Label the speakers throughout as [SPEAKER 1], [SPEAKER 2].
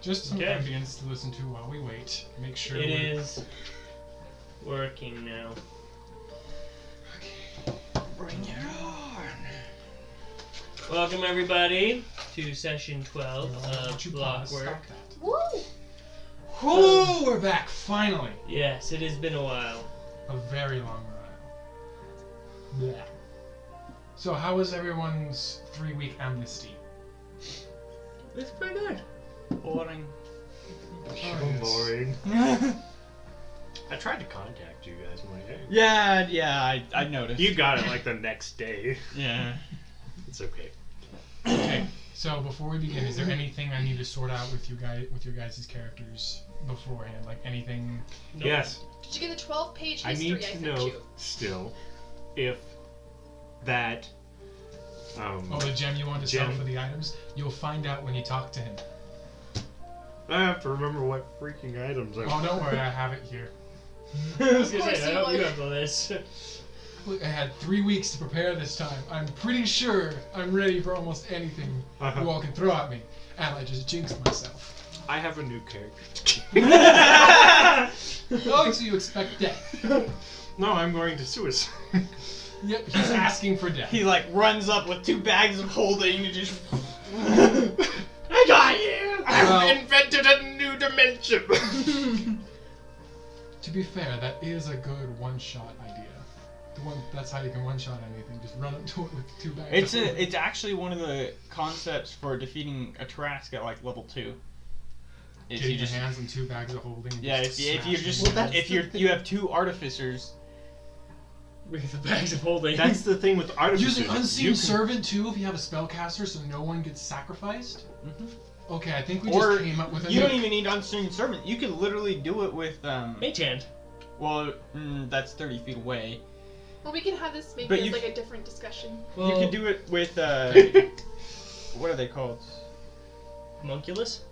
[SPEAKER 1] Just some
[SPEAKER 2] Okay.
[SPEAKER 1] ambience to listen to while we wait. Make sure
[SPEAKER 2] It
[SPEAKER 1] we're-
[SPEAKER 2] is working now.
[SPEAKER 1] Bring it on.
[SPEAKER 2] Welcome everybody to session twelve
[SPEAKER 1] Don't
[SPEAKER 2] of
[SPEAKER 1] you pause.
[SPEAKER 2] uh, Blockwork.
[SPEAKER 1] Stop that.
[SPEAKER 3] Woo!
[SPEAKER 1] Whoo! We're back finally.
[SPEAKER 2] Yes, it has been a while.
[SPEAKER 1] A very long while. Yeah. So, how was everyone's three-week amnesty?
[SPEAKER 2] It's pretty good.
[SPEAKER 4] Boring.
[SPEAKER 1] Yes.
[SPEAKER 5] I tried to contact you guys one day.
[SPEAKER 4] Yeah, yeah, I, I noticed.
[SPEAKER 5] You got it like the next day.
[SPEAKER 4] yeah.
[SPEAKER 5] It's okay.
[SPEAKER 1] Okay. So before we begin, is there anything I need to sort out with you guys with your guys' characters beforehand? Like anything?
[SPEAKER 5] Yes,
[SPEAKER 3] Did you get the 12 page
[SPEAKER 5] I
[SPEAKER 3] history I,
[SPEAKER 5] need to
[SPEAKER 3] sent
[SPEAKER 5] know
[SPEAKER 3] you?
[SPEAKER 5] still if that um
[SPEAKER 1] Oh, the gem you want to sell
[SPEAKER 5] Gem.
[SPEAKER 1] for the items? You'll find out when you talk to him.
[SPEAKER 5] I have to remember what freaking items I
[SPEAKER 1] Oh, don't worry, I have it here.
[SPEAKER 2] I was gonna
[SPEAKER 3] course
[SPEAKER 2] say, I
[SPEAKER 3] you
[SPEAKER 2] hope you
[SPEAKER 3] would.
[SPEAKER 2] have all this.
[SPEAKER 1] Look, I had three weeks to prepare this time. I'm pretty sure I'm ready for almost anything you
[SPEAKER 5] Uh-huh.
[SPEAKER 1] all can throw at me. And I just jinxed myself.
[SPEAKER 5] I have a new character.
[SPEAKER 1] oh, so you expect death.
[SPEAKER 5] no, I'm going to suicide.
[SPEAKER 1] Yep, he's asking for death.
[SPEAKER 4] He like runs up with two bags of holding and just. I got you.
[SPEAKER 5] I've
[SPEAKER 1] Well-
[SPEAKER 5] invented a new dimension.
[SPEAKER 1] To be fair, that is a good one-shot idea. The one that's how you can one-shot anything. Just run up to it with two bags.
[SPEAKER 4] It's
[SPEAKER 1] of
[SPEAKER 4] a, it's actually one of the concepts for defeating a Trask at like level two. Is
[SPEAKER 1] Getting
[SPEAKER 4] you just
[SPEAKER 1] your hands and two bags of holding. and
[SPEAKER 4] yeah if, if you're
[SPEAKER 1] smashing
[SPEAKER 4] just
[SPEAKER 1] them.
[SPEAKER 5] Well, that's
[SPEAKER 4] if
[SPEAKER 5] the
[SPEAKER 4] you're
[SPEAKER 5] thing.
[SPEAKER 4] you have two artificers.
[SPEAKER 2] With the bags of holding.
[SPEAKER 5] That's the thing with artificers.
[SPEAKER 1] Use an unseen
[SPEAKER 5] you can-
[SPEAKER 1] servant too if you have a spellcaster, so no one gets sacrificed.
[SPEAKER 4] Mhm.
[SPEAKER 1] Okay, I think we
[SPEAKER 4] Or
[SPEAKER 1] just came up with a
[SPEAKER 4] You
[SPEAKER 1] new.
[SPEAKER 4] don't even need unstringed servant. You could literally do it with um.
[SPEAKER 2] mage hand.
[SPEAKER 4] Well, mm, that's thirty feet away.
[SPEAKER 3] Well, we can have this maybe
[SPEAKER 4] But
[SPEAKER 3] as
[SPEAKER 4] you-
[SPEAKER 3] like a different discussion.
[SPEAKER 2] Well,
[SPEAKER 4] you could do it with uh. what are they called?
[SPEAKER 2] homunculus.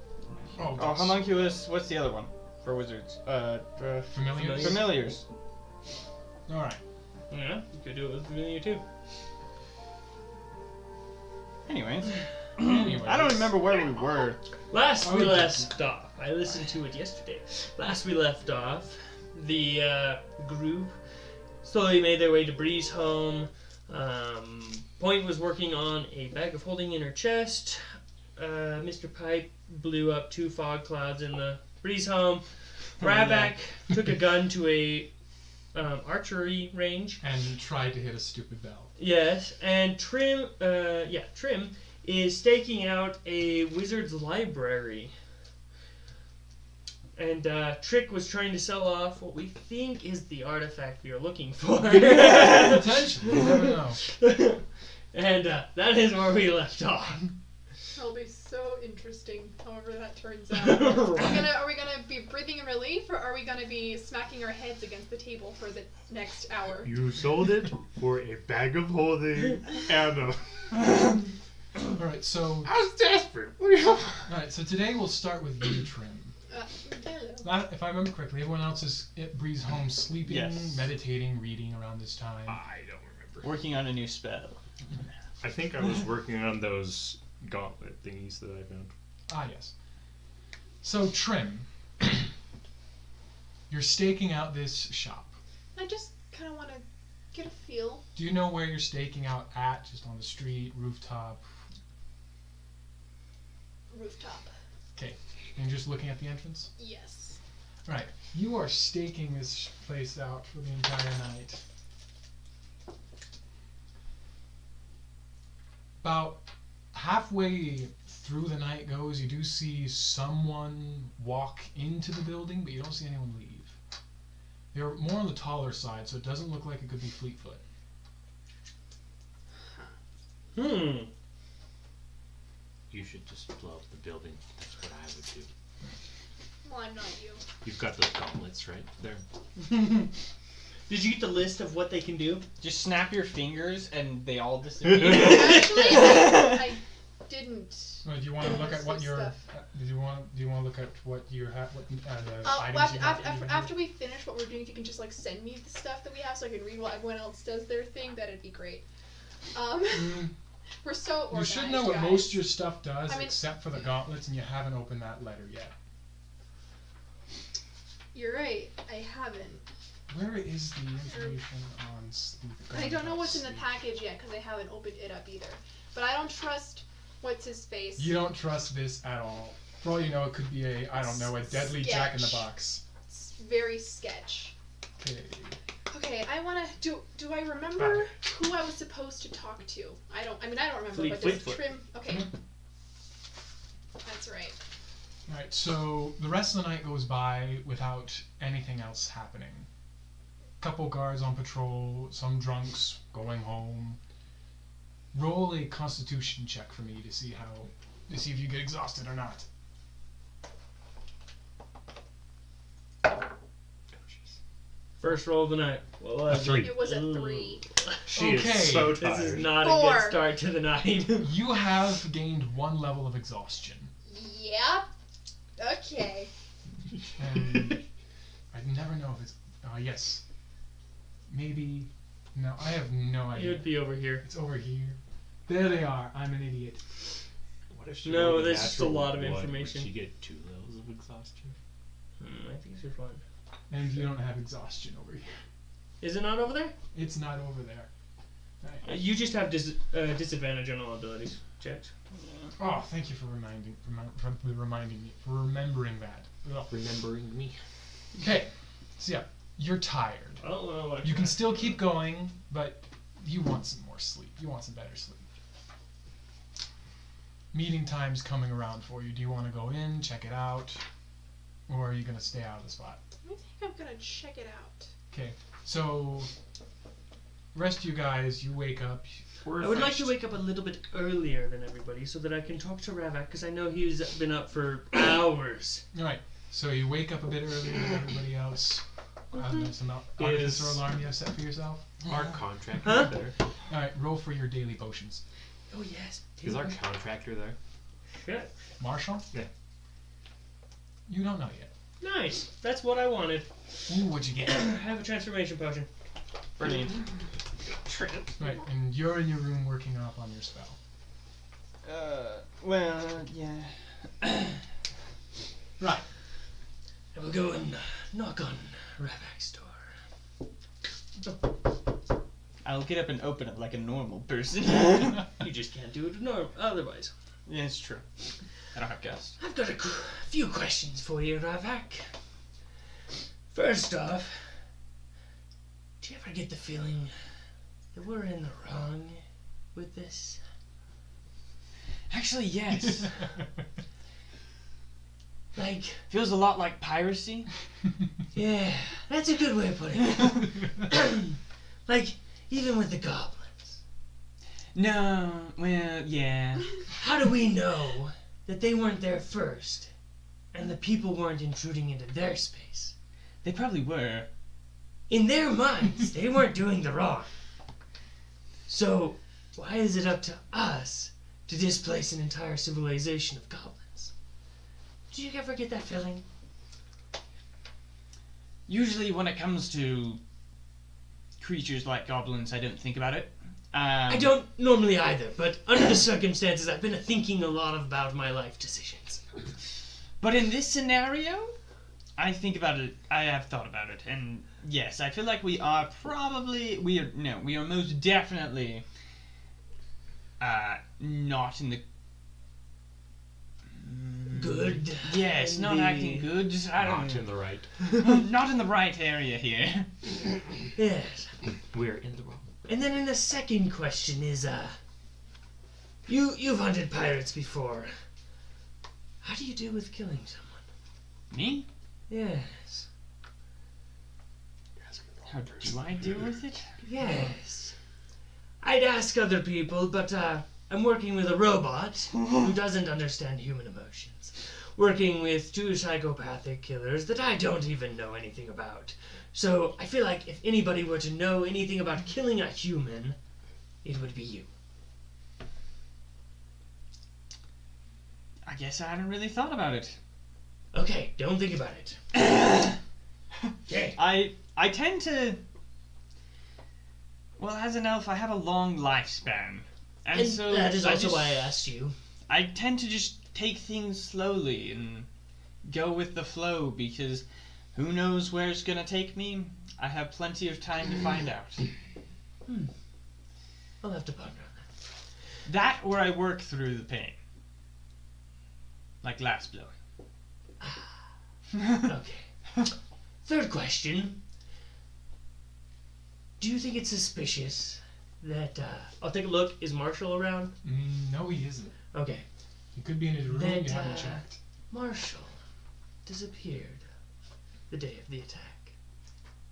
[SPEAKER 1] oh,
[SPEAKER 4] Oh,
[SPEAKER 1] gosh.
[SPEAKER 4] homunculus. What's the other one for wizards? Uh, uh
[SPEAKER 1] Familiar.
[SPEAKER 2] Familiar.
[SPEAKER 4] familiars.
[SPEAKER 1] All right.
[SPEAKER 2] Yeah, you could do it with familiar too.
[SPEAKER 4] Anyways,
[SPEAKER 1] Anyways.
[SPEAKER 4] I don't remember where we were.
[SPEAKER 2] Last
[SPEAKER 1] Oh,
[SPEAKER 2] we
[SPEAKER 1] yeah.
[SPEAKER 2] left off, I listened to it yesterday. Last we left off, the uh, group slowly made their way to Bree's home. Um, Point was working on a bag of holding in her chest. Uh, Mr. Pipe blew up two fog clouds in the Bree's home.
[SPEAKER 4] Oh, yeah.
[SPEAKER 2] Ravak took a gun to a um, archery range.
[SPEAKER 1] And tried to hit a stupid bell.
[SPEAKER 2] Yes, and Trim, uh, yeah, Trim is staking out a wizard's library. And uh, Trick was trying to sell off what we think is the artifact we are looking for.
[SPEAKER 1] Potentially, you never know.
[SPEAKER 2] and uh, that is where we left off.
[SPEAKER 3] That'll be so interesting, however that turns out. are, we
[SPEAKER 2] Right.
[SPEAKER 3] gonna, are we gonna be breathing in relief, or are we gonna be smacking our heads against the table for the next hour?
[SPEAKER 5] You sold it for a bag of holding and a.
[SPEAKER 1] All right, so
[SPEAKER 5] I was desperate. What do you-
[SPEAKER 1] all right, so today we'll start with you, Trim.
[SPEAKER 3] Uh, hello.
[SPEAKER 1] Not, if I remember correctly, everyone else is at Breeze home sleeping,
[SPEAKER 4] Yes.
[SPEAKER 1] meditating, reading around this time.
[SPEAKER 5] I don't remember.
[SPEAKER 4] Working on a new spell.
[SPEAKER 5] I think I was working on those gauntlet thingies that I found.
[SPEAKER 1] Ah, yes. So, Trim, you're staking out this shop.
[SPEAKER 3] I just kind of want to get a feel.
[SPEAKER 1] Do you know where you're staking out at? Just on the street, rooftop?
[SPEAKER 3] Rooftop.
[SPEAKER 1] And you're just looking at the entrance?
[SPEAKER 3] Yes.
[SPEAKER 1] Right. You are staking this place out for the entire night. About halfway through the night goes, you do see someone walk into the building, but you don't see anyone leave. They're more on the taller side, so it doesn't look like it could be Fleetfoot.
[SPEAKER 2] Hmm.
[SPEAKER 5] You should just blow up the building. That's what I would do.
[SPEAKER 3] Well, I'm not you.
[SPEAKER 5] You've got those gauntlets right there.
[SPEAKER 2] Did you get the list of what they can do?
[SPEAKER 4] Just snap your fingers and they all disappear.
[SPEAKER 3] Actually, I, I didn't.
[SPEAKER 1] Uh, do you want to look at what
[SPEAKER 3] Some
[SPEAKER 1] your? Uh,
[SPEAKER 3] stuff.
[SPEAKER 1] do you want? Do you want to look at what your ha- what uh, the
[SPEAKER 3] Uh,
[SPEAKER 1] items
[SPEAKER 3] well, after,
[SPEAKER 1] you have that
[SPEAKER 3] after,
[SPEAKER 1] you
[SPEAKER 3] after,
[SPEAKER 1] can
[SPEAKER 3] after we finish what we're doing, if you can just like send me the stuff that we have so I can read while everyone else does their thing, that'd be great. Um,
[SPEAKER 1] Mm,
[SPEAKER 3] We're so
[SPEAKER 1] You
[SPEAKER 3] organized.
[SPEAKER 1] should know what
[SPEAKER 3] guys.
[SPEAKER 1] most of your stuff does,
[SPEAKER 3] I mean-
[SPEAKER 1] except for the gauntlets, and you haven't opened that letter yet.
[SPEAKER 3] You're right. I haven't.
[SPEAKER 1] Where is the information on sleep?
[SPEAKER 3] I don't know what's in the
[SPEAKER 1] Sleep?
[SPEAKER 3] package yet because I haven't opened it up either. But I don't trust what's his face.
[SPEAKER 1] You don't trust this at all. For all you know, it could be a I don't know a deadly Jack in the Box.
[SPEAKER 3] It's very sketch.
[SPEAKER 1] Okay.
[SPEAKER 3] Okay, I want to do. Do I remember who I was supposed to talk to? I don't. I mean, I don't remember.
[SPEAKER 2] Fleet-
[SPEAKER 3] but does
[SPEAKER 2] Fleetfoot.
[SPEAKER 3] Trim? Okay.
[SPEAKER 1] Mm-hmm.
[SPEAKER 3] That's right.
[SPEAKER 1] All right. So the rest of the night goes by without anything else happening. Couple guards on patrol, some drunks going home. Roll a Constitution check for me to see how to see if you get exhausted or not.
[SPEAKER 5] Oh,
[SPEAKER 2] First roll of the night. Well, uh,
[SPEAKER 5] three.
[SPEAKER 3] It was a
[SPEAKER 2] Ooh.
[SPEAKER 3] three.
[SPEAKER 5] She
[SPEAKER 1] Okay.
[SPEAKER 5] is so tired.
[SPEAKER 2] This is not a
[SPEAKER 3] Four.
[SPEAKER 2] good start to the night.
[SPEAKER 1] You have gained one level of exhaustion.
[SPEAKER 3] Yep. Okay.
[SPEAKER 1] And I never know if it's. Oh yes. Maybe. No, I have no
[SPEAKER 2] He
[SPEAKER 1] idea.
[SPEAKER 2] would be over here.
[SPEAKER 1] It's over here. There they are. I'm an idiot.
[SPEAKER 5] What if she
[SPEAKER 2] No,
[SPEAKER 5] rolled a
[SPEAKER 2] there's just a
[SPEAKER 5] natural
[SPEAKER 2] lot of
[SPEAKER 5] one? Would
[SPEAKER 2] information.
[SPEAKER 5] she get two levels of exhaustion?
[SPEAKER 2] Hmm, I think you're fine.
[SPEAKER 1] And you don't have exhaustion over here.
[SPEAKER 2] Is it not over there?
[SPEAKER 1] It's not over there.
[SPEAKER 2] Uh, You just have dis- uh, disadvantage on all abilities. Checked.
[SPEAKER 1] Oh, thank you for reminding remi- for reminding me for remembering that. Ugh.
[SPEAKER 5] Remembering me.
[SPEAKER 1] Okay, so yeah, you're tired.
[SPEAKER 2] I don't know what.
[SPEAKER 1] You can still keep going, but you want some more sleep. You want some better sleep. Meeting time's coming around for you. Do you want to go in, check it out, or are you gonna stay out of the spot?
[SPEAKER 3] I think I'm gonna check it out.
[SPEAKER 1] So, rest of you guys, you wake up.
[SPEAKER 2] I would like to wake up a little bit earlier than everybody so that I can talk to Ravak because I know he's been up for hours.
[SPEAKER 1] All right. So you wake up a bit earlier than everybody else. Um, there's an ar-
[SPEAKER 5] Is-
[SPEAKER 1] artificer alarm you have set for yourself.
[SPEAKER 5] Our contractor
[SPEAKER 2] Huh?
[SPEAKER 5] there.
[SPEAKER 1] All right, roll for your daily potions.
[SPEAKER 2] Oh yes.
[SPEAKER 5] Is our contractor there?
[SPEAKER 2] Shit.
[SPEAKER 1] Marshall?
[SPEAKER 5] Yeah.
[SPEAKER 1] You don't know yet.
[SPEAKER 2] Nice. That's what I wanted.
[SPEAKER 1] Ooh, what'd you get?
[SPEAKER 2] I have a transformation potion.
[SPEAKER 4] Brilliant.
[SPEAKER 1] right, and you're in your room working up on your spell.
[SPEAKER 4] Uh, well, yeah.
[SPEAKER 1] Right.
[SPEAKER 2] I will go and knock on Ravak's door.
[SPEAKER 4] I'll get up and open it like a normal person.
[SPEAKER 2] You just can't do it norm- otherwise.
[SPEAKER 4] Yeah, it's true. I don't have gas.
[SPEAKER 2] I've got a qu- few questions for you, Ravak. First off, do you ever get the feeling that we're in the wrong with this?
[SPEAKER 4] Actually, yes.
[SPEAKER 2] Like,
[SPEAKER 4] Feels a lot like piracy.
[SPEAKER 2] yeah, that's a good way of putting it. like, even with the goblins,
[SPEAKER 4] No, well, yeah.
[SPEAKER 2] how do we know that they weren't there first and the people weren't intruding into their space?
[SPEAKER 4] They probably were.
[SPEAKER 2] In their minds, they weren't doing the wrong. So, why is it up to us to displace an entire civilization of goblins? Do you ever get that feeling?
[SPEAKER 4] Usually, when it comes to creatures like goblins, I don't think about it. Um,
[SPEAKER 2] I don't normally either, but under the circumstances, I've been thinking a lot about my life decisions.
[SPEAKER 4] But in this scenario, I think about it. I have thought about it, and yes, I feel like we are probably we are no, we are most definitely uh, not in the
[SPEAKER 2] Good.
[SPEAKER 4] Yes,
[SPEAKER 2] in
[SPEAKER 4] not
[SPEAKER 2] the-
[SPEAKER 4] acting good. I don't
[SPEAKER 5] Not in the right.
[SPEAKER 4] not in the right area here.
[SPEAKER 2] Yes.
[SPEAKER 5] We're in the wrong.
[SPEAKER 2] And then in the second question is uh you you've hunted pirates before. How do you deal with killing someone?
[SPEAKER 4] Me?
[SPEAKER 2] Yes.
[SPEAKER 4] How do I deal with it?
[SPEAKER 2] Yes. I'd ask other people, but uh I'm working with a robot who doesn't understand human emotions. Working with two psychopathic killers that I don't even know anything about. So I feel like if anybody were to know anything about killing a human, it would be you.
[SPEAKER 4] I guess I haven't really thought about it.
[SPEAKER 2] Okay, don't think about it. Okay.
[SPEAKER 4] I I tend to. Well, as an elf, I have a long lifespan, And,
[SPEAKER 2] and
[SPEAKER 4] so
[SPEAKER 2] that is
[SPEAKER 4] I
[SPEAKER 2] also
[SPEAKER 4] just-
[SPEAKER 2] why uh, I asked you.
[SPEAKER 4] I tend to just take things slowly and go with the flow because who knows where it's going to take me? I have plenty of time to find out.
[SPEAKER 2] I'll have to ponder on that.
[SPEAKER 4] That or I work through the pain. Like last blow.
[SPEAKER 2] Okay. Third question. Do you think it's suspicious that uh, I'll take a look? Is Marshall around?
[SPEAKER 1] Mm, no, he isn't.
[SPEAKER 2] Okay.
[SPEAKER 1] He could be in his room.
[SPEAKER 2] Then,
[SPEAKER 1] you
[SPEAKER 2] uh,
[SPEAKER 1] haven't checked.
[SPEAKER 2] Marshall disappeared the day of the attack,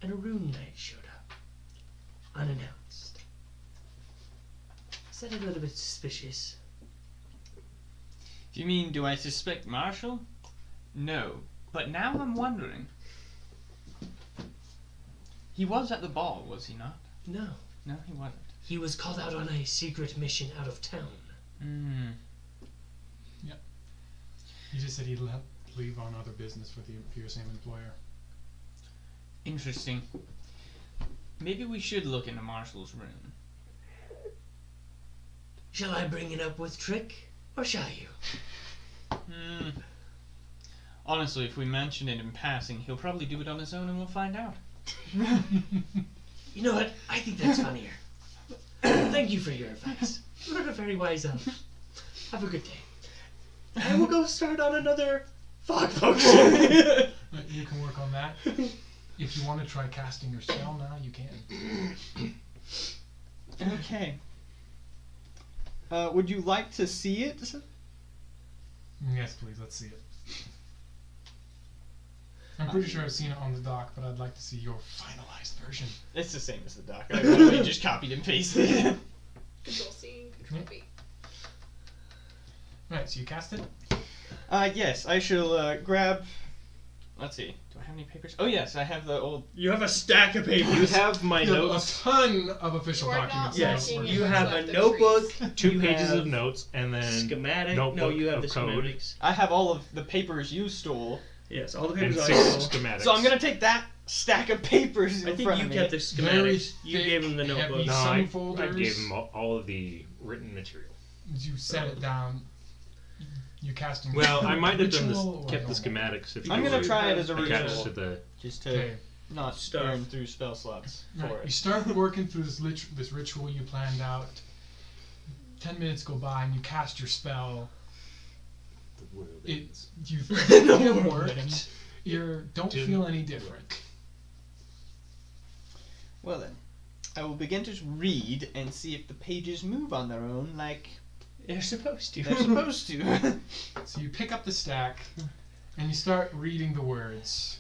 [SPEAKER 2] and a rune knight showed up unannounced. Is that a little bit suspicious?
[SPEAKER 4] Do you mean do I suspect Marshall? No. But now I'm wondering. He was at the ball, was he not?
[SPEAKER 2] No.
[SPEAKER 4] No, he wasn't.
[SPEAKER 2] He was called out on a secret mission out of town.
[SPEAKER 4] Hmm.
[SPEAKER 1] He just said he'd le leave on other business for, the, for your same employer.
[SPEAKER 4] Interesting. Maybe we should look into Marshall's room.
[SPEAKER 2] Shall I bring it up with Trick, or shall you?
[SPEAKER 4] Hmm. Honestly, if we mention it in passing, he'll probably do it on his own and we'll find out.
[SPEAKER 2] You know what? I think that's funnier. Thank you for your advice. You're a very wise elf. Have a good day. I will go start on another fog potion.
[SPEAKER 1] But you can work on that. if you want to try casting your spell now, you can.
[SPEAKER 4] Okay. Uh, would you like to see it?
[SPEAKER 1] Yes, please. Let's see it. I'm pretty sure I've seen it on the dock, but I'd like to see your finalized version.
[SPEAKER 4] It's the same as the doc. I literally just copied and pasted it.
[SPEAKER 3] Control C, Control V.
[SPEAKER 1] Right, so you cast it.
[SPEAKER 4] Uh, yes, I shall uh, grab. Let's see. Do I have any papers? Oh yes, I have the old.
[SPEAKER 2] you have a stack of
[SPEAKER 5] You have my
[SPEAKER 1] You have a
[SPEAKER 5] notes,
[SPEAKER 1] ton of official
[SPEAKER 3] You are not
[SPEAKER 1] documents.
[SPEAKER 3] Yeah,
[SPEAKER 2] Yes,
[SPEAKER 1] that were-
[SPEAKER 3] lacking in
[SPEAKER 2] you
[SPEAKER 3] Looking
[SPEAKER 2] have
[SPEAKER 3] at
[SPEAKER 2] a
[SPEAKER 3] the
[SPEAKER 2] notebook,
[SPEAKER 5] two
[SPEAKER 2] you
[SPEAKER 5] pages
[SPEAKER 2] have
[SPEAKER 5] of notes, and then
[SPEAKER 2] schematic. No,
[SPEAKER 5] notebook
[SPEAKER 2] you have
[SPEAKER 5] of
[SPEAKER 2] the
[SPEAKER 5] code.
[SPEAKER 2] schematics.
[SPEAKER 4] I have all of the papers you stole.
[SPEAKER 2] Yes, all the
[SPEAKER 5] and
[SPEAKER 2] papers I
[SPEAKER 5] six
[SPEAKER 2] stole.
[SPEAKER 5] schematics.
[SPEAKER 4] So I'm gonna take that stack of papers in
[SPEAKER 2] I think
[SPEAKER 4] front
[SPEAKER 2] you
[SPEAKER 4] of
[SPEAKER 2] kept the
[SPEAKER 4] me.
[SPEAKER 1] Very
[SPEAKER 2] schematics. You
[SPEAKER 1] thick,
[SPEAKER 2] gave him the
[SPEAKER 1] heavy
[SPEAKER 2] notebook.
[SPEAKER 5] No,
[SPEAKER 1] Some
[SPEAKER 5] I, I
[SPEAKER 1] folders-
[SPEAKER 5] gave him all, all of the written material.
[SPEAKER 1] You set it down. You cast them.
[SPEAKER 5] Well, I might have done this,
[SPEAKER 1] Ritual or
[SPEAKER 5] kept the
[SPEAKER 1] normal?
[SPEAKER 5] schematics if
[SPEAKER 4] I'm
[SPEAKER 5] they
[SPEAKER 4] gonna
[SPEAKER 5] were
[SPEAKER 4] try it as a
[SPEAKER 5] attached to
[SPEAKER 4] ritual,
[SPEAKER 5] the.
[SPEAKER 4] just to
[SPEAKER 1] Okay.
[SPEAKER 4] not
[SPEAKER 2] Stuff.
[SPEAKER 4] burn through spell slots for
[SPEAKER 1] Right. You
[SPEAKER 4] it.
[SPEAKER 1] start working through this lit- this ritual you planned out. Ten minutes go by and you cast your spell.
[SPEAKER 5] the world
[SPEAKER 1] It
[SPEAKER 5] ends.
[SPEAKER 1] you
[SPEAKER 2] No
[SPEAKER 1] think it
[SPEAKER 2] worries.
[SPEAKER 1] worked. You don't
[SPEAKER 5] Didn't
[SPEAKER 1] feel any different.
[SPEAKER 4] Well then, I will begin to read and see if the pages move on their own, like
[SPEAKER 2] They're supposed to.
[SPEAKER 4] they're supposed to.
[SPEAKER 1] So you pick up the stack and you start reading the words.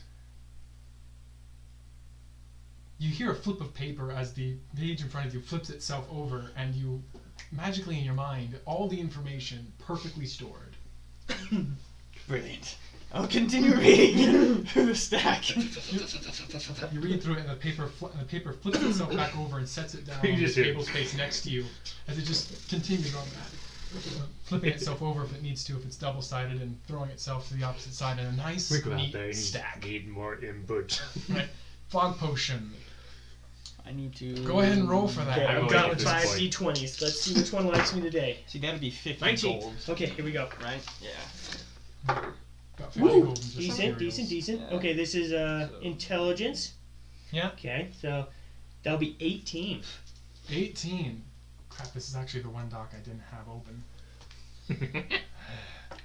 [SPEAKER 1] You hear a flip of paper as the page in front of you flips itself over, and you magically in your mind all the information perfectly stored.
[SPEAKER 4] Brilliant. I'll continue reading through the stack.
[SPEAKER 1] You read through it, and the paper fl- and the paper flips itself back over and sets it down
[SPEAKER 5] You
[SPEAKER 1] on the
[SPEAKER 5] just hear-
[SPEAKER 1] table space next to you as it just continues on that, flipping itself over if it needs to, if it's double sided, and throwing itself to the opposite side in a nice
[SPEAKER 5] We go out
[SPEAKER 1] neat
[SPEAKER 5] there and
[SPEAKER 1] stack.
[SPEAKER 5] need more input.
[SPEAKER 1] Right. Fog potion.
[SPEAKER 4] I need to.
[SPEAKER 1] Go ahead and roll for that.
[SPEAKER 2] Okay,
[SPEAKER 5] I'm
[SPEAKER 2] I've
[SPEAKER 5] awake
[SPEAKER 2] got
[SPEAKER 5] at this
[SPEAKER 2] five
[SPEAKER 5] point.
[SPEAKER 2] d20s. Let's see which one likes me today.
[SPEAKER 4] See, that'd be 50
[SPEAKER 2] 19.
[SPEAKER 4] gold,
[SPEAKER 2] Okay, here we go.
[SPEAKER 4] right? Yeah.
[SPEAKER 1] Got 50
[SPEAKER 2] Woo!
[SPEAKER 1] gold in just
[SPEAKER 2] Decent,
[SPEAKER 1] materials.
[SPEAKER 2] decent, decent.
[SPEAKER 4] Yeah.
[SPEAKER 2] Okay, this is uh,
[SPEAKER 4] So-
[SPEAKER 2] intelligence.
[SPEAKER 1] Yeah.
[SPEAKER 2] Okay, so that'll be 18.
[SPEAKER 1] 18. Crap, this is actually the one doc I didn't have open.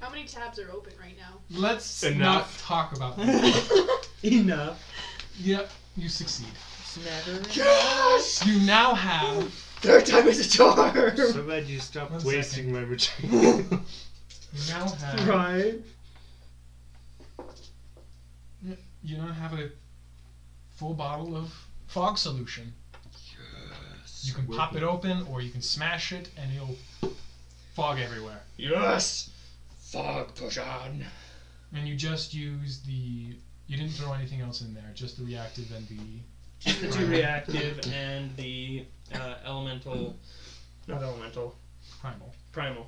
[SPEAKER 3] How many tabs are open right now?
[SPEAKER 1] Let's
[SPEAKER 5] Enough.
[SPEAKER 1] not talk about that.
[SPEAKER 2] Enough.
[SPEAKER 1] yep, you succeed.
[SPEAKER 4] Smattering.
[SPEAKER 2] Yes!
[SPEAKER 1] You now have.
[SPEAKER 2] Third time is a charm.
[SPEAKER 5] so glad you stopped
[SPEAKER 1] One
[SPEAKER 5] wasting
[SPEAKER 1] second.
[SPEAKER 5] my material.
[SPEAKER 1] You now have.
[SPEAKER 2] Right.
[SPEAKER 1] You now have a full bottle of fog solution. You can pop it open, or you can smash it, and it'll fog everywhere.
[SPEAKER 2] Yes. Fog push on.
[SPEAKER 1] And you just use the. You didn't throw anything else in there, just the reactive and the.
[SPEAKER 2] The two reactive and the uh, elemental, not elemental,
[SPEAKER 1] primal.
[SPEAKER 2] primal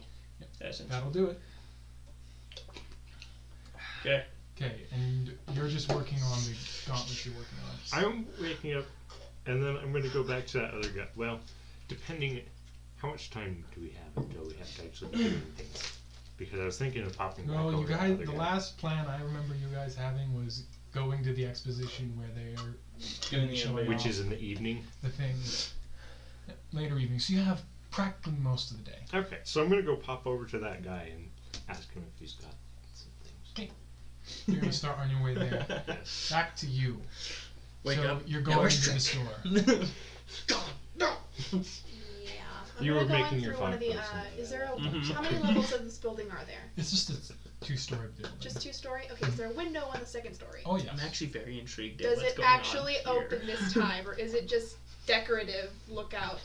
[SPEAKER 2] essence.
[SPEAKER 1] That'll do it.
[SPEAKER 2] 'Kay.
[SPEAKER 1] Okay, and you're just working on the gauntlet you're working on.
[SPEAKER 5] I'm waking up, and then I'm gonna go back to that other guy. Well, depending How much time do we have until we have to actually do anything? Because I was thinking of popping back
[SPEAKER 1] No,
[SPEAKER 5] over
[SPEAKER 1] you guys.
[SPEAKER 5] another
[SPEAKER 1] The
[SPEAKER 5] guy.
[SPEAKER 1] last plan I remember you guys having was going to the exposition where they are
[SPEAKER 2] Doing the
[SPEAKER 1] showing
[SPEAKER 2] unveil.
[SPEAKER 5] which is in the evening.
[SPEAKER 1] the thing later evening. So you have practically most of the day.
[SPEAKER 5] Okay, so I'm gonna go pop over to that guy and ask him if he's got some things.
[SPEAKER 1] You're gonna start on your way there.
[SPEAKER 5] Yes.
[SPEAKER 1] Back to you.
[SPEAKER 2] Wake
[SPEAKER 1] so
[SPEAKER 2] up.
[SPEAKER 1] you're
[SPEAKER 2] Now
[SPEAKER 1] going
[SPEAKER 2] we're
[SPEAKER 1] to the
[SPEAKER 2] strict.
[SPEAKER 1] store.
[SPEAKER 3] Yeah.
[SPEAKER 5] You
[SPEAKER 3] I'm
[SPEAKER 5] were
[SPEAKER 3] gonna go
[SPEAKER 5] making
[SPEAKER 3] in
[SPEAKER 5] your
[SPEAKER 3] through one of the, uh,
[SPEAKER 5] fireplace and-
[SPEAKER 3] Is there a,
[SPEAKER 2] Mhm.
[SPEAKER 3] how many levels of this building are there?
[SPEAKER 1] It's just a two-story building.
[SPEAKER 3] Just two story? Okay, is there a window on the second story?
[SPEAKER 1] oh yeah.
[SPEAKER 2] I'm actually very intrigued. at
[SPEAKER 3] Does
[SPEAKER 2] what's
[SPEAKER 3] it
[SPEAKER 2] going on
[SPEAKER 3] actually
[SPEAKER 2] here.
[SPEAKER 3] open this time, or is it just decorative? Look out!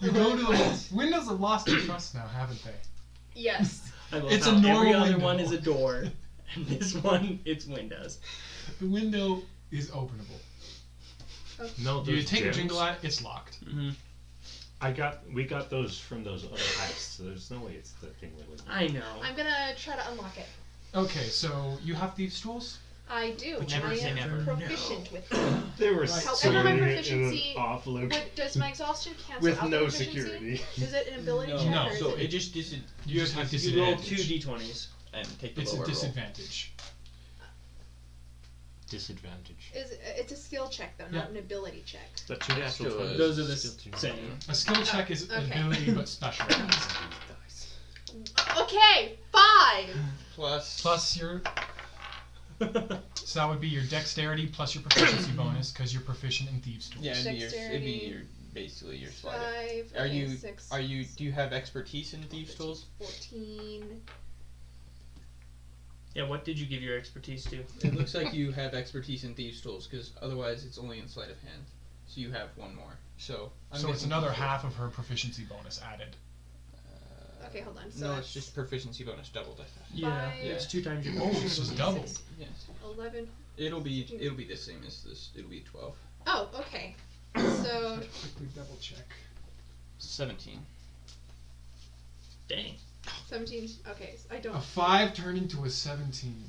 [SPEAKER 1] you go to the Windows have lost their trust now, haven't they?
[SPEAKER 3] Yes.
[SPEAKER 2] I love
[SPEAKER 1] It's
[SPEAKER 2] how
[SPEAKER 1] a normal
[SPEAKER 2] every other
[SPEAKER 1] window.
[SPEAKER 2] one is a door, and this one it's windows.
[SPEAKER 1] The window is openable.
[SPEAKER 5] No,
[SPEAKER 1] you
[SPEAKER 5] those
[SPEAKER 1] take a
[SPEAKER 5] gems,
[SPEAKER 1] jingle out, it's locked.
[SPEAKER 4] Mm-hmm.
[SPEAKER 5] I got we got those from those other heists, so there's no way it's the thing that was.
[SPEAKER 2] I know.
[SPEAKER 3] I'm gonna try to unlock it.
[SPEAKER 1] Okay, so you have thieves tools.
[SPEAKER 3] I do.
[SPEAKER 4] But
[SPEAKER 3] I
[SPEAKER 4] never say
[SPEAKER 3] am
[SPEAKER 4] never.
[SPEAKER 3] proficient with it.
[SPEAKER 5] They were
[SPEAKER 1] However,
[SPEAKER 5] so
[SPEAKER 3] my
[SPEAKER 5] in
[SPEAKER 3] proficiency
[SPEAKER 5] an off look
[SPEAKER 3] What, does my exhaustion cancel
[SPEAKER 5] with
[SPEAKER 3] out the
[SPEAKER 5] no
[SPEAKER 3] proficiency?
[SPEAKER 5] security.
[SPEAKER 3] Is it an ability
[SPEAKER 4] No.
[SPEAKER 3] check?
[SPEAKER 1] No.
[SPEAKER 3] Or is
[SPEAKER 4] So
[SPEAKER 3] it,
[SPEAKER 4] it just dis-
[SPEAKER 1] You, just have
[SPEAKER 4] you roll
[SPEAKER 2] roll
[SPEAKER 1] disadvantage.
[SPEAKER 2] two d20s.
[SPEAKER 4] and take the
[SPEAKER 1] it's
[SPEAKER 4] lower
[SPEAKER 1] a
[SPEAKER 4] roll.
[SPEAKER 1] disadvantage.
[SPEAKER 5] Disadvantage.
[SPEAKER 3] is it- it's a skill check though, not an ability check.
[SPEAKER 5] But two natural
[SPEAKER 6] Uh,
[SPEAKER 4] Still a-
[SPEAKER 5] twenties.
[SPEAKER 2] Those are the
[SPEAKER 5] Still
[SPEAKER 2] s-
[SPEAKER 5] two
[SPEAKER 2] same.
[SPEAKER 1] A skill check is an
[SPEAKER 3] okay.
[SPEAKER 1] ability but special.
[SPEAKER 5] natural dice.
[SPEAKER 3] Okay, five.
[SPEAKER 6] Plus.
[SPEAKER 1] plus your so that would be your dexterity plus your proficiency bonus because you're proficient in thieves tools.
[SPEAKER 4] Yeah, it'd be, your, it'd be
[SPEAKER 3] Dexterity.
[SPEAKER 4] your basically your slider.
[SPEAKER 3] Five.
[SPEAKER 4] Are
[SPEAKER 3] okay,
[SPEAKER 4] you-
[SPEAKER 3] Six,
[SPEAKER 4] Are you? Do you have expertise in thieves' tools?
[SPEAKER 3] Fourteen.
[SPEAKER 2] Yeah, what did you give your expertise to?
[SPEAKER 4] It looks like you have expertise in thieves' tools, because otherwise it's only in sleight of hand. So you have one more. So I'm
[SPEAKER 1] so it's
[SPEAKER 4] guessing-
[SPEAKER 1] another half of her proficiency bonus added.
[SPEAKER 4] Uh,
[SPEAKER 3] Okay, hold on. So
[SPEAKER 4] No,
[SPEAKER 3] that's
[SPEAKER 4] it's just proficiency bonus doubled. I think.
[SPEAKER 2] Yeah,
[SPEAKER 3] Five.
[SPEAKER 2] it's two times your.
[SPEAKER 1] Oh, it's
[SPEAKER 2] proficiency.
[SPEAKER 1] just doubled.
[SPEAKER 4] Yes.
[SPEAKER 3] Eleven.
[SPEAKER 4] It'll be it'll be the same as this. It'll be twelve.
[SPEAKER 3] Oh, okay. So
[SPEAKER 1] Quickly double check.
[SPEAKER 4] Seventeen.
[SPEAKER 2] Dang.
[SPEAKER 3] 17. Okay, so I
[SPEAKER 1] A
[SPEAKER 3] don't.
[SPEAKER 1] five turned into a seventeen.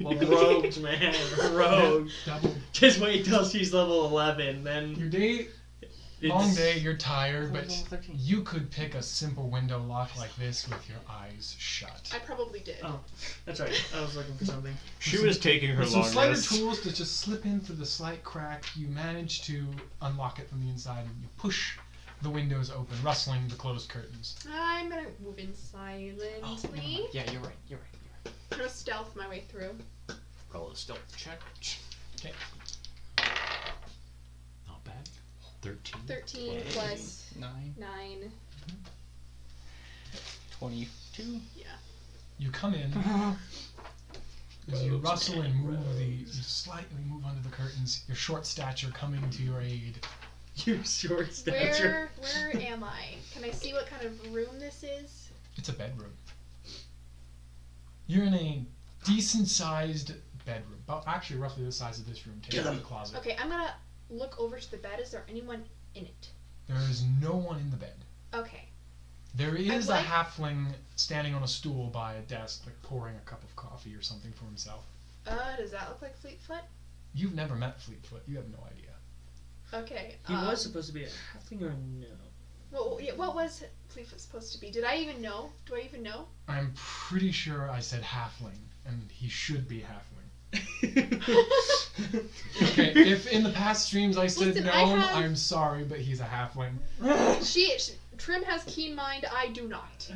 [SPEAKER 2] Well, rogues, man, rogues.
[SPEAKER 1] Double.
[SPEAKER 2] Just wait till she's level eleven, then
[SPEAKER 1] Your day,
[SPEAKER 2] it's
[SPEAKER 1] long day. You're tired, but
[SPEAKER 4] thirteen.
[SPEAKER 1] you could pick a simple window lock like this with your eyes shut.
[SPEAKER 3] I probably did.
[SPEAKER 2] Oh. That's right. I was looking for something.
[SPEAKER 5] She was taking her
[SPEAKER 1] With some
[SPEAKER 5] long
[SPEAKER 1] slighter
[SPEAKER 5] rest.
[SPEAKER 1] tools to just slip in through the slight crack, you manage to unlock it from the inside and you push the windows open, rustling the closed curtains.
[SPEAKER 3] I'm gonna move in
[SPEAKER 4] Oh,
[SPEAKER 3] silently.
[SPEAKER 4] Yeah, you're right. You're right.
[SPEAKER 3] I'm gonna stealth my way through.
[SPEAKER 5] Roll a stealth check.
[SPEAKER 1] Okay.
[SPEAKER 5] Not bad. Thirteen.
[SPEAKER 3] 13
[SPEAKER 4] Yay.
[SPEAKER 3] plus
[SPEAKER 4] Nine
[SPEAKER 3] 9.
[SPEAKER 4] twenty-two.
[SPEAKER 1] You come in, as you
[SPEAKER 2] Rogues
[SPEAKER 1] rustle
[SPEAKER 2] and
[SPEAKER 1] and move the, you
[SPEAKER 2] rogues.
[SPEAKER 1] slightly move under the curtains, your short stature coming to your aid.
[SPEAKER 2] Your short stature.
[SPEAKER 3] Where where am I? Can I see what kind of room this is?
[SPEAKER 1] It's a bedroom. You're in a decent sized bedroom, but actually roughly the size of this room, take out the closet.
[SPEAKER 3] Okay, I'm gonna look over to the bed. Is there anyone in it?
[SPEAKER 1] There is no one in the bed.
[SPEAKER 3] Okay.
[SPEAKER 1] There is
[SPEAKER 3] like-
[SPEAKER 1] a halfling standing on a stool by a desk, like pouring a cup of coffee or something for himself.
[SPEAKER 3] Uh, does that look like Fleetfoot?
[SPEAKER 1] You've never met Fleetfoot. You have no idea.
[SPEAKER 3] Okay.
[SPEAKER 2] He
[SPEAKER 3] um,
[SPEAKER 2] was supposed to be a halfling or no?
[SPEAKER 3] What, yeah, what was Fleetfoot supposed to be? Did I even know? Do I even know?
[SPEAKER 1] I'm pretty sure I said halfling, and he should be halfling. Okay, if in the past streams I said
[SPEAKER 3] Listen, I
[SPEAKER 1] gnome,
[SPEAKER 3] have-
[SPEAKER 1] I'm sorry, but he's a halfling.
[SPEAKER 3] She, she Trim has keen mind. I do not.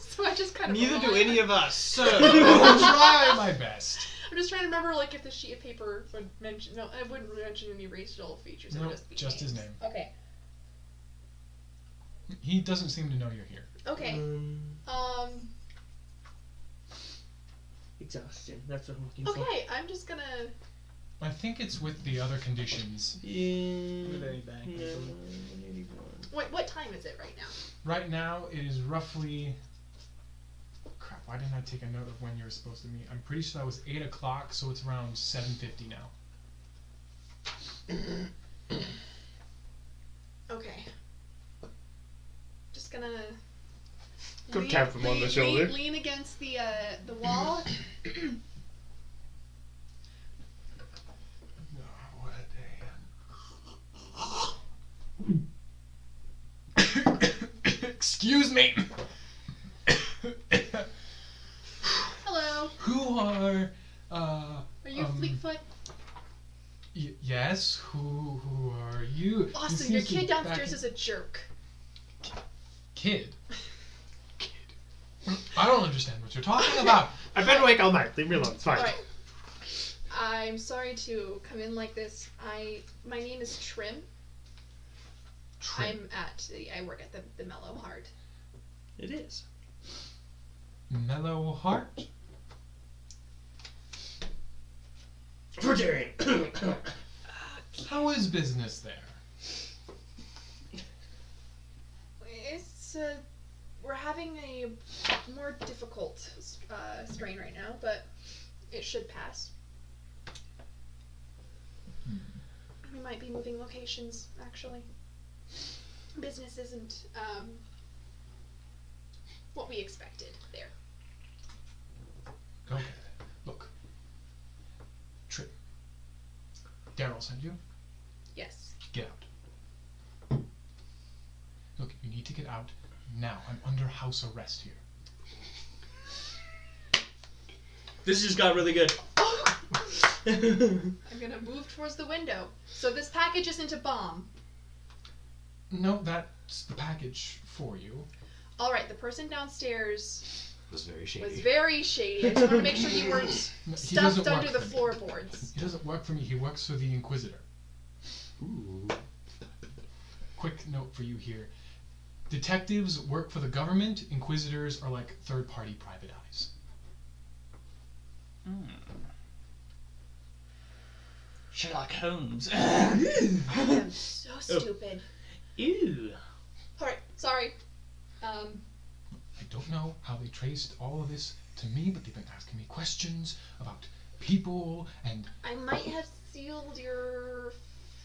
[SPEAKER 3] so I just kind of.
[SPEAKER 4] Neither do
[SPEAKER 3] rely on-
[SPEAKER 4] any of us. So
[SPEAKER 1] I'll try my best.
[SPEAKER 3] I'm just trying to remember, like, if the sheet of paper would mention. No, I wouldn't mention any racial features. it would
[SPEAKER 1] Nope,
[SPEAKER 3] just, be
[SPEAKER 1] just his
[SPEAKER 3] names.
[SPEAKER 1] name.
[SPEAKER 3] Okay.
[SPEAKER 1] He doesn't seem to know you're here.
[SPEAKER 3] Okay.
[SPEAKER 2] Um,
[SPEAKER 3] Um.
[SPEAKER 2] exhaustion. That's what I'm looking for.
[SPEAKER 3] Okay. I'm just gonna.
[SPEAKER 1] I think it's with the other conditions.
[SPEAKER 2] Yeah.
[SPEAKER 4] Very bad.
[SPEAKER 2] No, 181.
[SPEAKER 3] Wait. What time is it right now?
[SPEAKER 1] Right now, it is roughly. Crap! Why didn't I take a note of when you were supposed to meet? I'm pretty sure that was eight o'clock, so it's around seven fifty now.
[SPEAKER 3] Okay. Just gonna.
[SPEAKER 5] Go tap him on the shoulder.
[SPEAKER 3] Lean, lean against the uh, the wall.
[SPEAKER 1] Oh, what a day. me.
[SPEAKER 3] Hello.
[SPEAKER 1] who are, uh,
[SPEAKER 3] Are you
[SPEAKER 1] Um,
[SPEAKER 3] Fleetfoot?
[SPEAKER 1] y- yes, who who are you?
[SPEAKER 3] Austin, your
[SPEAKER 1] seems to
[SPEAKER 3] kid
[SPEAKER 1] be back
[SPEAKER 3] downstairs
[SPEAKER 1] in-
[SPEAKER 3] is a jerk.
[SPEAKER 1] kid. Kid. I don't understand what you're talking about.
[SPEAKER 6] I've been awake all night. Leave me alone. It's fine.
[SPEAKER 3] Alright. I'm sorry to come in like this. I my name is Trim.
[SPEAKER 1] Trim.
[SPEAKER 3] I'm at the, I work at the, the Mellow Heart.
[SPEAKER 2] It is.
[SPEAKER 1] Mellow heart.
[SPEAKER 2] Vegetarian.
[SPEAKER 1] How is business there?
[SPEAKER 3] It's uh, we're having a more difficult uh, strain right now, but it should pass.
[SPEAKER 1] Hmm.
[SPEAKER 3] We might be moving locations actually. Business isn't um, what we expected there.
[SPEAKER 1] Okay. Look. Trim. Daryl sent you.
[SPEAKER 3] Yes.
[SPEAKER 1] Get out. Look, you need to get out now. I'm under house arrest here.
[SPEAKER 2] this just got really good.
[SPEAKER 3] I'm gonna move towards the window. So this package isn't a bomb.
[SPEAKER 1] No, that's the package for you.
[SPEAKER 3] All right, the person downstairs
[SPEAKER 5] was very shady.
[SPEAKER 3] was very shady. I just want to make sure you weren't
[SPEAKER 1] No, he
[SPEAKER 3] stuffed
[SPEAKER 1] doesn't work
[SPEAKER 3] under the
[SPEAKER 1] for me.
[SPEAKER 3] floorboards.
[SPEAKER 1] He doesn't work for me. He works for the Inquisitor.
[SPEAKER 5] Ooh.
[SPEAKER 1] Quick note for you here: detectives work for the government. Inquisitors are like third-party private eyes.
[SPEAKER 4] Sherlock Holmes.
[SPEAKER 3] I'm so stupid.
[SPEAKER 2] Ew.
[SPEAKER 3] All right, sorry. Um,
[SPEAKER 1] I don't know how they traced all of this to me, but they've been asking me questions about people and
[SPEAKER 3] I might have sealed your.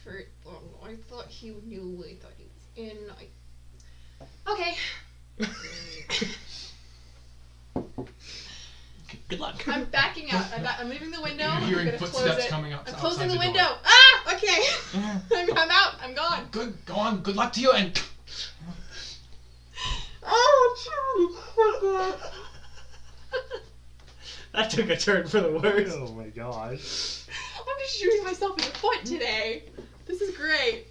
[SPEAKER 3] fr- oh, I thought he knew. I thought he was in. I... Okay,
[SPEAKER 2] Good luck.
[SPEAKER 3] I'm backing out. I'm, ba- I'm leaving the window.
[SPEAKER 1] you're
[SPEAKER 3] I'm
[SPEAKER 1] hearing
[SPEAKER 3] gonna close
[SPEAKER 1] footsteps
[SPEAKER 3] it.
[SPEAKER 1] coming up.
[SPEAKER 3] I'm
[SPEAKER 1] outside
[SPEAKER 3] closing the,
[SPEAKER 1] door.
[SPEAKER 3] window. Ah, okay. I'm, I'm out. I'm gone.
[SPEAKER 1] Good, go on. Good luck to you, and
[SPEAKER 2] Oh, that took a turn for the worse.
[SPEAKER 6] Oh my gosh.
[SPEAKER 3] I'm just shooting myself in the foot today. This is great.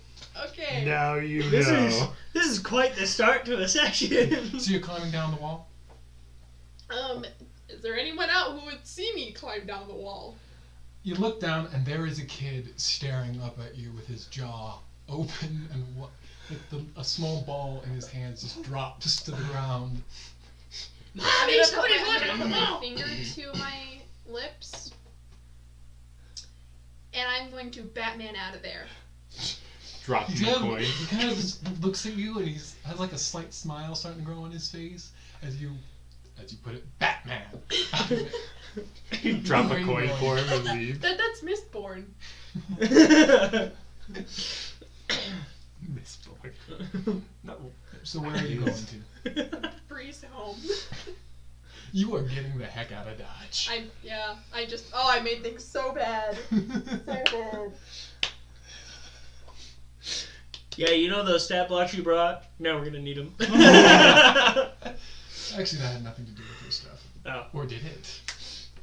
[SPEAKER 3] Okay.
[SPEAKER 6] Now you
[SPEAKER 2] This
[SPEAKER 6] know.
[SPEAKER 2] is this is quite the start to a session.
[SPEAKER 1] so you're climbing down the wall.
[SPEAKER 3] Um, is there anyone out who would see me climb down the wall?
[SPEAKER 1] You look down, and there is a kid staring up at you with his jaw open and what, like the, a small ball in his hands just drops to the ground.
[SPEAKER 3] I'm gonna put my,
[SPEAKER 2] look
[SPEAKER 3] I'm gonna put my finger to my lips, and I'm going to Batman out of there.
[SPEAKER 5] Dropped
[SPEAKER 1] He's
[SPEAKER 5] me a
[SPEAKER 1] kind
[SPEAKER 5] coin.
[SPEAKER 1] of, he kind of just looks at you, and he's has like a slight smile starting to grow on his face as you, as you put it, Batman.
[SPEAKER 6] You drop a coin
[SPEAKER 1] Green
[SPEAKER 6] for him and
[SPEAKER 3] that,
[SPEAKER 6] leave.
[SPEAKER 3] that's Mistborn.
[SPEAKER 6] Miss boy.
[SPEAKER 1] so where are you going to?
[SPEAKER 3] Breeze home.
[SPEAKER 1] You are getting the heck out of Dodge.
[SPEAKER 3] I yeah. I just oh I made things so bad. So bad.
[SPEAKER 2] yeah, you know those stat blocks you brought? Now we're gonna need them.
[SPEAKER 1] Actually, that had nothing to do with your stuff.
[SPEAKER 2] Oh.
[SPEAKER 1] Or did it?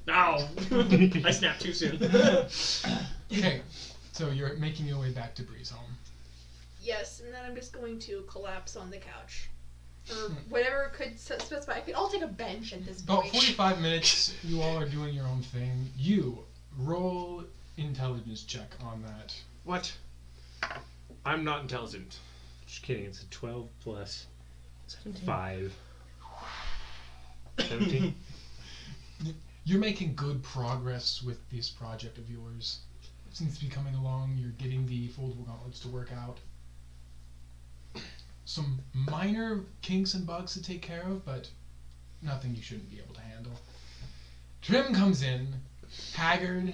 [SPEAKER 2] no, I snapped too soon.
[SPEAKER 1] Okay, so you're making your way back to Breeze home.
[SPEAKER 3] Yes, and then I'm just going to collapse on the couch. Or whatever could s- specify. I could all take a bench at this
[SPEAKER 1] About
[SPEAKER 3] point.
[SPEAKER 1] 45 minutes, you all are doing your own thing. You roll intelligence check on that.
[SPEAKER 6] What? I'm not intelligent. Just kidding. It's a 12 plus 5. 17?
[SPEAKER 1] You're making good progress with this project of yours. It seems to be coming along. You're getting the foldable gauntlets to work out. Some minor kinks and bugs to take care of, but nothing you shouldn't be able to handle. Trim comes in, haggard.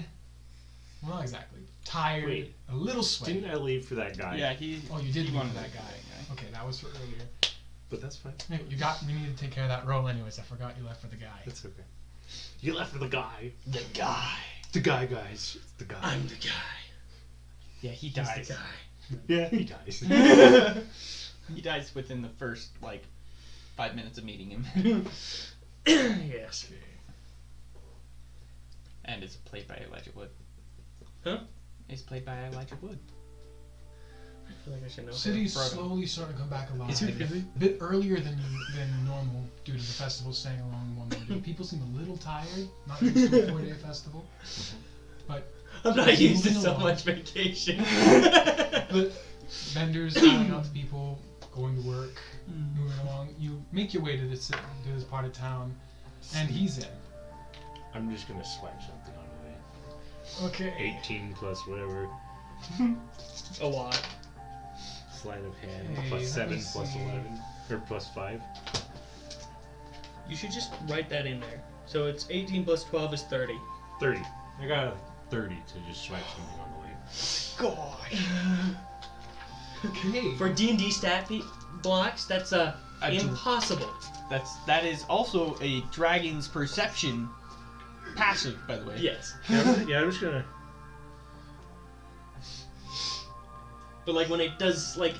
[SPEAKER 1] Well, not exactly. Tired,
[SPEAKER 6] Wait.
[SPEAKER 1] a little sweaty.
[SPEAKER 6] Didn't I leave for that guy?
[SPEAKER 4] yeah, he.
[SPEAKER 1] Oh, you did
[SPEAKER 4] he
[SPEAKER 1] leave
[SPEAKER 4] wanted
[SPEAKER 1] that
[SPEAKER 4] to-
[SPEAKER 1] guy. Okay, that was for earlier.
[SPEAKER 6] But that's fine.
[SPEAKER 1] No, you got. We need to take care of that roll, anyways. I forgot you left for the guy.
[SPEAKER 6] That's okay. You left for the guy.
[SPEAKER 2] the guy.
[SPEAKER 6] The guy, guys. It's the guy.
[SPEAKER 2] I'm the guy.
[SPEAKER 4] Yeah, he
[SPEAKER 2] He's
[SPEAKER 4] dies.
[SPEAKER 2] the
[SPEAKER 6] Yeah, he dies.
[SPEAKER 2] guy.
[SPEAKER 4] He dies within the first like five minutes of meeting him.
[SPEAKER 2] yes.
[SPEAKER 1] Okay.
[SPEAKER 4] and it's played by Elijah Wood.
[SPEAKER 2] Huh?
[SPEAKER 4] It's played by Elijah Wood.
[SPEAKER 2] I feel like I should know.
[SPEAKER 1] City's
[SPEAKER 4] Frodo.
[SPEAKER 1] slowly starting to come back alive.
[SPEAKER 4] Is it really?
[SPEAKER 1] A bit earlier than than normal due to the festival staying along one day. People seem a little tired, not used to a four day festival.
[SPEAKER 2] I'm not used to
[SPEAKER 1] Moving
[SPEAKER 2] so
[SPEAKER 1] along.
[SPEAKER 2] much vacation.
[SPEAKER 1] But vendors going out to people, going to work, moving along. You make your way to this to this part of town, and he's in.
[SPEAKER 5] I'm just gonna swipe something on the way.
[SPEAKER 1] Okay.
[SPEAKER 6] 18 plus whatever,
[SPEAKER 2] a lot.
[SPEAKER 6] sleight of hand,
[SPEAKER 1] Hey,
[SPEAKER 6] plus
[SPEAKER 1] let me
[SPEAKER 6] 7, plus
[SPEAKER 1] see.
[SPEAKER 6] 11, or plus 5.
[SPEAKER 2] You should just write that in there. So it's 18 plus 12 is 30.
[SPEAKER 6] 30.
[SPEAKER 5] I got a 30 to just swipe something on the way.
[SPEAKER 4] Gosh.
[SPEAKER 1] Okay.
[SPEAKER 2] For D&D stat pe- blocks, that's uh,
[SPEAKER 4] I do-
[SPEAKER 2] impossible.
[SPEAKER 4] That's that is also a dragon's perception passive, by the way.
[SPEAKER 2] Yes.
[SPEAKER 6] Yeah, I'm- yeah, I'm just gonna.
[SPEAKER 2] But like when it does like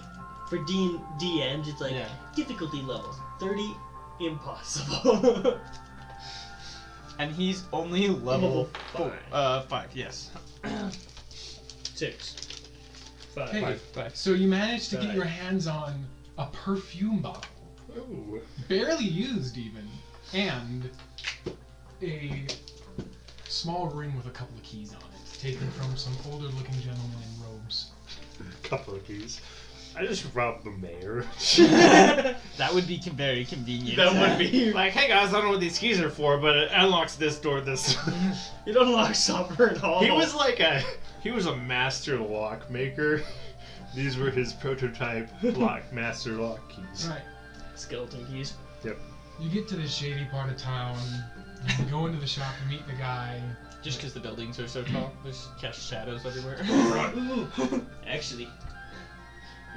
[SPEAKER 2] for D and D end, it's like
[SPEAKER 4] Yeah.
[SPEAKER 2] difficulty level thirty, impossible.
[SPEAKER 4] And he's only level
[SPEAKER 2] Level
[SPEAKER 4] four,
[SPEAKER 2] five.
[SPEAKER 4] uh five, yes.
[SPEAKER 2] Six. Five.
[SPEAKER 1] Hey.
[SPEAKER 4] Five, five.
[SPEAKER 1] So you manage to get
[SPEAKER 2] Right.
[SPEAKER 1] your hands on a perfume bottle,
[SPEAKER 6] Ooh.
[SPEAKER 1] barely used even, and a small ring with a couple of keys on it, taken from some older-looking gentleman in robes.
[SPEAKER 6] couple of keys. I just robbed the mayor.
[SPEAKER 4] That would be con- very convenient.
[SPEAKER 2] That would be.
[SPEAKER 6] like, hey guys, I don't know what these keys are for, but it unlocks this door, this.
[SPEAKER 2] It unlocks supper at all.
[SPEAKER 6] he was like a, he was a master lock maker. These were his prototype lock master lock keys.
[SPEAKER 1] All right.
[SPEAKER 2] skeleton keys.
[SPEAKER 1] You get to this shady part of town. You go into the shop and meet the guy.
[SPEAKER 4] Just because the buildings are so tall, there's cast shadows everywhere.
[SPEAKER 2] Ooh. Actually,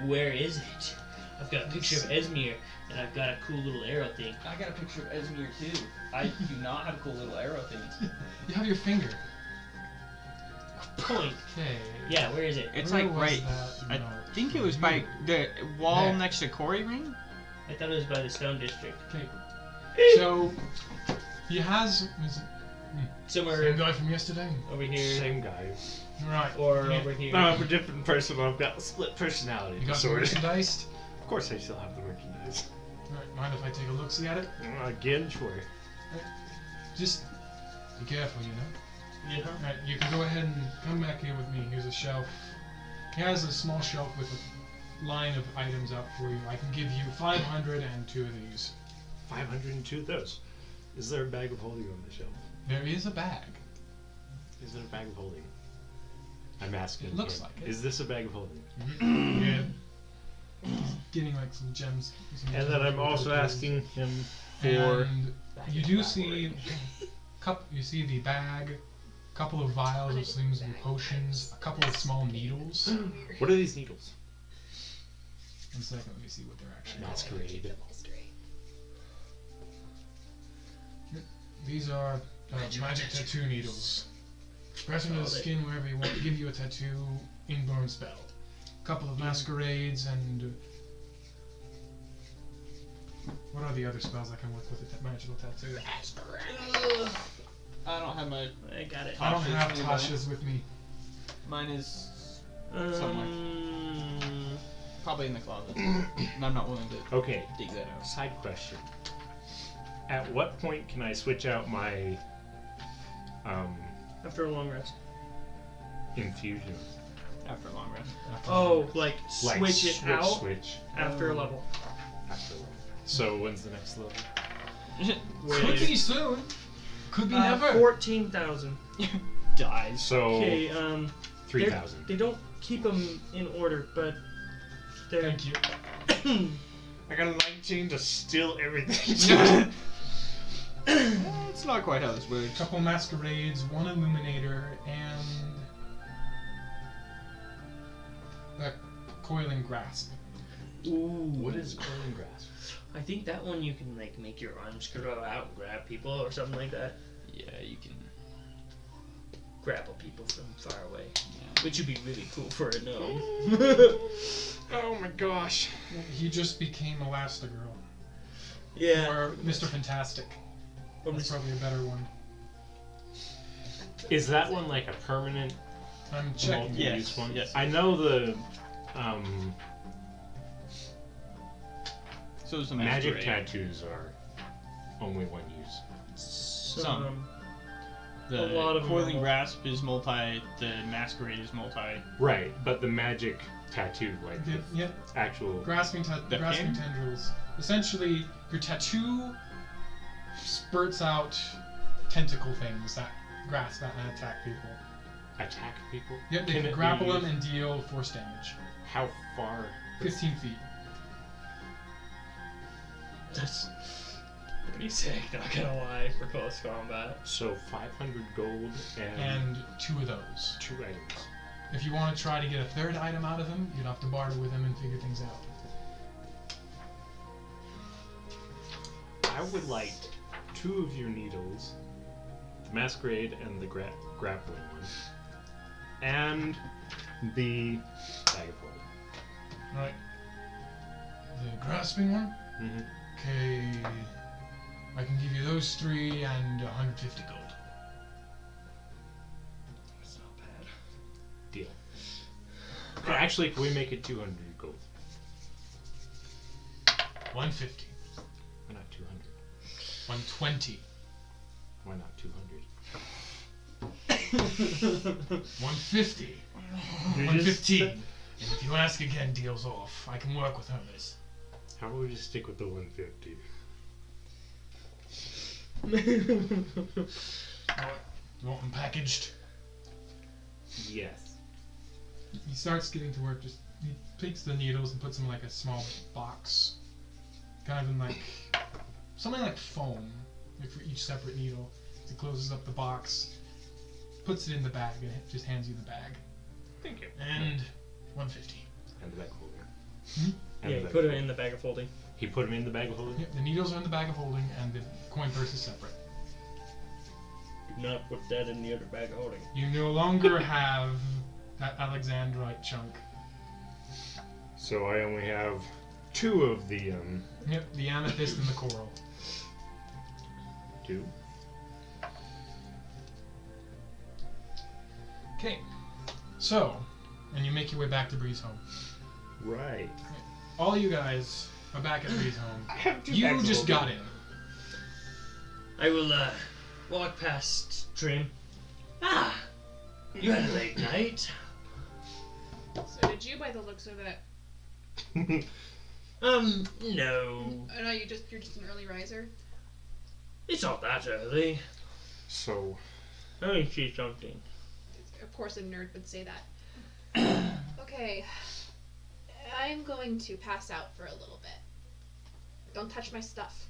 [SPEAKER 2] where is it? I've got a picture of Esmir, and I've got a cool little arrow thing.
[SPEAKER 4] I got a picture of Esmir too. I do not have cool little arrow things.
[SPEAKER 1] You have your finger.
[SPEAKER 2] Point.
[SPEAKER 1] Okay.
[SPEAKER 2] Yeah, where is it?
[SPEAKER 4] It's
[SPEAKER 1] Where
[SPEAKER 4] like
[SPEAKER 1] was
[SPEAKER 4] right.
[SPEAKER 1] that?
[SPEAKER 4] I
[SPEAKER 1] No.
[SPEAKER 4] think it was by the wall
[SPEAKER 1] There.
[SPEAKER 4] next to Cory Ring.
[SPEAKER 2] I thought it was by the Stone District.
[SPEAKER 1] Okay. So he has was it same
[SPEAKER 2] Somewhere
[SPEAKER 1] guy from yesterday.
[SPEAKER 2] over here,
[SPEAKER 6] Same Uh, guy.
[SPEAKER 1] Right.
[SPEAKER 2] or
[SPEAKER 1] Yeah.
[SPEAKER 2] over here.
[SPEAKER 6] No, I'm a different person. I've got split personality
[SPEAKER 1] You got the
[SPEAKER 6] disorder.
[SPEAKER 1] merchandise.
[SPEAKER 6] Of course, I still have the merchandise.
[SPEAKER 1] Alright, mind if I take a look see at it?
[SPEAKER 6] Again, sure.
[SPEAKER 1] Just be careful, you know.
[SPEAKER 2] Yeah.
[SPEAKER 1] Alright, you can go ahead and come back here with me. Here's a shelf. He has a small shelf with a line of items out for you. I can give you 500 and two of these.
[SPEAKER 6] 502 of those. Is there a bag of holding on the shelf?
[SPEAKER 1] There is a bag.
[SPEAKER 6] Is there a bag of holding? I'm asking.
[SPEAKER 1] It looks
[SPEAKER 6] him,
[SPEAKER 1] like it.
[SPEAKER 6] Is this a bag of holding?
[SPEAKER 1] Mm-hmm. Yeah. Getting like some gems. some
[SPEAKER 6] And then
[SPEAKER 1] gems
[SPEAKER 6] I'm
[SPEAKER 1] from
[SPEAKER 6] also
[SPEAKER 1] Tokyo.
[SPEAKER 6] asking him for.
[SPEAKER 1] And you do see cup. You see the bag, couple of vials of things and potions, a couple of small needles.
[SPEAKER 6] What are these needles?
[SPEAKER 1] One second, let me see what they're actually.
[SPEAKER 6] Masquerade.
[SPEAKER 1] These are uh, magic tattoo needles. Press into the skin wherever you want. to Give you a tattoo, inborn spell. Couple of masquerades and. uh, What are the other spells I can work with a ta- magical tattoo?
[SPEAKER 4] I don't have my.
[SPEAKER 2] I got it.
[SPEAKER 1] I don't
[SPEAKER 4] Tasha's
[SPEAKER 1] have
[SPEAKER 4] nearby.
[SPEAKER 1] Tasha's with me.
[SPEAKER 4] Mine is
[SPEAKER 2] Um,
[SPEAKER 4] probably in the closet, and I'm not willing to
[SPEAKER 6] Okay,
[SPEAKER 4] dig that out.
[SPEAKER 6] side question. At what point can I switch out my um,
[SPEAKER 2] after a long rest.
[SPEAKER 6] infusion?
[SPEAKER 4] After a long rest.
[SPEAKER 2] Oh, like switch
[SPEAKER 6] Like,
[SPEAKER 2] it
[SPEAKER 6] switch,
[SPEAKER 2] out
[SPEAKER 6] Switch.
[SPEAKER 2] after a level.
[SPEAKER 6] After a level. So when's the next level?
[SPEAKER 1] Could be soon. Could be never.
[SPEAKER 2] uh, Fourteen thousand.
[SPEAKER 4] Dies.
[SPEAKER 6] So
[SPEAKER 2] Okay. Um,
[SPEAKER 6] three thousand.
[SPEAKER 2] they don't keep them in order, but they're.
[SPEAKER 1] Thank you.
[SPEAKER 6] I got a light chain to steal everything.
[SPEAKER 4] Eh, it's not quite how this works.
[SPEAKER 1] couple masquerades, one illuminator, and a coiling grasp.
[SPEAKER 2] Ooh.
[SPEAKER 6] what is golden grass?
[SPEAKER 2] I think that one you can like make your arms grow out and grab people or something like that.
[SPEAKER 4] Yeah, you can.
[SPEAKER 2] Grapple people from far away,
[SPEAKER 4] Yeah.
[SPEAKER 2] which would be really cool for a gnome.
[SPEAKER 6] Oh my gosh.
[SPEAKER 1] He just became Elastigirl.
[SPEAKER 2] Yeah.
[SPEAKER 1] Or Mr. Fantastic.
[SPEAKER 2] Or
[SPEAKER 1] That's
[SPEAKER 2] Mr.
[SPEAKER 1] probably a better one.
[SPEAKER 6] Is that one like a permanent
[SPEAKER 1] I'm checking.
[SPEAKER 6] multi-use
[SPEAKER 4] Yes,
[SPEAKER 6] one?
[SPEAKER 4] yes.
[SPEAKER 6] I know the um,
[SPEAKER 4] So it's a
[SPEAKER 6] magic
[SPEAKER 4] masquerade.
[SPEAKER 6] tattoos are only one use.
[SPEAKER 2] Some.
[SPEAKER 4] The
[SPEAKER 2] A lot of them are
[SPEAKER 4] coiling
[SPEAKER 2] mul-
[SPEAKER 4] grasp is multi. The masquerade is multi.
[SPEAKER 6] Right, but the magic tattoo, like
[SPEAKER 1] Yep,
[SPEAKER 6] the
[SPEAKER 1] yep.
[SPEAKER 6] actual
[SPEAKER 1] Grasping, te-
[SPEAKER 4] The
[SPEAKER 1] grasping
[SPEAKER 4] pin?
[SPEAKER 1] tendrils. Essentially, your tattoo spurts out tentacle things that grasp that and attack people.
[SPEAKER 6] attack people.
[SPEAKER 1] Yep, they
[SPEAKER 6] Can
[SPEAKER 1] can
[SPEAKER 6] it
[SPEAKER 1] grapple
[SPEAKER 6] be-
[SPEAKER 1] them and deal force damage.
[SPEAKER 6] How far?
[SPEAKER 1] 15 feet.
[SPEAKER 2] That's pretty sick. Not gonna lie for close combat.
[SPEAKER 6] So 500 gold and,
[SPEAKER 1] And two of those.
[SPEAKER 6] two items.
[SPEAKER 1] If you want to try to get a third item out of him, you'd have to barter with him and figure things out.
[SPEAKER 6] I would like two of your needles, the masquerade and the gra- grappling one, and the bag of holding.
[SPEAKER 1] Right. The grasping one?
[SPEAKER 6] Mhm.
[SPEAKER 1] Okay. I can give you those three and 150 gold.
[SPEAKER 2] That's not bad.
[SPEAKER 6] Deal. Or Actually, can we make it 200 gold?
[SPEAKER 1] 150.
[SPEAKER 6] Why not 200?
[SPEAKER 1] 120.
[SPEAKER 6] Why not 200?
[SPEAKER 1] 150. 115. And if you ask again, deals off. I can work with Hermes.
[SPEAKER 6] How about we just stick with the 150?
[SPEAKER 1] You want them packaged?
[SPEAKER 6] Yes.
[SPEAKER 1] He starts getting to work. Just he takes the needles and puts them in like a small box, kind of in like something like foam, like for each separate needle. He closes up the box, puts it in the bag, and it just hands you the bag.
[SPEAKER 6] Thank you.
[SPEAKER 1] And 150.
[SPEAKER 6] And the bag of holding.
[SPEAKER 1] Hmm?
[SPEAKER 6] And
[SPEAKER 2] yeah,
[SPEAKER 6] the
[SPEAKER 2] you
[SPEAKER 6] bag
[SPEAKER 2] put
[SPEAKER 6] of
[SPEAKER 2] it in the bag of holding.
[SPEAKER 6] holding. He put him in the bag of holding?
[SPEAKER 1] Yep, the needles are in the bag of holding, and the coin purse is separate.
[SPEAKER 2] Do not put that in the other bag of holding.
[SPEAKER 1] You no longer have that Alexandrite chunk.
[SPEAKER 6] So I only have two of the, um,
[SPEAKER 1] Yep, the amethyst and the coral.
[SPEAKER 6] two.
[SPEAKER 1] Okay, so, and you make your way back to Breeze Home.
[SPEAKER 6] Right.
[SPEAKER 1] All you guys are back at Breeze Home.
[SPEAKER 6] I have two
[SPEAKER 1] You just got in.
[SPEAKER 2] I will uh, walk past Trim. Ah, you had a late night.
[SPEAKER 3] So did you, by the looks of it?
[SPEAKER 6] it.
[SPEAKER 2] Um, no,
[SPEAKER 3] I know Oh, you just you're just an early riser.
[SPEAKER 2] it's not that early.
[SPEAKER 6] so,
[SPEAKER 2] I only see something.
[SPEAKER 3] Of course, a nerd would say that. okay, I'm going to pass out for a little bit. Don't touch my stuff.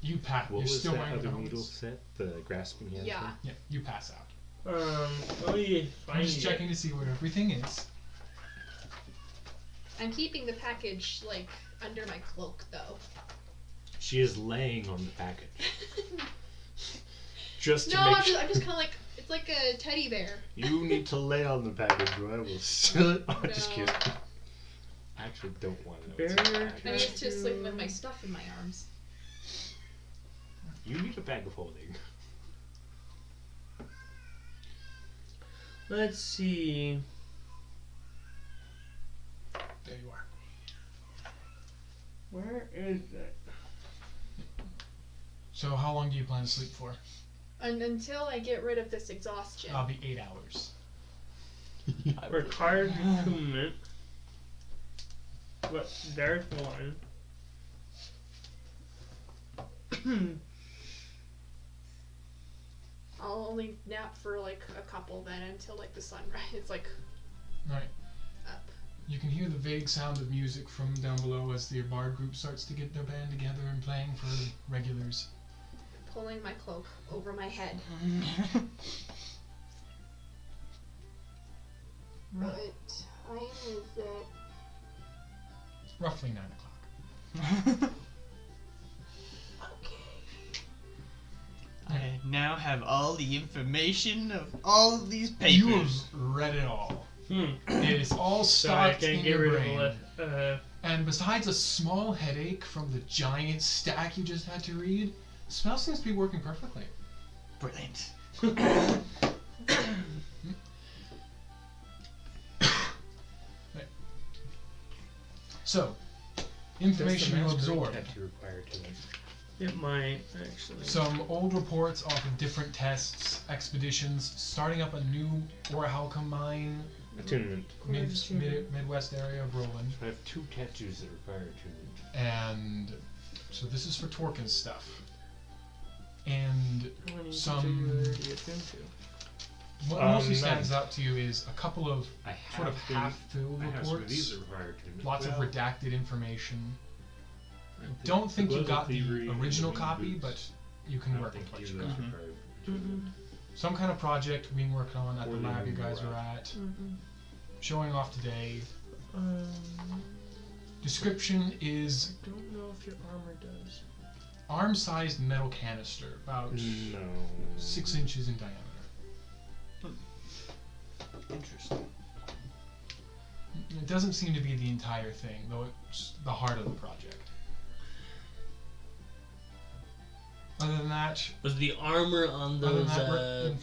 [SPEAKER 1] You pass.
[SPEAKER 6] what
[SPEAKER 1] You're
[SPEAKER 6] was
[SPEAKER 1] still
[SPEAKER 6] that
[SPEAKER 1] wearing
[SPEAKER 6] other
[SPEAKER 1] the
[SPEAKER 6] needle
[SPEAKER 1] helmets.
[SPEAKER 6] set? The grasping hand?
[SPEAKER 3] Yeah.
[SPEAKER 6] thing?
[SPEAKER 1] Yeah, you pass out.
[SPEAKER 2] Um, let me
[SPEAKER 1] I'm
[SPEAKER 2] find
[SPEAKER 1] just
[SPEAKER 2] it.
[SPEAKER 1] checking to see where everything is.
[SPEAKER 3] I'm keeping the package like under my cloak though.
[SPEAKER 6] She is laying on the package. Just to
[SPEAKER 3] no,
[SPEAKER 6] make
[SPEAKER 3] I'm
[SPEAKER 6] sure.
[SPEAKER 3] just, I'm just kind of like it's like a teddy bear.
[SPEAKER 6] You need to lay on the package or I will steal it. I'm just
[SPEAKER 3] No.
[SPEAKER 6] kidding. I actually don't want to know. what's in
[SPEAKER 2] Bear
[SPEAKER 6] the
[SPEAKER 3] I'm
[SPEAKER 6] package.
[SPEAKER 3] used to sleeping with my stuff in my arms.
[SPEAKER 6] You need a bag of holding.
[SPEAKER 2] Let's see.
[SPEAKER 1] There you are.
[SPEAKER 2] Where is it?
[SPEAKER 1] So how long do you plan to sleep for?
[SPEAKER 3] And until I get rid of this exhaustion,
[SPEAKER 1] I'll be eight hours.
[SPEAKER 2] Required recoupment. But there's one.
[SPEAKER 3] I'll only nap for like a couple then until like the sunrise. It's like
[SPEAKER 1] Right.
[SPEAKER 3] up.
[SPEAKER 1] You can hear the vague sound of music from down below as the bard group starts to get their band together and playing for regulars.
[SPEAKER 3] Pulling my cloak over my head. What time is it?
[SPEAKER 1] Roughly nine o'clock.
[SPEAKER 4] I now have all the information of all these papers.
[SPEAKER 1] You have read it all.
[SPEAKER 2] hmm.
[SPEAKER 1] It is all
[SPEAKER 2] Sorry, I
[SPEAKER 1] stocked
[SPEAKER 2] can't
[SPEAKER 1] in
[SPEAKER 2] get
[SPEAKER 1] your
[SPEAKER 2] rid of the
[SPEAKER 1] brain.
[SPEAKER 2] left. Uh,
[SPEAKER 1] And besides a small headache from the giant stack you just had to read, spell seems to be working perfectly.
[SPEAKER 4] Brilliant.
[SPEAKER 1] So, information you
[SPEAKER 6] Does the masquerade
[SPEAKER 1] absorb.
[SPEAKER 6] tattoo require two inches?
[SPEAKER 2] it might actually.
[SPEAKER 1] Some old reports off of different tests, expeditions, starting up a new Orhalka mine
[SPEAKER 6] Attunement.
[SPEAKER 1] mid, mid, Midwest area of Roland.
[SPEAKER 5] I have two tattoos that require attunement.
[SPEAKER 1] And so this is for Torkin's stuff. And
[SPEAKER 2] How many
[SPEAKER 1] some-
[SPEAKER 2] did you already attune to?
[SPEAKER 1] what
[SPEAKER 6] Um,
[SPEAKER 1] mostly
[SPEAKER 6] nice.
[SPEAKER 1] stands out to you is a couple of
[SPEAKER 5] I
[SPEAKER 1] sort of
[SPEAKER 5] the-
[SPEAKER 1] half-filled
[SPEAKER 5] I have some of these
[SPEAKER 1] reports,
[SPEAKER 5] that require attunement.
[SPEAKER 1] lots
[SPEAKER 5] Well,
[SPEAKER 1] of redacted information.
[SPEAKER 5] I think
[SPEAKER 1] Don't think you
[SPEAKER 6] Blood
[SPEAKER 1] got
[SPEAKER 6] Thievery
[SPEAKER 1] the
[SPEAKER 6] and
[SPEAKER 1] original
[SPEAKER 6] Winged
[SPEAKER 1] copy,
[SPEAKER 6] Boots.
[SPEAKER 1] but you
[SPEAKER 5] I
[SPEAKER 1] can
[SPEAKER 5] don't
[SPEAKER 1] work Mm-hmm.
[SPEAKER 5] think
[SPEAKER 1] with what
[SPEAKER 5] either
[SPEAKER 1] you
[SPEAKER 5] of
[SPEAKER 1] got.
[SPEAKER 5] those
[SPEAKER 4] Mhm.
[SPEAKER 5] require
[SPEAKER 6] Mm-hmm.
[SPEAKER 1] Some kind of project we worked on at
[SPEAKER 6] Or
[SPEAKER 1] the
[SPEAKER 6] the
[SPEAKER 1] lab you
[SPEAKER 6] Winged
[SPEAKER 1] guys were at, showing off today.
[SPEAKER 2] Um,
[SPEAKER 1] Description is
[SPEAKER 2] I don't know if your armor does.
[SPEAKER 1] arm-sized metal canister, about
[SPEAKER 5] Mm.
[SPEAKER 6] No.
[SPEAKER 1] six inches in diameter.
[SPEAKER 4] Interesting.
[SPEAKER 1] It doesn't seem to be the entire thing, though it's the heart of the project. Other than that,
[SPEAKER 2] Was the armor on
[SPEAKER 1] other than
[SPEAKER 2] those
[SPEAKER 1] that,
[SPEAKER 2] uh,
[SPEAKER 1] we're-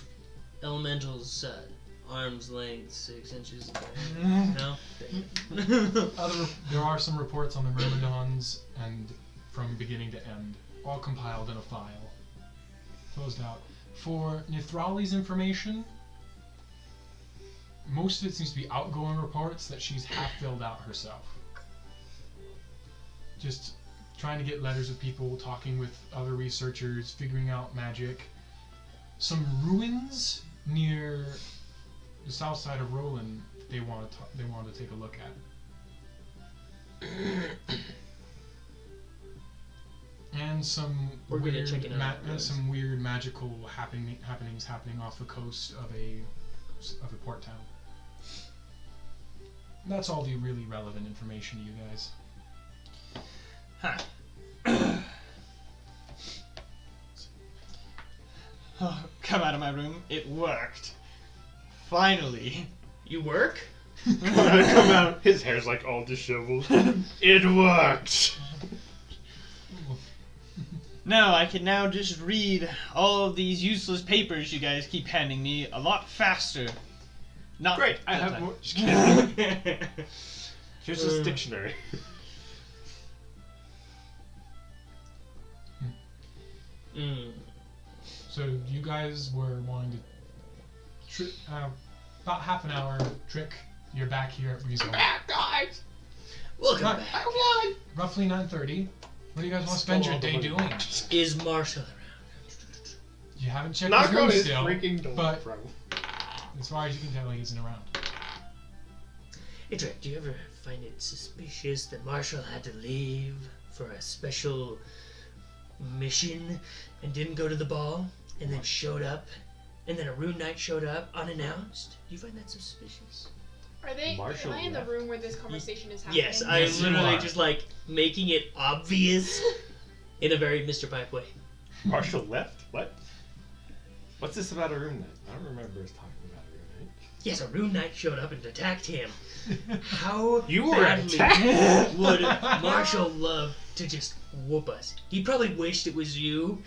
[SPEAKER 2] elementals uh, arms length six inches? in diameter?
[SPEAKER 1] Mm.
[SPEAKER 2] No. Dang it.
[SPEAKER 1] other there are some reports on the myrmidons and from beginning to end, all compiled in a file, closed out. For Nithrali's information, most of it seems to be outgoing reports that she's half filled out herself. Just trying to get letters of people, talking with other researchers, figuring out magic. Some ruins near the south side of Roland they want to they want to take a look at. and some
[SPEAKER 2] We're gonna
[SPEAKER 1] weird
[SPEAKER 2] check it out,
[SPEAKER 1] ma- and
[SPEAKER 2] guys.
[SPEAKER 1] some weird magical happening happenings happening off the coast of a of a port town. That's all the really relevant information to you guys.
[SPEAKER 4] Oh, come out of my room. It worked. Finally.
[SPEAKER 2] you work?
[SPEAKER 6] I come out. His hair's like all disheveled. it worked.
[SPEAKER 4] No, I can now just read all of these useless papers you guys keep handing me a lot faster. Not
[SPEAKER 6] Great. I
[SPEAKER 4] that
[SPEAKER 6] have
[SPEAKER 4] time.
[SPEAKER 6] more. Just kidding. Here's this
[SPEAKER 2] Uh.
[SPEAKER 6] dictionary.
[SPEAKER 2] Mm.
[SPEAKER 1] So you guys were wanting to, tri- uh, about half an hour trick. You're back here at Breeze Hall.
[SPEAKER 6] Ah, guys.
[SPEAKER 2] Welcome
[SPEAKER 1] Not-
[SPEAKER 2] back.
[SPEAKER 6] I won.
[SPEAKER 1] Roughly 9:30. What do you guys want to
[SPEAKER 6] Stole
[SPEAKER 1] spend your
[SPEAKER 6] all the
[SPEAKER 1] day
[SPEAKER 6] money.
[SPEAKER 1] doing?
[SPEAKER 2] Is Marshall
[SPEAKER 1] You haven't checked
[SPEAKER 6] Knock
[SPEAKER 1] his
[SPEAKER 6] on
[SPEAKER 1] room
[SPEAKER 6] his
[SPEAKER 1] still,
[SPEAKER 6] freaking door,
[SPEAKER 1] but-
[SPEAKER 6] bro.
[SPEAKER 1] as far as you can tell, he isn't around.
[SPEAKER 2] Hey Drake, do you ever find it suspicious that Marshall had to leave for a special mission and didn't go to the ball and then showed up and then a rune knight showed up unannounced? Do you find that suspicious?
[SPEAKER 3] Are they?
[SPEAKER 5] Marshall
[SPEAKER 3] am I in the
[SPEAKER 5] left.
[SPEAKER 3] room where this conversation is happening?
[SPEAKER 2] Yes, I am
[SPEAKER 1] Yes, you
[SPEAKER 2] literally
[SPEAKER 1] are.
[SPEAKER 2] just like making it obvious in a very Mr. Pipe way.
[SPEAKER 6] Marshall left. What? What's this about a room night? I don't remember us talking about a room night.
[SPEAKER 2] Yes, a rune knight showed up and attacked him. How
[SPEAKER 6] You were
[SPEAKER 2] badly
[SPEAKER 6] attacked.
[SPEAKER 2] would Marshall love to just whoop us? He probably wished it was you,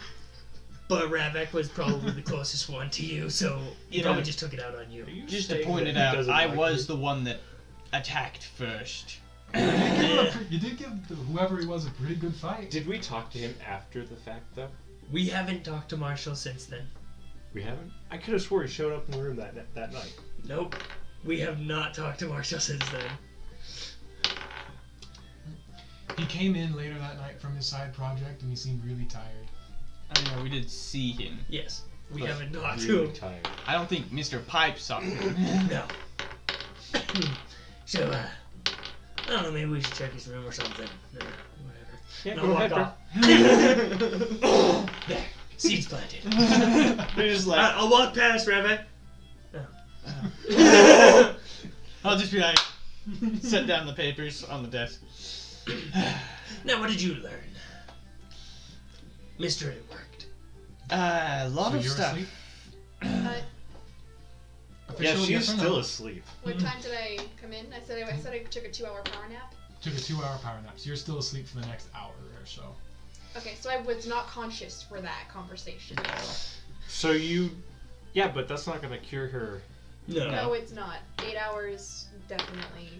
[SPEAKER 2] but Ravek was probably the closest one to you, so he
[SPEAKER 4] You
[SPEAKER 2] probably
[SPEAKER 4] know-
[SPEAKER 2] just took it out on you.
[SPEAKER 4] Just to point it out, I was the one that attacked first.
[SPEAKER 1] You did give him a
[SPEAKER 2] Yeah.
[SPEAKER 1] pre- you did give the- whoever he was a pretty good fight.
[SPEAKER 6] Did we talk to him after the fact, though?
[SPEAKER 2] We haven't talked to Marshall since then.
[SPEAKER 6] We haven't. I could have swore he showed up in the room that that night.
[SPEAKER 2] Nope. We have not talked to Marshall since then.
[SPEAKER 1] He came in later that night from his side project and he seemed really tired.
[SPEAKER 4] I don't know, we did see him.
[SPEAKER 2] Yes, we
[SPEAKER 6] That's
[SPEAKER 2] haven't talked to
[SPEAKER 6] really
[SPEAKER 2] him.
[SPEAKER 6] tired.
[SPEAKER 4] I don't think Mr. Pipe saw him.
[SPEAKER 2] No. so, uh, I don't know, maybe we should check his room or something. Uh, whatever.
[SPEAKER 6] Yeah,
[SPEAKER 2] No,
[SPEAKER 6] go
[SPEAKER 2] walk
[SPEAKER 6] ahead, bro.
[SPEAKER 2] off. there, seeds planted.
[SPEAKER 6] They're just
[SPEAKER 2] I,
[SPEAKER 6] like,
[SPEAKER 2] I'll walk past, Rabbit.
[SPEAKER 4] I'll just be like, set down the papers on the desk.
[SPEAKER 2] now, what did you learn? Mister, it worked.
[SPEAKER 4] Uh, a lot
[SPEAKER 1] so
[SPEAKER 4] of
[SPEAKER 1] you're
[SPEAKER 4] stuff.
[SPEAKER 1] asleep?
[SPEAKER 3] Uh,
[SPEAKER 6] yeah,
[SPEAKER 1] Official
[SPEAKER 6] she's
[SPEAKER 1] yes or no?
[SPEAKER 6] still asleep.
[SPEAKER 3] what time did I come in? I said I, I said I took a two-hour power nap.
[SPEAKER 1] Took a two-hour power nap, so you're still asleep for the next hour or so.
[SPEAKER 3] Okay, so I was not conscious for that conversation.
[SPEAKER 6] So you, yeah, but that's not gonna cure her.
[SPEAKER 2] No.
[SPEAKER 3] No, it's not. Eight hours, definitely.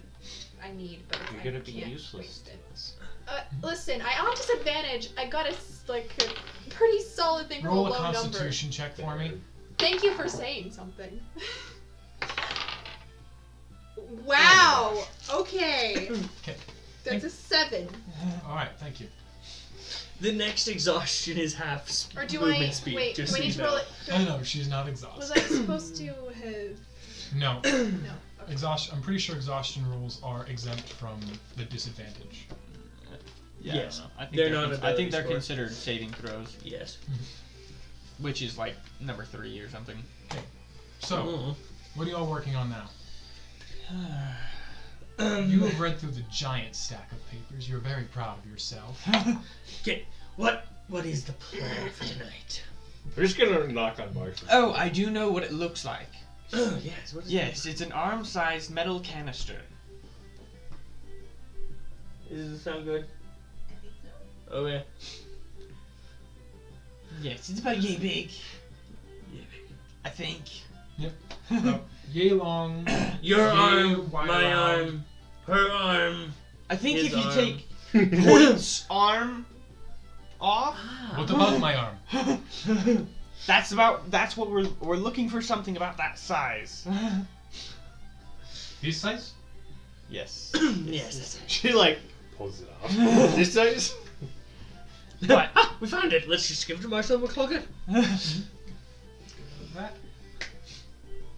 [SPEAKER 3] I need, but
[SPEAKER 5] You're
[SPEAKER 3] I
[SPEAKER 5] gonna be
[SPEAKER 3] can't
[SPEAKER 5] useless
[SPEAKER 3] waste it.
[SPEAKER 5] to us.
[SPEAKER 3] Uh, listen, I on disadvantage. I got a s- like a pretty solid thing
[SPEAKER 1] Roll
[SPEAKER 3] from
[SPEAKER 1] a
[SPEAKER 3] a low number.
[SPEAKER 1] Constitution check for me.
[SPEAKER 3] Thank you for saying something. wow. Okay.
[SPEAKER 1] Okay.
[SPEAKER 3] That's a seven.
[SPEAKER 1] All right, thank you.
[SPEAKER 2] The next exhaustion is half sp-
[SPEAKER 3] Or do
[SPEAKER 2] movement
[SPEAKER 3] I
[SPEAKER 2] speed.
[SPEAKER 3] wait?
[SPEAKER 2] just
[SPEAKER 3] we
[SPEAKER 2] so
[SPEAKER 3] need
[SPEAKER 2] you
[SPEAKER 3] to
[SPEAKER 2] know.
[SPEAKER 3] roll it.
[SPEAKER 1] I know she's not
[SPEAKER 3] Was
[SPEAKER 1] exhausted.
[SPEAKER 3] I supposed to have?
[SPEAKER 1] No,
[SPEAKER 3] No. Okay.
[SPEAKER 1] exhaustion. I'm pretty sure exhaustion rules are exempt from the disadvantage.
[SPEAKER 4] Yeah, I don't
[SPEAKER 2] Yes.
[SPEAKER 4] know. I think
[SPEAKER 2] They're
[SPEAKER 4] they're,
[SPEAKER 2] not
[SPEAKER 4] con- I
[SPEAKER 2] ability
[SPEAKER 4] think they're
[SPEAKER 2] score.
[SPEAKER 4] considered saving throws,
[SPEAKER 2] Yes.
[SPEAKER 4] which is like number three or something.
[SPEAKER 1] So,
[SPEAKER 2] Oh.
[SPEAKER 1] what are y'all working on now?
[SPEAKER 2] Um, Mm-hmm.
[SPEAKER 1] You have read through the giant stack of papers. You're very proud of yourself.
[SPEAKER 2] What what is the plan for tonight?
[SPEAKER 6] We're just gonna knock on Marsh.
[SPEAKER 4] oh, I do know what it looks like.
[SPEAKER 2] Oh yes, what is
[SPEAKER 4] Yes, it's an arm-sized metal canister.
[SPEAKER 2] Does it sound good? Okay.
[SPEAKER 4] Yes, it's about yay big,
[SPEAKER 2] Yeah.
[SPEAKER 4] I think.
[SPEAKER 1] Yep. Yay long.
[SPEAKER 2] Your
[SPEAKER 1] Yay,
[SPEAKER 2] arm,
[SPEAKER 1] wide
[SPEAKER 2] my
[SPEAKER 1] allowed.
[SPEAKER 2] arm, her arm.
[SPEAKER 4] I think
[SPEAKER 2] His
[SPEAKER 4] if you
[SPEAKER 2] arm.
[SPEAKER 4] take
[SPEAKER 6] Marsh.
[SPEAKER 4] Point's arm off,
[SPEAKER 1] What above my arm?
[SPEAKER 4] that's about that's what we're we're looking for something about that size.
[SPEAKER 1] This size?
[SPEAKER 4] yes.
[SPEAKER 2] yes, that's it.
[SPEAKER 6] she like pulls it off. this size.
[SPEAKER 4] But
[SPEAKER 2] Ah, we found it. Let's just give it to Marshall and we'll call it. good.
[SPEAKER 1] That?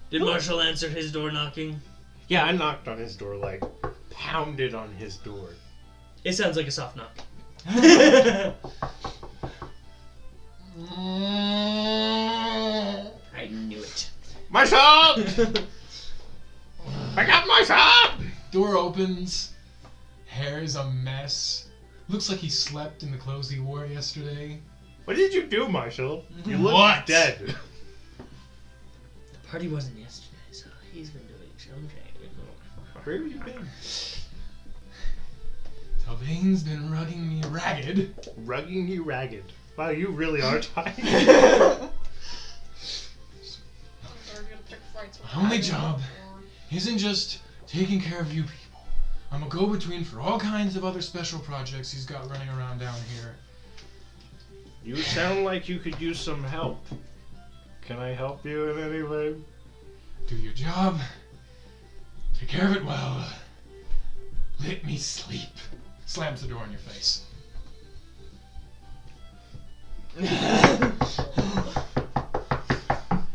[SPEAKER 2] Did Marshall answer his door knocking?
[SPEAKER 6] Yeah, I knocked on his door, like pounded on his door.
[SPEAKER 2] It sounds like a soft knock. I knew it.
[SPEAKER 6] My shop! I got my shop!
[SPEAKER 1] Door opens. Hair is a mess. Looks like he slept in the clothes he wore yesterday.
[SPEAKER 6] What did you do, Marshall? You look
[SPEAKER 1] What?
[SPEAKER 6] dead.
[SPEAKER 2] The party wasn't yesterday, so he's been doing some
[SPEAKER 6] Where have you been?
[SPEAKER 1] Talvain's been rugging me ragged.
[SPEAKER 6] Rugging you ragged. Wow, you really are tired.
[SPEAKER 4] I
[SPEAKER 3] We're gonna pick fights with
[SPEAKER 1] My only
[SPEAKER 3] that.
[SPEAKER 1] job isn't just taking care of you people. I'm a go-between for all kinds of other special projects he's got running around down here.
[SPEAKER 6] you sound like you could use some help. Can I help you in any way?
[SPEAKER 1] Do your job. Take care of it well. Let me sleep. Slams the door in your face.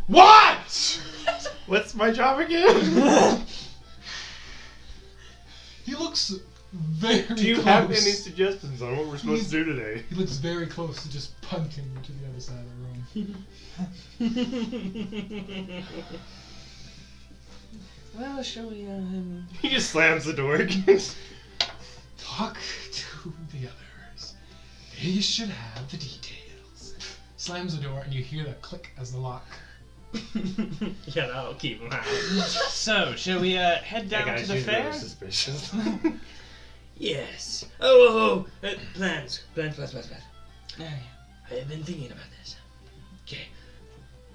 [SPEAKER 6] What? What's my job again?
[SPEAKER 1] He looks very
[SPEAKER 6] do you
[SPEAKER 1] close.
[SPEAKER 6] have any suggestions on what we're supposed to
[SPEAKER 1] He's-
[SPEAKER 6] do today?
[SPEAKER 1] He looks very close to just punting you to the other side of the room.
[SPEAKER 2] conversation.
[SPEAKER 4] well, shall we? Um,
[SPEAKER 6] He just slams the door again.
[SPEAKER 1] Talk to the others. They should have the details. Slams the door, and you hear the click as the lock.
[SPEAKER 2] yeah, that'll keep him out.
[SPEAKER 4] so shall we uh, head down
[SPEAKER 6] That guy
[SPEAKER 4] to the
[SPEAKER 6] seems
[SPEAKER 4] fair?
[SPEAKER 6] really suspicious.
[SPEAKER 2] Yes. Oh, oh, oh. Uh, plans. Plans, plans, plans, plans. I have been thinking about this. Okay.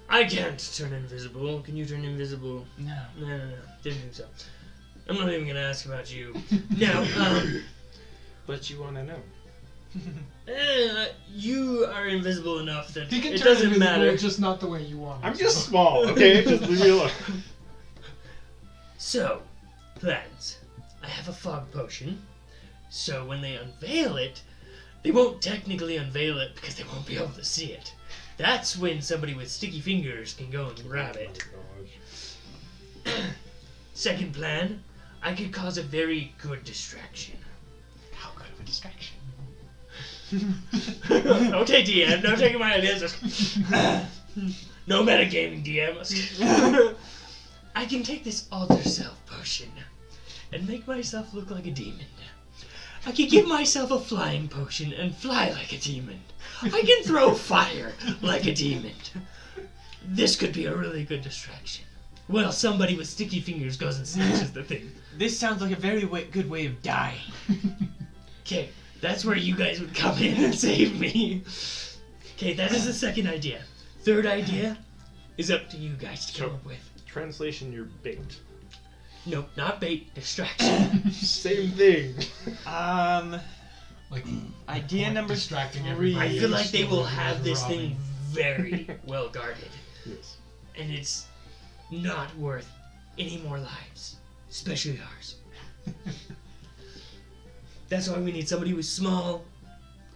[SPEAKER 2] I can't turn invisible. Can you turn invisible?
[SPEAKER 4] No.
[SPEAKER 2] No, no, no. Didn't think so. I'm not even gonna ask about you. Now, um,
[SPEAKER 6] but you want to know.
[SPEAKER 2] eh, you are invisible enough that
[SPEAKER 1] He can
[SPEAKER 2] it
[SPEAKER 1] turn
[SPEAKER 2] doesn't
[SPEAKER 1] invisible,
[SPEAKER 2] matter.
[SPEAKER 1] just not the way you want. him
[SPEAKER 6] I'm
[SPEAKER 1] to.
[SPEAKER 6] just small, okay? Just leave me alone.
[SPEAKER 2] So, plans. I have a fog potion. So when they unveil it, they won't technically unveil it because they won't be able to see it. That's when somebody with sticky fingers can go and grab it. Second plan, I could cause a very good distraction.
[SPEAKER 1] How good of a distraction.
[SPEAKER 2] okay, DM, no taking my ideas. no metagaming, DM. I can take this alter self potion and make myself look like a demon. I can give myself a flying potion and fly like a demon. I can throw fire like a demon. This could be a really good distraction. Well, somebody with sticky fingers goes and snatches the thing.
[SPEAKER 4] This sounds like a very way, good way of dying.
[SPEAKER 2] Okay, that's where you guys would come in and save me. Okay, that is the second idea. Third idea is up to you guys to come up with.
[SPEAKER 6] Translation, you're bait.
[SPEAKER 2] Nope, not bait, distraction.
[SPEAKER 6] Same thing.
[SPEAKER 4] Um,
[SPEAKER 1] Like
[SPEAKER 4] idea
[SPEAKER 1] like
[SPEAKER 4] number
[SPEAKER 1] distracting
[SPEAKER 4] three.
[SPEAKER 1] everybody.
[SPEAKER 2] I feel like they will
[SPEAKER 1] Stealing
[SPEAKER 2] have
[SPEAKER 1] and
[SPEAKER 2] this
[SPEAKER 1] robbing.
[SPEAKER 2] thing very well guarded,
[SPEAKER 6] yes.
[SPEAKER 2] and it's not worth any more lives, especially ours. That's why we need somebody who's small,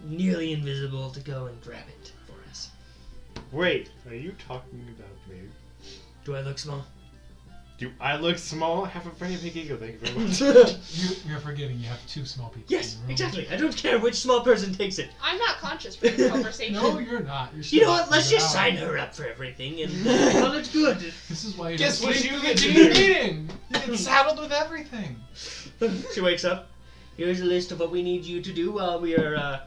[SPEAKER 2] nearly invisible, to go and grab it for us.
[SPEAKER 6] Wait, are you talking about me?
[SPEAKER 2] Do I look small?
[SPEAKER 6] Do I look small? I have a very big ego, thank you very much.
[SPEAKER 2] yes,
[SPEAKER 1] You, you're forgetting you have two small people. in the room.
[SPEAKER 2] exactly. I don't care which small person takes it.
[SPEAKER 3] I'm not conscious for this conversation.
[SPEAKER 1] No, you're not. You're
[SPEAKER 2] You know what? Let's
[SPEAKER 1] you're
[SPEAKER 2] just
[SPEAKER 1] out.
[SPEAKER 2] sign her up for everything and uh, call it good.
[SPEAKER 1] This is why you
[SPEAKER 6] Guess
[SPEAKER 1] don't
[SPEAKER 6] what
[SPEAKER 1] sleep
[SPEAKER 6] you
[SPEAKER 1] through
[SPEAKER 6] get
[SPEAKER 1] the
[SPEAKER 6] to
[SPEAKER 1] damn
[SPEAKER 6] do.
[SPEAKER 1] meeting. You get saddled with everything.
[SPEAKER 2] she wakes up. Here's a list of what we need you to do while we are uh,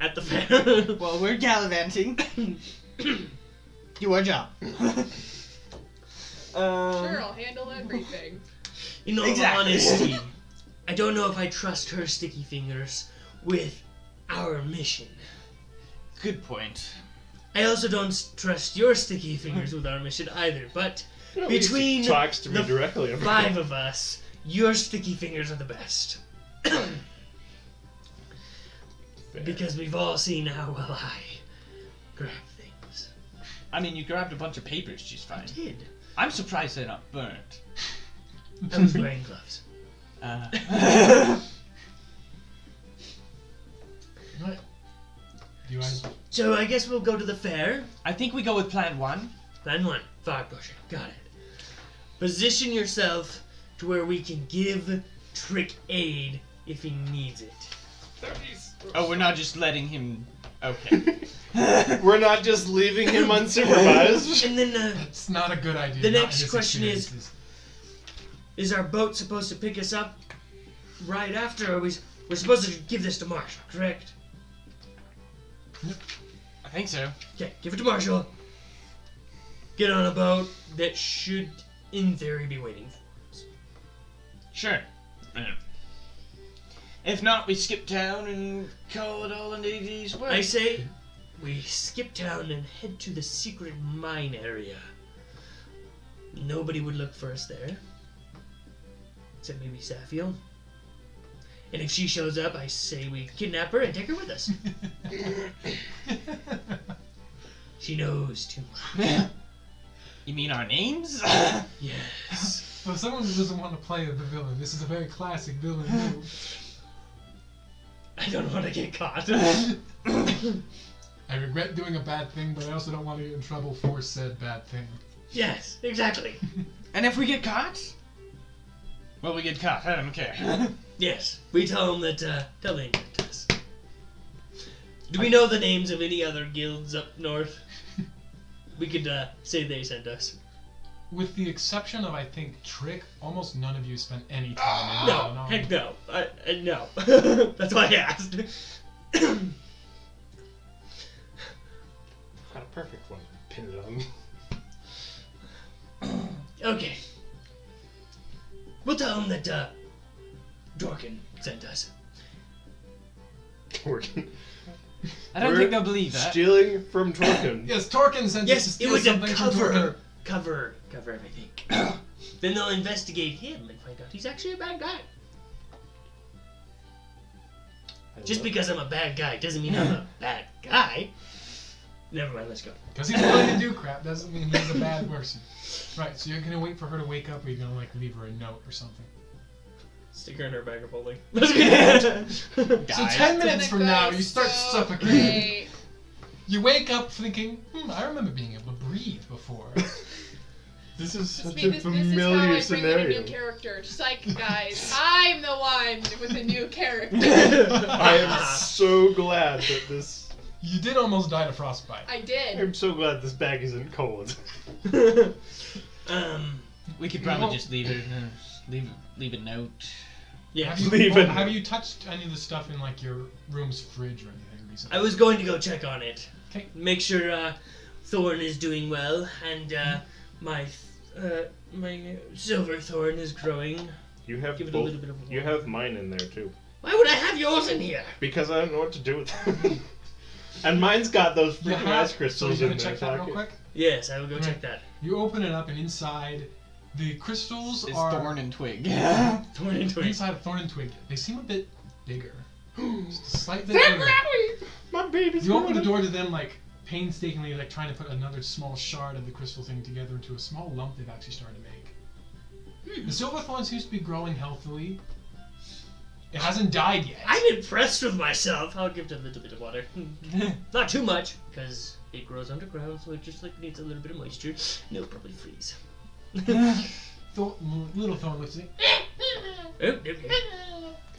[SPEAKER 2] at the fair.
[SPEAKER 4] Well, we're gallivanting. Do our job. um,
[SPEAKER 3] Sure, I'll handle everything.
[SPEAKER 2] In all
[SPEAKER 4] Exactly.
[SPEAKER 2] honesty, I don't know if I trust her sticky fingers with our mission.
[SPEAKER 4] Good point.
[SPEAKER 2] I also don't s- trust your sticky fingers with our mission either, but Between
[SPEAKER 6] talks to me
[SPEAKER 2] the
[SPEAKER 6] directly. every
[SPEAKER 2] five of us, your sticky fingers are the best.
[SPEAKER 6] fair.
[SPEAKER 2] Because we've all seen how well I grab things.
[SPEAKER 4] I mean, you grabbed a bunch of papers just fine.
[SPEAKER 2] Did.
[SPEAKER 4] I'm surprised they're not burnt.
[SPEAKER 2] I was wearing gloves.
[SPEAKER 4] Uh,
[SPEAKER 1] Do you guys
[SPEAKER 2] So I guess we'll go to the fair.
[SPEAKER 4] I think we go with plan one.
[SPEAKER 2] Plan one, fog potion. Got it. Position yourself to where we can give Trick aid if he needs it.
[SPEAKER 4] Oh, we're not just letting him. Okay.
[SPEAKER 6] We're not just leaving him unsupervised.
[SPEAKER 2] And then, uh,
[SPEAKER 1] It's not a good idea.
[SPEAKER 2] The
[SPEAKER 1] not in
[SPEAKER 2] next
[SPEAKER 1] this
[SPEAKER 2] question is-
[SPEAKER 1] experience.
[SPEAKER 2] is our boat supposed to pick us up right after? Or we, we're supposed to give this to Marshall, correct?
[SPEAKER 4] I think so.
[SPEAKER 2] Okay, give it to Marshall. Get on a boat that should, in theory, be waiting.
[SPEAKER 4] Sure. Yeah. If not, we skip town and call it all an 80s work.
[SPEAKER 2] I say we skip town and head to the secret mine area. Nobody would look for us there. Except maybe Saphiel. And if she shows up, I say we kidnap her and take her with us. She knows too much.
[SPEAKER 4] you mean our names?
[SPEAKER 2] Yes.
[SPEAKER 1] For someone who doesn't want to play the villain, this is a very classic villain move.
[SPEAKER 2] I don't want to get caught.
[SPEAKER 1] I regret doing a bad thing, but I also don't want to get in trouble for said bad thing.
[SPEAKER 2] yes, exactly.
[SPEAKER 4] and if we get caught? Well, we get caught. I don't care.
[SPEAKER 2] Yes, we tell them that. Uh, tell them that us. Do we know the names of any other guilds up north? We could uh, say they sent us.
[SPEAKER 1] With the exception of, I think, Trick, almost none of you spent any time in
[SPEAKER 2] Ah! Oh, No,
[SPEAKER 1] Al-Anon.
[SPEAKER 2] heck no. I, I, no. That's why I asked.
[SPEAKER 6] Got a perfect one. Pin it on.
[SPEAKER 2] okay. We'll tell them that uh, Dorkin sent us.
[SPEAKER 6] Torkin.
[SPEAKER 4] I don't
[SPEAKER 6] We're
[SPEAKER 4] think they'll believe that.
[SPEAKER 6] Stealing from Torkin.
[SPEAKER 1] Yes, Torkin sent us to
[SPEAKER 2] Yes, it
[SPEAKER 1] steal
[SPEAKER 2] was a
[SPEAKER 1] something from Torkin.
[SPEAKER 2] cover. Cover, cover everything. then they'll investigate him and find out he's actually a bad guy. Just because I'm a bad guy doesn't mean I'm a bad guy. Never mind, let's go.
[SPEAKER 1] Because he's willing to do crap doesn't mean he's a bad person. Right, so you're gonna wait for her to wake up, or you're gonna like leave her a note or something.
[SPEAKER 2] Stick her in her bag of holding. Let's go.
[SPEAKER 1] So
[SPEAKER 4] Guys.
[SPEAKER 1] ten minutes
[SPEAKER 3] Gonna
[SPEAKER 1] from now,
[SPEAKER 3] go
[SPEAKER 1] you start
[SPEAKER 3] so
[SPEAKER 1] suffocating.
[SPEAKER 3] great.
[SPEAKER 1] You wake up thinking, hmm, I remember being able to breathe before.
[SPEAKER 6] This is
[SPEAKER 3] This,
[SPEAKER 6] such
[SPEAKER 3] be-
[SPEAKER 6] a
[SPEAKER 3] this, this is how I
[SPEAKER 6] familiar
[SPEAKER 3] bring in a
[SPEAKER 6] scenario.
[SPEAKER 3] new character. Psych, guys. I'm the one with a new character.
[SPEAKER 6] I am so glad that this.
[SPEAKER 1] you did almost die to frostbite.
[SPEAKER 3] I did.
[SPEAKER 6] I'm so glad this bag isn't cold.
[SPEAKER 2] um,
[SPEAKER 4] We could probably
[SPEAKER 1] No.
[SPEAKER 4] just leave it. uh, Leave leave a note.
[SPEAKER 2] yeah.
[SPEAKER 1] Have you,
[SPEAKER 6] Leave it.
[SPEAKER 1] have you touched any of the stuff in like your room's fridge or anything recently?
[SPEAKER 2] I was going to go check on it.
[SPEAKER 1] 'Kay.
[SPEAKER 2] Make sure uh, Thorn is doing well and uh, my th- Uh, my silver thorn is growing.
[SPEAKER 6] You have
[SPEAKER 2] Give it a
[SPEAKER 6] both-
[SPEAKER 2] little bit of
[SPEAKER 6] You
[SPEAKER 2] warmth.
[SPEAKER 6] have mine in there too.
[SPEAKER 2] Why would I have yours in here?
[SPEAKER 6] Because I don't know what to do with them. and mine's got those
[SPEAKER 1] You
[SPEAKER 6] freaking
[SPEAKER 1] have-
[SPEAKER 6] ice crystals
[SPEAKER 1] so you
[SPEAKER 6] in
[SPEAKER 1] gonna
[SPEAKER 6] their
[SPEAKER 1] check that real
[SPEAKER 6] pocket.
[SPEAKER 1] quick?
[SPEAKER 2] Yes, I will go
[SPEAKER 1] Right.
[SPEAKER 2] check that.
[SPEAKER 1] You open it up, and inside, the crystals
[SPEAKER 4] It's
[SPEAKER 1] are
[SPEAKER 4] thorn and twig.
[SPEAKER 2] Thorn and twig.
[SPEAKER 1] inside of thorn and twig. They seem a bit bigger, just a slight bit
[SPEAKER 6] They're
[SPEAKER 1] bigger.
[SPEAKER 6] growing! My baby's
[SPEAKER 1] You open the door
[SPEAKER 6] growing.
[SPEAKER 1] to them, like painstakingly, like trying to put another small shard of the crystal thing together into a small lump they've actually started to make.
[SPEAKER 4] Hmm.
[SPEAKER 1] The silver thorn seems to be growing healthily. It hasn't died yet.
[SPEAKER 2] I'm impressed with myself. I'll give it a little bit of water. Not too much, because it grows underground, so it just like needs a little bit of moisture. And it'll probably freeze.
[SPEAKER 1] Thor- mm, little thorn looks like,
[SPEAKER 2] Oh, okay.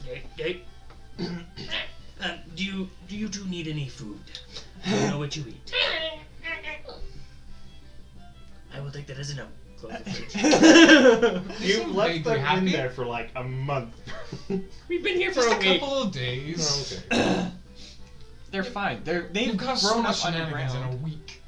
[SPEAKER 2] Okay, okay. um, do you do you two need any food? I don't know what you eat. I will take that as a no. Close the fridge.
[SPEAKER 1] They
[SPEAKER 6] You
[SPEAKER 1] seem
[SPEAKER 6] left
[SPEAKER 1] vaguely
[SPEAKER 6] them
[SPEAKER 1] happy.
[SPEAKER 6] in there for like a month. Oh,
[SPEAKER 2] We've been here for
[SPEAKER 1] just
[SPEAKER 2] a
[SPEAKER 1] a
[SPEAKER 2] week.
[SPEAKER 1] couple of days.
[SPEAKER 6] okay.
[SPEAKER 4] They're fine. They're they've
[SPEAKER 1] You've got so
[SPEAKER 4] grown
[SPEAKER 1] much
[SPEAKER 4] up
[SPEAKER 1] shenanigans in a
[SPEAKER 4] underground.
[SPEAKER 1] week.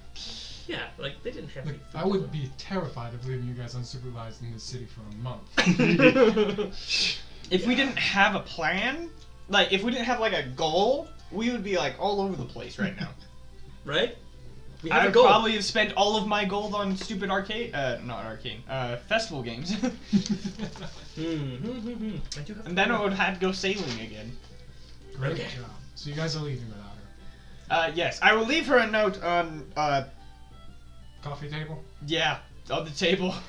[SPEAKER 2] Yeah, like they didn't have
[SPEAKER 1] Like,
[SPEAKER 2] any food.
[SPEAKER 1] I would be terrified of leaving you guys unsupervised in this city for a month.
[SPEAKER 4] If we didn't have a plan, like if we didn't have like a goal, we would be like all over the place right now.
[SPEAKER 2] right? We have
[SPEAKER 4] I
[SPEAKER 2] a
[SPEAKER 4] would
[SPEAKER 2] goal.
[SPEAKER 4] probably have spent all of my gold on stupid arcade, uh, not arcade, uh, festival games,
[SPEAKER 2] Mm-hmm. I do have.
[SPEAKER 4] and then I would have to go sailing again.
[SPEAKER 1] Great
[SPEAKER 2] Okay.
[SPEAKER 1] job. So you guys are leaving without her.
[SPEAKER 4] Uh, yes, I will leave her a note on, uh,
[SPEAKER 1] Coffee table?
[SPEAKER 4] yeah, on the table.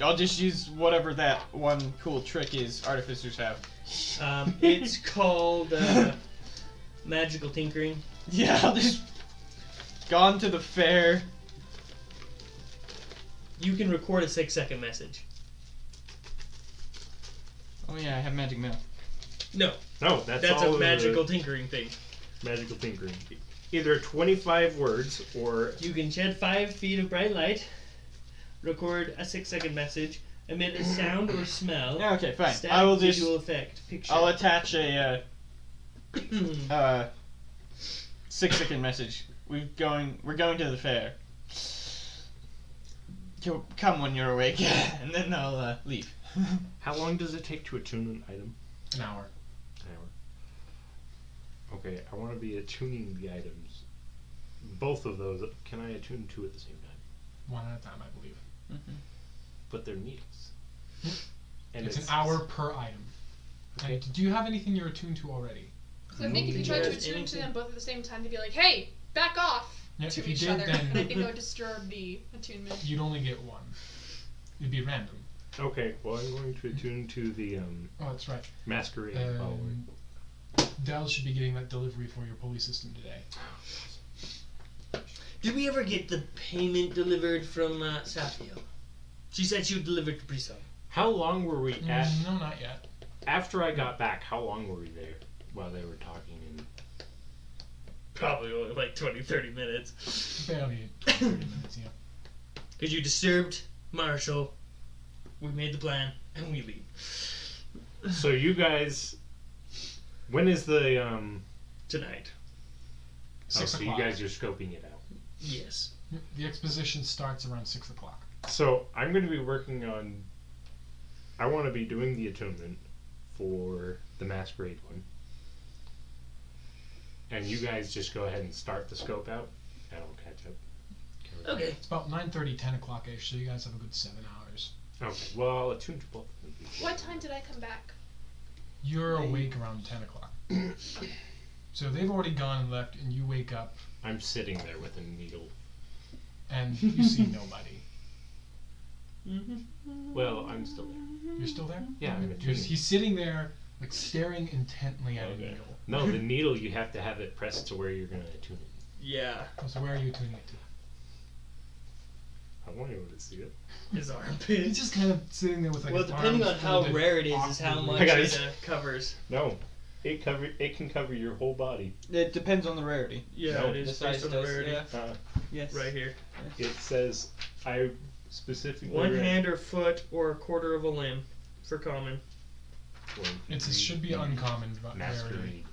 [SPEAKER 4] I'll just use whatever that one cool trick is artificers have.
[SPEAKER 2] Um, it's called uh, magical tinkering.
[SPEAKER 4] Yeah, I'll just gone to the fair.
[SPEAKER 2] You can record a six-second message.
[SPEAKER 4] Oh yeah, I have magic mail.
[SPEAKER 2] No,
[SPEAKER 6] No, that's,
[SPEAKER 2] that's
[SPEAKER 6] all
[SPEAKER 2] a
[SPEAKER 6] of
[SPEAKER 2] magical tinkering thing.
[SPEAKER 6] the magical tinkering. Either 25 words or
[SPEAKER 2] You can shed five feet of bright light, record a six-second message, emit a sound or smell.
[SPEAKER 4] Yeah, okay, fine.
[SPEAKER 2] Static
[SPEAKER 4] I will just
[SPEAKER 2] visual effect picture.
[SPEAKER 4] I'll attach a uh, uh six second message. We're going we're going to the fair. Co- Come when you're awake, and then I'll uh, leave.
[SPEAKER 6] how long does it take to attune an item?
[SPEAKER 1] An hour.
[SPEAKER 6] Okay, I want to be attuning the items. Both of those. Can I attune two at the same time?
[SPEAKER 1] One at a time, I believe.
[SPEAKER 6] But they're needles. And
[SPEAKER 1] It's, an hour per item.
[SPEAKER 6] Okay.
[SPEAKER 1] And do you have anything you're attuned to already?
[SPEAKER 3] So I think if you tried to attune to them both at the same time, they'd be like, "Hey, back off!"
[SPEAKER 1] Yeah,
[SPEAKER 3] to
[SPEAKER 1] if you
[SPEAKER 3] each
[SPEAKER 1] did,
[SPEAKER 3] other, and I
[SPEAKER 1] then
[SPEAKER 3] think I would disturb the attunement.
[SPEAKER 1] you'd only get one. It'd be random.
[SPEAKER 6] Okay, well, I'm going to attune to the um,
[SPEAKER 1] Oh, that's right.
[SPEAKER 6] masquerade follower.
[SPEAKER 1] Um, Dell should be getting that delivery for your pulley system today.
[SPEAKER 2] Did we ever get the payment delivered from uh, Safio? She said she would deliver it to Briso.
[SPEAKER 6] How long were we at?
[SPEAKER 1] Mm, no, not yet.
[SPEAKER 6] After I got back, how long were we there while they were talking in
[SPEAKER 2] Probably only like 20, 30 minutes.
[SPEAKER 1] Barely 20, 30 minutes, yeah.
[SPEAKER 6] Oh,
[SPEAKER 2] Because you disturbed Marshall. We made the plan and we leave.
[SPEAKER 6] So you guys, when is the um?
[SPEAKER 2] Tonight.
[SPEAKER 6] Oh,
[SPEAKER 1] Six
[SPEAKER 6] so you
[SPEAKER 1] o'clock.
[SPEAKER 6] guys are scoping it out.
[SPEAKER 2] Yes.
[SPEAKER 1] The exposition starts around six o'clock.
[SPEAKER 6] So I'm going to be working on. I want to be doing the attunement for the masquerade one, and you guys just go ahead and start the scope out, and I'll catch up.
[SPEAKER 2] Okay.
[SPEAKER 1] It's about 9.30, 10 o'clock ish, so you guys have a good seven hours.
[SPEAKER 6] Okay. Well, I'll attune to both of them. before-
[SPEAKER 3] What time did I come back?
[SPEAKER 1] You're
[SPEAKER 2] Right.
[SPEAKER 1] awake around 10 o'clock. so they've already gone and left, and you wake up
[SPEAKER 6] I'm sitting there with a needle.
[SPEAKER 1] and you see nobody.
[SPEAKER 6] Well, I'm still there.
[SPEAKER 1] You're still there?
[SPEAKER 6] Yeah, I'm
[SPEAKER 1] You're,
[SPEAKER 6] attuning.
[SPEAKER 1] he's sitting there, like staring intently at
[SPEAKER 6] Okay.
[SPEAKER 1] a needle.
[SPEAKER 6] No, the needle you have to have it pressed to where you're going to attune it.
[SPEAKER 2] Yeah.
[SPEAKER 1] So where are you tuning it to?
[SPEAKER 6] I want you to see it.
[SPEAKER 2] His
[SPEAKER 1] He's
[SPEAKER 2] armpit.
[SPEAKER 1] just kind of sitting there with like.
[SPEAKER 2] Well,
[SPEAKER 1] his
[SPEAKER 2] depending on
[SPEAKER 1] arms
[SPEAKER 2] how
[SPEAKER 1] folded
[SPEAKER 2] rare it is, is how
[SPEAKER 1] awkwardly.
[SPEAKER 2] much
[SPEAKER 6] I got
[SPEAKER 2] it
[SPEAKER 6] it.
[SPEAKER 2] uh, covers.
[SPEAKER 6] No, it cover it can cover your whole body.
[SPEAKER 4] It depends on the rarity.
[SPEAKER 2] Yeah,
[SPEAKER 6] No,
[SPEAKER 2] it
[SPEAKER 4] The
[SPEAKER 2] is
[SPEAKER 4] size
[SPEAKER 2] based on the
[SPEAKER 4] does-
[SPEAKER 2] rarity.
[SPEAKER 4] yeah.
[SPEAKER 6] Uh,
[SPEAKER 4] Yes.
[SPEAKER 2] Right here.
[SPEAKER 6] it says I specifically
[SPEAKER 2] One
[SPEAKER 6] read-
[SPEAKER 2] hand or foot or a quarter of a limb for common.
[SPEAKER 6] One,
[SPEAKER 1] It's, it
[SPEAKER 6] three,
[SPEAKER 1] should be uncommon but rarity.
[SPEAKER 6] masquerade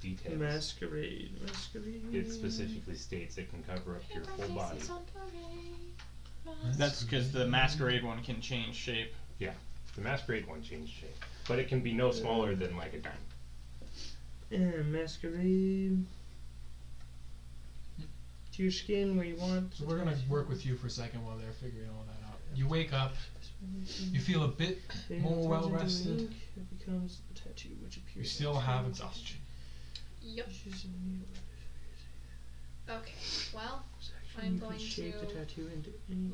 [SPEAKER 6] details.
[SPEAKER 2] Masquerade. Masquerade.
[SPEAKER 6] it specifically states it can cover up your whole body.
[SPEAKER 3] on parade.
[SPEAKER 4] That's because the masquerade one can change shape.
[SPEAKER 6] The masquerade one changed shape, but it can be no smaller than like a dime.
[SPEAKER 2] Yeah, masquerade. To your skin where you want.
[SPEAKER 1] So we're gonna work with you for a second while they're figuring all that out. You wake up, you feel a bit. More well rested.
[SPEAKER 2] It becomes a tattoo which
[SPEAKER 1] You
[SPEAKER 2] appears.
[SPEAKER 1] still have exhaustion.
[SPEAKER 3] Yep. Okay. Well, I'm going to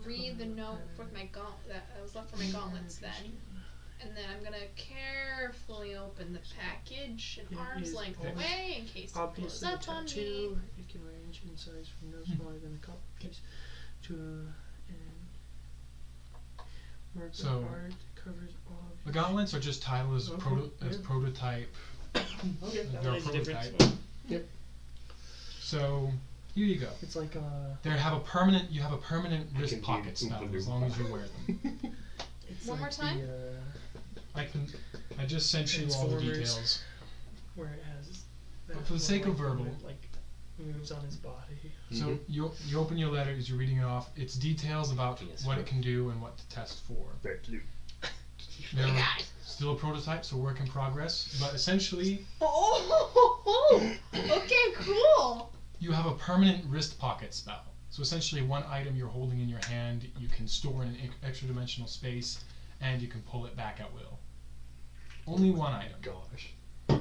[SPEAKER 3] read the note with my gaunt that I was left for my gauntlets then. And then I'm gonna carefully open the package an
[SPEAKER 2] It
[SPEAKER 3] arm's
[SPEAKER 2] is
[SPEAKER 3] length
[SPEAKER 2] obvious-
[SPEAKER 3] away in case it blows
[SPEAKER 2] Obviously, a
[SPEAKER 3] up on me.
[SPEAKER 2] tattoo. It can range in size from
[SPEAKER 1] Hmm.
[SPEAKER 2] no smaller than a cup piece to an work
[SPEAKER 1] So,
[SPEAKER 2] of art that covers all. of
[SPEAKER 1] The
[SPEAKER 2] your-
[SPEAKER 1] gauntlets are just titled as,
[SPEAKER 2] Okay,
[SPEAKER 1] proto- as
[SPEAKER 2] yeah.
[SPEAKER 1] prototype.
[SPEAKER 2] Okay, that
[SPEAKER 1] they're a
[SPEAKER 2] makes a difference.
[SPEAKER 1] prototype.
[SPEAKER 6] Yep.
[SPEAKER 1] So here you go.
[SPEAKER 2] It's like a.
[SPEAKER 1] They have a permanent. You have a permanent
[SPEAKER 6] I
[SPEAKER 1] wrist
[SPEAKER 6] can
[SPEAKER 1] pocket
[SPEAKER 6] do-
[SPEAKER 1] spell as long as you wear them.
[SPEAKER 2] It's
[SPEAKER 3] One more
[SPEAKER 2] like
[SPEAKER 3] time?
[SPEAKER 2] The, uh,
[SPEAKER 1] I can. I just sent you all the
[SPEAKER 2] Transformers.
[SPEAKER 1] details.
[SPEAKER 2] where it has.
[SPEAKER 1] But
[SPEAKER 2] that
[SPEAKER 1] for the sake
[SPEAKER 2] little,
[SPEAKER 1] of
[SPEAKER 2] like,
[SPEAKER 1] verbal-
[SPEAKER 2] when it, like moves on his body.
[SPEAKER 1] So
[SPEAKER 6] Mhm.
[SPEAKER 1] you you open your letter as you're reading it off. It's details about
[SPEAKER 5] Yes.
[SPEAKER 1] what it can do and what to test for.
[SPEAKER 6] That loop.
[SPEAKER 1] They're still a prototype, so work in progress. But essentially,
[SPEAKER 3] Oh, okay, cool.
[SPEAKER 1] you have a permanent wrist pocket spell. So essentially, one item you're holding in your hand, you can store in an ex- extra dimensional space, and you can pull it back at will. Only one item.
[SPEAKER 6] Gosh.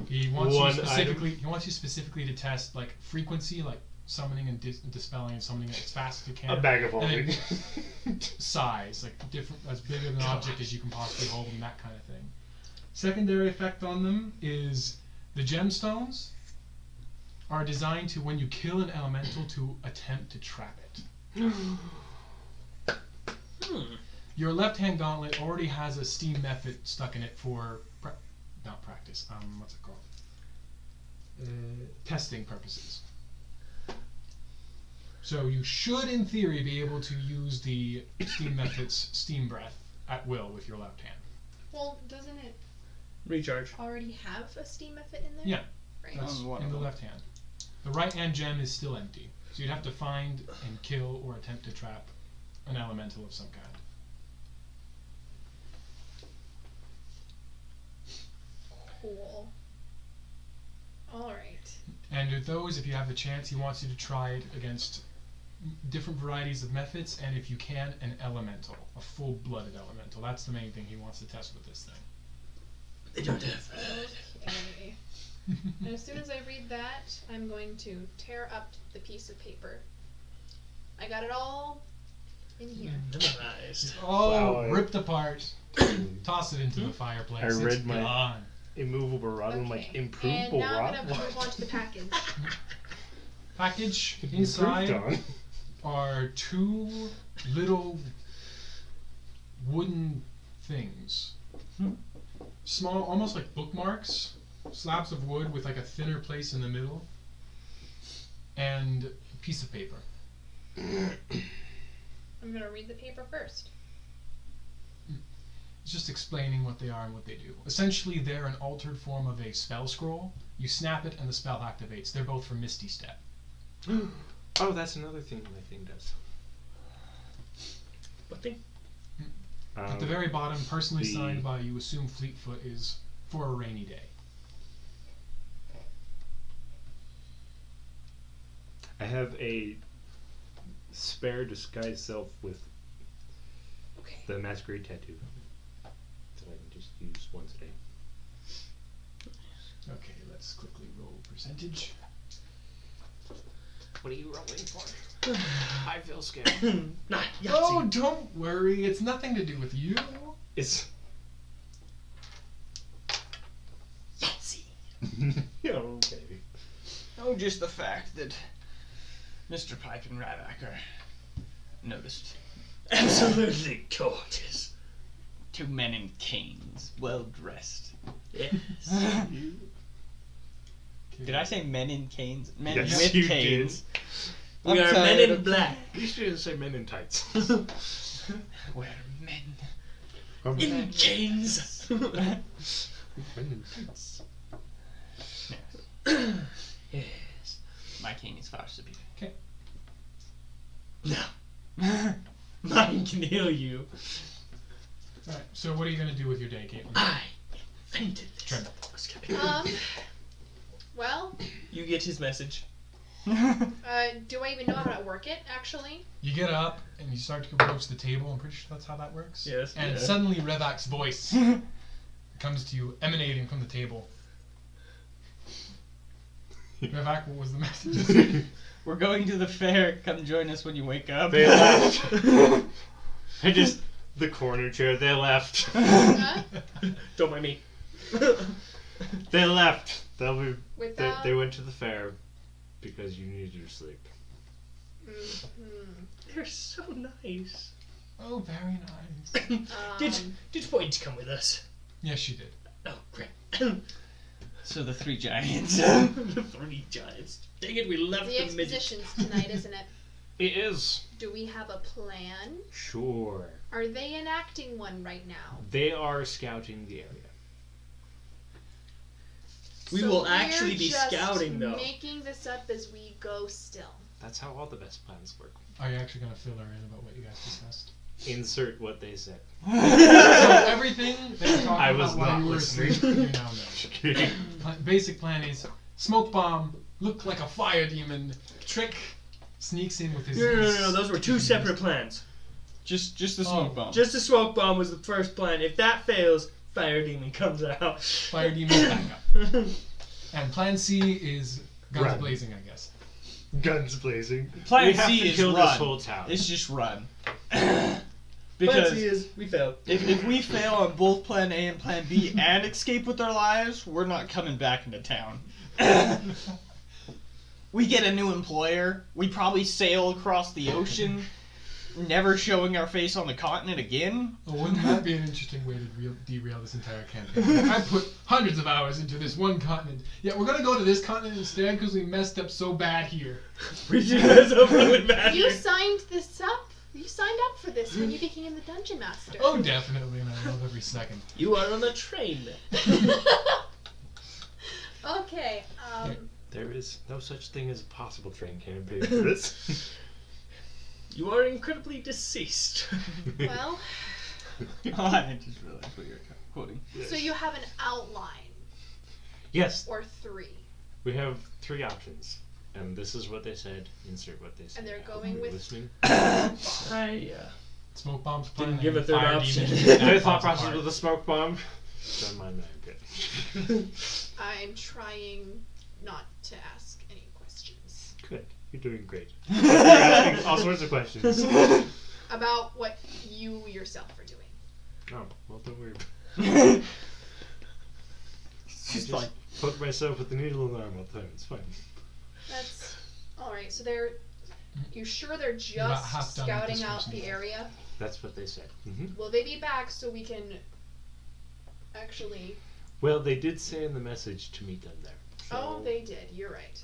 [SPEAKER 1] He wants
[SPEAKER 6] One
[SPEAKER 1] you
[SPEAKER 6] item?
[SPEAKER 1] specifically. He wants you specifically to test like frequency, like summoning and dis- dispelling and summoning as fast as you can.
[SPEAKER 6] A bag of holding.
[SPEAKER 1] And size, like different, as big of an object as you can possibly hold, and that kind of thing. Secondary effect on them is the gemstones are designed to, when you kill an elemental, to attempt to trap it.
[SPEAKER 2] Hmm.
[SPEAKER 1] Your left hand gauntlet already has a steam method stuck in it for pra- not practice. Um, what's it called? Uh, testing purposes. So you should, in theory, be able to use the steam method's steam breath at will with your left hand.
[SPEAKER 3] Well, doesn't it
[SPEAKER 2] Recharge.
[SPEAKER 3] already have a steam method in there?
[SPEAKER 1] Yeah.
[SPEAKER 3] Right.
[SPEAKER 1] That's
[SPEAKER 4] Oh, one
[SPEAKER 1] in
[SPEAKER 4] of
[SPEAKER 1] the
[SPEAKER 4] them.
[SPEAKER 1] left hand. The right hand gem is still empty, so you'd have to find and kill or attempt to trap an elemental of some kind.
[SPEAKER 3] Cool. All right.
[SPEAKER 1] And with those, if you have the chance, he wants you to try it against m- different varieties of methods, and if you can, an elemental, a full-blooded elemental. That's the main thing he wants to test with this
[SPEAKER 2] They don't have.
[SPEAKER 3] Okay.
[SPEAKER 1] thing.
[SPEAKER 3] And as soon as I read that, I'm going to tear up the piece of paper. I got it all in here.
[SPEAKER 2] Memorized.
[SPEAKER 1] oh,
[SPEAKER 6] Wow, I-
[SPEAKER 1] ripped apart. Toss it into the fireplace.
[SPEAKER 6] I
[SPEAKER 1] It's
[SPEAKER 6] read my-
[SPEAKER 1] gone.
[SPEAKER 6] Immovable rod and like
[SPEAKER 3] Okay.
[SPEAKER 6] improvable
[SPEAKER 3] and now
[SPEAKER 6] rod.
[SPEAKER 3] I'm gonna move on to the package.
[SPEAKER 1] package.
[SPEAKER 6] Improved
[SPEAKER 1] Inside
[SPEAKER 6] on.
[SPEAKER 1] are two little wooden things, small, almost like bookmarks, slabs of wood with like a thinner place in the middle, and a piece of paper.
[SPEAKER 3] I'm gonna read the paper first.
[SPEAKER 1] It's just explaining what they are and what they do. Essentially, they're an altered form of a spell scroll. You snap it, and the spell activates. They're both for Misty Step.
[SPEAKER 6] Oh, that's another thing my thing does.
[SPEAKER 2] What thing?
[SPEAKER 1] At
[SPEAKER 6] Um, Oh,
[SPEAKER 1] the very bottom, personally
[SPEAKER 6] the-
[SPEAKER 1] signed by you, assume Fleetfoot is for a rainy day.
[SPEAKER 6] I have a spare disguise self with
[SPEAKER 3] Okay.
[SPEAKER 6] the masquerade tattoo that I can just use once a day.
[SPEAKER 1] Okay, let's quickly roll percentage.
[SPEAKER 5] What are you rolling for? I feel scared.
[SPEAKER 2] Not Yahtzee.
[SPEAKER 1] Oh, don't worry. It's nothing to do with you.
[SPEAKER 6] It's
[SPEAKER 2] Yahtzee.
[SPEAKER 6] yeah, okay.
[SPEAKER 4] Oh, just the fact that Mr. Pipe and Rybacker noticed.
[SPEAKER 2] Absolutely gorgeous.
[SPEAKER 4] Two men in canes, well dressed.
[SPEAKER 2] Yes.
[SPEAKER 6] You-
[SPEAKER 4] Did I say men in canes? Men
[SPEAKER 6] Yes,
[SPEAKER 4] with
[SPEAKER 6] you did.
[SPEAKER 4] canes.
[SPEAKER 2] we
[SPEAKER 4] I'm
[SPEAKER 2] are men
[SPEAKER 4] tired
[SPEAKER 2] in
[SPEAKER 4] of-
[SPEAKER 2] black.
[SPEAKER 6] You should have said men in tights.
[SPEAKER 4] We're men
[SPEAKER 2] in chains.
[SPEAKER 6] Men in tights.
[SPEAKER 4] yes. My cane is far superior.
[SPEAKER 2] Mine can to nail you.
[SPEAKER 1] Alright, so what are you gonna do with your day, Caitlin?
[SPEAKER 2] I invented this.
[SPEAKER 1] Trent.
[SPEAKER 2] Let's get
[SPEAKER 3] Um. Well,
[SPEAKER 2] You get his message.
[SPEAKER 3] uh, do I even know how to work it? Actually,
[SPEAKER 1] You get up and you start to approach the table. I'm pretty sure that's how that works.
[SPEAKER 2] Yes.
[SPEAKER 1] And
[SPEAKER 2] yeah.
[SPEAKER 1] suddenly Revak's voice comes to you, emanating from the table. Revak, what was the message?
[SPEAKER 4] We're going to the fair. Come join us when you wake up.
[SPEAKER 6] They left. I just the corner chair. They left.
[SPEAKER 3] huh?
[SPEAKER 2] Don't mind me.
[SPEAKER 6] They left. They'll be. They,
[SPEAKER 3] without.
[SPEAKER 6] they went to the fair because you needed your sleep.
[SPEAKER 3] Mhm.
[SPEAKER 2] They're so nice.
[SPEAKER 1] oh, very nice.
[SPEAKER 2] Did
[SPEAKER 3] Um,
[SPEAKER 2] did Boyd come with us?
[SPEAKER 1] Yes, she did.
[SPEAKER 2] Oh crap!
[SPEAKER 4] So the three giants.
[SPEAKER 2] the three giants. Dang it, we left
[SPEAKER 3] the
[SPEAKER 2] the midget.
[SPEAKER 3] exposition's tonight, isn't it?
[SPEAKER 7] It is.
[SPEAKER 3] Do we have a plan?
[SPEAKER 6] Sure.
[SPEAKER 3] Are they enacting one right now?
[SPEAKER 6] They are scouting the area.
[SPEAKER 2] We
[SPEAKER 3] So
[SPEAKER 2] will
[SPEAKER 3] we're
[SPEAKER 2] actually be
[SPEAKER 3] just
[SPEAKER 2] scouting, though.
[SPEAKER 3] Making this up as we go. Still.
[SPEAKER 6] That's how all the best plans work.
[SPEAKER 1] Are you actually gonna fill her in about what you guys discussed?
[SPEAKER 6] Insert what they said.
[SPEAKER 1] so everything they were talking
[SPEAKER 6] I was
[SPEAKER 1] about while
[SPEAKER 6] not
[SPEAKER 1] you were
[SPEAKER 6] listening.
[SPEAKER 1] asleep, you now know. Pla- basic plan is smoke bomb, look like a fire demon, trick, sneaks in with his.
[SPEAKER 2] No, no, no, no. Those were two separate plans.
[SPEAKER 4] just, just the smoke
[SPEAKER 1] Oh.
[SPEAKER 4] bomb.
[SPEAKER 2] Just the smoke bomb was the first plan. If that fails, fire demon comes out.
[SPEAKER 1] Fire demon backup. And plan C is guns
[SPEAKER 6] Run.
[SPEAKER 1] blazing, I guess.
[SPEAKER 6] Guns blazing.
[SPEAKER 4] Plan
[SPEAKER 6] we have
[SPEAKER 4] C
[SPEAKER 6] to
[SPEAKER 4] is
[SPEAKER 6] kill
[SPEAKER 4] run.
[SPEAKER 6] this whole town.
[SPEAKER 4] It's just run.
[SPEAKER 2] Plan C
[SPEAKER 4] because
[SPEAKER 2] is we failed.
[SPEAKER 4] if, if we fail on both Plan A and Plan B and escape with our lives, we're not coming back into town. we get a new employer. We probably sail across the ocean, never showing our face on the continent again.
[SPEAKER 1] Well, Oh, wouldn't that be an interesting way to real derail this entire campaign? I put hundreds of hours into this one continent. Yeah, we're gonna go to this continent instead because we messed up so bad here.
[SPEAKER 2] We should have something with
[SPEAKER 3] You
[SPEAKER 2] magic.
[SPEAKER 3] signed this up. You signed up for this when you became the dungeon master.
[SPEAKER 1] Oh, definitely, and I love every second.
[SPEAKER 2] You are on a train.
[SPEAKER 3] okay. Um,
[SPEAKER 6] There is no such thing as a possible train campaign for this.
[SPEAKER 2] You are incredibly deceased.
[SPEAKER 3] well,
[SPEAKER 4] I just realized what you're quoting.
[SPEAKER 3] so you have an outline
[SPEAKER 6] Yes,
[SPEAKER 3] or three,
[SPEAKER 6] we have three options, and this is what they said. Insert what they said.
[SPEAKER 3] they're
[SPEAKER 6] I hope
[SPEAKER 3] going
[SPEAKER 6] you're
[SPEAKER 3] with-
[SPEAKER 6] Listening.
[SPEAKER 2] I uh,
[SPEAKER 1] Smoke bombs. plan
[SPEAKER 2] Didn't give a
[SPEAKER 1] and
[SPEAKER 2] third
[SPEAKER 1] fire
[SPEAKER 2] option.
[SPEAKER 1] demon
[SPEAKER 2] Their
[SPEAKER 6] Their
[SPEAKER 1] falls
[SPEAKER 6] thought process
[SPEAKER 1] apart.
[SPEAKER 6] with a smoke bomb. Don't mind that. I'm good.
[SPEAKER 3] I'm trying not to ask any questions
[SPEAKER 6] Good. You're doing great. You're asking all sorts of questions.
[SPEAKER 3] about what you yourself are doing.
[SPEAKER 6] Oh, well, don't worry.
[SPEAKER 4] She's
[SPEAKER 6] just- Poke myself with the needle in the arm all the time. It's fine.
[SPEAKER 3] That's all right. So they're. You sure they're
[SPEAKER 1] half
[SPEAKER 3] just
[SPEAKER 1] done with
[SPEAKER 3] scouting
[SPEAKER 1] this
[SPEAKER 3] out
[SPEAKER 1] person.
[SPEAKER 3] the area?
[SPEAKER 6] That's what they said. hmm
[SPEAKER 3] Will they be back so we can actually?
[SPEAKER 6] Well, they did say in the message to meet them there.
[SPEAKER 3] Oh,
[SPEAKER 6] so
[SPEAKER 3] they did. You're right.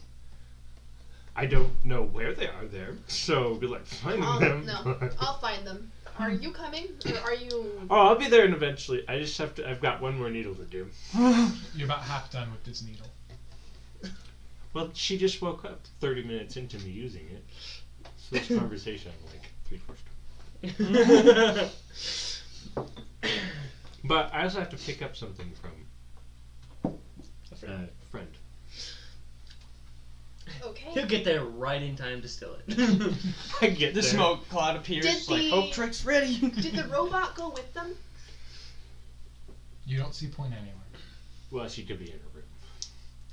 [SPEAKER 6] I don't know where they are there, so good luck finding
[SPEAKER 3] I'll,
[SPEAKER 6] them.
[SPEAKER 3] no,
[SPEAKER 6] but-
[SPEAKER 3] I'll find them. Are you coming or are you?
[SPEAKER 6] Oh, I'll be there and eventually. I just have to. I've got one more needle to do.
[SPEAKER 1] You're about half done with this needle.
[SPEAKER 6] Well, she just woke up 30 minutes into me using it. So this conversation, I'm like three quarters. done. But I also have to pick up something from a
[SPEAKER 2] friend.
[SPEAKER 6] friend.
[SPEAKER 2] He'll
[SPEAKER 3] Okay.
[SPEAKER 2] get there right in time to steal it.
[SPEAKER 6] I get
[SPEAKER 4] The
[SPEAKER 6] there.
[SPEAKER 4] smoke cloud appears.
[SPEAKER 3] Did
[SPEAKER 4] it's like,
[SPEAKER 3] the-
[SPEAKER 4] hope trick's ready.
[SPEAKER 3] Did the robot go with them?
[SPEAKER 1] You don't see point anywhere.
[SPEAKER 6] Well, she could be in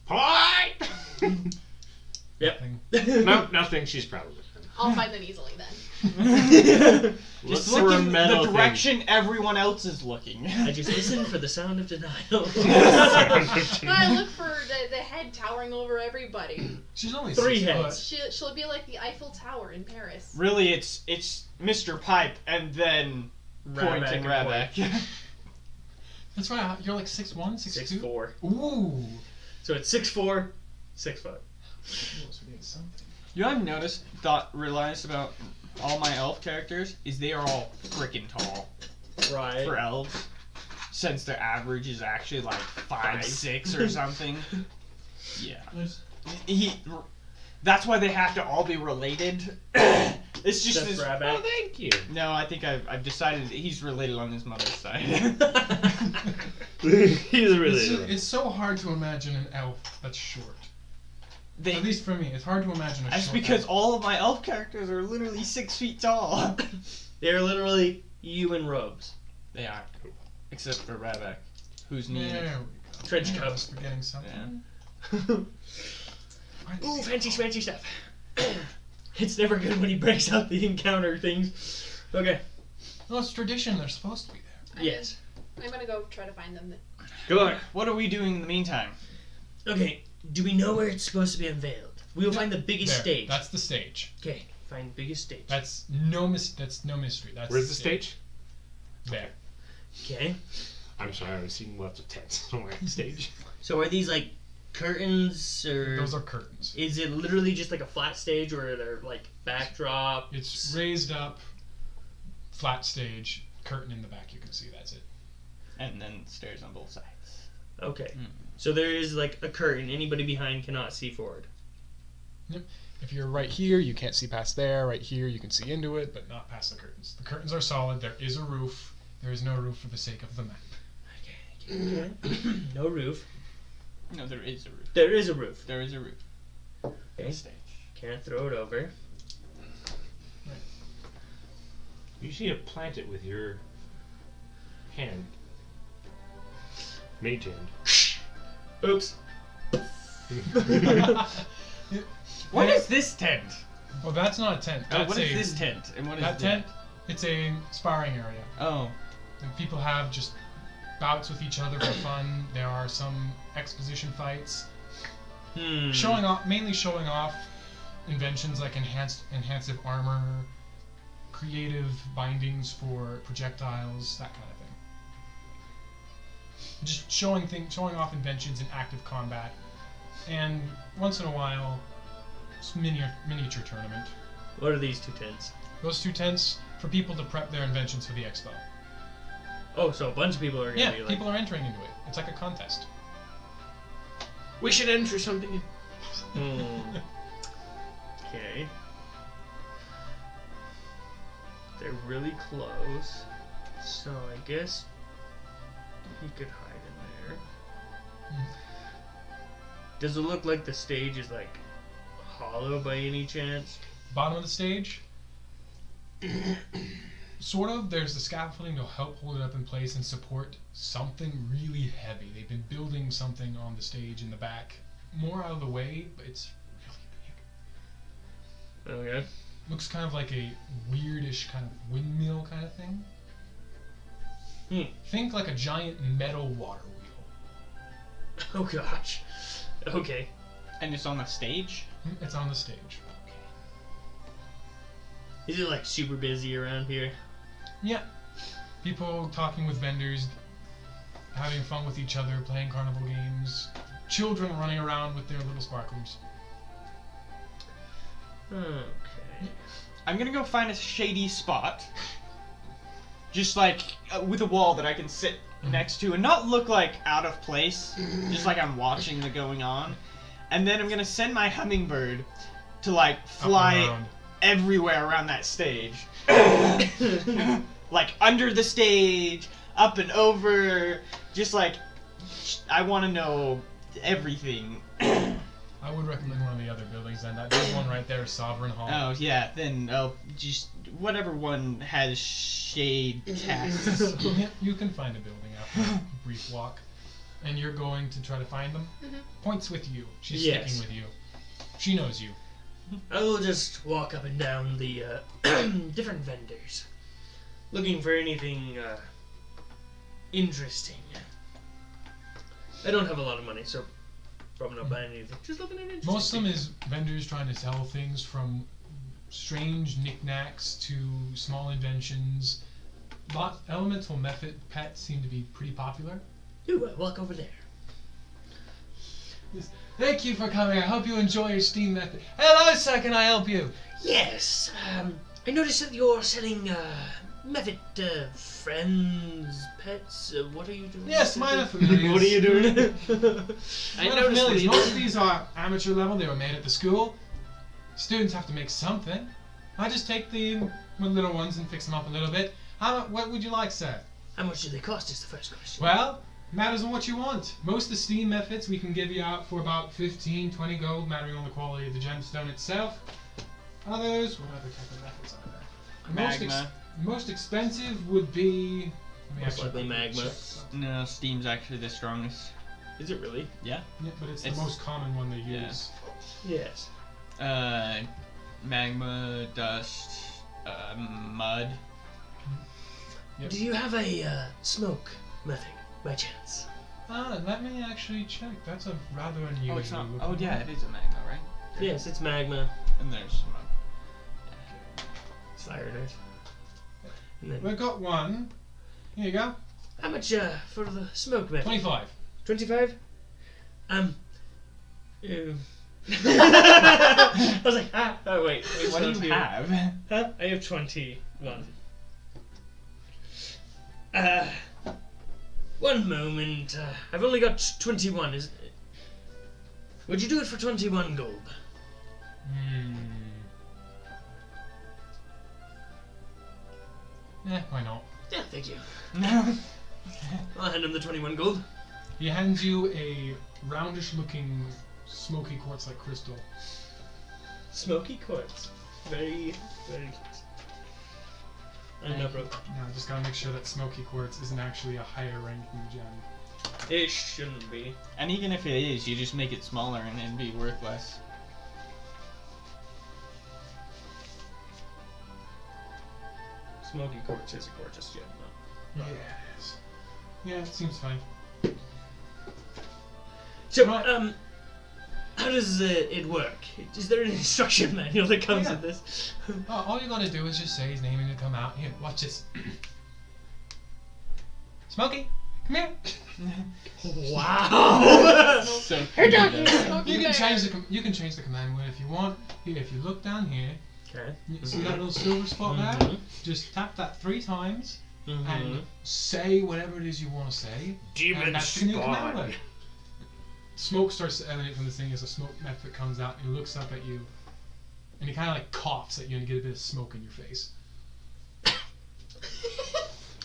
[SPEAKER 6] her room. Point!
[SPEAKER 1] Nothing.
[SPEAKER 6] no, nothing. She's probably.
[SPEAKER 3] I'll find them easily then.
[SPEAKER 6] Look
[SPEAKER 4] Just
[SPEAKER 6] for
[SPEAKER 4] look
[SPEAKER 6] a
[SPEAKER 4] in
[SPEAKER 6] metal
[SPEAKER 4] the
[SPEAKER 6] thing.
[SPEAKER 4] direction everyone else is looking.
[SPEAKER 2] I just listen for the sound of denial.
[SPEAKER 3] But
[SPEAKER 6] Sound
[SPEAKER 3] I
[SPEAKER 6] of
[SPEAKER 3] look for the, the head towering over everybody.
[SPEAKER 1] She's only
[SPEAKER 2] Three
[SPEAKER 1] six
[SPEAKER 2] heads.
[SPEAKER 3] She, she'll be like the Eiffel Tower in Paris.
[SPEAKER 4] Really, it's it's Mr. Pipe and then Point and Rabak.
[SPEAKER 1] Foot. That's right. You're like six one, six
[SPEAKER 2] Six
[SPEAKER 1] two.
[SPEAKER 2] four.
[SPEAKER 1] Ooh.
[SPEAKER 2] So it's six four, six five.
[SPEAKER 4] You know what I've noticed, thought, realized about all my elf characters is they are all freaking tall
[SPEAKER 2] Right.
[SPEAKER 4] for elves, since their average is actually like five
[SPEAKER 2] Five.
[SPEAKER 4] six or something. yeah. He. That's why they have to all be related. It's just
[SPEAKER 2] Just
[SPEAKER 4] this.
[SPEAKER 2] grab
[SPEAKER 5] Oh,
[SPEAKER 2] it.
[SPEAKER 5] thank you.
[SPEAKER 4] No, I think I've, I've decided he's related on his mother's side.
[SPEAKER 5] He's
[SPEAKER 1] It's,
[SPEAKER 5] really.
[SPEAKER 1] ju- it's so hard to imagine an elf that's short. At
[SPEAKER 4] they,
[SPEAKER 1] least for me, it's hard to imagine a
[SPEAKER 4] that's
[SPEAKER 1] short
[SPEAKER 4] because
[SPEAKER 1] elf.
[SPEAKER 4] all of my elf characters are literally six feet tall.
[SPEAKER 2] They're literally you in robes.
[SPEAKER 4] they are, except for Rabak, who's needed.
[SPEAKER 1] There we go.
[SPEAKER 2] Trench
[SPEAKER 1] Man, I was
[SPEAKER 2] coat.
[SPEAKER 1] forgetting something.
[SPEAKER 4] Yeah.
[SPEAKER 1] Why-
[SPEAKER 2] Ooh, fancy fancy stuff. it's never good when he breaks out the encounter things. Okay.
[SPEAKER 1] No, it's tradition. They're supposed to be there.
[SPEAKER 3] I'm-
[SPEAKER 2] Yes.
[SPEAKER 3] I'm gonna go try to find them. Then.
[SPEAKER 5] Good luck.
[SPEAKER 4] What are we doing in the meantime?
[SPEAKER 2] Okay. Do we know where it's supposed to be unveiled? We will find the biggest
[SPEAKER 1] There,
[SPEAKER 2] stage.
[SPEAKER 1] That's the stage.
[SPEAKER 2] Okay. Find biggest stage.
[SPEAKER 1] That's no mis- That's no mystery. That's
[SPEAKER 5] Where's the stage?
[SPEAKER 1] There.
[SPEAKER 2] Okay.
[SPEAKER 5] I'm sorry, I've seen lots of tents. Don't worry, stage.
[SPEAKER 2] So are these like curtains or
[SPEAKER 1] Those are curtains.
[SPEAKER 2] is it literally just like a flat stage or are there like backdrop?
[SPEAKER 1] It's raised up, flat stage, curtain in the back. You can see. That's it.
[SPEAKER 4] And then stairs on both sides.
[SPEAKER 2] Okay.
[SPEAKER 4] Mm.
[SPEAKER 2] So there is like a curtain. Anybody behind cannot see forward.
[SPEAKER 1] If you're right here, you can't see past there. Right here, you can see into it, but not past the curtains. The curtains are solid. There is a roof. There is no roof for the sake of the map.
[SPEAKER 2] Okay. no roof.
[SPEAKER 4] No, there is a roof.
[SPEAKER 2] There is a roof.
[SPEAKER 4] There is a roof.
[SPEAKER 2] Okay.
[SPEAKER 4] Stage.
[SPEAKER 2] Can't throw it over.
[SPEAKER 5] You should have plant it with your hand. Mage
[SPEAKER 2] Oops.
[SPEAKER 5] hand.
[SPEAKER 4] What
[SPEAKER 1] Hey.
[SPEAKER 4] is this tent?
[SPEAKER 1] Well, that's not a tent.
[SPEAKER 4] Oh,
[SPEAKER 1] That's
[SPEAKER 4] what is
[SPEAKER 1] a,
[SPEAKER 4] this tent? And what is
[SPEAKER 1] That
[SPEAKER 4] this?
[SPEAKER 1] tent. It's a sparring area.
[SPEAKER 4] Oh,
[SPEAKER 1] And people have just bouts with each other for fun. There are some exposition fights,
[SPEAKER 2] Hmm.
[SPEAKER 1] showing off, mainly showing off inventions like enhanced, enhanced armor, creative bindings for projectiles, that kind of thing. Just showing thing, showing off inventions in active combat, and once in a while, s- miniature miniature tournament.
[SPEAKER 2] What are these two tents?
[SPEAKER 1] Those two tents for people to prep their inventions for the expo.
[SPEAKER 2] Oh, so a bunch of people are gonna
[SPEAKER 1] Yeah,
[SPEAKER 2] be like.
[SPEAKER 1] people are entering into it. It's like a contest.
[SPEAKER 5] we should enter something.
[SPEAKER 2] Hmm. Okay. They're really close. So I guess he could hide in there.
[SPEAKER 1] Mm.
[SPEAKER 2] Does it look like the stage is like hollow by any chance?
[SPEAKER 1] bottom of the stage. sort of, there's the scaffolding to help hold it up in place and support something really heavy. They've been building something on the stage in the back, more out of the way, but it's really big.
[SPEAKER 2] Okay.
[SPEAKER 1] Looks kind of like a weirdish kind of windmill kind of thing.
[SPEAKER 2] Hmm.
[SPEAKER 1] Think like a giant metal water wheel.
[SPEAKER 2] Oh gosh. Okay.
[SPEAKER 4] and it's on the stage.
[SPEAKER 1] Hmm, It's on the stage.
[SPEAKER 2] Is it like super busy around here?
[SPEAKER 1] People talking with vendors, having fun with each other, playing carnival games, children running around with their little sparklers.
[SPEAKER 2] Okay.
[SPEAKER 4] I'm gonna go find a shady spot, just like uh, with a wall that I can sit next to and not look like out of place, just like I'm watching the going on. And then I'm gonna send my hummingbird to like
[SPEAKER 1] Up and
[SPEAKER 4] fly
[SPEAKER 1] around.
[SPEAKER 4] everywhere around that stage. like under the stage, up and over, just like I want to know everything. Oh,
[SPEAKER 1] I would recommend one of the other buildings, and that big one right there is Sovereign Hall.
[SPEAKER 4] Oh yeah, then oh just whatever one has shade casts.
[SPEAKER 1] Yeah, you can find a building after a brief walk, and you're going to try to find them.
[SPEAKER 3] Mhm.
[SPEAKER 1] Points with you. She's
[SPEAKER 2] Yes.
[SPEAKER 1] sticking with you. She knows you.
[SPEAKER 2] I will just walk up and down the uh, different vendors, looking for anything uh, interesting. I don't have a lot of money, so probably not buying anything. Just looking at interesting.
[SPEAKER 1] Most of them
[SPEAKER 2] things.
[SPEAKER 1] is vendors trying to sell things from strange knickknacks to small inventions. Lot elemental method pets seem to be pretty popular.
[SPEAKER 2] Ooh, I walk over there.
[SPEAKER 1] Thank you for coming. I hope you enjoy your steam method. Hello, sir. Can I help you?
[SPEAKER 2] Yes, um, I noticed that you're selling uh, method uh, friends, pets. Uh, what are you doing?
[SPEAKER 1] Yes, mine are familiar.
[SPEAKER 5] what are you doing?
[SPEAKER 1] I
[SPEAKER 4] I
[SPEAKER 1] noticed
[SPEAKER 4] noticed what you
[SPEAKER 1] most of these are amateur level. They were made at the school. Students have to make something. I just take the little ones and fix them up a little bit. How, what would you like, sir?
[SPEAKER 2] How much do they cost? Is the first question.
[SPEAKER 1] Well, matters on what you want. Most of the steam methods we can give you out for about 15, 20 gold, mattering on the quality of the gemstone itself. Others, what other type of methods are there? Most, ex-
[SPEAKER 4] Magma.
[SPEAKER 1] most expensive would be. let me
[SPEAKER 2] Most
[SPEAKER 1] actually
[SPEAKER 2] likely magma.
[SPEAKER 1] check something.
[SPEAKER 4] No, steam's actually the strongest.
[SPEAKER 2] Is it really?
[SPEAKER 1] Yeah, but it's,
[SPEAKER 4] It's-
[SPEAKER 1] the most common one they
[SPEAKER 4] yeah.
[SPEAKER 1] use.
[SPEAKER 2] Yes.
[SPEAKER 4] Uh, magma, dust, uh, mud.
[SPEAKER 1] Yep.
[SPEAKER 2] Do you have a uh, smoke method by chance?
[SPEAKER 1] Ah, let me actually check. That's a rather unusual.
[SPEAKER 4] Oh, it's not. Oh,
[SPEAKER 1] looking
[SPEAKER 4] yeah,
[SPEAKER 1] one.
[SPEAKER 4] it is a magma, right?
[SPEAKER 2] Yes, it's magma.
[SPEAKER 4] And there's smoke.
[SPEAKER 2] It's fire and earth. And then,
[SPEAKER 1] We've got one. Here you go.
[SPEAKER 2] how much uh, for the smoke method?
[SPEAKER 1] 25.
[SPEAKER 2] Twenty-five. Um. ew. I was like, ah, oh wait. it's
[SPEAKER 4] What do
[SPEAKER 2] not
[SPEAKER 4] you have?
[SPEAKER 2] Huh? I have 21. Uh, one moment. Uh, I've only got 21, is Would you do it for 21 gold?
[SPEAKER 1] Hmm. Eh, why not?
[SPEAKER 2] Yeah, thank you.
[SPEAKER 4] No.
[SPEAKER 2] I'll hand him the 21 gold.
[SPEAKER 1] He hands you a roundish looking smoky quartz like crystal.
[SPEAKER 2] Smoky quartz. Very, very cute. And no broke.
[SPEAKER 1] Now I just gotta make sure that smoky quartz isn't actually a higher ranking gem.
[SPEAKER 2] It shouldn't be.
[SPEAKER 4] And even if it is, you just make it smaller and it'd be worth less.
[SPEAKER 2] Smoky quartz is a gorgeous gem, though.
[SPEAKER 1] Yes. Yeah, it seems fine.
[SPEAKER 2] So,
[SPEAKER 1] Right.
[SPEAKER 2] um, how does uh, it work? Is there an instruction manual that comes
[SPEAKER 1] yeah.
[SPEAKER 2] with this?
[SPEAKER 1] Oh, all you gotta do is just say his name and it'll come out. Here, watch this. Smoky, come here.
[SPEAKER 2] wow!
[SPEAKER 4] So
[SPEAKER 1] You can change the com- you can change the command word if you want. Here, if you look down here,
[SPEAKER 2] okay.
[SPEAKER 1] you see that little silver spot
[SPEAKER 2] Mm-hmm.
[SPEAKER 1] there? Just tap that three times. and say whatever it is you want to say. and that's the new command word. Smoke starts to emanate from this thing as a smoke method comes out and he looks up at you. And he kind of like coughs at you and you get a bit of smoke in your face.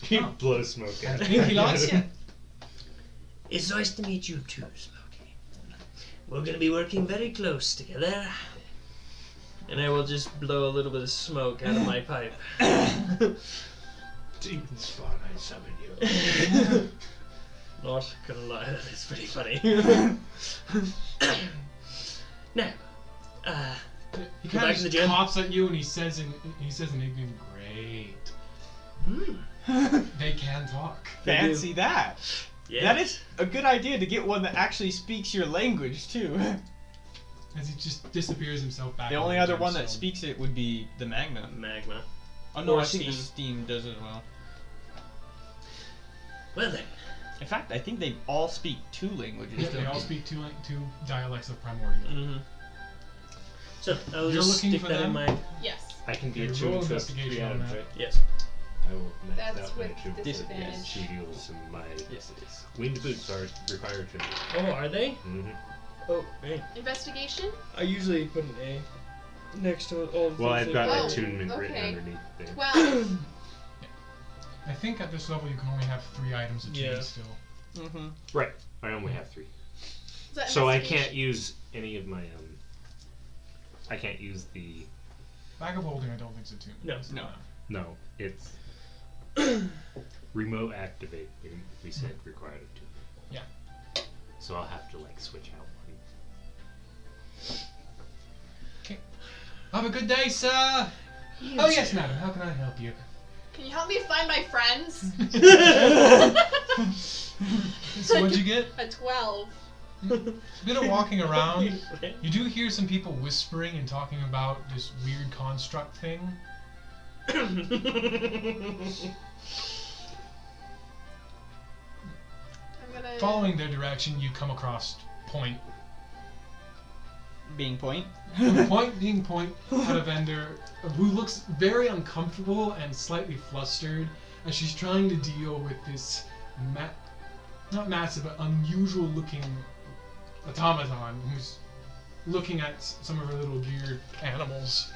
[SPEAKER 6] He
[SPEAKER 1] Oh.
[SPEAKER 6] blows smoke
[SPEAKER 1] I
[SPEAKER 6] at
[SPEAKER 1] think he likes you.
[SPEAKER 2] It's nice to meet you too, Smokey. We're gonna be working very close together. And I will just blow a little bit of smoke out of my pipe.
[SPEAKER 6] Demon spawn, I summon you.
[SPEAKER 2] Not gonna lie, that is pretty funny. now, uh,
[SPEAKER 1] He
[SPEAKER 2] Go
[SPEAKER 1] kind
[SPEAKER 2] back
[SPEAKER 1] of
[SPEAKER 2] to the
[SPEAKER 1] just
[SPEAKER 2] gym.
[SPEAKER 1] coughs at you and he says in he says in Ignan, great.
[SPEAKER 2] hmm,
[SPEAKER 1] They can talk.
[SPEAKER 4] Fancy that.
[SPEAKER 2] yeah.
[SPEAKER 4] That is a good idea to get one that actually speaks your language too.
[SPEAKER 1] As he just disappears himself back.
[SPEAKER 4] The
[SPEAKER 1] into
[SPEAKER 4] only
[SPEAKER 1] the
[SPEAKER 4] other
[SPEAKER 1] gym,
[SPEAKER 4] one that
[SPEAKER 1] so-
[SPEAKER 4] speaks it would be the magma.
[SPEAKER 2] magma.
[SPEAKER 4] Oh no,
[SPEAKER 2] Or
[SPEAKER 4] I think the
[SPEAKER 2] steam.
[SPEAKER 4] steam does as well.
[SPEAKER 2] Well then,
[SPEAKER 4] In fact, I think they all speak two languages.
[SPEAKER 1] Yeah, they
[SPEAKER 4] don't
[SPEAKER 1] all speak two like, two dialects of primordial.
[SPEAKER 2] hmm so I'll
[SPEAKER 1] You're
[SPEAKER 2] just
[SPEAKER 1] looking
[SPEAKER 2] stick
[SPEAKER 1] for
[SPEAKER 2] that
[SPEAKER 1] them?
[SPEAKER 2] in my
[SPEAKER 3] Yes.
[SPEAKER 6] I can
[SPEAKER 1] Okay,
[SPEAKER 6] be a two
[SPEAKER 1] roll
[SPEAKER 6] and trust
[SPEAKER 1] investigation
[SPEAKER 6] three
[SPEAKER 1] on
[SPEAKER 6] out of
[SPEAKER 1] that.
[SPEAKER 6] it.
[SPEAKER 2] yes.
[SPEAKER 6] I will match
[SPEAKER 3] That's
[SPEAKER 6] that my
[SPEAKER 3] with
[SPEAKER 6] two with
[SPEAKER 3] disadvantage.
[SPEAKER 6] shields and my
[SPEAKER 4] Yes, it is.
[SPEAKER 6] winged boots are required to.
[SPEAKER 2] Oh, are they?
[SPEAKER 6] Mm-hmm.
[SPEAKER 2] Oh, hey.
[SPEAKER 3] Investigation?
[SPEAKER 2] I usually put an A next to all the
[SPEAKER 6] Well, I've got
[SPEAKER 3] Oh,
[SPEAKER 6] attunement written
[SPEAKER 3] okay.
[SPEAKER 6] underneath there.
[SPEAKER 3] Twelve.
[SPEAKER 1] I think at this level you can only have three items of
[SPEAKER 2] Yeah.
[SPEAKER 1] yeah. still.
[SPEAKER 4] Mm-hmm.
[SPEAKER 6] I only have three,
[SPEAKER 3] Is that
[SPEAKER 6] so I can't
[SPEAKER 3] investigation?
[SPEAKER 6] use any of my um. I can't use the
[SPEAKER 1] Bag of holding, I don't think's a tune.
[SPEAKER 2] No.
[SPEAKER 4] No.
[SPEAKER 6] no. It's remote activate. We, we said required of two.
[SPEAKER 1] Yeah.
[SPEAKER 6] So I'll have to like switch out one.
[SPEAKER 1] Have a good day, sir. oh yes, madam. How can I help you?
[SPEAKER 3] Can you help me find my friends?
[SPEAKER 1] So what'd you get?
[SPEAKER 3] A twelve.
[SPEAKER 1] A bit of walking around. You do hear some people whispering and talking about this weird construct thing.
[SPEAKER 3] I'm gonna
[SPEAKER 1] Following their direction, you come across Point.
[SPEAKER 4] Being point.
[SPEAKER 1] Point being Point at a vendor who looks very uncomfortable and slightly flustered as she's trying to deal with this ma- not massive but unusual looking automaton who's looking at s- some of her little geared animals.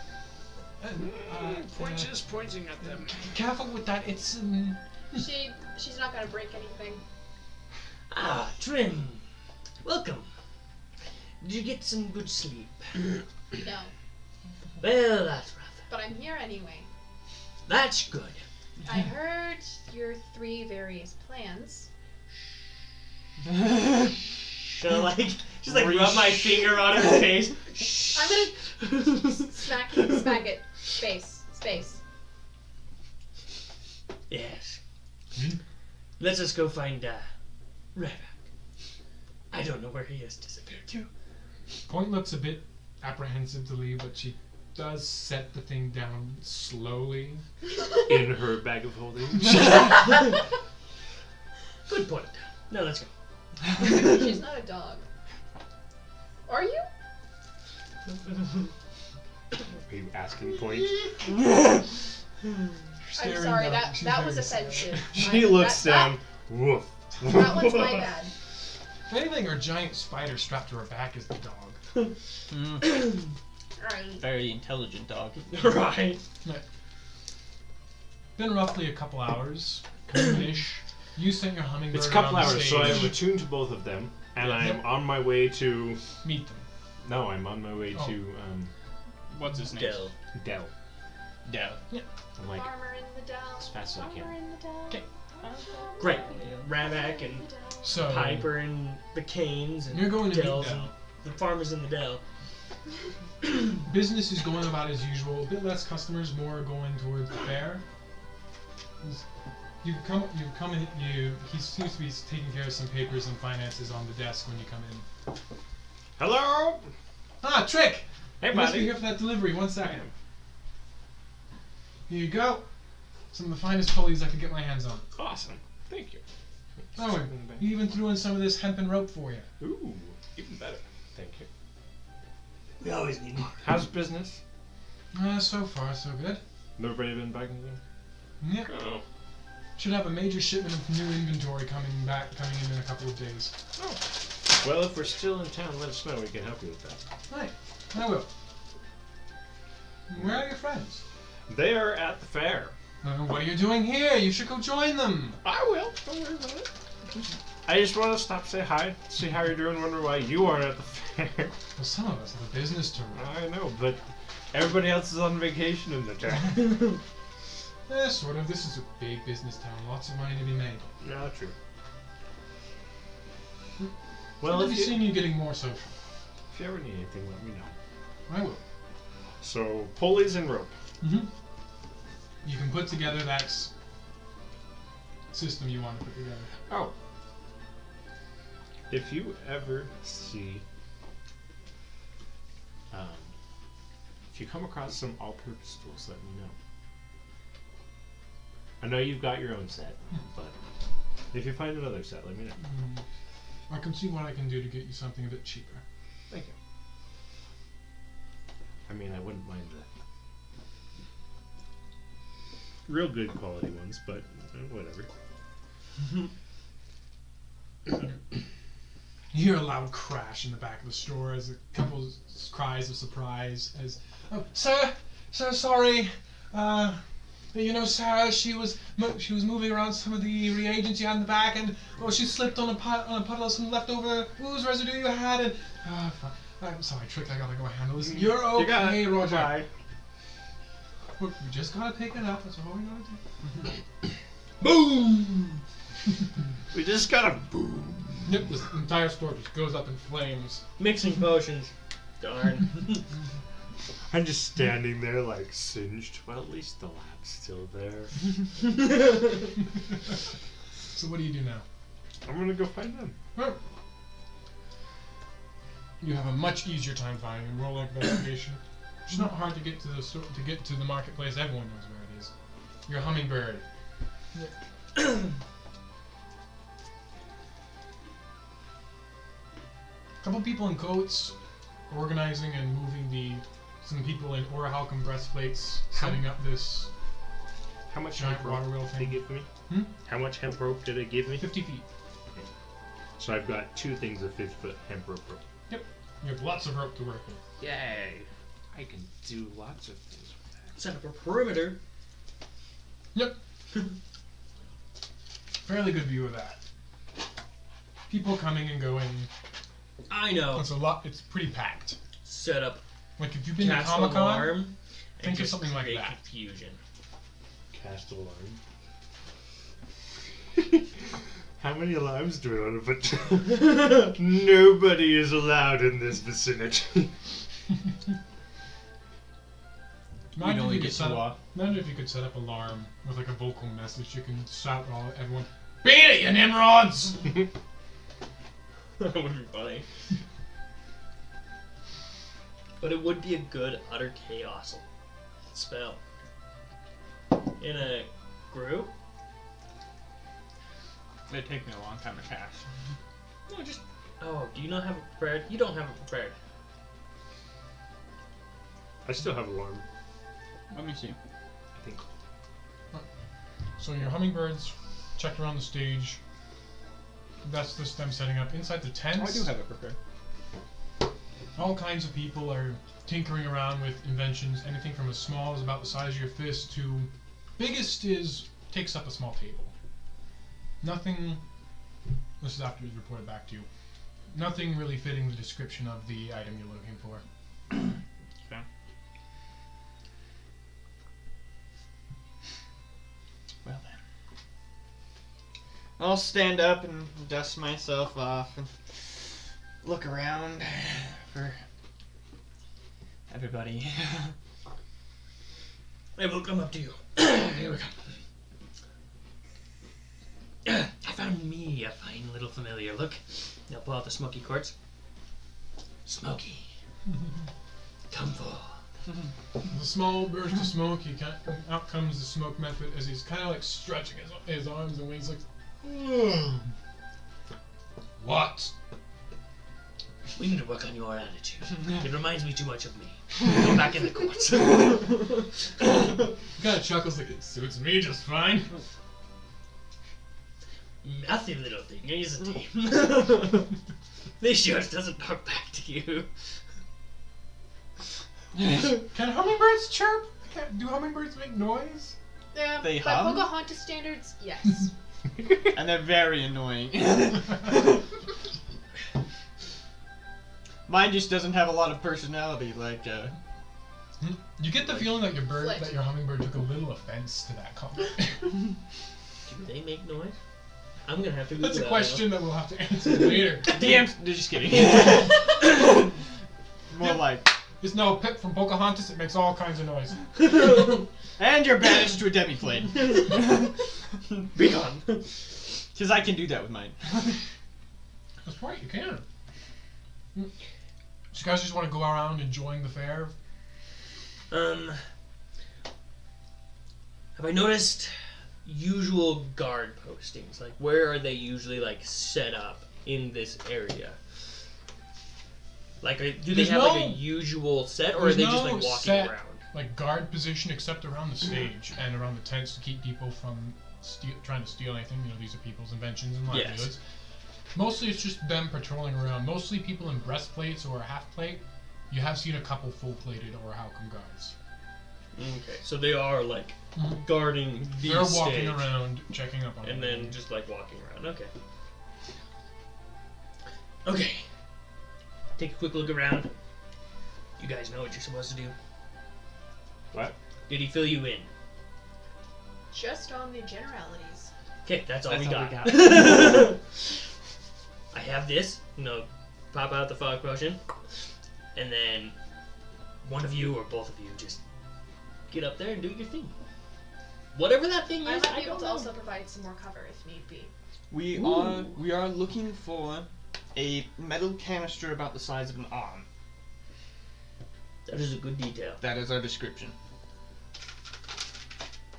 [SPEAKER 1] And, uh,
[SPEAKER 8] Point
[SPEAKER 1] uh,
[SPEAKER 8] is pointing at them.
[SPEAKER 1] careful with that. It's um,
[SPEAKER 3] She she's not gonna break anything.
[SPEAKER 2] Ah, Trim. Welcome. Did you get some good sleep?
[SPEAKER 3] No,
[SPEAKER 2] Well, that's rough.
[SPEAKER 3] but I'm here anyway.
[SPEAKER 2] That's good.
[SPEAKER 3] I heard your three various plans.
[SPEAKER 2] Should I like just like rub my finger on her face?
[SPEAKER 3] I'm gonna smack smack it. Space space.
[SPEAKER 2] Yes. Let us go find uh, Ryback. I don't know where he has disappeared to.
[SPEAKER 1] Point looks a bit apprehensive to leave, but she does set the thing down slowly.
[SPEAKER 6] in her bag of holding.
[SPEAKER 2] Good point. Now let's go.
[SPEAKER 3] She's not a dog. Are you?
[SPEAKER 6] Are you asking point?
[SPEAKER 3] I'm
[SPEAKER 1] Staring
[SPEAKER 3] sorry.
[SPEAKER 1] down.
[SPEAKER 3] That
[SPEAKER 1] She's
[SPEAKER 3] that
[SPEAKER 1] very
[SPEAKER 3] was
[SPEAKER 1] sad.
[SPEAKER 3] offensive.
[SPEAKER 6] She
[SPEAKER 3] I-
[SPEAKER 6] looks
[SPEAKER 3] that-
[SPEAKER 6] down. Woof.
[SPEAKER 3] That, that one's my bad.
[SPEAKER 1] If anything, her giant spider strapped to her back is the dog.
[SPEAKER 4] Mm,
[SPEAKER 3] Right.
[SPEAKER 4] very intelligent dog.
[SPEAKER 2] right.
[SPEAKER 1] Been roughly a couple hours, ish. You sent your hummingbird.
[SPEAKER 6] It's a couple
[SPEAKER 1] around the
[SPEAKER 6] hours, so I am
[SPEAKER 1] stage.
[SPEAKER 6] attuned to both of them, and
[SPEAKER 1] Yeah.
[SPEAKER 6] I am on my way to.
[SPEAKER 1] meet them.
[SPEAKER 6] No, I'm on my way
[SPEAKER 1] Oh.
[SPEAKER 6] to um,
[SPEAKER 4] What's his name?
[SPEAKER 2] Dell.
[SPEAKER 6] Dell.
[SPEAKER 4] Dell.
[SPEAKER 6] I'm like
[SPEAKER 3] Farmer in the Dell.
[SPEAKER 6] as fast as I
[SPEAKER 3] Farmer
[SPEAKER 6] can.
[SPEAKER 3] in the Dell.
[SPEAKER 1] Okay.
[SPEAKER 2] Great. Ryback and
[SPEAKER 1] So
[SPEAKER 2] Piper and the Canes and
[SPEAKER 1] You're going to meet
[SPEAKER 2] Dells
[SPEAKER 1] Dell.
[SPEAKER 2] and the farmers in the Dell.
[SPEAKER 1] business is going about as usual. A bit less customers, more going towards the fair. He's- You've come, you've come in. You he seems to be taking care of some papers and finances on the desk when you come in.
[SPEAKER 6] Hello.
[SPEAKER 1] Ah, trick!
[SPEAKER 6] Hey,
[SPEAKER 1] You must be
[SPEAKER 6] buddy.
[SPEAKER 1] here for that delivery. One second. Here you go. Some of the finest pulleys I could get my hands on.
[SPEAKER 6] Awesome. Thank you.
[SPEAKER 1] Oh, he even threw in some of this hempen rope for you.
[SPEAKER 6] Ooh, even better. Thank you.
[SPEAKER 2] We always need more.
[SPEAKER 6] How's business?
[SPEAKER 1] Ah, so far so good.
[SPEAKER 6] Nobody been back in there?
[SPEAKER 1] Yeah.
[SPEAKER 6] Oh.
[SPEAKER 1] Should have a major shipment of new inventory coming back, coming in in a couple of days.
[SPEAKER 6] Well, if we're still in town, let us know. We can help you with that.
[SPEAKER 1] Right. I will. Where are your friends?
[SPEAKER 6] They are at the fair.
[SPEAKER 1] Uh, what are you doing here? You should go join them.
[SPEAKER 6] I will. Don't worry about it. I just want to stop, say hi, see how you're doing, wonder why you aren't at the fair.
[SPEAKER 1] Well, some of us have a business to run.
[SPEAKER 6] I know, but everybody else is on vacation in the town.
[SPEAKER 1] Eh, sort of. This is a big business town. Lots of money to be made.
[SPEAKER 6] Not true.
[SPEAKER 1] Well,
[SPEAKER 6] Well,
[SPEAKER 1] have
[SPEAKER 6] if
[SPEAKER 1] you
[SPEAKER 6] you,
[SPEAKER 1] seen you getting more social?
[SPEAKER 6] if you ever need anything, let me know.
[SPEAKER 1] I will.
[SPEAKER 6] So, pulleys and rope.
[SPEAKER 1] Mm-hmm. You can put together that s- system you want to put together.
[SPEAKER 6] Oh. If you ever see, um, if you come across some all-purpose tools, let me know. I know you've got your own set, but if you find another set, let me know.
[SPEAKER 1] Mm. I can see what I can do to get you something a bit cheaper.
[SPEAKER 6] Thank you. I mean, I wouldn't mind the real good quality ones, but uh, whatever.
[SPEAKER 1] You hear a loud crash in the back of the store as a couple s- cries of surprise as, oh, sir, sir, sorry. Uh, you know, Sarah, she was mo- she was moving around some of the reagents you had in the back, and oh, she slipped on a pot- on a puddle of some leftover ooze residue you had, and uh, fu- I'm sorry, Trick, I gotta go handle this. You're okay,
[SPEAKER 6] Mm-hmm. You got it.
[SPEAKER 1] Roger.
[SPEAKER 6] Bye.
[SPEAKER 1] We we just gotta pick it up. That's all we gotta do.
[SPEAKER 6] Boom! we just got a boom.
[SPEAKER 1] Yep, this entire store just goes up in flames.
[SPEAKER 2] Mixing potions. Darn.
[SPEAKER 6] I'm just standing there like singed. Well, at least the lab's still there.
[SPEAKER 1] Mm-hmm. So what do you do now?
[SPEAKER 6] I'm gonna go find them.
[SPEAKER 1] Well, Hmm. You have a much easier time finding them. Roll an investigation. It's not hard to get to the store, to get to the marketplace. Everyone knows where it is. Your hummingbird. A couple people in coats organizing and moving the. Some people in Orahalcum breastplates
[SPEAKER 6] How-
[SPEAKER 1] setting up this
[SPEAKER 6] How much
[SPEAKER 1] giant
[SPEAKER 6] hemp rope
[SPEAKER 1] water wheel
[SPEAKER 6] did they
[SPEAKER 1] thing.
[SPEAKER 6] give me?
[SPEAKER 1] Hmm?
[SPEAKER 6] How much hemp rope did they give me?
[SPEAKER 1] 50 feet.
[SPEAKER 6] So I've got two things of 50 foot hemp rope. rope.
[SPEAKER 1] You have lots of rope to work with.
[SPEAKER 6] Yay! I can do lots of things with that.
[SPEAKER 2] set up a perimeter.
[SPEAKER 1] Fairly good view of that. People coming and going.
[SPEAKER 2] I know.
[SPEAKER 1] It's a lot. It's pretty packed.
[SPEAKER 2] Set up
[SPEAKER 1] Like if you've been to
[SPEAKER 2] cast
[SPEAKER 1] Comic Con,
[SPEAKER 2] alarm. and
[SPEAKER 1] think of
[SPEAKER 2] just
[SPEAKER 1] something like
[SPEAKER 2] create
[SPEAKER 1] that.
[SPEAKER 2] Confusion.
[SPEAKER 5] Cast alarm. How many alarms do we want to put? Nobody is allowed in this vicinity.
[SPEAKER 1] imagine if,
[SPEAKER 4] only
[SPEAKER 1] you could
[SPEAKER 4] get
[SPEAKER 1] set
[SPEAKER 4] to
[SPEAKER 1] up, imagine if you could set up alarm with like a vocal message. You can shout at all everyone, "Beat it, you Nimrods!"
[SPEAKER 2] that would be funny. but it would be a good utter chaos spell. In a group?
[SPEAKER 4] It'd take me a long time to cast.
[SPEAKER 2] No, just. Oh, do you not have it prepared? You don't have it prepared.
[SPEAKER 5] I still have alarm.
[SPEAKER 4] Let me see.
[SPEAKER 5] I think.
[SPEAKER 1] So your hummingbirds checked around the stage. That's just them setting up inside the tents.
[SPEAKER 4] it prepared.
[SPEAKER 1] All kinds of people are tinkering around with inventions, anything from as small as about the size of your fist to biggest is takes up a small table. Nothing. This is after it's reported back to you. Nothing really fitting the description of the item you're looking for.
[SPEAKER 4] Well then. I'll stand up and dust myself off and look around for everybody.
[SPEAKER 2] I will come up to you. Here we go. I found me a fine little familiar. Look, now pull out the smoky quartz. Smoky, come forth.
[SPEAKER 1] The small burst of smoke. He kind out comes the smoke method as he's kind of like stretching his, his arms and wings, like, "Ugh." what?
[SPEAKER 2] We need to work on your attitude. It reminds me too much of me. Go back in the quartz. Nothing
[SPEAKER 1] He kind of chuckles like it suits me just fine.
[SPEAKER 2] little thing, isn't he? this yours doesn't talk back to you.
[SPEAKER 1] Can hummingbirds chirp? Can, do hummingbirds make noise?
[SPEAKER 3] Yeah,
[SPEAKER 4] They
[SPEAKER 3] by
[SPEAKER 4] hum?
[SPEAKER 3] Pocahontas standards, yes.
[SPEAKER 4] and they're very annoying. Mine just doesn't have a lot of personality like uh
[SPEAKER 1] You get the feeling that your bird,
[SPEAKER 3] Flit.
[SPEAKER 1] that your hummingbird took a little offense to that comment.
[SPEAKER 2] Do they make noise? I'm gonna have to Google
[SPEAKER 1] That's a
[SPEAKER 2] that now.
[SPEAKER 1] question that we'll have to answer later.
[SPEAKER 4] DMs just kidding. More like
[SPEAKER 1] It's now a pip from Pocahontas. It makes all kinds of noise.
[SPEAKER 4] And you're banished to a demiplane.
[SPEAKER 2] Be gone.
[SPEAKER 4] Because I can do that with mine.
[SPEAKER 1] That's right. You can. Mm. So you guys just want to go around enjoying the fair?
[SPEAKER 2] Um, have I noticed usual guard postings? Like, where are they usually like set up in this area? Like, are, do they
[SPEAKER 1] There's
[SPEAKER 2] have like a
[SPEAKER 1] no-
[SPEAKER 2] usual set, or are
[SPEAKER 1] there's
[SPEAKER 2] they just
[SPEAKER 1] no
[SPEAKER 2] like walking
[SPEAKER 1] set.
[SPEAKER 2] around?
[SPEAKER 1] Like guard position, except around the stage and around the tents to keep people from steal, trying to steal anything. You know, these are people's inventions and
[SPEAKER 2] Yes.
[SPEAKER 1] livelihoods. Mostly, it's just them patrolling around. Mostly, people in breastplates or half plate. You have seen a couple full plated or halcom guards.
[SPEAKER 2] Okay, so they are like
[SPEAKER 1] Mhm.
[SPEAKER 2] guarding the
[SPEAKER 1] They're
[SPEAKER 2] stage
[SPEAKER 1] walking around, checking up on.
[SPEAKER 2] and then
[SPEAKER 1] everything.
[SPEAKER 2] just like walking around. Okay. Okay. Take a quick look around. You guys know what you're supposed to do.
[SPEAKER 5] What?
[SPEAKER 2] Did he fill you in?
[SPEAKER 3] Just on the generalities.
[SPEAKER 2] Okay, that's all
[SPEAKER 4] That's
[SPEAKER 2] we
[SPEAKER 4] all we
[SPEAKER 2] got. I have this. No, pop out the fog potion, and then one of you or both of you just get up there and do your thing. Whatever that thing
[SPEAKER 3] I
[SPEAKER 2] is,
[SPEAKER 3] might
[SPEAKER 2] I,
[SPEAKER 3] be able
[SPEAKER 2] don't
[SPEAKER 3] to
[SPEAKER 2] know.
[SPEAKER 3] also provide some more cover if need be.
[SPEAKER 4] We are we are looking for a metal canister about the size of an arm.
[SPEAKER 2] That is a good detail.
[SPEAKER 4] That is our description.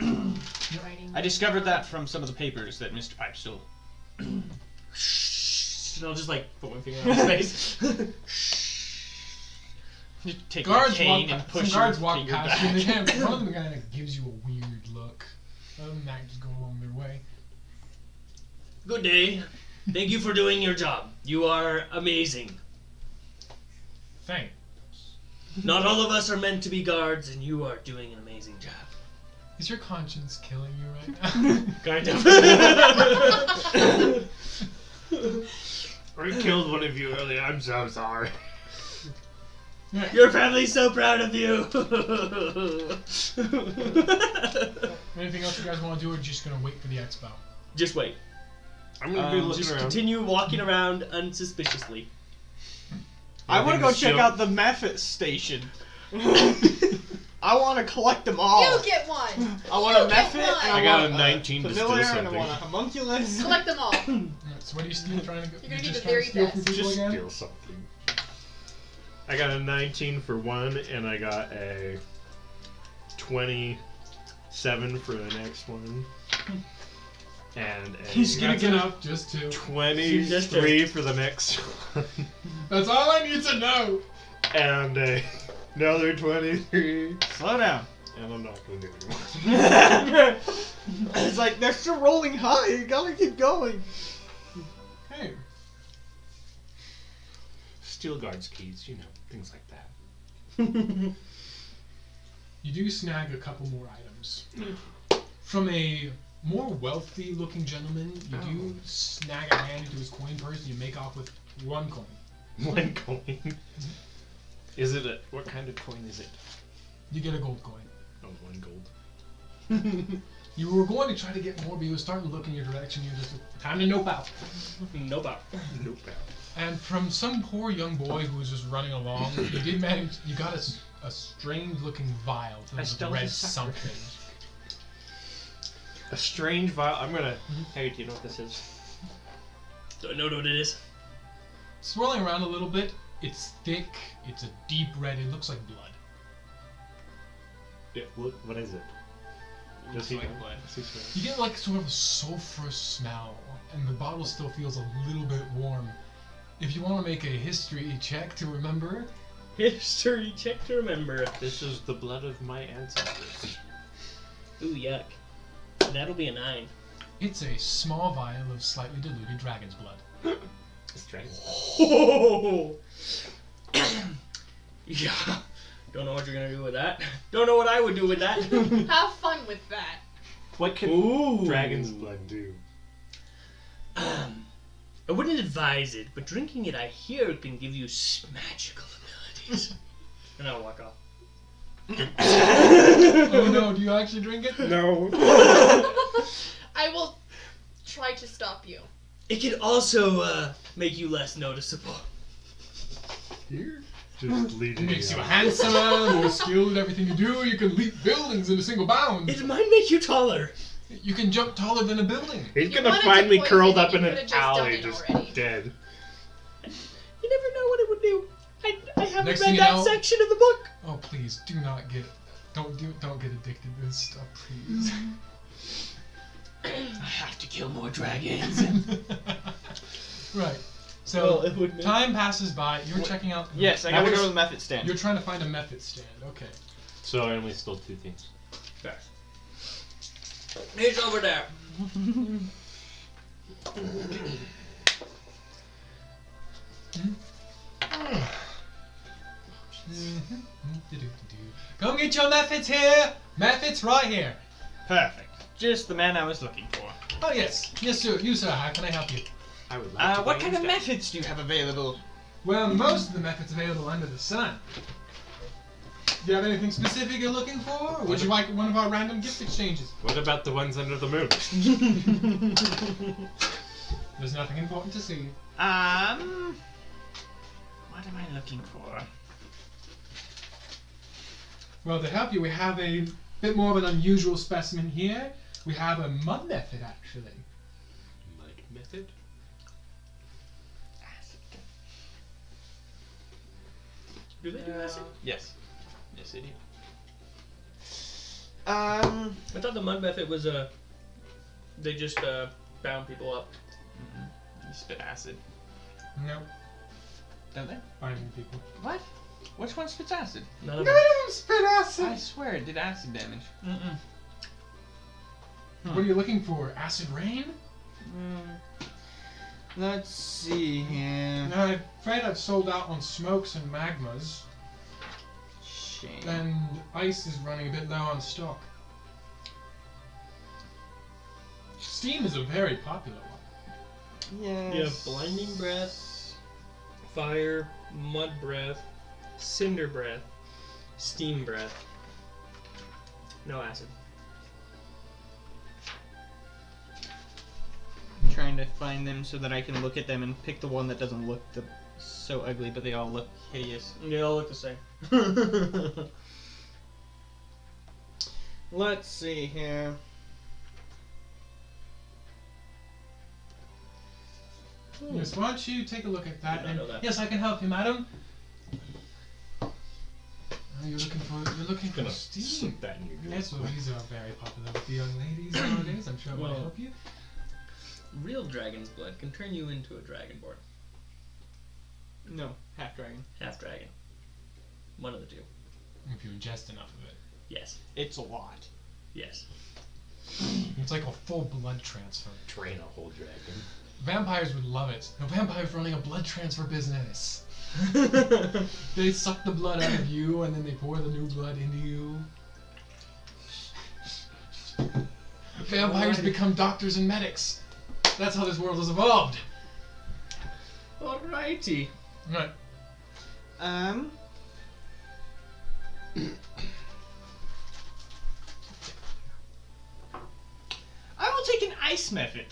[SPEAKER 3] Writing.
[SPEAKER 4] I discovered that from some of the papers that Mr. Pipe stole.
[SPEAKER 2] And I'll just like put my finger on his face.
[SPEAKER 4] You take
[SPEAKER 1] guards
[SPEAKER 4] my cane
[SPEAKER 1] walk,
[SPEAKER 4] and push
[SPEAKER 1] some guards
[SPEAKER 4] your
[SPEAKER 1] walk
[SPEAKER 4] finger
[SPEAKER 1] past
[SPEAKER 4] back.
[SPEAKER 1] you. And they kind of, one of them kind of gives you a weird look. Other than that, just go along their way.
[SPEAKER 2] Good day. Thank you for doing your job. You are amazing.
[SPEAKER 1] Thank.
[SPEAKER 2] Not all of us are meant to be guards, and you are doing an amazing job.
[SPEAKER 1] Is your conscience killing you right now?
[SPEAKER 2] Kind of.
[SPEAKER 6] I killed one of you earlier. I'm so sorry.
[SPEAKER 2] Your family's so proud of you.
[SPEAKER 1] Anything else you guys want to do, or just gonna wait for the expo?
[SPEAKER 2] just wait.
[SPEAKER 6] I'm gonna be
[SPEAKER 4] Um,
[SPEAKER 6] looking
[SPEAKER 2] Just
[SPEAKER 6] around.
[SPEAKER 2] continue walking around unsuspiciously.
[SPEAKER 4] I want to go
[SPEAKER 6] Everything's
[SPEAKER 4] check
[SPEAKER 6] still-
[SPEAKER 4] out the Mephit station. I want to collect them all.
[SPEAKER 3] You get one.
[SPEAKER 4] I want a
[SPEAKER 3] you get
[SPEAKER 4] Mephit. and
[SPEAKER 3] one.
[SPEAKER 6] I
[SPEAKER 4] I,
[SPEAKER 6] got
[SPEAKER 4] want
[SPEAKER 6] a 19 to steal
[SPEAKER 4] familiar, And
[SPEAKER 6] something.
[SPEAKER 4] I want a homunculus.
[SPEAKER 3] Collect them all.
[SPEAKER 1] Alright, so what are you still trying to go?
[SPEAKER 3] You're gonna
[SPEAKER 1] you
[SPEAKER 3] do
[SPEAKER 1] just
[SPEAKER 3] the
[SPEAKER 1] trying
[SPEAKER 3] very
[SPEAKER 1] to steal
[SPEAKER 3] best.
[SPEAKER 1] from people
[SPEAKER 6] Just
[SPEAKER 1] again?
[SPEAKER 6] steal something. I got a 19 for one, and I got a 27 for the next one. And a
[SPEAKER 4] He's gonna
[SPEAKER 1] That's
[SPEAKER 4] get
[SPEAKER 1] enough, Just two.
[SPEAKER 6] 23 for the next one.
[SPEAKER 1] That's all I need to know.
[SPEAKER 6] And a, another 23.
[SPEAKER 4] Slow down.
[SPEAKER 6] And I'm not gonna do it anymore.
[SPEAKER 4] it's like they're still rolling high. You gotta keep going.
[SPEAKER 1] Hey,
[SPEAKER 6] Steel guards keys, you know, things like that.
[SPEAKER 1] you do snag a couple more items
[SPEAKER 3] Hmm.
[SPEAKER 1] from a more wealthy-looking gentleman. You do
[SPEAKER 3] Oh.
[SPEAKER 1] snag a hand into his coin purse, and you make off with one coin.
[SPEAKER 6] One coin. Is it a what kind of coin is it?
[SPEAKER 1] You get a gold coin.
[SPEAKER 6] Oh, one gold.
[SPEAKER 1] You were going to try to get more, but you were starting to look in your direction. You're just like, time to nope out.
[SPEAKER 2] nope. out.
[SPEAKER 6] Nope.
[SPEAKER 1] And from some poor young boy who was just running along, you did manage. You got a, s- a strange-looking vial filled with
[SPEAKER 6] stole
[SPEAKER 1] red
[SPEAKER 6] his sucker.
[SPEAKER 1] something.
[SPEAKER 6] A strange vial. I'm gonna. Hey, do you know what this is?
[SPEAKER 2] Don't know what it is.
[SPEAKER 1] Swirling around a little bit, it's thick. It's a deep red. It looks like blood.
[SPEAKER 6] Yeah, what, what is it? Does he know? Does he swear?
[SPEAKER 1] You get like sort of a sulfurous smell, and the bottle still feels a little bit warm. If you want to make a history check to remember,
[SPEAKER 2] History check to remember.
[SPEAKER 6] This is the blood of my ancestors.
[SPEAKER 2] Ooh, yuck. That'll be a nine.
[SPEAKER 1] it's a small vial of slightly diluted dragon's blood.
[SPEAKER 6] It's dragon.
[SPEAKER 2] Oh. yeah. Don't know what you're gonna do with that. Don't know what I would do with that.
[SPEAKER 3] Have fun with that.
[SPEAKER 6] What can
[SPEAKER 2] Ooh.
[SPEAKER 6] dragon's blood do?
[SPEAKER 2] Um, I wouldn't advise it, but drinking it, I hear, can give you s- magical abilities. and I'll walk off.
[SPEAKER 1] oh no! Do you actually drink it?
[SPEAKER 6] No.
[SPEAKER 3] I will try to stop you.
[SPEAKER 2] It can also uh, make you less noticeable.
[SPEAKER 1] Here.
[SPEAKER 6] Just leading.
[SPEAKER 1] Makes
[SPEAKER 6] me
[SPEAKER 1] you
[SPEAKER 6] on.
[SPEAKER 1] handsomer, more skilled at everything you do. You can leap buildings in a single bound.
[SPEAKER 2] It might make you taller.
[SPEAKER 1] You can jump taller than a building.
[SPEAKER 6] He's
[SPEAKER 3] You
[SPEAKER 6] gonna
[SPEAKER 3] wanted
[SPEAKER 6] find
[SPEAKER 3] to
[SPEAKER 6] me
[SPEAKER 3] poison
[SPEAKER 6] curled
[SPEAKER 3] it,
[SPEAKER 6] up
[SPEAKER 3] you
[SPEAKER 6] in
[SPEAKER 3] could've
[SPEAKER 6] an
[SPEAKER 3] just done
[SPEAKER 6] alley,
[SPEAKER 3] it
[SPEAKER 6] just
[SPEAKER 3] already.
[SPEAKER 6] dead.
[SPEAKER 2] You never know what it would do. I, I haven't
[SPEAKER 1] Next thing
[SPEAKER 2] read
[SPEAKER 1] you
[SPEAKER 2] that
[SPEAKER 1] know-
[SPEAKER 2] section of the book.
[SPEAKER 1] Oh please, do not get, don't do, don't get addicted to this stuff, please.
[SPEAKER 2] I have to kill more dragons.
[SPEAKER 1] right.
[SPEAKER 2] well,
[SPEAKER 1] So
[SPEAKER 2] it would make...
[SPEAKER 1] time passes by. You're checking out.
[SPEAKER 4] Yes, I
[SPEAKER 6] That
[SPEAKER 4] gotta
[SPEAKER 6] was-
[SPEAKER 4] go to the Mephit stand.
[SPEAKER 1] You're trying to find a method stand. Okay.
[SPEAKER 6] So I only stole two things.
[SPEAKER 2] He's over there.
[SPEAKER 1] Mhm. Do-do-do-do. Come get your methods here. Methods right here.
[SPEAKER 4] Perfect. Just the man I was looking for.
[SPEAKER 1] Oh yes, yes sir. You sir, how can I help you?
[SPEAKER 6] I would like
[SPEAKER 4] Uh,
[SPEAKER 6] to
[SPEAKER 4] what
[SPEAKER 6] buy
[SPEAKER 4] kind of
[SPEAKER 6] instead.
[SPEAKER 4] methods do you have available?
[SPEAKER 1] Well, most of the methods available under the sun. Do you have anything specific you're looking for? Or would you like one of our random gift exchanges?
[SPEAKER 6] What about the ones under the moon?
[SPEAKER 1] There's nothing important to see.
[SPEAKER 4] Um, what am I looking for?
[SPEAKER 1] Well, to help you, we have a bit more of an unusual specimen here. We have a mud method, actually.
[SPEAKER 6] Mud method.
[SPEAKER 2] Do they do acid?
[SPEAKER 4] Yes. Yes, it is. Um,
[SPEAKER 2] I thought the mud method was Uh, they just uh, bound people up.
[SPEAKER 4] you spit acid,
[SPEAKER 1] No,
[SPEAKER 4] don't they?
[SPEAKER 1] finding people.
[SPEAKER 4] What? Which one spits acid?
[SPEAKER 2] None
[SPEAKER 1] None
[SPEAKER 2] of
[SPEAKER 1] of
[SPEAKER 2] them.
[SPEAKER 1] them spit
[SPEAKER 4] I
[SPEAKER 1] acid!
[SPEAKER 4] swear it did acid damage.
[SPEAKER 2] Mm-mm.
[SPEAKER 1] What are you looking for? Acid rain?
[SPEAKER 4] Hmm. Let's see here.
[SPEAKER 1] Mm. No, I'm afraid I've sold out on smokes and magmas.
[SPEAKER 4] shame.
[SPEAKER 1] And ice is running a bit low on stock. Steam is a very popular one.
[SPEAKER 4] Yes.
[SPEAKER 2] You have blinding breath, fire, mud breath, cinder breath, steam breath. No acid.
[SPEAKER 4] trying to find them so that I can look at them and pick the one that doesn't look the, so ugly, but they all look hideous.
[SPEAKER 2] They all look the same.
[SPEAKER 4] Let's see here.
[SPEAKER 1] Yes, why don't Hmm. you take a look at that?
[SPEAKER 2] Did not
[SPEAKER 1] And
[SPEAKER 2] know that.
[SPEAKER 1] yes, I can help you, madam. Oh, you're looking for you're looking
[SPEAKER 5] Gonna
[SPEAKER 1] for steam.
[SPEAKER 5] slip that in your good.
[SPEAKER 1] Yes, well, these are very popular with the young ladies nowadays. I'm sure it might
[SPEAKER 2] Well,
[SPEAKER 1] help you.
[SPEAKER 2] Real dragon's blood can turn you into a dragonborn.
[SPEAKER 4] No, half dragon.
[SPEAKER 2] Half dragon. One of the two.
[SPEAKER 1] If you ingest enough of it,
[SPEAKER 2] Yes.
[SPEAKER 4] It's a lot.
[SPEAKER 2] Yes.
[SPEAKER 1] it's like a full blood transfer.
[SPEAKER 5] Train a whole dragon.
[SPEAKER 1] Vampires would love it. The vampire's running a blood transfer business. They suck the blood out of you, and then they pour the new blood into you. Vampires
[SPEAKER 2] Alrighty.
[SPEAKER 1] become doctors and medics. That's how this world has evolved.
[SPEAKER 2] Alrighty.
[SPEAKER 1] Right.
[SPEAKER 4] Um. I will take an ice method.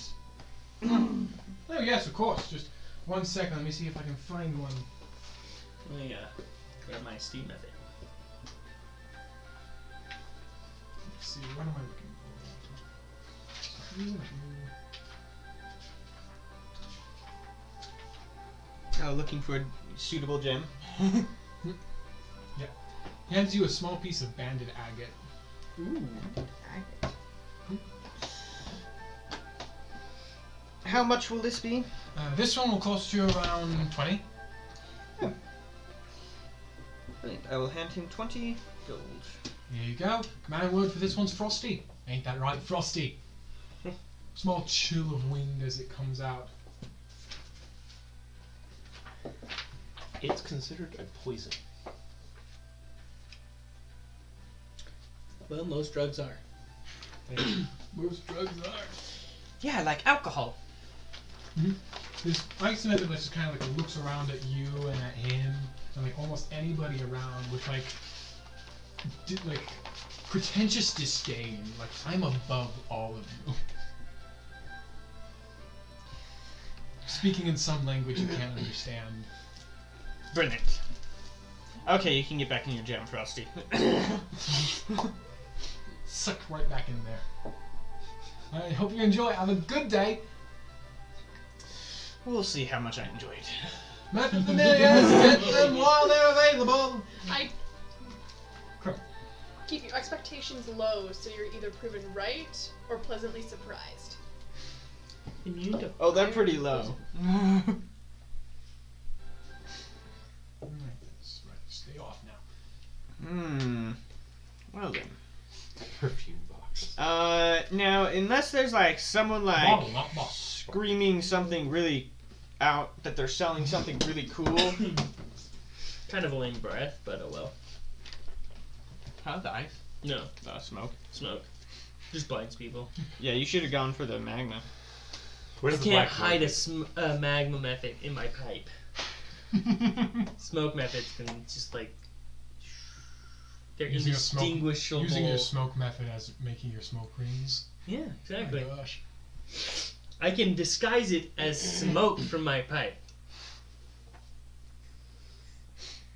[SPEAKER 1] Oh yes, of course. Just one second. Let me see if I can find one.
[SPEAKER 2] Let me uh, grab my steam method.
[SPEAKER 1] Let's see. What am I looking for?
[SPEAKER 4] Oh, looking for a suitable gem.
[SPEAKER 1] He hands you a small piece of banded agate.
[SPEAKER 4] Ooh. How much will this be?
[SPEAKER 1] Uh, this one will cost you around twenty.
[SPEAKER 4] Brilliant. I will hand him 20 gold.
[SPEAKER 1] There you go. Command word for this one's frosty. Ain't that right, frosty? Small chill of wind as it comes out.
[SPEAKER 5] It's considered a poison.
[SPEAKER 2] Well, most drugs are.
[SPEAKER 1] Most drugs are.
[SPEAKER 4] Yeah, like alcohol.
[SPEAKER 1] This ice method just kind of like looks around at you and at him and like almost anybody around with like di- like pretentious disdain. Like I'm above all of you. Speaking in some language you can't understand.
[SPEAKER 4] Brilliant. Okay, you can get back in your gem, Frosty.
[SPEAKER 1] Sucked right back in there. I hope you enjoy. Have a good day.
[SPEAKER 4] we'll see how much I enjoyed.
[SPEAKER 1] Method familiars, get them while they're available.
[SPEAKER 3] I
[SPEAKER 1] Crap.
[SPEAKER 3] keep your expectations low, so you're either proven right or pleasantly surprised.
[SPEAKER 2] Immune to
[SPEAKER 4] Oh, they're pretty low.
[SPEAKER 1] Right, that's right. Stay off now.
[SPEAKER 4] Hmm. Well then.
[SPEAKER 5] Perfume box.
[SPEAKER 4] Uh, now unless there's like someone like
[SPEAKER 1] Bottle, not boss.
[SPEAKER 4] screaming something really out that they're selling something really cool.
[SPEAKER 2] kind of a lame breath, but oh well.
[SPEAKER 4] How the ice?
[SPEAKER 2] No
[SPEAKER 4] Uh, smoke.
[SPEAKER 2] smoke. Just blinds people.
[SPEAKER 4] Yeah, you should have gone for the magna.
[SPEAKER 5] Where's
[SPEAKER 2] I
[SPEAKER 5] the
[SPEAKER 2] can't
[SPEAKER 5] black
[SPEAKER 2] hide
[SPEAKER 5] market?
[SPEAKER 2] a, sm- a magma method in my pipe. Smoke methods can just like they're
[SPEAKER 1] Using a smoke-
[SPEAKER 2] indistinguishable.
[SPEAKER 1] Using your smoke method as making your smoke rings.
[SPEAKER 2] yeah, exactly.
[SPEAKER 1] Oh my gosh.
[SPEAKER 2] I can disguise it as smoke from my pipe.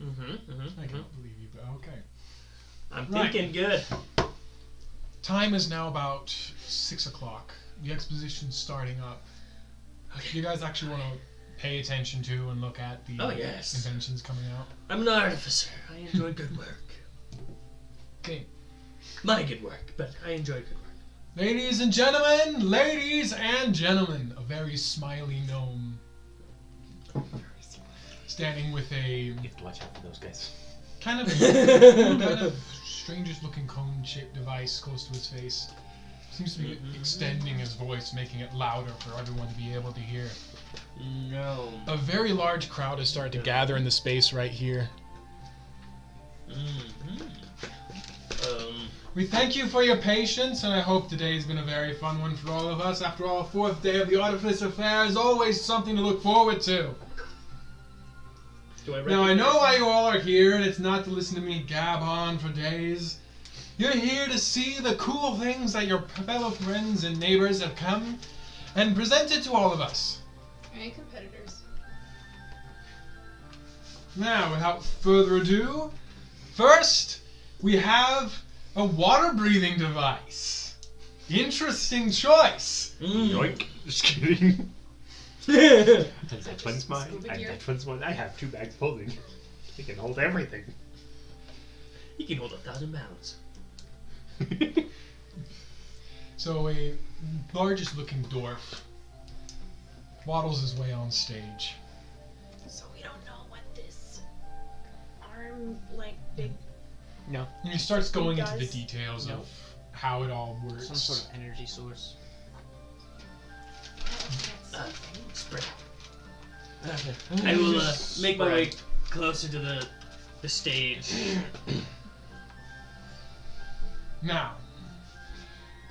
[SPEAKER 2] Mm-hmm.
[SPEAKER 1] I
[SPEAKER 2] mm-hmm,
[SPEAKER 1] can't
[SPEAKER 2] hmm
[SPEAKER 1] believe you, but okay.
[SPEAKER 2] I'm
[SPEAKER 1] Right.
[SPEAKER 2] thinking good.
[SPEAKER 1] Time is now about six o'clock. The exposition's starting up. You guys actually want to pay attention to and look at the
[SPEAKER 2] Oh, yes.
[SPEAKER 1] inventions coming out.
[SPEAKER 2] I'm an artificer. I enjoy good work.
[SPEAKER 1] Okay.
[SPEAKER 2] My good work, but I enjoy good work.
[SPEAKER 1] Ladies and gentlemen, ladies and gentlemen, a very smiley gnome standing with a
[SPEAKER 5] You have to watch out for those guys.
[SPEAKER 1] kind of kind of strangest looking cone shaped device close to his face. Seems to be
[SPEAKER 2] Mhm.
[SPEAKER 1] extending his voice, making it louder for everyone to be able to hear.
[SPEAKER 2] No.
[SPEAKER 1] A very large crowd has started to gather in the space right here.
[SPEAKER 2] Mm-hmm. Um,
[SPEAKER 1] We thank you for your patience, and I hope today's been a very fun one for all of us. After all, fourth day of the Artifice Affair is always something to look forward to.
[SPEAKER 2] Do I
[SPEAKER 1] Now, I
[SPEAKER 2] recognize-
[SPEAKER 1] know why you all are here, and it's not to listen to me gab on for days. You're here to see the cool things that your fellow friends and neighbors have come and presented to all of us.
[SPEAKER 3] And competitors.
[SPEAKER 1] Now, without further ado, first we have a water breathing device. Interesting choice.
[SPEAKER 2] Mm.
[SPEAKER 5] Yoink. Just kidding. And that
[SPEAKER 3] just
[SPEAKER 5] one's mine.
[SPEAKER 3] scuba
[SPEAKER 5] And
[SPEAKER 3] gear?
[SPEAKER 5] that one's mine. I have two bags holding. They can hold everything.
[SPEAKER 2] you can hold a thousand pounds.
[SPEAKER 1] So, a largest looking dwarf waddles his way on stage.
[SPEAKER 3] So we don't know what this arm, like, big.
[SPEAKER 1] And he starts going into the
[SPEAKER 3] Guys?
[SPEAKER 1] details
[SPEAKER 4] No.
[SPEAKER 1] of how it all works.
[SPEAKER 4] Some sort of energy source.
[SPEAKER 3] oh,
[SPEAKER 2] Uh, spread. I will uh, make my way closer to the the stage.
[SPEAKER 1] Now,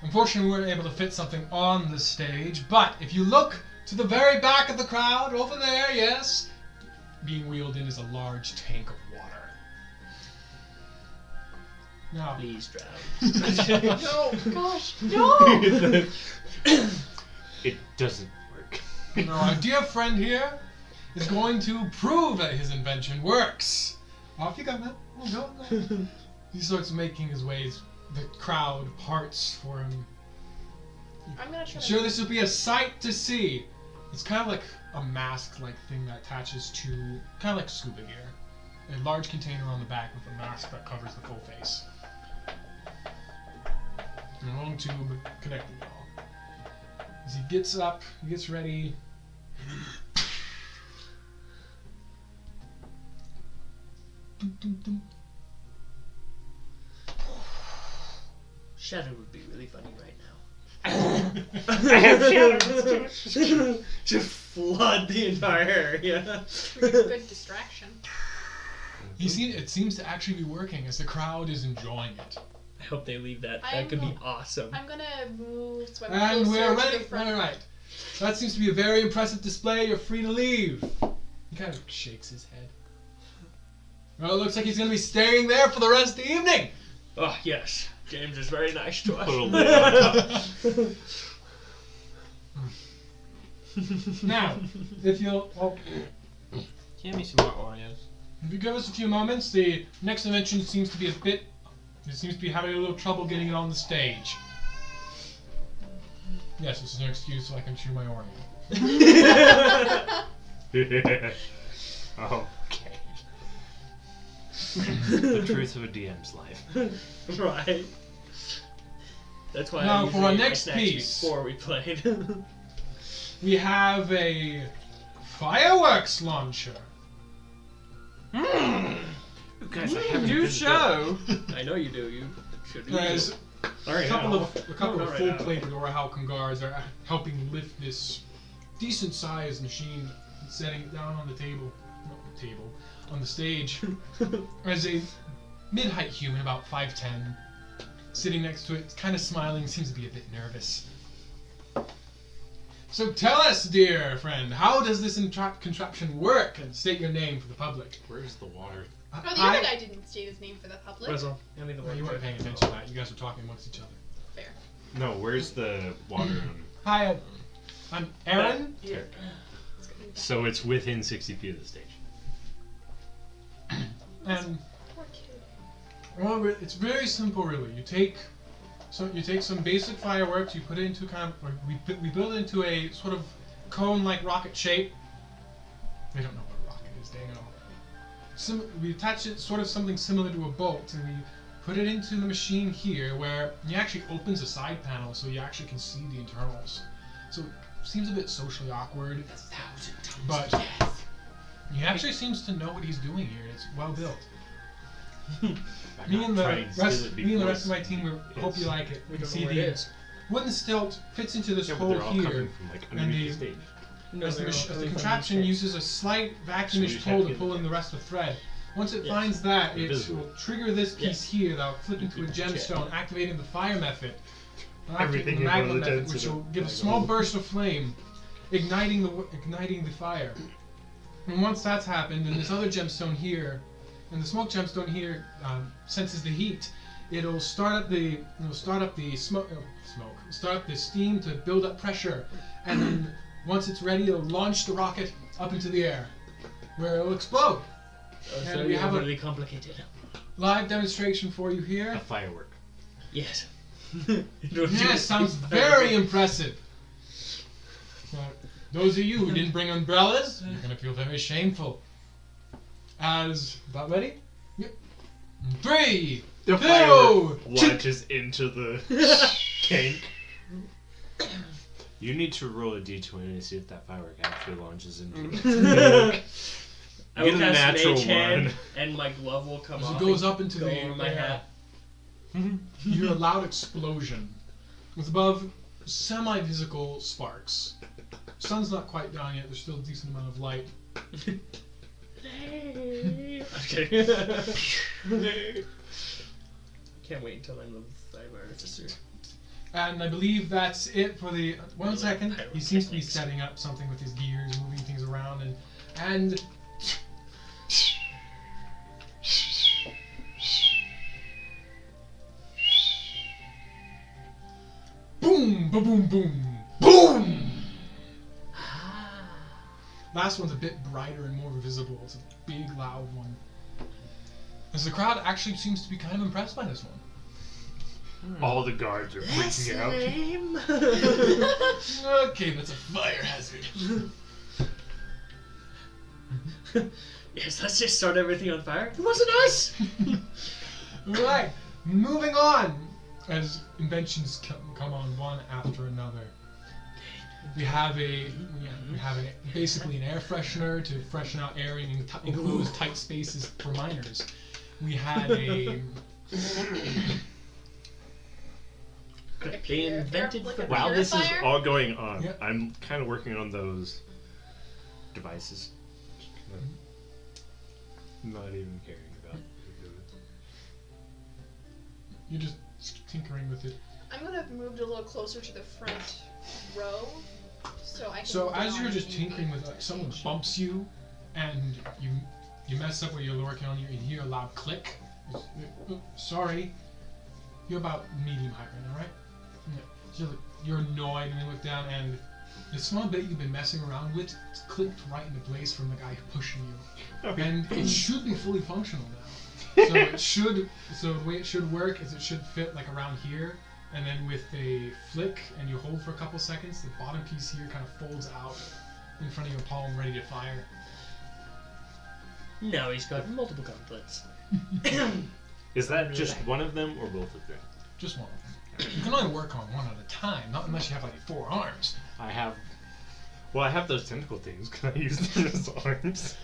[SPEAKER 1] unfortunately, we weren't able to fit something on the stage, but if you look to the very back of the crowd, over there, yes, being wheeled in is a large tank of water. Now,
[SPEAKER 2] Please drown.
[SPEAKER 3] No, Oh, gosh, no!
[SPEAKER 5] it doesn't work.
[SPEAKER 1] now, our dear friend here is going to prove that his invention works. Off you go, man. Go, go. He starts making his ways. The crowd parts for him.
[SPEAKER 3] I'm gonna try to.
[SPEAKER 1] Sure, this would be a sight to see. It's kind of like a mask-like thing that attaches to, kind of like scuba gear, a large container on the back with a mask that covers the full face. And a long tube connecting it all. As he gets up, he gets ready. Dum, dum, dum.
[SPEAKER 2] Shadow would be really funny right now.
[SPEAKER 5] I have shadows.
[SPEAKER 2] Just flood the entire area.
[SPEAKER 3] Pretty good distraction.
[SPEAKER 1] He seems, it seems to actually be working as the crowd is enjoying it.
[SPEAKER 2] I hope they leave that.
[SPEAKER 3] I'm
[SPEAKER 2] That could be
[SPEAKER 3] not-
[SPEAKER 2] awesome.
[SPEAKER 3] I'm gonna move so I'm
[SPEAKER 1] And
[SPEAKER 3] closer
[SPEAKER 1] we're
[SPEAKER 3] to
[SPEAKER 1] ready.
[SPEAKER 3] the front.
[SPEAKER 1] All right. That seems to be a very impressive display. You're free to leave. He kind of shakes his head. Well, it looks like he's going to be staying there for the rest of the evening.
[SPEAKER 2] Oh yes, James is very nice to us.
[SPEAKER 5] Put a lid on
[SPEAKER 1] Now, if you'll, well,
[SPEAKER 4] Give me some more Oreos.
[SPEAKER 1] if you give us a few moments, the next invention seems to be a bit. It seems to be having a little trouble getting it on the stage. Yes, this is an excuse so I can chew my Oreo.
[SPEAKER 5] oh, okay. the truth of a DM's life.
[SPEAKER 2] right. That's why.
[SPEAKER 1] Now,
[SPEAKER 2] I
[SPEAKER 1] for
[SPEAKER 2] usually
[SPEAKER 1] our
[SPEAKER 2] eat my
[SPEAKER 1] next
[SPEAKER 2] snacks
[SPEAKER 1] piece.
[SPEAKER 2] Before we played.
[SPEAKER 1] We have a fireworks launcher.
[SPEAKER 5] Guys, I
[SPEAKER 4] Mm, do show.
[SPEAKER 2] I know you do. You should. do.
[SPEAKER 1] There's
[SPEAKER 5] Sorry,
[SPEAKER 1] A couple
[SPEAKER 5] now.
[SPEAKER 1] of a couple
[SPEAKER 2] No,
[SPEAKER 1] of
[SPEAKER 2] not
[SPEAKER 1] full
[SPEAKER 2] right now.
[SPEAKER 1] plated or halcongars are helping lift this decent sized machine, and setting it down on the table, not the table, on the stage. As a mid height human, about five ten, sitting next to it, kind of smiling, seems to be a bit nervous. So tell us, dear friend, how does this entra- contraption work? And state your name for the public.
[SPEAKER 5] Where's the water?
[SPEAKER 3] Oh, the other
[SPEAKER 1] I-
[SPEAKER 3] guy didn't state his name for the public.
[SPEAKER 2] Russell, hand me the
[SPEAKER 1] Well,
[SPEAKER 2] one.
[SPEAKER 1] you weren't paying attention to that. You guys were talking amongst each other.
[SPEAKER 5] No, where's the water? on-
[SPEAKER 1] Hi, I'm- I'm Aaron.
[SPEAKER 3] It's gonna be-
[SPEAKER 5] so it's within 60 feet of the stage.
[SPEAKER 1] And
[SPEAKER 3] Poor kid.
[SPEAKER 1] Well, re- it's very simple, really. You take, so you take some basic fireworks, you put it into kind of, or we, bu- we build it into a sort of cone-like rocket shape. They don't know what a rocket is, dang it all. Sim- we attach it sort of something similar to a bolt, and we put it into the machine here, where it actually opens a side panel, so you actually can see the internals. So it seems a bit socially awkward, but he actually seems to know what he's doing here. It's well built.
[SPEAKER 5] I'm
[SPEAKER 1] Me
[SPEAKER 5] not
[SPEAKER 1] and, the
[SPEAKER 5] trying to steal
[SPEAKER 1] rest,
[SPEAKER 5] it
[SPEAKER 1] me and the
[SPEAKER 5] because
[SPEAKER 1] rest of my team, we hope you
[SPEAKER 5] it's-
[SPEAKER 1] like it.
[SPEAKER 2] We
[SPEAKER 1] We
[SPEAKER 2] don't
[SPEAKER 1] can
[SPEAKER 2] see
[SPEAKER 1] see
[SPEAKER 2] know where it
[SPEAKER 1] the
[SPEAKER 2] is.
[SPEAKER 1] wooden stilt fits into this
[SPEAKER 5] Yeah, but
[SPEAKER 1] hole
[SPEAKER 5] they're all
[SPEAKER 1] here.
[SPEAKER 5] coming from like
[SPEAKER 1] and
[SPEAKER 5] underneath the
[SPEAKER 1] the-
[SPEAKER 5] stage.
[SPEAKER 2] No,
[SPEAKER 1] As the,
[SPEAKER 2] they're
[SPEAKER 1] mach-
[SPEAKER 2] all
[SPEAKER 1] as the
[SPEAKER 2] really funny
[SPEAKER 1] contraption
[SPEAKER 2] shapes.
[SPEAKER 1] uses a slight
[SPEAKER 5] So we
[SPEAKER 1] vacuumish
[SPEAKER 5] just have
[SPEAKER 1] pull
[SPEAKER 5] to
[SPEAKER 1] to
[SPEAKER 5] get
[SPEAKER 1] pull
[SPEAKER 5] the-
[SPEAKER 1] in the rest of the thread, Once it
[SPEAKER 2] Yes.
[SPEAKER 1] finds that, it
[SPEAKER 5] Invisible.
[SPEAKER 1] will trigger this piece
[SPEAKER 2] Yes.
[SPEAKER 1] here that'll flip into a
[SPEAKER 5] Yeah.
[SPEAKER 1] gemstone, activating the fire method. and
[SPEAKER 5] Everything
[SPEAKER 1] activating the
[SPEAKER 5] in
[SPEAKER 1] magma
[SPEAKER 5] one of the
[SPEAKER 1] method,
[SPEAKER 5] dens
[SPEAKER 1] which
[SPEAKER 5] of
[SPEAKER 1] will
[SPEAKER 5] the
[SPEAKER 1] give a
[SPEAKER 5] magma.
[SPEAKER 1] small burst of flame, igniting the w- igniting the fire. And once that's happened, and this other gemstone here, and the smoke gemstone here um, senses the heat, it'll start up the it'll start up the smoke uh, smoke start up the steam to build up pressure, and then once it's ready, it'll launch the rocket up into the air, where it'll explode.
[SPEAKER 2] Oh,
[SPEAKER 1] And
[SPEAKER 2] so
[SPEAKER 1] we
[SPEAKER 2] you
[SPEAKER 1] have
[SPEAKER 2] have
[SPEAKER 1] a-
[SPEAKER 2] really complicated.
[SPEAKER 1] Live demonstration for you here.
[SPEAKER 5] A firework.
[SPEAKER 2] Yes. It was really
[SPEAKER 1] Yes, sounds
[SPEAKER 2] fun.
[SPEAKER 1] very impressive. Now, those of you who didn't bring umbrellas, you're gonna feel very shameful. As about ready? Yep. Three,
[SPEAKER 6] The
[SPEAKER 1] two,
[SPEAKER 5] Launches into the tank. You need to roll a d20 to see if that firework actually launches into the
[SPEAKER 2] Mm. I will
[SPEAKER 5] Get a
[SPEAKER 2] cast
[SPEAKER 5] natural
[SPEAKER 2] Mage Hand,
[SPEAKER 5] one.
[SPEAKER 2] and my glove will come
[SPEAKER 1] As
[SPEAKER 2] off.
[SPEAKER 1] it goes
[SPEAKER 2] and
[SPEAKER 1] up into
[SPEAKER 2] go
[SPEAKER 1] the
[SPEAKER 2] over my
[SPEAKER 1] air. Mm-hmm.
[SPEAKER 2] hat.
[SPEAKER 1] you hear a loud explosion. With above semi physical sparks. Sun's not quite down yet, there's still a decent amount of light.
[SPEAKER 2] Okay. Can't wait until I'm level five artificer.
[SPEAKER 1] And I believe that's it for the one
[SPEAKER 2] Really
[SPEAKER 1] second.
[SPEAKER 2] pirate
[SPEAKER 1] He seems to be
[SPEAKER 2] techniques.
[SPEAKER 1] setting up something with his gears, moving things around, and and boom, ba boom, boom, boom. Last one's a bit brighter and more visible. It's a big, loud one. As the crowd actually seems to be kind of impressed by this one.
[SPEAKER 5] All the guards are freaking out.
[SPEAKER 2] Name.
[SPEAKER 1] Okay, that's a fire hazard.
[SPEAKER 2] yes, let's just start everything on fire. It wasn't us.
[SPEAKER 1] Right, moving on. As inventions come, come on one after another, we have a we have a, basically an air freshener to freshen out air in t- enclosed tight spaces for miners. We had a
[SPEAKER 2] They invented
[SPEAKER 3] Like a-
[SPEAKER 2] wow.
[SPEAKER 5] While this is
[SPEAKER 3] Purifier?
[SPEAKER 5] all going on,
[SPEAKER 1] Yep.
[SPEAKER 5] I'm kind of working on those devices. Just kinda Not even caring about
[SPEAKER 1] you're just tinkering with it.
[SPEAKER 3] I'm gonna have moved a little closer to the front row, so I can.
[SPEAKER 1] So
[SPEAKER 3] look
[SPEAKER 1] as
[SPEAKER 3] down
[SPEAKER 1] you're just
[SPEAKER 3] and
[SPEAKER 1] tinkering
[SPEAKER 3] make
[SPEAKER 1] with like someone
[SPEAKER 3] change.
[SPEAKER 1] bumps you, and you you mess up where you're working on, you can hear a loud click. It's- uh, Sorry, you're about medium height right now, right? Yeah. So you're- you're annoyed, and you look down, and the small bit you've been messing around with it's clicked right into place from the guy pushing you,
[SPEAKER 5] Okay.
[SPEAKER 1] and it should be fully functional now. so it should. So the way it should work is it should fit like around here, and then with a flick and you hold for a couple seconds, the bottom piece here kind of folds out in front of your palm, ready to fire.
[SPEAKER 2] Now he's got multiple gauntlets.
[SPEAKER 5] Is that just
[SPEAKER 2] Relax.
[SPEAKER 5] one of them or both of them?
[SPEAKER 1] Just one. You can only work on one at a time, not unless you have like four arms.
[SPEAKER 5] I have. Well, I have those tentacle things. Can I use them as arms?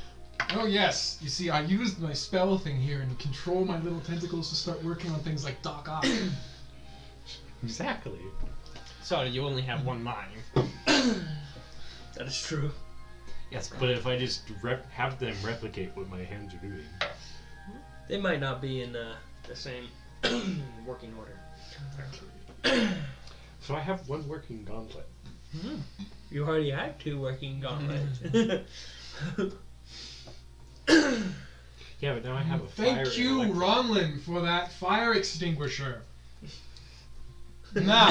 [SPEAKER 1] Oh yes, you see, I used my spell thing here and control my little tentacles to start working on things like Doc Ock.
[SPEAKER 5] Exactly.
[SPEAKER 4] Sorry, you only have one mind.
[SPEAKER 2] That is true.
[SPEAKER 5] Yes, but if I just rep- have them replicate what my hands are doing,
[SPEAKER 2] They might not be in uh, the same working order.
[SPEAKER 5] so I have one working gauntlet.
[SPEAKER 2] You already had two working gauntlets.
[SPEAKER 5] Yeah, but now I have a fire.
[SPEAKER 1] Thank
[SPEAKER 5] and
[SPEAKER 1] you,
[SPEAKER 5] electric-
[SPEAKER 1] Ronlin, for that fire extinguisher. now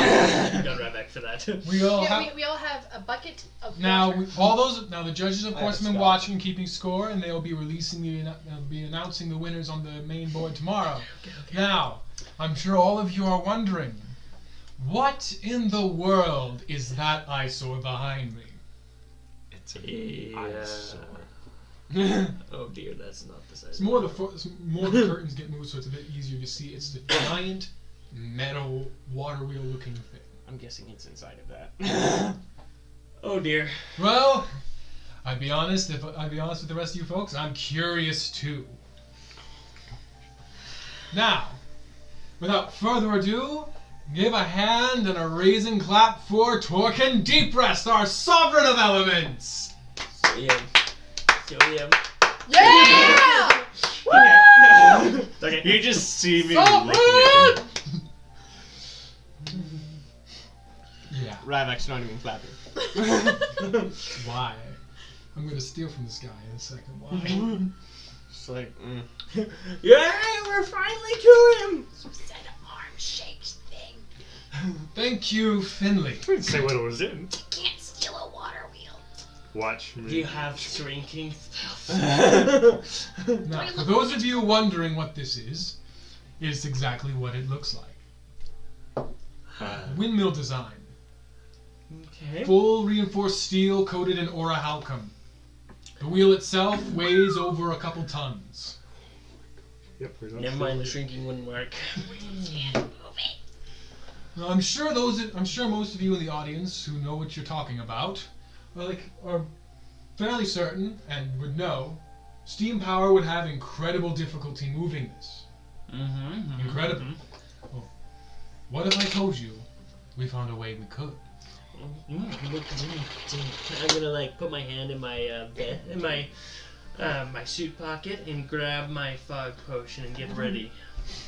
[SPEAKER 2] got right back for that.
[SPEAKER 1] we all
[SPEAKER 3] Yeah,
[SPEAKER 1] have.
[SPEAKER 3] we, we all have a bucket of
[SPEAKER 1] Now,
[SPEAKER 3] water.
[SPEAKER 1] we- all those now the judges, of
[SPEAKER 6] I
[SPEAKER 1] course,
[SPEAKER 6] have
[SPEAKER 1] have
[SPEAKER 6] a
[SPEAKER 1] been
[SPEAKER 6] scout.
[SPEAKER 1] watching, keeping score, and they'll be releasing the annou- uh, be announcing the winners on the main board tomorrow. Now, I'm sure all of you are wondering, what in the world is that eyesore behind me?
[SPEAKER 5] It's an
[SPEAKER 2] Yeah.
[SPEAKER 5] eyesore.
[SPEAKER 2] Oh dear, that's not the size.
[SPEAKER 1] it's more the fo- it's more the curtains get moved, so it's a bit easier to see. It's the giant metal water wheel looking thing.
[SPEAKER 4] I'm guessing it's inside of that.
[SPEAKER 2] Oh dear.
[SPEAKER 1] Well, I'd be honest if I'd be honest with the rest of you folks. I'm curious too. Now, without further ado, give a hand and a raising clap for Torquin Deeprest, our sovereign of elements.
[SPEAKER 2] So yeah. So yeah.
[SPEAKER 3] yeah,
[SPEAKER 2] Okay. okay.
[SPEAKER 6] You just see me
[SPEAKER 1] Stop
[SPEAKER 6] looking at him.
[SPEAKER 1] Yeah.
[SPEAKER 4] Ryback's not even clapping.
[SPEAKER 1] Why? I'm gonna steal from this guy in a second. Why?
[SPEAKER 4] It's like, mm.
[SPEAKER 2] Yeah, we're finally to him.
[SPEAKER 3] Said arm shakes thing.
[SPEAKER 1] Thank you, Finley.
[SPEAKER 6] I didn't say what it was in.
[SPEAKER 3] Can't steal a water wheel.
[SPEAKER 6] Watch
[SPEAKER 2] Do
[SPEAKER 6] me.
[SPEAKER 2] you have shrinking stuff?
[SPEAKER 1] Now, for those of you wondering what this is, it's exactly what it looks like.
[SPEAKER 6] Uh,
[SPEAKER 1] Windmill design.
[SPEAKER 2] okay.
[SPEAKER 1] Full reinforced steel coated in aura halcum. The wheel itself weighs over a couple tons.
[SPEAKER 6] yep, we're not
[SPEAKER 2] Never mind, the shrinking wouldn't work.
[SPEAKER 1] Now, I'm sure those I'm sure most of you in the audience who know what you're talking about are like are fairly certain and would know steam power would have incredible difficulty moving this.
[SPEAKER 4] Mm-hmm.
[SPEAKER 1] Incredible. Well, what if I told you we found a way we could?
[SPEAKER 2] Mm, look, mm, mm. I'm gonna like put my hand in my uh, vest, in my uh, my suit pocket, and grab my fog potion and get ready.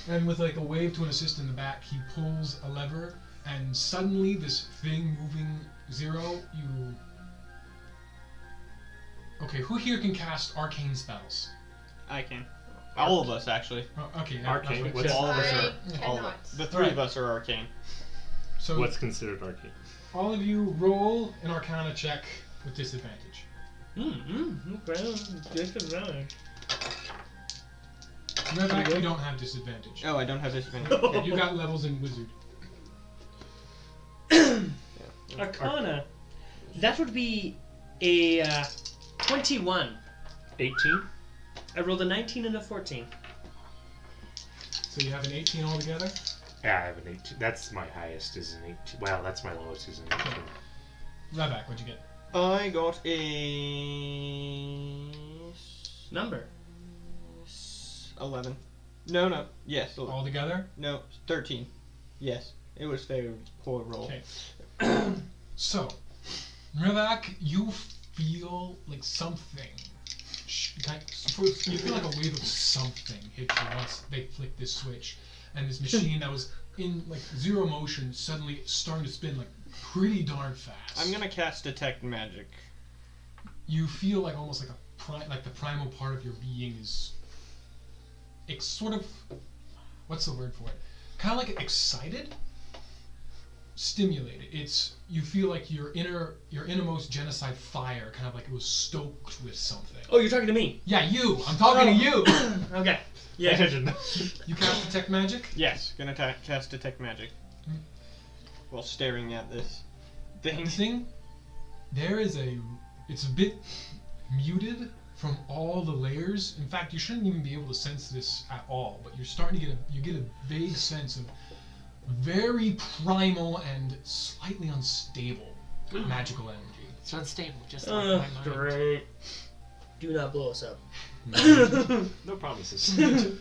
[SPEAKER 1] And with like a wave to an assist in the back, he pulls a lever, and suddenly this thing moving zero, you. Okay, who here can cast arcane spells?
[SPEAKER 4] I can. All of us, actually.
[SPEAKER 1] Oh, okay, that- that's
[SPEAKER 6] Arcane,
[SPEAKER 1] what it
[SPEAKER 6] what's-
[SPEAKER 1] says.
[SPEAKER 4] All of us
[SPEAKER 3] I
[SPEAKER 4] are. All of
[SPEAKER 3] cannot.
[SPEAKER 4] us. The three of us are arcane.
[SPEAKER 1] So
[SPEAKER 6] What's considered arcane?
[SPEAKER 1] all of you roll an Arcana check with disadvantage.
[SPEAKER 2] Mm-hmm. Okay.
[SPEAKER 1] Matter of fact,
[SPEAKER 2] Okay.
[SPEAKER 1] you don't have disadvantage.
[SPEAKER 4] Oh, I don't have disadvantage.
[SPEAKER 1] Okay, you got levels in wizard.
[SPEAKER 2] Arcana. That would be a uh, 21.
[SPEAKER 6] 18?
[SPEAKER 2] I rolled a 19 and a 14.
[SPEAKER 1] So you have an 18 altogether.
[SPEAKER 5] Ah,
[SPEAKER 6] Yeah, I have an 18. That's my highest is an 18. Wow, that's my lowest is an 18.
[SPEAKER 1] Levac, what'd you get?
[SPEAKER 4] I got a s-
[SPEAKER 2] Number.
[SPEAKER 4] s- eleven. No, no. Yes, el-
[SPEAKER 1] All together?
[SPEAKER 4] no, thirteen. Yes, it was very poor roll.
[SPEAKER 1] Okay. So, Rivak, you feel like something. sh- Like, first, you feel like a wave of something hit you once they flick this switch, and this machine that was in like zero motion suddenly starting to spin like pretty darn fast.
[SPEAKER 4] I'm gonna cast detect magic.
[SPEAKER 1] You feel like almost like a pri- like the primal part of your being is. It's sort of, what's the word for it? Kind of like excited, stimulated. It's you feel like your inner your innermost genocide fire, kind of like it was stoked with something.
[SPEAKER 2] Oh, you're talking to me.
[SPEAKER 1] Yeah, you. I'm talking to you.
[SPEAKER 2] Okay. Yeah.
[SPEAKER 6] Imagine that.
[SPEAKER 1] You cast detect magic.
[SPEAKER 4] Yes, Hmm. gonna ta- cast detect magic.
[SPEAKER 1] Mm.
[SPEAKER 4] While staring at this thing.
[SPEAKER 1] Thing, there is a. It's a bit muted from all the layers. In fact, you shouldn't even be able to sense this at all. But you're starting to get a you get a vague sense of very primal and slightly unstable magical energy.
[SPEAKER 5] It's unstable, just
[SPEAKER 2] Uh, great. Do not blow us up.
[SPEAKER 6] No promises.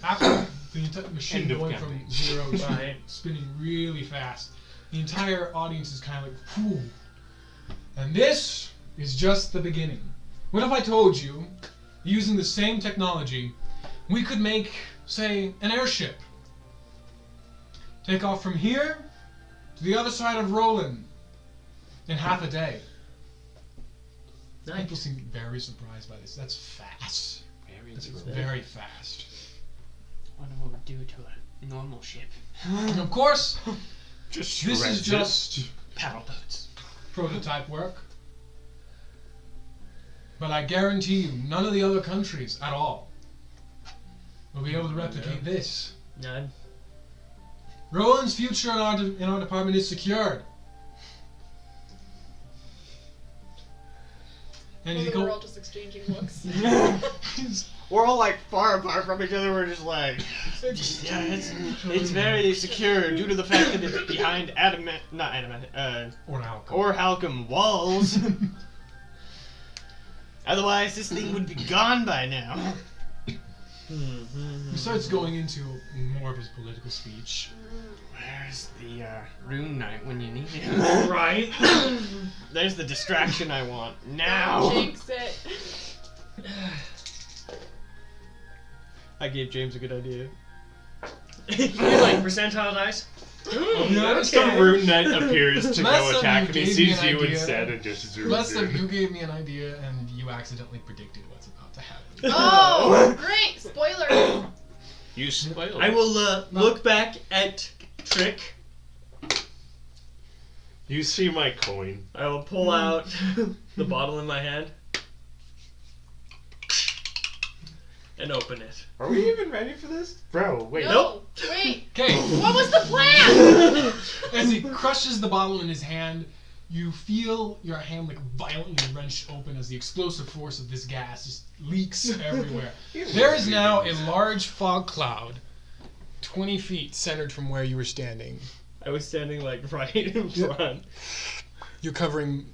[SPEAKER 1] After the entire machine
[SPEAKER 6] End of
[SPEAKER 1] going
[SPEAKER 6] campaign.
[SPEAKER 1] from zero to
[SPEAKER 2] Right.
[SPEAKER 1] spinning really fast, the entire audience is kind of like, "Phew." And this is just the beginning. What if I told you, using the same technology, we could make, say, an airship? Take off from here to the other side of Roland in half a day. People
[SPEAKER 2] Nice.
[SPEAKER 1] seem very surprised by this. That's fast.
[SPEAKER 6] Very
[SPEAKER 1] This is
[SPEAKER 6] zero.
[SPEAKER 1] very fast.
[SPEAKER 4] Wonder what would do to a normal ship.
[SPEAKER 1] And of course,
[SPEAKER 6] Just
[SPEAKER 1] this
[SPEAKER 6] shreds
[SPEAKER 1] is
[SPEAKER 6] it.
[SPEAKER 1] just.
[SPEAKER 4] Paddle boats.
[SPEAKER 1] prototype work. But I guarantee you, none of the other countries at all will be able to replicate this.
[SPEAKER 2] None.
[SPEAKER 1] Roland's future in our, de- in our department is secured. And
[SPEAKER 3] Well,
[SPEAKER 1] he
[SPEAKER 3] the
[SPEAKER 1] go-
[SPEAKER 3] world just exchanging looks.
[SPEAKER 4] We're all like far apart from each other. We're just like. Yeah, it's, it's very secure due to the fact that it's behind adamant, not adamant, uh,
[SPEAKER 1] or now.
[SPEAKER 4] or Halcom walls. Otherwise, this thing would be gone by now.
[SPEAKER 2] Mm-hmm.
[SPEAKER 1] he starts going into more of his political speech.
[SPEAKER 4] Where's the uh, rune knight when you need him?
[SPEAKER 2] Right.
[SPEAKER 4] There's the distraction I want
[SPEAKER 3] Don't
[SPEAKER 4] now.
[SPEAKER 3] Jinx it.
[SPEAKER 4] I gave James a good idea.
[SPEAKER 2] you like percentile dice?
[SPEAKER 5] Oh,
[SPEAKER 1] no,
[SPEAKER 5] that's
[SPEAKER 1] Mm. okay.
[SPEAKER 5] the rune knight appears to
[SPEAKER 1] Less
[SPEAKER 5] go
[SPEAKER 1] of
[SPEAKER 5] attack
[SPEAKER 1] you
[SPEAKER 5] and he
[SPEAKER 1] gave
[SPEAKER 5] sees
[SPEAKER 1] me an
[SPEAKER 5] you
[SPEAKER 1] idea.
[SPEAKER 5] instead and just zooms
[SPEAKER 1] Less of
[SPEAKER 5] in.
[SPEAKER 1] you gave me an idea and you accidentally predicted what's about to happen.
[SPEAKER 3] Oh, great! Spoiler!
[SPEAKER 5] You spoiled
[SPEAKER 2] I will uh, look back at Trick.
[SPEAKER 5] You see my coin.
[SPEAKER 2] I will pull out the bottle in my hand and open it.
[SPEAKER 5] Are we even ready for this? Bro, wait.
[SPEAKER 3] no! Wait!
[SPEAKER 1] Okay,
[SPEAKER 3] What was the plan?
[SPEAKER 1] as he crushes the bottle in his hand, you feel your hand like violently wrenched open as the explosive force of this gas just leaks everywhere. there is now a large fog cloud, 20 feet centered from where you were standing.
[SPEAKER 2] I was standing like right in front.
[SPEAKER 1] You're covering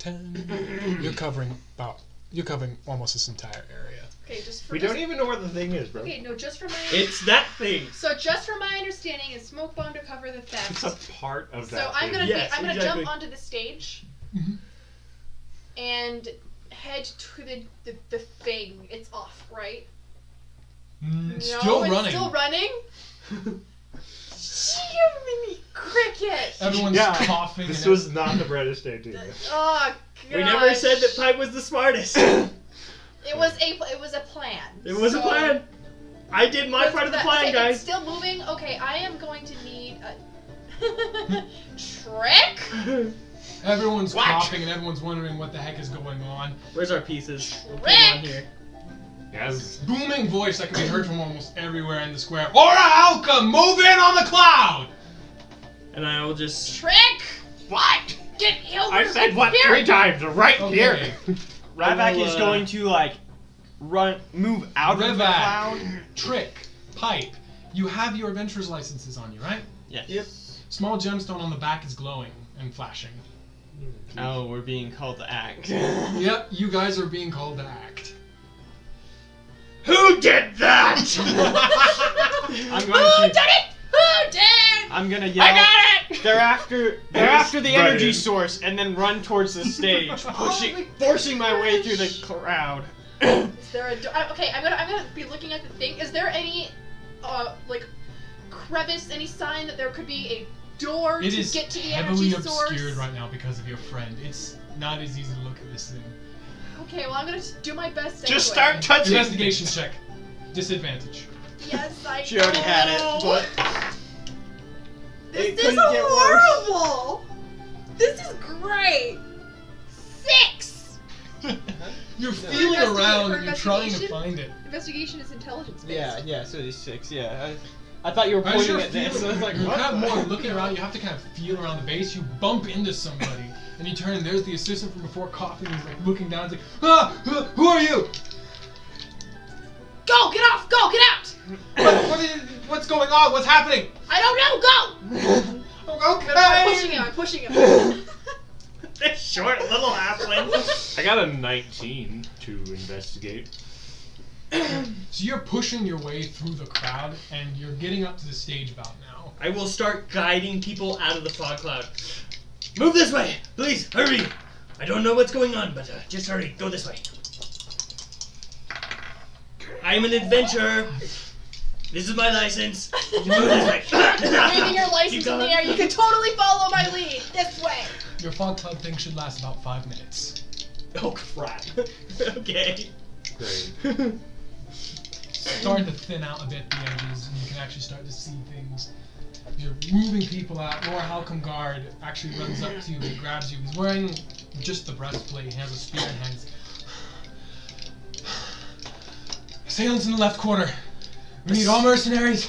[SPEAKER 1] 10. You're covering about. You're covering almost this entire area.
[SPEAKER 3] okay, just for
[SPEAKER 5] We don't even know where the thing is, bro.
[SPEAKER 3] Okay, no, just for my
[SPEAKER 2] It's that thing.
[SPEAKER 3] so just for my understanding, is smoke bomb to cover the
[SPEAKER 5] It's
[SPEAKER 3] theft.
[SPEAKER 5] a part of
[SPEAKER 3] So
[SPEAKER 5] that.
[SPEAKER 3] I'm
[SPEAKER 5] thing.
[SPEAKER 3] gonna
[SPEAKER 2] Yes,
[SPEAKER 3] be, I'm gonna
[SPEAKER 2] exactly.
[SPEAKER 3] jump onto the stage
[SPEAKER 1] Mhm.
[SPEAKER 3] and head to the, the the thing. It's off, right?
[SPEAKER 1] Mm,
[SPEAKER 3] No,
[SPEAKER 1] still
[SPEAKER 3] it's
[SPEAKER 1] running.
[SPEAKER 3] Still running. Gee, mini cricket.
[SPEAKER 1] Everyone's
[SPEAKER 5] Yeah,
[SPEAKER 1] coughing.
[SPEAKER 5] This
[SPEAKER 1] and
[SPEAKER 5] was not the brightest idea.
[SPEAKER 3] Oh god.
[SPEAKER 2] We never said that Pipe was the smartest. it
[SPEAKER 3] It was a it was a plan.
[SPEAKER 2] was a
[SPEAKER 3] So-
[SPEAKER 2] plan. I did my
[SPEAKER 3] Let's
[SPEAKER 2] part of
[SPEAKER 3] do
[SPEAKER 2] the
[SPEAKER 3] that.
[SPEAKER 2] plan,
[SPEAKER 3] okay, It's
[SPEAKER 2] guys.
[SPEAKER 3] still moving. Okay, I am going to need a trick.
[SPEAKER 1] Everyone's
[SPEAKER 2] Whack.
[SPEAKER 1] coughing and everyone's wondering what the heck is going on.
[SPEAKER 2] Where's our pieces? We'll put them on
[SPEAKER 3] Trick!
[SPEAKER 2] here.
[SPEAKER 5] Yes.
[SPEAKER 1] Booming voice that can be heard from almost everywhere in the square. Ora Alka, move in on the cloud!
[SPEAKER 2] And I will just.
[SPEAKER 3] Trick.
[SPEAKER 5] What?
[SPEAKER 3] Get over
[SPEAKER 5] I said what
[SPEAKER 3] here.
[SPEAKER 5] three times right
[SPEAKER 1] Okay.
[SPEAKER 5] here.
[SPEAKER 4] Ryback
[SPEAKER 2] will,
[SPEAKER 4] is
[SPEAKER 2] uh,
[SPEAKER 4] going to like run, move out of the
[SPEAKER 1] Ryback.
[SPEAKER 4] cloud.
[SPEAKER 1] Trick, pipe. You have your adventurer's licenses on you, right?
[SPEAKER 4] Yes.
[SPEAKER 2] Yep.
[SPEAKER 1] Small gemstone on the back is glowing and flashing.
[SPEAKER 4] Oh, we're being called to act.
[SPEAKER 1] Yep, you guys are being called to act.
[SPEAKER 5] Who did that?
[SPEAKER 4] I'm going to.
[SPEAKER 3] Who did it? Who did?
[SPEAKER 4] I'm gonna yell.
[SPEAKER 3] got it.
[SPEAKER 4] They're after. They're after the
[SPEAKER 5] Right
[SPEAKER 4] energy
[SPEAKER 5] in.
[SPEAKER 4] source, and then run towards the stage, pushing,
[SPEAKER 1] Holy
[SPEAKER 4] forcing my way through the crowd.
[SPEAKER 3] Is there a door? I- Okay, I'm gonna I'm gonna be looking at the thing. Is there any, uh, like, crevice? Any sign that there could be a door
[SPEAKER 1] It
[SPEAKER 3] to
[SPEAKER 1] is
[SPEAKER 3] get to the
[SPEAKER 1] heavily
[SPEAKER 3] energy
[SPEAKER 1] obscured
[SPEAKER 3] source?
[SPEAKER 1] right now because of your friend. It's not as easy to look at this thing.
[SPEAKER 3] Okay, well I'm gonna just do my best.
[SPEAKER 5] Just
[SPEAKER 3] anyway.
[SPEAKER 5] start touching.
[SPEAKER 1] Investigation check. Disadvantage.
[SPEAKER 3] Yes, I.
[SPEAKER 4] She already had
[SPEAKER 3] know.
[SPEAKER 4] it, but
[SPEAKER 3] This
[SPEAKER 4] It
[SPEAKER 3] is
[SPEAKER 4] couldn't get worse.
[SPEAKER 3] horrible. This is great. Six.
[SPEAKER 1] You're feeling
[SPEAKER 3] Investigate-
[SPEAKER 1] around
[SPEAKER 3] for
[SPEAKER 1] and you're trying to
[SPEAKER 3] investigation?
[SPEAKER 1] find it.
[SPEAKER 3] Investigation is intelligence based.
[SPEAKER 4] yeah, yeah. So it's six. Yeah. I, I thought you were
[SPEAKER 1] As
[SPEAKER 4] pointing
[SPEAKER 1] you're
[SPEAKER 4] at this. So I was
[SPEAKER 1] feeling-
[SPEAKER 4] like,
[SPEAKER 1] you're
[SPEAKER 4] what?
[SPEAKER 1] kind of
[SPEAKER 4] the-
[SPEAKER 1] more looking around. You have to kind of feel around the base. You bump into somebody, and you turn. And there's the assistant from before coughing. He's like looking down. He's like, ah, who- who are you?
[SPEAKER 3] Go, get off. Go, get out.
[SPEAKER 1] What, what is, what's going on? What's happening?
[SPEAKER 3] I don't know. Go. I'm pushing
[SPEAKER 1] Okay.
[SPEAKER 3] him. I'm pushing him.
[SPEAKER 2] This short little halfling.
[SPEAKER 5] I got a 19 to investigate.
[SPEAKER 1] So you're pushing your way through the crowd, and you're getting up to the stage about now.
[SPEAKER 2] I will start guiding people out of the fog cloud. Move this way, please. Hurry. I don't know what's going on, but uh, just hurry. Go this way. I'm an adventurer. This is my license. Move this way.
[SPEAKER 3] Waving your license in the air. You can totally follow my lead this way.
[SPEAKER 1] Your fog club thing should last about five minutes.
[SPEAKER 2] Oh crap. okay.
[SPEAKER 5] Great.
[SPEAKER 1] Starting to thin out a bit the edges, and you can actually start to see things. You're moving people out. Laura Halcom Guard actually runs up to you and grabs you. He's wearing just the breastplate. He has a spear in hand. Assailants in the left corner. We need all mercenaries,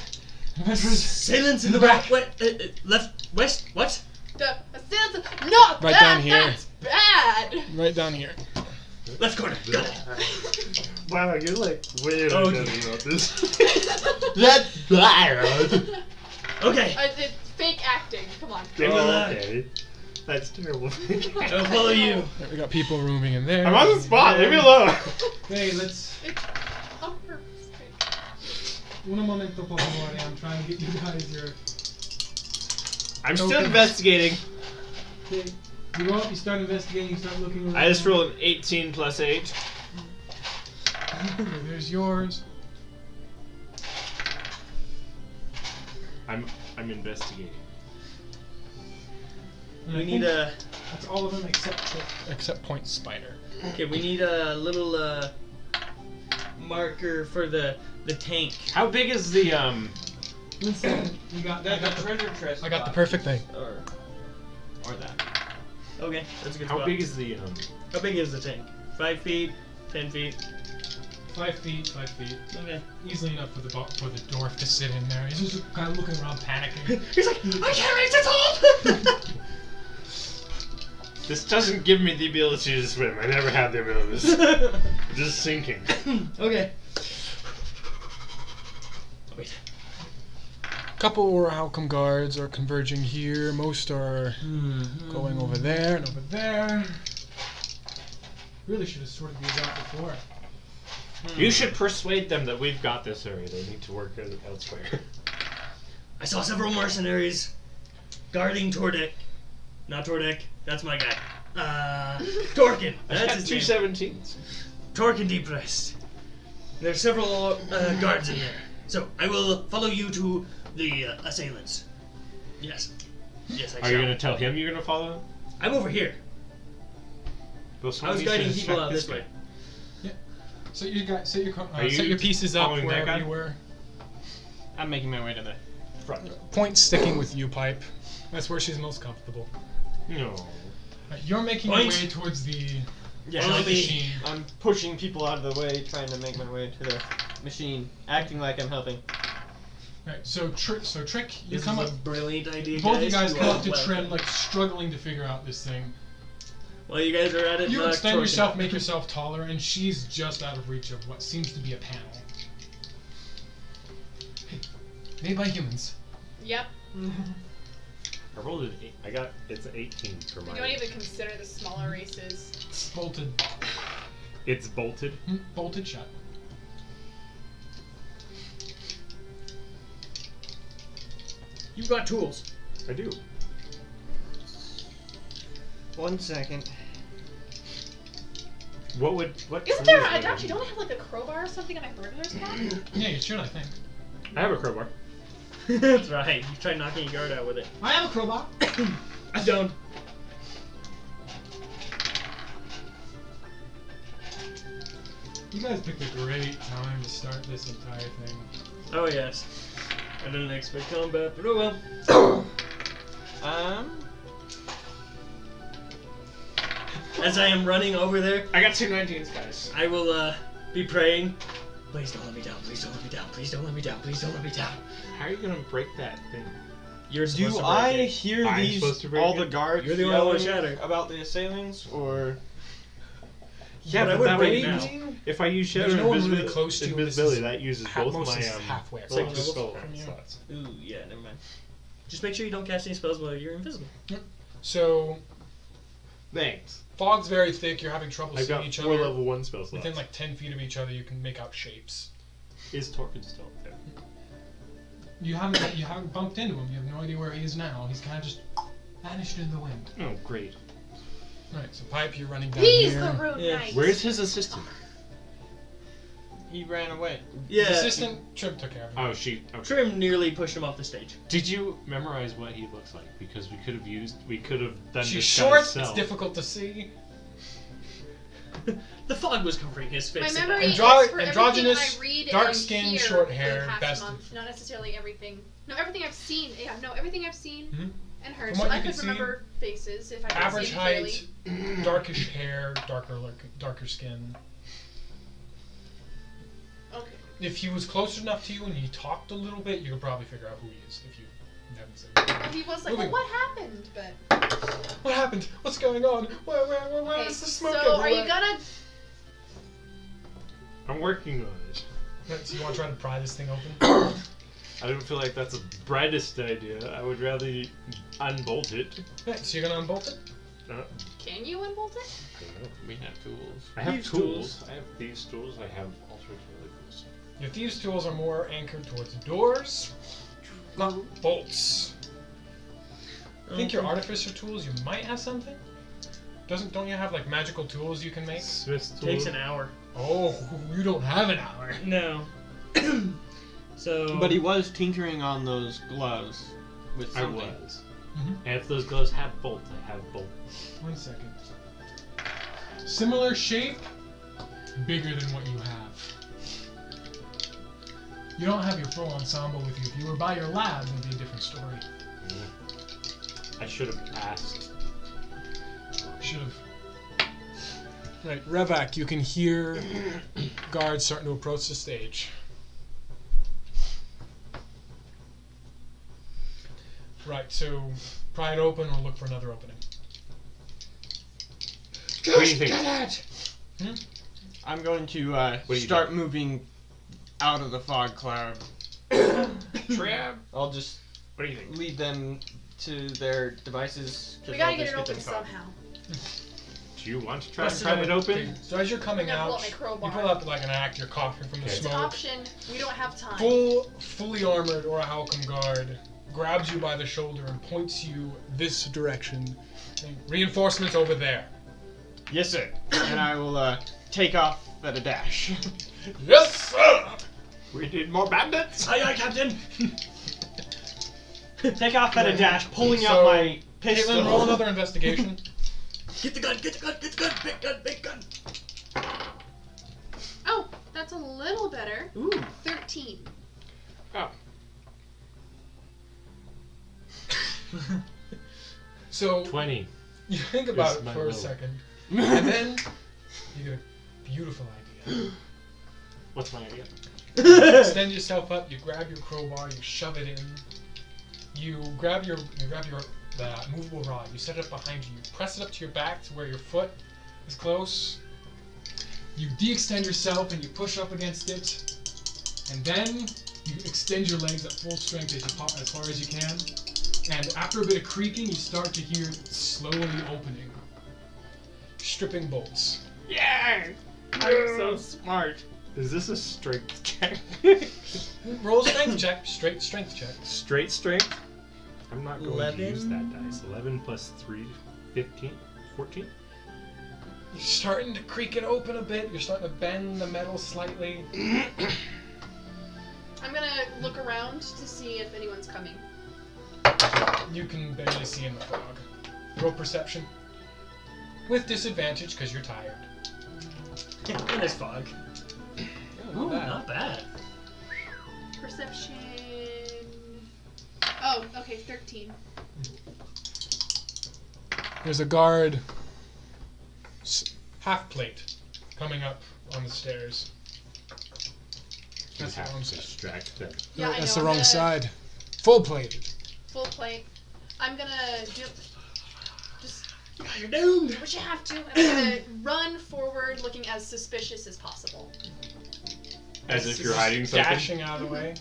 [SPEAKER 1] adventurers.
[SPEAKER 2] Silence in the
[SPEAKER 1] the
[SPEAKER 2] back.
[SPEAKER 1] back.
[SPEAKER 2] What? Uh, uh, left. West. What?
[SPEAKER 3] The assistants. No.
[SPEAKER 1] Right
[SPEAKER 3] that,
[SPEAKER 1] down here.
[SPEAKER 3] That's bad.
[SPEAKER 1] Right down here.
[SPEAKER 2] Left corner. Got it.
[SPEAKER 5] Wow, you're like way
[SPEAKER 2] Oh,
[SPEAKER 5] okay.
[SPEAKER 2] yeah.
[SPEAKER 5] about this.
[SPEAKER 4] That's
[SPEAKER 5] bad.
[SPEAKER 2] Okay.
[SPEAKER 3] I, it's Uh, fake acting. Come on.
[SPEAKER 2] will, uh,
[SPEAKER 5] okay. That's terrible.
[SPEAKER 2] I will follow you.
[SPEAKER 1] We got people moving in there.
[SPEAKER 5] I'm on the spot. Leave me alone.
[SPEAKER 1] Hey, let's.
[SPEAKER 3] On purpose.
[SPEAKER 1] One momento, por favor. I'm trying to get you guys your.
[SPEAKER 5] I'm
[SPEAKER 1] still
[SPEAKER 5] still investigating.
[SPEAKER 1] Okay. You go up, you start investigating, you start looking around.
[SPEAKER 5] I just rolled an 18 plus 8.
[SPEAKER 1] Okay, there's yours.
[SPEAKER 6] I'm I'm investigating.
[SPEAKER 1] And I
[SPEAKER 2] We need
[SPEAKER 1] think
[SPEAKER 2] a
[SPEAKER 1] That's all of them except except point spider.
[SPEAKER 2] okay. We need a little uh, marker for the the tank.
[SPEAKER 6] How big is the um?
[SPEAKER 4] You got
[SPEAKER 1] that- I
[SPEAKER 4] that?
[SPEAKER 1] got the-
[SPEAKER 4] treasure chest.
[SPEAKER 1] I got the perfect thing.
[SPEAKER 2] Or
[SPEAKER 4] Or that.
[SPEAKER 2] okay, that's a good
[SPEAKER 6] How
[SPEAKER 2] spot.
[SPEAKER 6] big is the um?
[SPEAKER 2] How big is the tank? Five feet, ten feet.
[SPEAKER 1] Five feet, five feet.
[SPEAKER 2] Okay.
[SPEAKER 1] Easily enough for the bo- for the dwarf to sit in there. He's just kind of looking around, panicking.
[SPEAKER 2] He's like, I can't reach the top.
[SPEAKER 6] This doesn't give me the ability to swim. I never had the ability. to swim. I'm just sinking.
[SPEAKER 2] okay.
[SPEAKER 1] Couple or Halcom guards are converging here. Most are going over there and over there. Really should have sorted these out before.
[SPEAKER 2] Hmm.
[SPEAKER 6] You should persuade them that we've got this area. They need to work el- elsewhere.
[SPEAKER 2] I saw several mercenaries guarding Tordek. Not Tordek. That's my guy. Uh, Torkin. That's his
[SPEAKER 6] two
[SPEAKER 2] name.
[SPEAKER 6] seventeens.
[SPEAKER 2] Torkin deep rest. There are several uh, guards in there. So I will follow you to the uh, assailants. Yes. Yes, I
[SPEAKER 6] Are
[SPEAKER 2] shall.
[SPEAKER 6] you gonna tell him you're gonna follow? him?
[SPEAKER 2] I'm over here.
[SPEAKER 6] Well,
[SPEAKER 2] I
[SPEAKER 6] someone
[SPEAKER 2] was
[SPEAKER 6] needs to
[SPEAKER 2] guiding
[SPEAKER 6] distract
[SPEAKER 2] people out this
[SPEAKER 6] guy.
[SPEAKER 2] way.
[SPEAKER 1] So you got set your co- uh,
[SPEAKER 6] Are
[SPEAKER 1] set
[SPEAKER 6] you
[SPEAKER 1] your pieces up
[SPEAKER 6] following that
[SPEAKER 1] wherever
[SPEAKER 6] guy?
[SPEAKER 1] you were.
[SPEAKER 4] I'm making my way to the front.
[SPEAKER 1] Point sticking with you, pipe. That's where she's most comfortable.
[SPEAKER 6] No.
[SPEAKER 1] Right, you're making
[SPEAKER 2] Point.
[SPEAKER 1] your way towards the
[SPEAKER 4] Yeah.
[SPEAKER 2] Follow
[SPEAKER 1] the
[SPEAKER 2] me.
[SPEAKER 1] machine.
[SPEAKER 8] I'm pushing people out of the way, trying to make my way to the machine, acting like I'm helping.
[SPEAKER 1] Right, so trick, so trick, you
[SPEAKER 2] This
[SPEAKER 1] come
[SPEAKER 2] is
[SPEAKER 1] up.
[SPEAKER 2] a brilliant idea,
[SPEAKER 1] Both you guys
[SPEAKER 2] You
[SPEAKER 1] come
[SPEAKER 2] are
[SPEAKER 1] up to
[SPEAKER 2] welcome.
[SPEAKER 1] Trim, like struggling to figure out this thing.
[SPEAKER 2] While you guys are at it,
[SPEAKER 1] You
[SPEAKER 2] knock
[SPEAKER 1] extend
[SPEAKER 2] Torkin
[SPEAKER 1] yourself,
[SPEAKER 2] out.
[SPEAKER 1] make yourself taller, and she's just out of reach of what seems to be a panel. Hey, Made by humans.
[SPEAKER 3] Yep.
[SPEAKER 6] I rolled an eight. I got it's an eighteen for
[SPEAKER 3] We
[SPEAKER 6] my.
[SPEAKER 3] don't even consider the smaller races.
[SPEAKER 1] Bolted,
[SPEAKER 6] It's bolted.
[SPEAKER 1] hmm, bolted shut.
[SPEAKER 2] You've got tools.
[SPEAKER 6] I do.
[SPEAKER 8] One second.
[SPEAKER 6] What would what?
[SPEAKER 3] Isn't
[SPEAKER 6] tool
[SPEAKER 3] there?
[SPEAKER 6] would
[SPEAKER 3] A,
[SPEAKER 6] I
[SPEAKER 3] don't you
[SPEAKER 6] need?
[SPEAKER 3] don't I have like a crowbar or something in my burglar's pack?
[SPEAKER 1] Yeah, you should, I think.
[SPEAKER 6] I have a crowbar.
[SPEAKER 2] That's right. You try knocking a guard out with it.
[SPEAKER 1] I have a crowbar.
[SPEAKER 2] I don't.
[SPEAKER 1] You guys picked a great time to start this entire thing.
[SPEAKER 2] Oh yes. I didn't expect combat, but oh well.
[SPEAKER 8] Um,
[SPEAKER 2] As I am running over there,
[SPEAKER 4] I got two 19s, guys.
[SPEAKER 2] I will uh, be praying. Please don't let me down. Please don't let me down. Please don't let me down. Please don't let me down.
[SPEAKER 6] How are you gonna break that thing?
[SPEAKER 2] You're supposed
[SPEAKER 8] do
[SPEAKER 2] to break
[SPEAKER 8] I
[SPEAKER 2] it.
[SPEAKER 8] hear
[SPEAKER 6] I'm supposed
[SPEAKER 8] these
[SPEAKER 6] to break
[SPEAKER 8] all
[SPEAKER 6] it?
[SPEAKER 8] the guards
[SPEAKER 2] You're the only one
[SPEAKER 8] yelling
[SPEAKER 2] shattered.
[SPEAKER 8] about the assailants, or
[SPEAKER 6] Yeah,
[SPEAKER 2] But I
[SPEAKER 6] but,
[SPEAKER 2] would
[SPEAKER 6] that
[SPEAKER 2] break
[SPEAKER 6] way
[SPEAKER 2] it now.
[SPEAKER 8] Raging?
[SPEAKER 6] If I use shadow
[SPEAKER 1] There's no one really
[SPEAKER 6] invisibility,
[SPEAKER 1] close to you, and this
[SPEAKER 6] invisibility,
[SPEAKER 1] is
[SPEAKER 6] that uses
[SPEAKER 1] half-
[SPEAKER 6] both
[SPEAKER 1] most
[SPEAKER 6] my um,
[SPEAKER 1] is halfway
[SPEAKER 6] it's like
[SPEAKER 1] across.
[SPEAKER 6] two spell
[SPEAKER 1] From you.
[SPEAKER 6] slots.
[SPEAKER 2] Ooh, yeah, never mind. Just make sure you don't cast any spells while you're invisible.
[SPEAKER 1] So
[SPEAKER 6] Thanks.
[SPEAKER 1] fog's very thick. You're having trouble
[SPEAKER 6] I've
[SPEAKER 1] seeing
[SPEAKER 6] got
[SPEAKER 1] each
[SPEAKER 6] four
[SPEAKER 1] other.
[SPEAKER 6] level one spell slots.
[SPEAKER 1] Within like ten feet of each other, you can make out shapes.
[SPEAKER 6] is Torkin still up there?
[SPEAKER 1] You haven't you haven't bumped into him. You have no idea where he is now. He's kind of just vanished in the wind.
[SPEAKER 6] Oh, great.
[SPEAKER 1] All right, so pipe, you're running down
[SPEAKER 3] He's
[SPEAKER 1] here.
[SPEAKER 3] the rude
[SPEAKER 2] Yeah.
[SPEAKER 3] knight.
[SPEAKER 6] Where's his assistant?
[SPEAKER 8] he ran away.
[SPEAKER 1] The
[SPEAKER 2] Yeah.
[SPEAKER 1] assistant Trim took care of him.
[SPEAKER 6] Oh, she. Okay.
[SPEAKER 2] Trim nearly pushed him off the stage.
[SPEAKER 6] Did you memorize what he looks like? Because we could have used, we could have done
[SPEAKER 1] She's
[SPEAKER 6] this
[SPEAKER 1] short.
[SPEAKER 6] Kind
[SPEAKER 1] It's
[SPEAKER 6] of
[SPEAKER 1] difficult to see.
[SPEAKER 2] The fog was covering his
[SPEAKER 3] My
[SPEAKER 2] face.
[SPEAKER 3] memory
[SPEAKER 1] Andro-
[SPEAKER 3] is for
[SPEAKER 1] androgynous,
[SPEAKER 3] everything I read and
[SPEAKER 1] dark skin,
[SPEAKER 3] hear
[SPEAKER 1] short
[SPEAKER 3] in
[SPEAKER 1] hair,
[SPEAKER 3] the past
[SPEAKER 1] best-
[SPEAKER 3] month. Not necessarily everything. No, everything I've seen. Yeah, no, everything I've seen
[SPEAKER 1] Mhm.
[SPEAKER 3] and heard.
[SPEAKER 1] From
[SPEAKER 3] So
[SPEAKER 1] what
[SPEAKER 3] I
[SPEAKER 1] you
[SPEAKER 3] could
[SPEAKER 1] can see,
[SPEAKER 3] remember faces if I could
[SPEAKER 1] Average
[SPEAKER 3] see
[SPEAKER 1] height, darkish hair, darker look, darker skin.
[SPEAKER 3] Okay.
[SPEAKER 1] If he was close enough to you and he talked a little bit, you could probably figure out who he is if you haven't seen him.
[SPEAKER 3] He was like, well,
[SPEAKER 1] Moving
[SPEAKER 3] what happened? But
[SPEAKER 1] What happened? What's going on? Where, where, where, where is
[SPEAKER 3] okay,
[SPEAKER 1] the smoke
[SPEAKER 3] so are
[SPEAKER 1] everywhere?
[SPEAKER 3] you gonna?
[SPEAKER 6] I'm working on it.
[SPEAKER 1] Right, so you want to try to pry this thing open?
[SPEAKER 6] I don't feel like that's the brightest idea. I would rather you unbolt it.
[SPEAKER 1] right, so you're gonna unbolt it?
[SPEAKER 3] Can you unbolt it?
[SPEAKER 6] I don't know.
[SPEAKER 8] We have tools.
[SPEAKER 6] I have
[SPEAKER 2] Thieves'
[SPEAKER 6] tools. I have these tools. I have all sorts of other tools.
[SPEAKER 1] Your thieves' tools are more anchored towards doors, not bolts. I think
[SPEAKER 2] Oh,
[SPEAKER 1] your artificer tools, you might have something. Doesn't don't you have like magical tools you can make?
[SPEAKER 6] Smith's tool.
[SPEAKER 2] takes an hour.
[SPEAKER 1] Oh, you don't have an hour.
[SPEAKER 2] No. So
[SPEAKER 4] But he was tinkering on those gloves with
[SPEAKER 6] I
[SPEAKER 4] something.
[SPEAKER 6] was.
[SPEAKER 1] Mhm.
[SPEAKER 6] And if those gloves have bolts, I have bolts.
[SPEAKER 1] One second. Similar shape, bigger than what you have. You don't have your full ensemble with you. If you were by your lab, it'd be a different story.
[SPEAKER 6] I should have asked.
[SPEAKER 1] Should have. Right, Revak, you can hear guards starting to approach the stage. Right, so pry it open or look for another opening.
[SPEAKER 6] What do you think?
[SPEAKER 4] I'm going to uh,
[SPEAKER 6] do you
[SPEAKER 4] start moving out of the fog cloud.
[SPEAKER 6] Trap.
[SPEAKER 4] I'll just
[SPEAKER 6] What do you think?
[SPEAKER 4] leave them to their devices. 'cause
[SPEAKER 3] We gotta
[SPEAKER 4] I'll
[SPEAKER 3] get
[SPEAKER 4] just
[SPEAKER 3] it open
[SPEAKER 4] them caught.
[SPEAKER 3] somehow.
[SPEAKER 6] Do you want to try and
[SPEAKER 1] Let's
[SPEAKER 6] pry
[SPEAKER 1] do
[SPEAKER 6] it open?
[SPEAKER 1] So as you're coming
[SPEAKER 3] gonna pull
[SPEAKER 1] out,
[SPEAKER 3] out my
[SPEAKER 1] you
[SPEAKER 3] crowbar.
[SPEAKER 1] pull out like an act. You're coughing from the
[SPEAKER 6] Okay.
[SPEAKER 3] It's an
[SPEAKER 1] smoke.
[SPEAKER 3] option. We don't have time.
[SPEAKER 1] Full, fully armored or a Halcom guard grabs you by the shoulder and points you this direction. saying, Reinforcements over there.
[SPEAKER 4] Yes, sir. and I will uh, take off at a dash.
[SPEAKER 1] Yes, sir.
[SPEAKER 6] We need more bandits.
[SPEAKER 2] Aye, aye, Captain.
[SPEAKER 9] Take off at a dash, pulling
[SPEAKER 1] So,
[SPEAKER 9] out my pistol.
[SPEAKER 1] Caitlin, roll another investigation.
[SPEAKER 2] Get the gun. Get the gun. Get the gun. Big gun. Big gun.
[SPEAKER 3] Oh, that's a little better.
[SPEAKER 9] Ooh.
[SPEAKER 3] 13.
[SPEAKER 1] So
[SPEAKER 6] Twenty.
[SPEAKER 1] you think about
[SPEAKER 6] Yes,
[SPEAKER 1] it
[SPEAKER 6] my
[SPEAKER 1] for a
[SPEAKER 6] will.
[SPEAKER 1] second, and then you get a beautiful idea.
[SPEAKER 6] What's my idea?
[SPEAKER 1] Extend yourself up. You grab your crowbar. You shove it in. You grab your you grab your the movable rod. You set it up behind you. You press it up to your back to where your foot is close. You de-extend yourself and you push up against it, and then you extend your legs at full strength as, you, po- as far as you can. And after a bit of creaking, you start to hear it slowly opening, stripping bolts.
[SPEAKER 6] Yeah.
[SPEAKER 4] I'm so smart.
[SPEAKER 6] Is this a strength check?
[SPEAKER 1] Roll strength check. Straight strength check.
[SPEAKER 6] Straight strength. I'm not going to use that
[SPEAKER 2] Eleven.
[SPEAKER 6] dice. Eleven plus three, fifteen, fourteen.
[SPEAKER 1] You're starting to creak it open a bit. You're starting to bend the metal slightly.
[SPEAKER 3] I'm gonna look around to see if anyone's coming.
[SPEAKER 1] You can barely see in the fog. Roll perception. With disadvantage because you're tired.
[SPEAKER 2] and there's fog. Ooh, not bad.
[SPEAKER 3] Perception. Oh, okay, 13.
[SPEAKER 1] There's a guard, s- half plate, coming up on the stairs. That's
[SPEAKER 6] You
[SPEAKER 1] the
[SPEAKER 6] have
[SPEAKER 1] wrong
[SPEAKER 6] to
[SPEAKER 1] side.
[SPEAKER 6] distract them.
[SPEAKER 3] Yeah, I
[SPEAKER 1] Uh, That's
[SPEAKER 3] know,
[SPEAKER 1] the
[SPEAKER 3] I'm
[SPEAKER 1] wrong
[SPEAKER 3] gonna-
[SPEAKER 1] side. Full plated.
[SPEAKER 3] Full plate. I'm gonna do. Just.
[SPEAKER 2] You're doomed.
[SPEAKER 3] What you have to. I'm gonna run forward looking as suspicious as possible.
[SPEAKER 6] As if you're hiding
[SPEAKER 1] Just
[SPEAKER 6] something.
[SPEAKER 1] Dashing out of the way.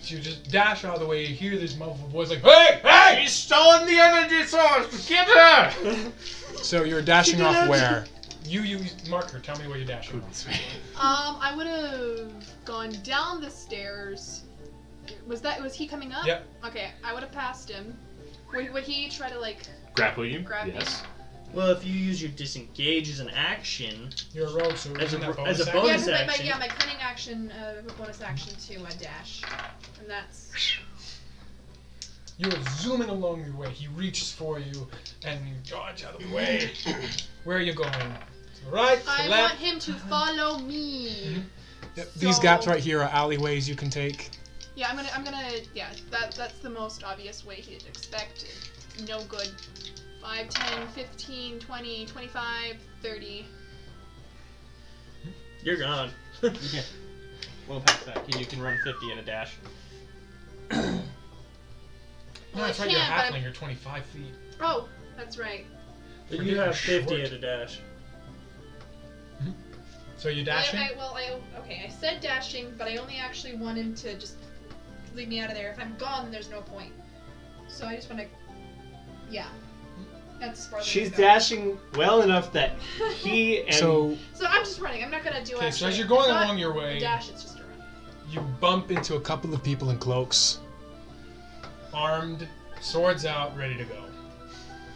[SPEAKER 1] so you just dash out of the way. You hear this muffled voice like, "Hey, hey!"
[SPEAKER 6] He's stolen the energy source. Get her!
[SPEAKER 1] So you're dashing off where? You you marker. Tell me where you're dashing off.
[SPEAKER 3] Um, I would have gone down the stairs. Was that was he coming up?
[SPEAKER 1] Yep.
[SPEAKER 3] Okay, I would have passed him. Would, would he try to like?
[SPEAKER 6] Grapple you?
[SPEAKER 3] Grab you.
[SPEAKER 6] yes.
[SPEAKER 2] Well, if you use your disengage as an action,
[SPEAKER 1] You're a rogue, so
[SPEAKER 2] As a
[SPEAKER 1] isn't that
[SPEAKER 2] bo- as a
[SPEAKER 1] bonus action?
[SPEAKER 3] Yeah, 'cause
[SPEAKER 2] Bonus
[SPEAKER 3] I- my,
[SPEAKER 2] action.
[SPEAKER 3] yeah, my cunning action, uh, bonus action to a dash, and that's
[SPEAKER 1] You're zooming along your way. He reaches for you, and you dodge out of the way. where are you going? To the right, to the
[SPEAKER 3] I want
[SPEAKER 1] left.
[SPEAKER 3] him to follow me.
[SPEAKER 1] Th-
[SPEAKER 3] so-
[SPEAKER 1] here are alleyways you can take.
[SPEAKER 3] Yeah, I'm gonna, I'm gonna, yeah, that that's the most obvious way he'd expect. No good. 5, 10, 15, 20, 25, 30.
[SPEAKER 2] you're gone.
[SPEAKER 4] We'll pass that. You can run 50 at a dash.
[SPEAKER 1] No,
[SPEAKER 3] I
[SPEAKER 1] that's right. You're a
[SPEAKER 3] can't, but
[SPEAKER 1] halfling.
[SPEAKER 3] I'm-
[SPEAKER 1] You're 25 feet.
[SPEAKER 3] Oh, that's right.
[SPEAKER 2] you have
[SPEAKER 1] Short.
[SPEAKER 2] 50 at a dash.
[SPEAKER 1] So you're dashing.
[SPEAKER 3] I, I, well, I okay. I said dashing, but I only actually want him to just leave me out of there. If I'm gone, there's no point. So I just want to, yeah. That's far.
[SPEAKER 6] She's dashing well enough that he and
[SPEAKER 1] so
[SPEAKER 3] So I'm just running. I'm not gonna do
[SPEAKER 1] okay,
[SPEAKER 3] actually.
[SPEAKER 1] so as you're going
[SPEAKER 3] it's not
[SPEAKER 1] along your way,
[SPEAKER 3] a dash. It's just a run.
[SPEAKER 1] you bump into a couple of people in cloaks, armed, swords out, ready to go.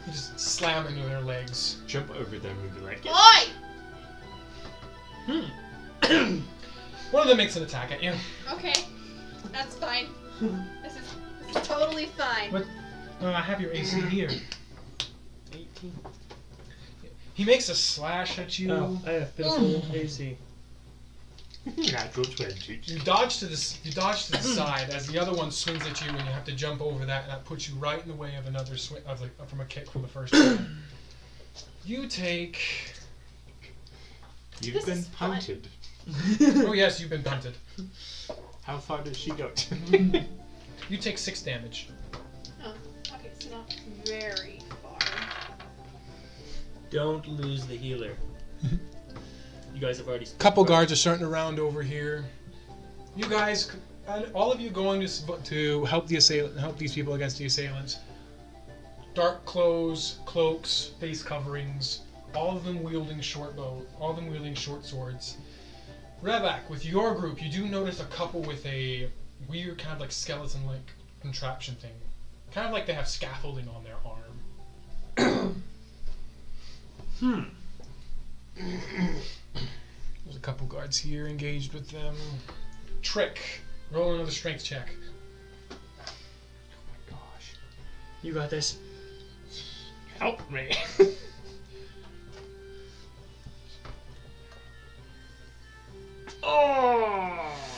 [SPEAKER 1] You just slam into their legs.
[SPEAKER 6] jump over them and be like,
[SPEAKER 3] Oi!
[SPEAKER 2] Hmm.
[SPEAKER 1] One of them makes an attack at you.
[SPEAKER 3] Okay, that's fine. this, is, this is totally fine.
[SPEAKER 1] What? Uh, I have your AC here.
[SPEAKER 8] 18.
[SPEAKER 1] He makes a slash at you.
[SPEAKER 2] Oh, I have pitiful AC.
[SPEAKER 5] Natural 20.
[SPEAKER 1] You dodge to this. You dodge to the side as the other one swings at you, and you have to jump over that, and that puts you right in the way of another swing of the, from a kick from the first. one. you take.
[SPEAKER 5] You've
[SPEAKER 3] This
[SPEAKER 5] been
[SPEAKER 3] is fun.
[SPEAKER 5] punted.
[SPEAKER 1] Oh yes, you've been punted.
[SPEAKER 5] How far does she go?
[SPEAKER 1] You take six damage.
[SPEAKER 3] Okay, so not very far.
[SPEAKER 2] Don't lose the healer. you guys have already. spoken
[SPEAKER 1] Couple
[SPEAKER 2] about
[SPEAKER 1] guards are starting to round over here. You guys, c- and all of you going to s- to help the assailant, help these people against the assailants. Dark clothes, cloaks, face coverings. All of them wielding short bow. All of them wielding short swords. Revak, with your group, you do notice a couple with a weird kind of like skeleton-like contraption thing, kind of like they have scaffolding on their arm.
[SPEAKER 4] Hmm.
[SPEAKER 1] There's a couple guards here engaged with them. Trick. Roll another strength check.
[SPEAKER 2] it. You got this.
[SPEAKER 5] Help me.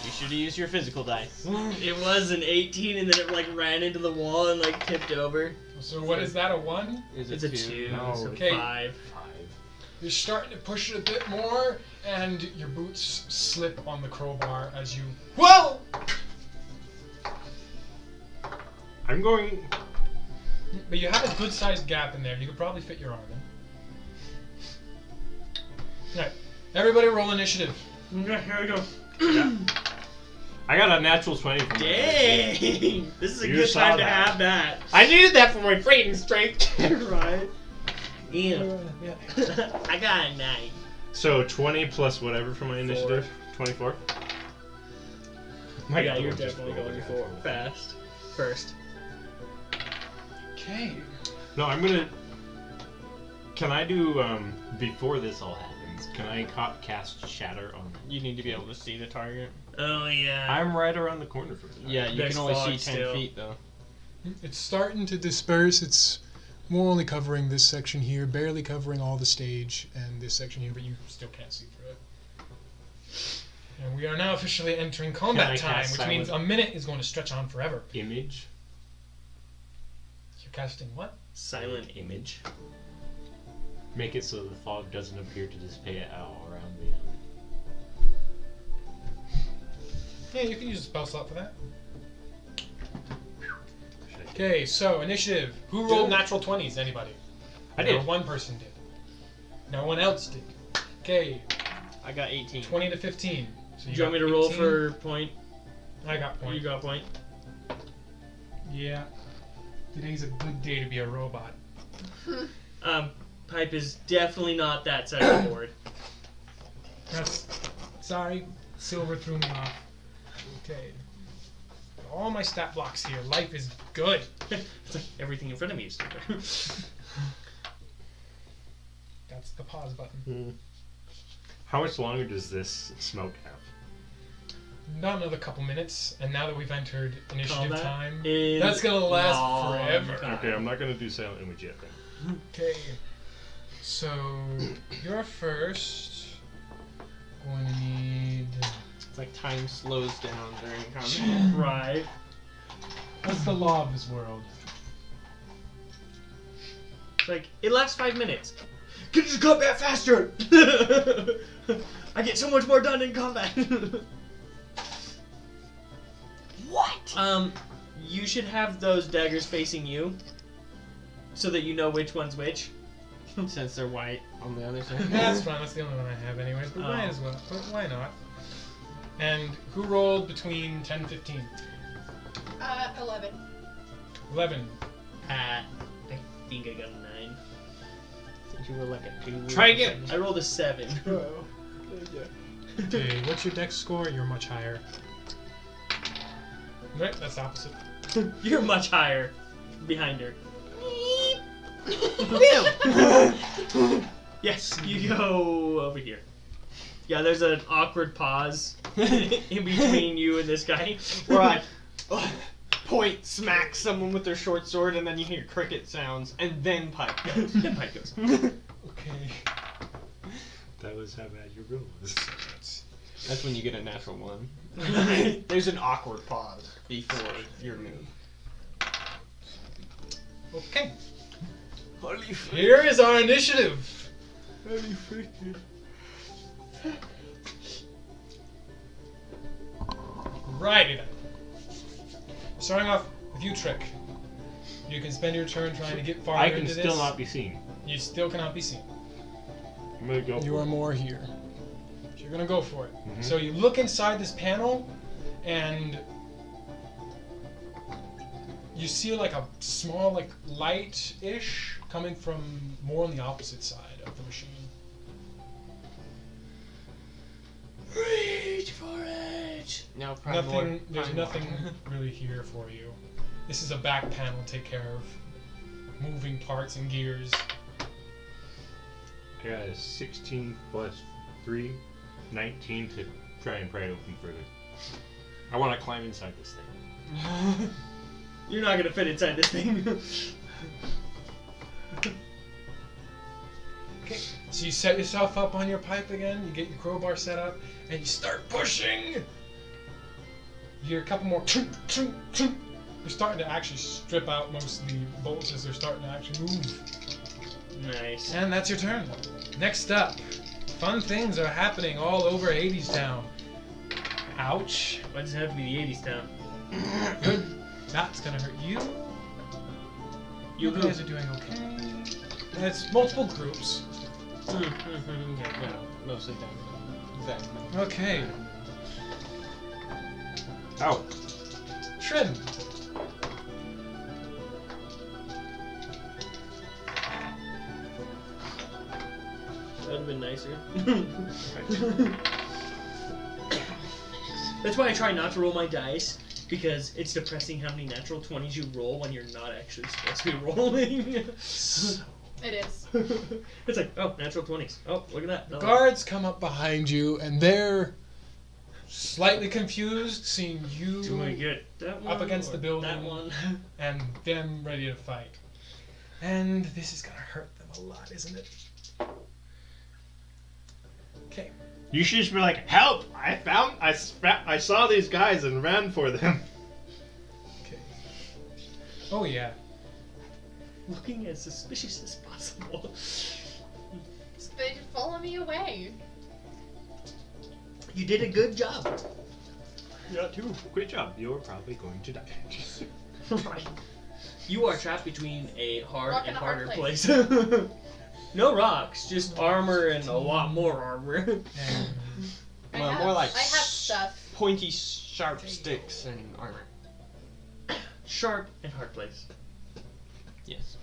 [SPEAKER 4] You should have used your physical dice.
[SPEAKER 2] It was an 18, and then it like ran into the wall and like tipped over.
[SPEAKER 1] So what is that? A one?
[SPEAKER 8] Is it
[SPEAKER 2] It's a two,
[SPEAKER 5] No,
[SPEAKER 2] so
[SPEAKER 1] okay.
[SPEAKER 2] five.
[SPEAKER 5] Five.
[SPEAKER 1] You're starting to push it a bit more, and your boots slip on the crowbar as you. Whoa!
[SPEAKER 5] I'm going.
[SPEAKER 1] But you have a good-sized gap in there. You could probably fit your arm in. Right. Everybody, roll initiative.
[SPEAKER 2] Here we go.
[SPEAKER 5] I got a natural 20 from
[SPEAKER 2] Dang! This is a
[SPEAKER 5] You
[SPEAKER 2] good
[SPEAKER 5] saw
[SPEAKER 2] time to
[SPEAKER 5] that.
[SPEAKER 2] have that.
[SPEAKER 5] I needed that for my fighting strength.
[SPEAKER 2] right? Yeah.
[SPEAKER 1] yeah.
[SPEAKER 2] I got a nine.
[SPEAKER 5] So 20 plus whatever for my initiative? 24?
[SPEAKER 2] yeah,
[SPEAKER 5] God,
[SPEAKER 2] you're
[SPEAKER 5] I'm just
[SPEAKER 2] definitely
[SPEAKER 5] rolling
[SPEAKER 2] going
[SPEAKER 5] a
[SPEAKER 2] for
[SPEAKER 5] natural.
[SPEAKER 2] fast. First.
[SPEAKER 1] Okay.
[SPEAKER 5] No, I'm gonna. Can I do um before this all happens? Can I ca- cast Shatter on?
[SPEAKER 4] You need to be able to see the target.
[SPEAKER 2] Oh yeah.
[SPEAKER 5] I'm right around the corner from that.
[SPEAKER 4] Yeah, you
[SPEAKER 2] There's
[SPEAKER 4] can only
[SPEAKER 2] fog
[SPEAKER 4] see ten
[SPEAKER 2] still.
[SPEAKER 4] feet though.
[SPEAKER 1] It's starting to disperse. It's more only covering this section here, barely covering all the stage and this section here, but you still can't see through it. And we are now officially entering
[SPEAKER 5] Can I
[SPEAKER 1] combat time,
[SPEAKER 5] cast
[SPEAKER 1] which means a minute is going to stretch on forever.
[SPEAKER 5] Image.
[SPEAKER 1] You're casting what?
[SPEAKER 2] Silent image.
[SPEAKER 5] Make it so the fog doesn't appear to dissipate at all around the. Um,
[SPEAKER 1] Yeah, you can use a spell slot for that.
[SPEAKER 5] should I-
[SPEAKER 1] Okay, so initiative. Who rolled natural 20s? Anybody?
[SPEAKER 5] I did.
[SPEAKER 1] No, one person did. No one else did. Okay,
[SPEAKER 4] I got eighteen.
[SPEAKER 1] 20 to 15. So
[SPEAKER 2] Do you want me to roll for point?
[SPEAKER 1] I got
[SPEAKER 2] You
[SPEAKER 1] point.
[SPEAKER 2] got point.
[SPEAKER 1] Yeah. Today's a good day to be a robot.
[SPEAKER 2] Um, pipe is definitely not that side of the board.
[SPEAKER 1] That's sorry, silver threw me off. Okay. All my stat blocks here. Life is good.
[SPEAKER 2] It's like everything in front of me is different.
[SPEAKER 1] That's the pause button.
[SPEAKER 5] How much longer does this smoke have?
[SPEAKER 1] Not another couple minutes, and now that we've entered initiative
[SPEAKER 2] Combat
[SPEAKER 1] time,
[SPEAKER 2] is
[SPEAKER 1] that's gonna last
[SPEAKER 2] long
[SPEAKER 1] forever.
[SPEAKER 2] time.
[SPEAKER 5] Okay, I'm not gonna do silent image yet. Then.
[SPEAKER 1] Okay. So you're first. Going to need.
[SPEAKER 8] It's like time slows down during combat.
[SPEAKER 2] Right.
[SPEAKER 1] What's the law of this world?
[SPEAKER 2] It's like it lasts five minutes. Can you combat faster? I get so much more done in combat.
[SPEAKER 4] What?
[SPEAKER 2] um, you should have those daggers facing you, so that you know which one's which.
[SPEAKER 4] Since they're white on the other
[SPEAKER 1] That's
[SPEAKER 4] side.
[SPEAKER 1] fine. That's the only one I have, anyways. But
[SPEAKER 2] Oh.
[SPEAKER 1] might as well. But why not? And who rolled between 10 and 15?
[SPEAKER 3] Uh, 11.
[SPEAKER 1] 11.
[SPEAKER 2] Uh, I think I got a nine.
[SPEAKER 4] you were like a two.
[SPEAKER 5] Try again.
[SPEAKER 2] I rolled a seven.
[SPEAKER 1] Okay, what's your dex score? You're much higher. Right, that's opposite.
[SPEAKER 2] You're much higher behind her. Yes, you go over here. Yeah, there's an awkward pause in between you and this guy.
[SPEAKER 4] Where I point, smack someone with their short sword, and then you hear cricket sounds, and then pipe goes.
[SPEAKER 2] Then pipe goes.
[SPEAKER 1] Okay.
[SPEAKER 6] That was how bad your roll was.
[SPEAKER 4] That's when you get a natural one.
[SPEAKER 2] Alright.
[SPEAKER 4] There's an awkward pause before your move.
[SPEAKER 1] Okay. Here is our initiative. Righty then. Starting off with you, Trick. You can spend your turn trying to get farther
[SPEAKER 6] I can
[SPEAKER 1] into
[SPEAKER 6] still
[SPEAKER 1] this.
[SPEAKER 6] not be seen.
[SPEAKER 1] You still cannot be seen.
[SPEAKER 6] I'm gonna go.
[SPEAKER 1] You
[SPEAKER 6] for
[SPEAKER 1] are
[SPEAKER 6] it.
[SPEAKER 1] more here. So you're gonna go for it.
[SPEAKER 6] Mhm.
[SPEAKER 5] Mm-hmm.
[SPEAKER 1] So you look inside this panel, and you see like a small, like light-ish coming from more on the opposite side of the machine.
[SPEAKER 2] Reach for it!
[SPEAKER 4] Now, prime
[SPEAKER 1] Nothing.
[SPEAKER 4] lord-
[SPEAKER 1] There's
[SPEAKER 4] prime
[SPEAKER 1] nothing
[SPEAKER 4] lord.
[SPEAKER 1] really here for you. This is a back panel. to Take care of moving parts and gears.
[SPEAKER 6] I got a 16 plus 3, 19 to try and pry it open further. I want to climb inside this thing.
[SPEAKER 2] You're not gonna fit inside this thing.
[SPEAKER 1] So you set yourself up on your pipe again. You get your crowbar set up, and you start pushing. You hear a couple more. Chunk, chunk, chunk. They're starting to actually strip out most of the bolts as they're starting to actually move.
[SPEAKER 2] nice.
[SPEAKER 1] And that's your turn. Next up, fun things are happening all over 80s Town. Ouch.
[SPEAKER 2] Why does it have to be the 80s town?
[SPEAKER 1] Good. That's gonna hurt you. You
[SPEAKER 2] You
[SPEAKER 1] guys are doing okay. And it's multiple groups.
[SPEAKER 2] Mm-hmm,
[SPEAKER 4] No, mostly down. Exactly.
[SPEAKER 1] Okay.
[SPEAKER 6] Ow!
[SPEAKER 1] Trim.
[SPEAKER 2] That would have been nicer. That's why I try not to roll my dice, because it's depressing how many natural 20s you roll when you're not actually supposed to be rolling.
[SPEAKER 3] It is.
[SPEAKER 2] it's like, oh, natural 20s. Oh, look at that. another one.
[SPEAKER 1] Guards come up behind you and they're slightly confused seeing you
[SPEAKER 2] Do I get that one?
[SPEAKER 1] against the
[SPEAKER 2] or
[SPEAKER 1] building.
[SPEAKER 2] That one.
[SPEAKER 1] and them ready to fight. And this is gonna hurt them a lot, isn't it? Okay.
[SPEAKER 10] You should just be like, help! I found, I, spa- I saw these guys and ran for them.
[SPEAKER 1] Okay. Oh yeah.
[SPEAKER 2] Looking as suspicious as possible.
[SPEAKER 3] So They follow me away.
[SPEAKER 2] You did a good job.
[SPEAKER 6] Yeah, too. Great job. You're probably going to die.
[SPEAKER 2] You are trapped between a hard
[SPEAKER 3] Rock
[SPEAKER 2] and
[SPEAKER 3] and a hard
[SPEAKER 2] harder
[SPEAKER 3] place.
[SPEAKER 2] place. no rocks, just armor and a lot more armor.
[SPEAKER 1] And
[SPEAKER 3] I
[SPEAKER 4] Well,
[SPEAKER 3] have,
[SPEAKER 4] more like
[SPEAKER 3] I have stuff.
[SPEAKER 4] Pointy, sharp sticks and armor.
[SPEAKER 2] Sharp and hard place.
[SPEAKER 4] Yes.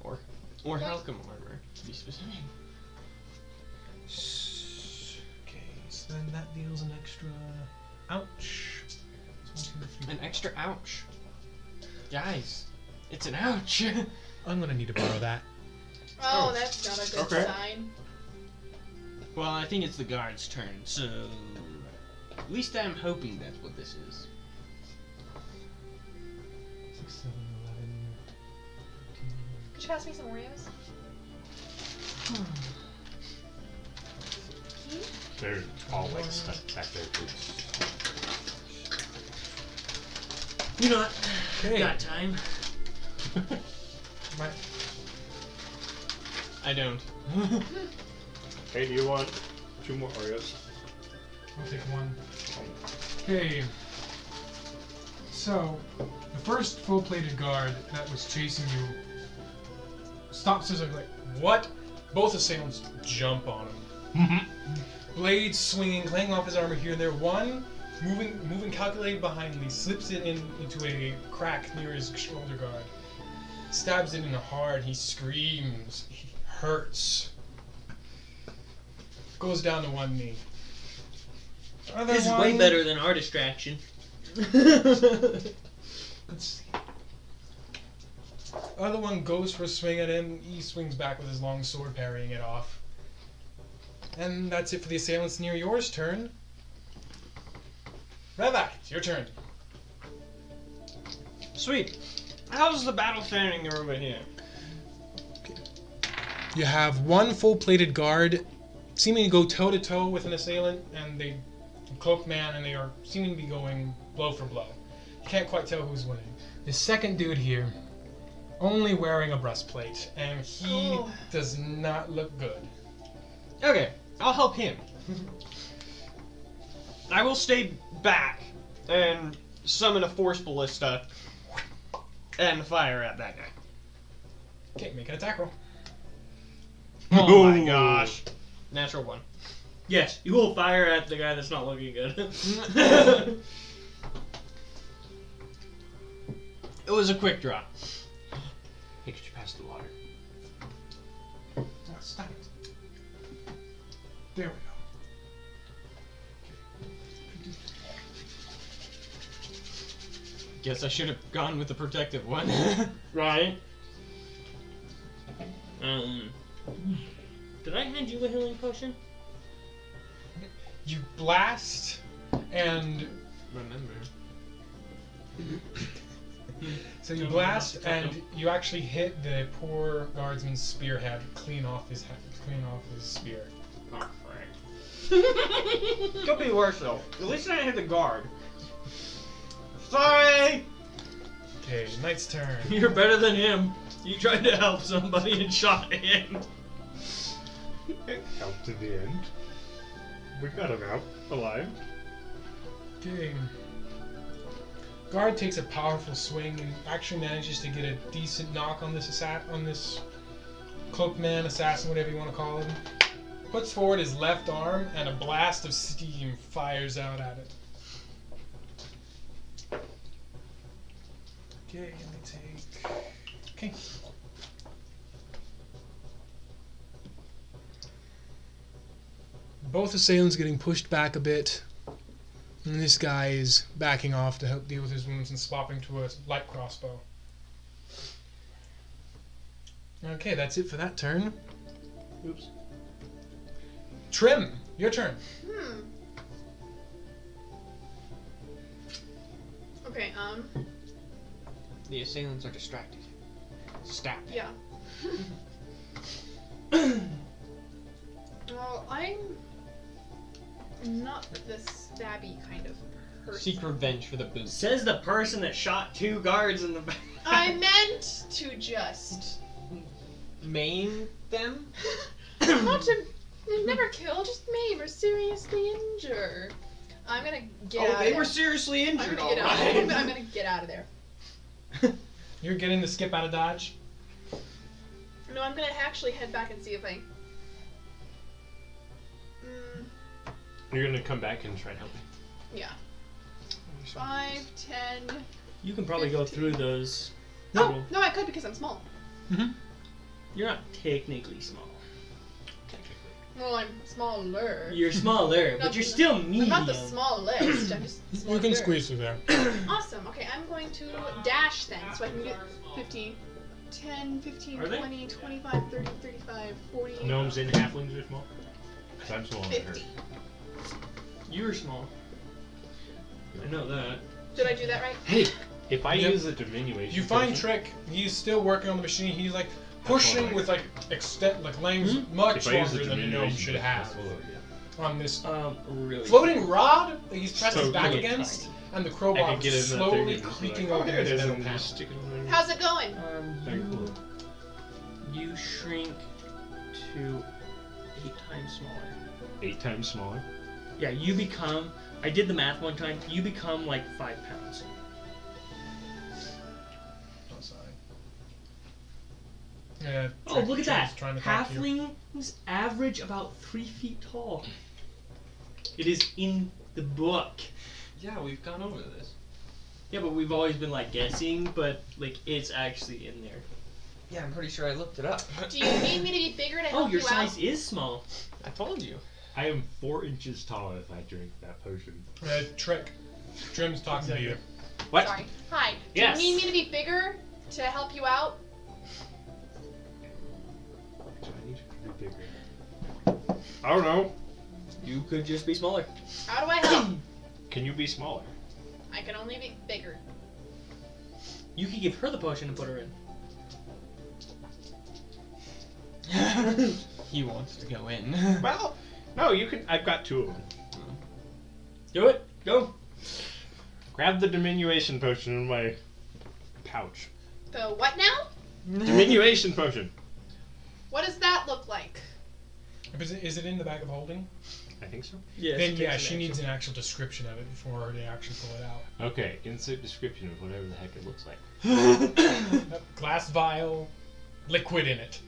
[SPEAKER 4] Or, or
[SPEAKER 3] Like-
[SPEAKER 4] halcom armor, to be specific.
[SPEAKER 1] Okay, so then that deals an extra. Ouch. So one, two, three.
[SPEAKER 4] An extra ouch. Guys, it's an ouch.
[SPEAKER 1] I'm gonna need to borrow that.
[SPEAKER 3] Oh,
[SPEAKER 4] Oh.
[SPEAKER 3] that's not a good
[SPEAKER 10] Okay.
[SPEAKER 3] sign.
[SPEAKER 4] well, I think it's the guard's turn, so at least I'm hoping that's what this is.
[SPEAKER 1] Six, seven, eleven.
[SPEAKER 3] Could you pass me some Oreos?
[SPEAKER 6] They're all like stuck back there too.
[SPEAKER 2] You know what?
[SPEAKER 1] Okay.
[SPEAKER 2] Got time.
[SPEAKER 1] Right.
[SPEAKER 4] I don't.
[SPEAKER 6] Hey, do you want two more Oreos?
[SPEAKER 1] I'll take one. Okay. So, the first full plated guard that was chasing you stops us and like, what? Both assailants jump on him.
[SPEAKER 6] Mm-hmm.
[SPEAKER 1] Blades swinging, clanging off his armor here and there. One, moving moving calculated behind Lee, slips it in into a crack near his shoulder guard. Stabs it in hard, he screams. He hurts. Goes down to one knee. Other
[SPEAKER 2] This is way
[SPEAKER 1] one-
[SPEAKER 2] better than our distraction.
[SPEAKER 1] Let's see. Other one goes for a swing at him. He swings back with his long sword, parrying it off. And that's it for the assailants near yours turn. Revak, it's your turn.
[SPEAKER 4] Sweet. How's the battle faring over here?
[SPEAKER 1] You have one full plated guard seeming to go toe to toe with an assailant, and they cloak man, and they are seeming to be going blow for blow. You can't quite tell who's winning. The second dude here, only wearing a breastplate, and he
[SPEAKER 4] Oh.
[SPEAKER 1] does not look good.
[SPEAKER 4] Okay, I'll help him. I will stay back and summon a force ballista and fire at that guy.
[SPEAKER 1] Okay, make an attack roll.
[SPEAKER 4] Oh my
[SPEAKER 11] Ooh.
[SPEAKER 4] gosh. Natural one.
[SPEAKER 2] Yes, you will fire at the guy that's not looking good.
[SPEAKER 4] It was a quick draw.
[SPEAKER 6] Make sure you pass the water.
[SPEAKER 1] Oh, stop it. There we go.
[SPEAKER 4] Guess I should have gone with the protective one.
[SPEAKER 2] right? Um, did I hand you a healing potion?
[SPEAKER 1] You blast, and
[SPEAKER 6] Remember.
[SPEAKER 1] so you
[SPEAKER 2] Don't
[SPEAKER 1] blast,
[SPEAKER 2] know.
[SPEAKER 1] and you actually hit the poor guardsman's spearhead clean off his head, clean off his spear.
[SPEAKER 4] Could be worse though. At least I didn't hit the guard. Sorry!
[SPEAKER 1] Okay, knight's turn.
[SPEAKER 2] You're better than him. You tried to help somebody and shot him.
[SPEAKER 11] Out to the end. We got him out alive.
[SPEAKER 1] Okay. Guard takes a powerful swing and actually manages to get a decent knock on this assa- on this cloakman, assassin, whatever you want to call him. Puts forward his left arm and a blast of steam fires out at it. Okay, and they take. Okay. Both assailants getting pushed back a bit. And this guy is backing off to help deal with his wounds and swapping to a light crossbow. Okay, that's it for that turn.
[SPEAKER 6] Oops.
[SPEAKER 1] Trim, your turn.
[SPEAKER 3] Hmm. Okay, um,
[SPEAKER 4] The assailants are distracted. Stop.
[SPEAKER 3] yeah. well, I'm not the stabby kind of person.
[SPEAKER 4] Seek revenge for the boots.
[SPEAKER 2] Says the person that shot two guards in the back.
[SPEAKER 3] I meant to just
[SPEAKER 4] Maim them?
[SPEAKER 3] not to never kill, just maim or seriously injure. I'm gonna get out.
[SPEAKER 4] oh,
[SPEAKER 3] of
[SPEAKER 4] they
[SPEAKER 3] there.
[SPEAKER 4] were seriously
[SPEAKER 3] I'm
[SPEAKER 4] injured,
[SPEAKER 3] gonna get out.
[SPEAKER 4] alright.
[SPEAKER 3] I'm, I'm gonna get out of there.
[SPEAKER 1] You're getting the skip out of dodge.
[SPEAKER 3] No, I'm gonna actually head back and see if I. Mm,
[SPEAKER 6] You're gonna come back and try and help me.
[SPEAKER 3] yeah. Five, ten.
[SPEAKER 2] You can probably go through those.
[SPEAKER 3] Oh no, I could because I'm small.
[SPEAKER 2] You're not technically small.
[SPEAKER 3] Well, I'm smaller.
[SPEAKER 2] You're smaller, but you're still
[SPEAKER 3] I'm
[SPEAKER 2] medium.
[SPEAKER 3] not the smallest. I'm just.
[SPEAKER 1] You
[SPEAKER 3] Smaller.
[SPEAKER 1] can squeeze through there.
[SPEAKER 3] Awesome. Okay, I'm going to dash then, so I can get 50, 10, 15,
[SPEAKER 2] Are they?
[SPEAKER 3] 20, 25, 30, 35, 40,
[SPEAKER 6] Gnomes and halflings are small. Cause I'm small and
[SPEAKER 3] 50.
[SPEAKER 6] hurt.
[SPEAKER 2] You're small. I know that.
[SPEAKER 3] Did I do that right?
[SPEAKER 6] Hey, if I
[SPEAKER 1] Yep.
[SPEAKER 6] use the diminution,
[SPEAKER 1] You find
[SPEAKER 6] potion-
[SPEAKER 1] Trick. He's still working on the machine. He's like pushing with like extent, like lanes much
[SPEAKER 6] if I use
[SPEAKER 1] longer
[SPEAKER 6] the
[SPEAKER 1] than a
[SPEAKER 6] diminution,
[SPEAKER 1] gnome should
[SPEAKER 6] potion,
[SPEAKER 1] have
[SPEAKER 6] that's lower, yeah.
[SPEAKER 1] on this
[SPEAKER 2] Um, really.
[SPEAKER 1] floating rod. that He's pressed his
[SPEAKER 6] So
[SPEAKER 1] back
[SPEAKER 6] good.
[SPEAKER 1] against, and the
[SPEAKER 6] I
[SPEAKER 1] crowbar
[SPEAKER 6] could get in that thing
[SPEAKER 1] slowly
[SPEAKER 6] and just be
[SPEAKER 1] creaking
[SPEAKER 6] like,
[SPEAKER 1] over
[SPEAKER 6] "Oh,
[SPEAKER 1] his
[SPEAKER 6] there it is,"
[SPEAKER 1] metal
[SPEAKER 6] and
[SPEAKER 1] panel.
[SPEAKER 6] just stick it on there.
[SPEAKER 3] How's it going?
[SPEAKER 2] Um,
[SPEAKER 6] Very
[SPEAKER 2] you,
[SPEAKER 6] cool.
[SPEAKER 2] you shrink to eight times smaller.
[SPEAKER 6] Eight times smaller.
[SPEAKER 2] Yeah, you become. I did the math one time. You become like five pounds.
[SPEAKER 1] Oh, sorry. Yeah,
[SPEAKER 2] Oh,
[SPEAKER 1] Trick-
[SPEAKER 2] look at
[SPEAKER 1] Trick's
[SPEAKER 2] that!
[SPEAKER 1] Trying to talk to you.
[SPEAKER 2] Halflings average about three feet tall. It is in the book.
[SPEAKER 4] Yeah, we've gone over this.
[SPEAKER 2] Yeah, but we've always been like guessing, but like it's actually in there.
[SPEAKER 4] Yeah, I'm pretty sure I looked it up.
[SPEAKER 3] Do you need me to be bigger to
[SPEAKER 2] Oh,
[SPEAKER 3] help
[SPEAKER 2] your
[SPEAKER 3] you
[SPEAKER 2] size
[SPEAKER 3] out?
[SPEAKER 2] is small.
[SPEAKER 4] I told you.
[SPEAKER 6] I am four inches taller if I drink that potion.
[SPEAKER 1] Uh, trick. Trim's talking to you.
[SPEAKER 6] What?
[SPEAKER 3] Sorry. Hi. Do
[SPEAKER 6] Yes.
[SPEAKER 3] you need me to be bigger to help you out?
[SPEAKER 6] Do I need to be bigger? I don't know.
[SPEAKER 12] You could just be smaller.
[SPEAKER 3] How do I help?
[SPEAKER 6] Can you be smaller?
[SPEAKER 3] I can only be bigger.
[SPEAKER 2] You could give her the potion and put her in.
[SPEAKER 4] he wants to go in.
[SPEAKER 6] Well, no, you can. I've got two of them.
[SPEAKER 2] Do it. Go.
[SPEAKER 6] Grab the diminution potion in my pouch.
[SPEAKER 3] The what now?
[SPEAKER 6] Diminution potion.
[SPEAKER 3] What does that look like?
[SPEAKER 1] If it's- Is it in the bag of holding?
[SPEAKER 6] I think so.
[SPEAKER 2] Yes.
[SPEAKER 1] then yeah,
[SPEAKER 2] takes
[SPEAKER 1] she
[SPEAKER 2] an
[SPEAKER 1] needs
[SPEAKER 2] action.
[SPEAKER 1] an actual description of it before they actually pull it out.
[SPEAKER 6] Okay, insert description of whatever the heck it looks like.
[SPEAKER 1] Glass vial, liquid in it.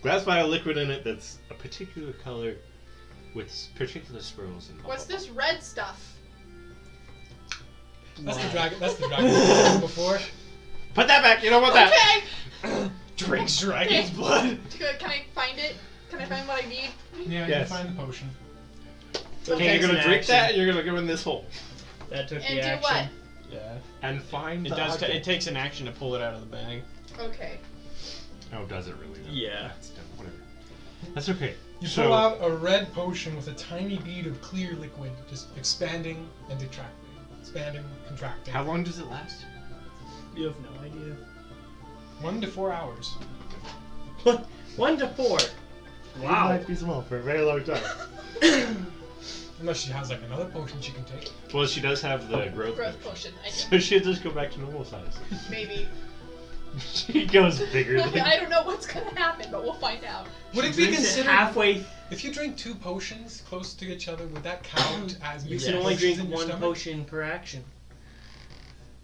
[SPEAKER 6] Glass vial liquid in it that's a particular color with s- particular swirls and
[SPEAKER 3] What's this red stuff?
[SPEAKER 1] That's the dragon. That's the dragon before.
[SPEAKER 6] Put that back, you don't want that!
[SPEAKER 3] Okay.
[SPEAKER 6] Drinks dragon's blood!
[SPEAKER 3] Good, Can I find it? Can I find what I need?
[SPEAKER 1] Yeah,
[SPEAKER 6] Yes.
[SPEAKER 1] you can find the potion.
[SPEAKER 6] Okay,
[SPEAKER 2] Takes
[SPEAKER 6] you're gonna
[SPEAKER 2] an
[SPEAKER 6] drink
[SPEAKER 2] action.
[SPEAKER 6] that and you're gonna go in this hole.
[SPEAKER 2] That took
[SPEAKER 3] And
[SPEAKER 2] the
[SPEAKER 3] do
[SPEAKER 2] action.
[SPEAKER 8] Yeah.
[SPEAKER 6] And find
[SPEAKER 8] It
[SPEAKER 6] the
[SPEAKER 8] does. T-
[SPEAKER 6] object.
[SPEAKER 8] it takes an action to pull it out of the bag.
[SPEAKER 3] Okay.
[SPEAKER 6] Oh, does it really? though?
[SPEAKER 2] Yeah.
[SPEAKER 6] That's dumb. Whatever. That's okay.
[SPEAKER 1] You
[SPEAKER 6] So-
[SPEAKER 1] pull out a red potion with a tiny bead of clear liquid, just expanding and detracting, expanding, contracting.
[SPEAKER 6] How long does it last?
[SPEAKER 2] You have no idea.
[SPEAKER 1] One to four hours.
[SPEAKER 2] One to four. Wow.
[SPEAKER 6] be small for a very long time.
[SPEAKER 1] Unless she has like another potion she can take.
[SPEAKER 6] well, she does have the growth.
[SPEAKER 3] Growth potion. I do.
[SPEAKER 6] So she'll just go back to normal size.
[SPEAKER 3] Maybe.
[SPEAKER 6] she goes bigger than.
[SPEAKER 3] I don't know what's gonna happen, but we'll find out.
[SPEAKER 1] Would it be
[SPEAKER 2] Drinks it
[SPEAKER 1] considered
[SPEAKER 2] halfway.
[SPEAKER 1] if you drink two potions close to each other? Would that count as
[SPEAKER 2] You
[SPEAKER 1] mixing
[SPEAKER 2] can only
[SPEAKER 1] potions
[SPEAKER 2] drink
[SPEAKER 1] in your
[SPEAKER 2] one
[SPEAKER 1] stomach?
[SPEAKER 2] potion per action.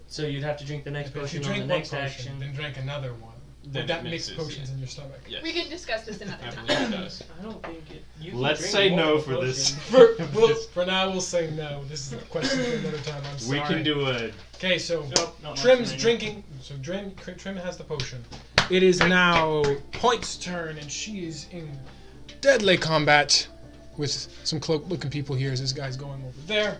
[SPEAKER 2] So you'd have to drink the next
[SPEAKER 1] If you
[SPEAKER 2] potion on
[SPEAKER 1] drink
[SPEAKER 2] the
[SPEAKER 1] one
[SPEAKER 2] next
[SPEAKER 1] potion,
[SPEAKER 2] action.
[SPEAKER 1] then drink another one.
[SPEAKER 8] Then
[SPEAKER 1] Would that
[SPEAKER 8] it
[SPEAKER 1] mix
[SPEAKER 8] mixes,
[SPEAKER 1] potions in your stomach?
[SPEAKER 8] Yes.
[SPEAKER 3] We can discuss this another
[SPEAKER 8] I
[SPEAKER 3] time.
[SPEAKER 8] believe it does.
[SPEAKER 2] I don't think it. You can
[SPEAKER 6] Let's
[SPEAKER 2] drink
[SPEAKER 6] say no
[SPEAKER 2] multiple
[SPEAKER 6] for this.
[SPEAKER 2] potions.
[SPEAKER 1] For, we'll, for now, we'll say no. This is a question for another time. I'm
[SPEAKER 6] we
[SPEAKER 1] sorry.
[SPEAKER 6] can do a.
[SPEAKER 1] Okay, so
[SPEAKER 2] Nope, not much
[SPEAKER 1] Trim's
[SPEAKER 2] remaining.
[SPEAKER 1] drinking. Oh, So Trim, Trim has the potion. It is now Point's turn, and she is in deadly combat with some cloak-looking people here. As this guy's going over there.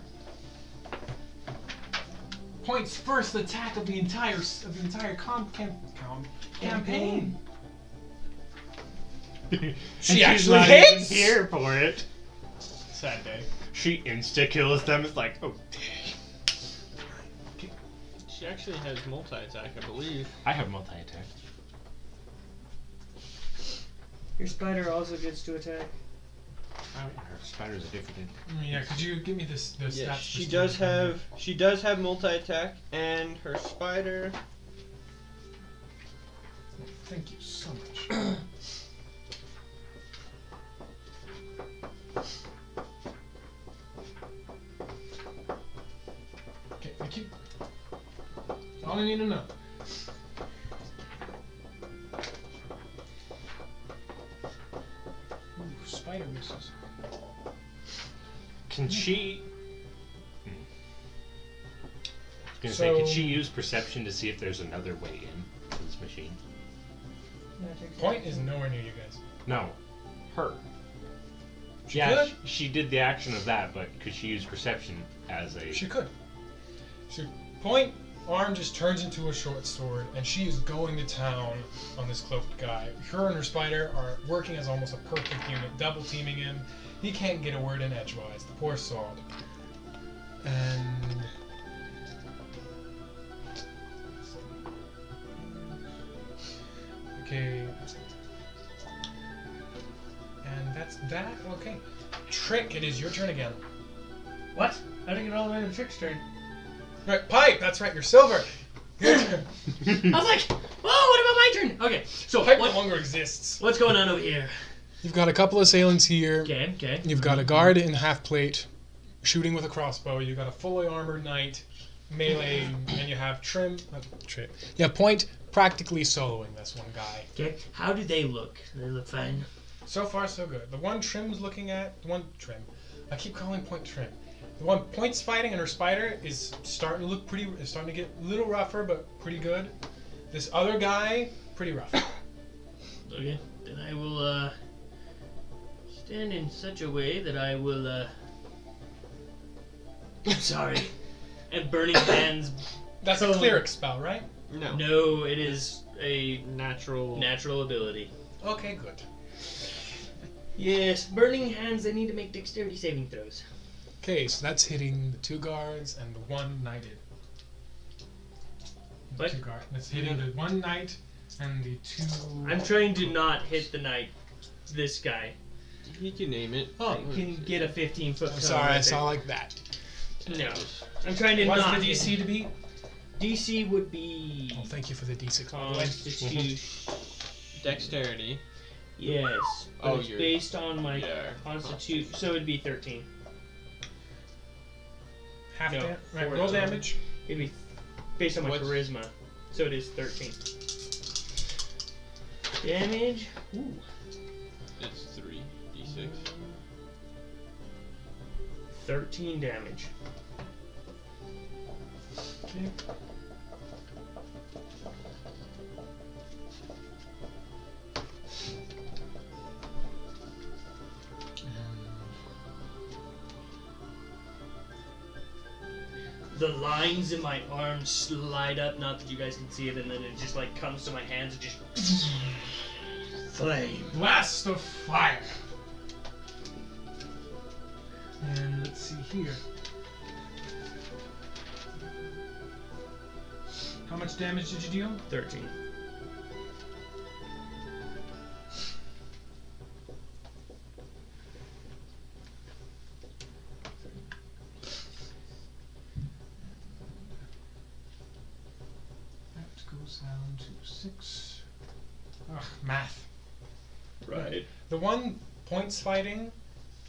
[SPEAKER 1] Point's first attack of the entire s- of the entire com, cam, com- campaign. She
[SPEAKER 6] And she's
[SPEAKER 1] actually
[SPEAKER 6] not
[SPEAKER 1] hits.
[SPEAKER 6] Even here for it.
[SPEAKER 8] Sad day.
[SPEAKER 6] She insta kills them. It's like, oh,
[SPEAKER 8] She actually has multi attack, I believe.
[SPEAKER 6] I have multi attack.
[SPEAKER 2] Your spider also gets to attack.
[SPEAKER 6] Oh, Her spiders are different.
[SPEAKER 1] Mm, Yeah, could you give me this? The
[SPEAKER 8] Yeah,
[SPEAKER 1] stats
[SPEAKER 8] she
[SPEAKER 1] for
[SPEAKER 8] does
[SPEAKER 1] Steve?
[SPEAKER 8] have she does have multi attack, and her spider
[SPEAKER 1] Thank you so much. okay, thank you. That's All I need to know. Ooh, spider misses.
[SPEAKER 6] Can she? Hmm. I was gonna say, can
[SPEAKER 1] So-
[SPEAKER 6] she use perception to see if there's another way in to this machine?
[SPEAKER 1] Point is nowhere near you guys.
[SPEAKER 6] No, her.
[SPEAKER 1] She
[SPEAKER 6] yeah,
[SPEAKER 1] could.
[SPEAKER 6] She, she did the action of that, but could she use perception as a?
[SPEAKER 1] She could. She point arm just turns into a short sword, and she is going to town on this cloaked guy. Her and her spider are working as almost a perfect unit, double teaming him. He can't get a word in edgewise. The poor sod. And okay. And that's that. Okay. Trick, it is your turn again.
[SPEAKER 2] What? I didn't get all the way to Trick's turn.
[SPEAKER 1] Right, pipe. That's right. You're silver. Your turn.
[SPEAKER 2] I was like, oh, what about my turn? Okay, so
[SPEAKER 1] Pipe
[SPEAKER 2] what,
[SPEAKER 1] no longer exists.
[SPEAKER 2] what's going on over here?
[SPEAKER 1] You've got a couple assailants here.
[SPEAKER 2] Okay, okay.
[SPEAKER 1] You've got a guard in half plate, shooting with a crossbow. You've got a fully armored knight, melee, and you have trim. Uh, trim. Yeah, point practically soloing this one guy.
[SPEAKER 2] Okay, how do they look? They look fine.
[SPEAKER 1] So far, so good. The one Trim's looking at, the one Trim, I keep calling Point Trim. The one Point's fighting and her spider is starting to look pretty, is starting to get a little rougher, but pretty good. This other guy, pretty rough.
[SPEAKER 2] Okay, then I will uh, stand in such a way that I will. Uh, I'm sorry. And burning hands.
[SPEAKER 1] That's a
[SPEAKER 2] Totally.
[SPEAKER 1] cleric spell, right?
[SPEAKER 8] no
[SPEAKER 2] No, it is a
[SPEAKER 8] natural.
[SPEAKER 2] natural ability.
[SPEAKER 1] Okay, good.
[SPEAKER 2] Yes, burning hands. They need to make dexterity saving throws.
[SPEAKER 1] Okay, so that's hitting the two guards and the one knighted. The
[SPEAKER 2] What?
[SPEAKER 1] Two guard. That's hitting the one knight and the two.
[SPEAKER 2] I'm trying to not hit the knight. This guy
[SPEAKER 12] You can name it.
[SPEAKER 2] oh, can get a 15 foot.
[SPEAKER 1] I'm
[SPEAKER 2] cone,
[SPEAKER 1] sorry, I
[SPEAKER 2] think.
[SPEAKER 1] saw like that.
[SPEAKER 2] No, I'm trying to
[SPEAKER 1] What's
[SPEAKER 2] not.
[SPEAKER 1] the DC to beat?
[SPEAKER 2] hit. DC would be
[SPEAKER 1] Oh, thank you for the D6.
[SPEAKER 2] Um,
[SPEAKER 1] by the way.
[SPEAKER 2] Constitution.
[SPEAKER 12] Dexterity.
[SPEAKER 2] yes. but
[SPEAKER 12] Oh,
[SPEAKER 2] it's
[SPEAKER 12] you're-
[SPEAKER 2] based on my
[SPEAKER 12] Yeah.
[SPEAKER 2] Constitution, so it'd be 13.
[SPEAKER 1] Half
[SPEAKER 2] No,
[SPEAKER 1] damage. Right, roll
[SPEAKER 2] fourteen.
[SPEAKER 1] damage.
[SPEAKER 2] It'd be based on my
[SPEAKER 12] What's-
[SPEAKER 2] charisma, so it is 13. Damage. Ooh.
[SPEAKER 12] That's three d6.
[SPEAKER 2] 13 damage. The lines in my arms slide up, not that you guys can see it, and then it just like comes to my hands and just flame.
[SPEAKER 1] Blast of fire. And let's see here. How much damage did you deal?
[SPEAKER 2] 13.
[SPEAKER 1] That goes down to six. Ugh, math.
[SPEAKER 12] Right.
[SPEAKER 1] The one points fighting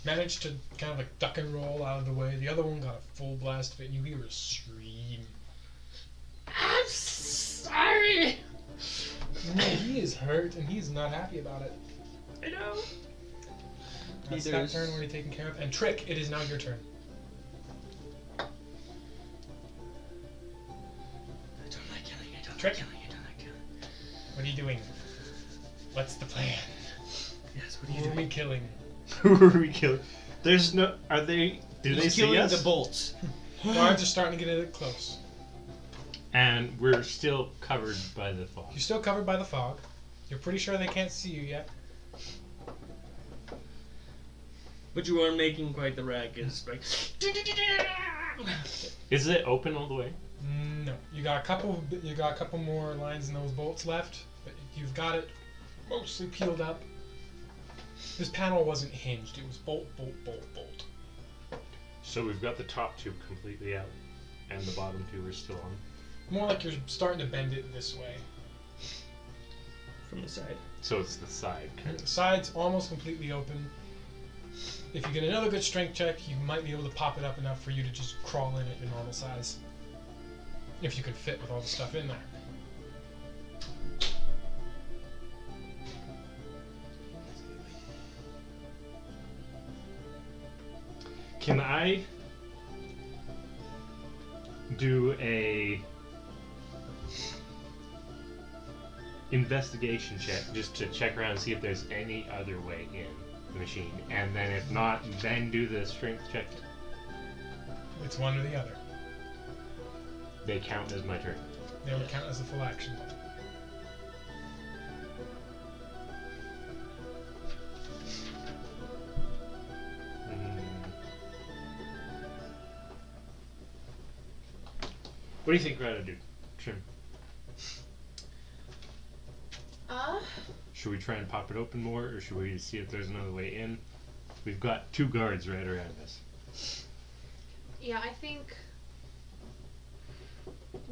[SPEAKER 1] managed to kind of like duck and roll out of the way. The other one got a full blast of it, and you hear a scream.
[SPEAKER 2] I'm sorry!
[SPEAKER 1] And he is hurt, and he's not happy about it.
[SPEAKER 2] I know.
[SPEAKER 1] That's
[SPEAKER 12] Neither
[SPEAKER 1] that
[SPEAKER 12] is-
[SPEAKER 1] turn already taken care of. And Trick, it is now your turn.
[SPEAKER 2] I don't like killing, I don't
[SPEAKER 1] Trick.
[SPEAKER 2] like killing, I don't like killing.
[SPEAKER 1] What are you doing? What's the plan?
[SPEAKER 2] Yes, what are you
[SPEAKER 1] Who are
[SPEAKER 2] doing?
[SPEAKER 1] we killing?
[SPEAKER 6] Who are we killing? There's no. Are they? Do they
[SPEAKER 12] He's
[SPEAKER 6] see
[SPEAKER 12] killing
[SPEAKER 6] us?
[SPEAKER 12] the bolts.
[SPEAKER 1] Guards are starting to get a little close.
[SPEAKER 6] and we're still covered by the fog.
[SPEAKER 1] You're still covered by the fog. You're pretty sure they can't see you yet.
[SPEAKER 2] But you are making quite the rack, is like.
[SPEAKER 6] Is it open all the way?
[SPEAKER 1] No, you got a couple. You got a couple more lines in those bolts left, but you've got it mostly peeled up. This panel wasn't hinged. It was bolt, bolt, bolt, bolt.
[SPEAKER 6] So we've got the top tube completely out, and the bottom two are still on.
[SPEAKER 1] More like you're starting to bend it this way.
[SPEAKER 2] From the side.
[SPEAKER 6] So it's the side.
[SPEAKER 1] The sides almost completely open. If you get another good strength check, you might be able to pop it up enough for you to just crawl in at your normal size. If you could fit with all the stuff in there.
[SPEAKER 6] Can I do a investigation check just to check around and see if there's any other way in the machine? And then if not, then do the strength check.
[SPEAKER 1] It's one or the other.
[SPEAKER 6] They count as my turn.
[SPEAKER 1] They would count as a full action.
[SPEAKER 6] Mm. What do you think we're gonna do? Trim.
[SPEAKER 3] Uh,
[SPEAKER 6] Should we try and pop it open more, or should we see if there's another way in? We've got two guards right around us.
[SPEAKER 3] yeah, I think.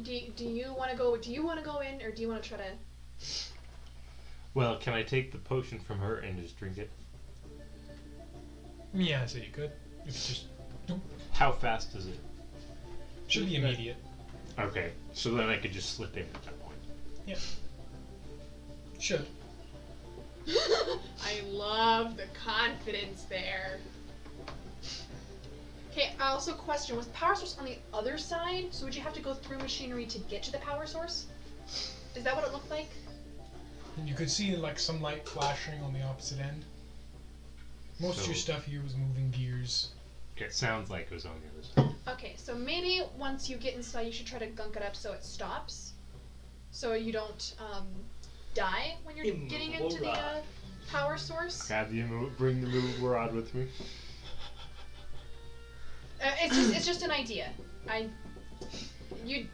[SPEAKER 3] Do, do you want to go? Do you want to go in, or do you want to try to?
[SPEAKER 6] Well, can I take the potion from her and just drink it?
[SPEAKER 1] Yeah, so you could. It's just
[SPEAKER 6] How fast is it?
[SPEAKER 1] should be immediate.
[SPEAKER 6] Okay, so then I could just slip in at that point.
[SPEAKER 1] Should.
[SPEAKER 3] I love the confidence there. Okay, I also question was the power source on the other side? So would you have to go through machinery to get to the power source? Is that what it looked like?
[SPEAKER 1] And you could see like some light flashing on the opposite end. Most of your
[SPEAKER 6] So-
[SPEAKER 1] stuff here was moving gears.
[SPEAKER 6] It sounds like it was on the other side.
[SPEAKER 3] Okay, so maybe once you get inside, you should try to gunk it up so it stops, so you don't um, die when you're getting into the uh, power source.
[SPEAKER 6] Have you move, bring the move rod with me?
[SPEAKER 3] Uh, it's just it's just an idea. I you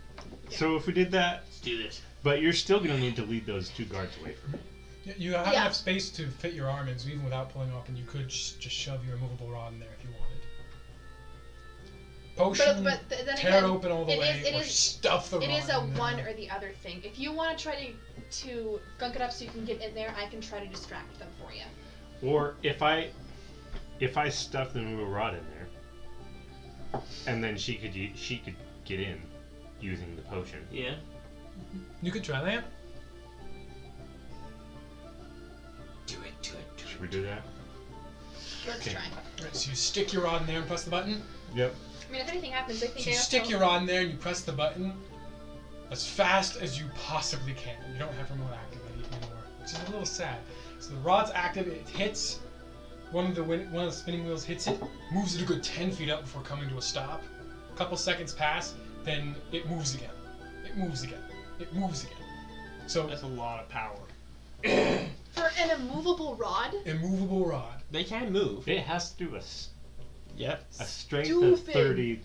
[SPEAKER 6] So if we did that,
[SPEAKER 2] Let's do this.
[SPEAKER 6] but you're still gonna need to lead those two guards away from me.
[SPEAKER 1] Y- You have
[SPEAKER 3] Yeah.
[SPEAKER 1] enough space to fit your arm in, so even without pulling up, and you could sh- just shove your immovable rod in there if you wanted. Potion,
[SPEAKER 3] but but th- then
[SPEAKER 1] tear
[SPEAKER 3] again,
[SPEAKER 1] open all the
[SPEAKER 3] it
[SPEAKER 1] way,
[SPEAKER 3] is- it
[SPEAKER 1] or
[SPEAKER 3] is-
[SPEAKER 1] stuff the
[SPEAKER 3] it
[SPEAKER 1] rod
[SPEAKER 3] is a
[SPEAKER 1] in there.
[SPEAKER 3] one or the other thing. If you want to try to to gunk it up so you can get in there, I can try to distract them for you.
[SPEAKER 6] Or if I, if I stuff the move rod in there, and then she could u- she could get in, using the potion.
[SPEAKER 2] Yeah.
[SPEAKER 1] You could try that.
[SPEAKER 2] Do it. Do it. Do
[SPEAKER 6] Should we do that?
[SPEAKER 3] Let's
[SPEAKER 6] Okay.
[SPEAKER 3] try.
[SPEAKER 1] Alright, so you stick your rod in there and press the button.
[SPEAKER 6] Yep.
[SPEAKER 3] I mean, if anything happens, I think
[SPEAKER 1] So
[SPEAKER 3] I
[SPEAKER 1] you
[SPEAKER 3] have
[SPEAKER 1] stick
[SPEAKER 3] to-
[SPEAKER 1] your rod in there and you press the button as fast as you possibly can. You don't have remote activated anymore, which is a little sad. So the rod's active. It hits one of the win- one of the spinning wheels hits it, moves it a good ten feet up before coming to a stop. A couple seconds pass, then it moves again. It moves again. It moves again. So
[SPEAKER 4] That's a lot of power.
[SPEAKER 3] for an immovable rod.
[SPEAKER 1] immovable rod.
[SPEAKER 4] They can move.
[SPEAKER 6] It has to do a, s-
[SPEAKER 4] Yep.
[SPEAKER 6] a strength of
[SPEAKER 3] Doofing.
[SPEAKER 6] thirty.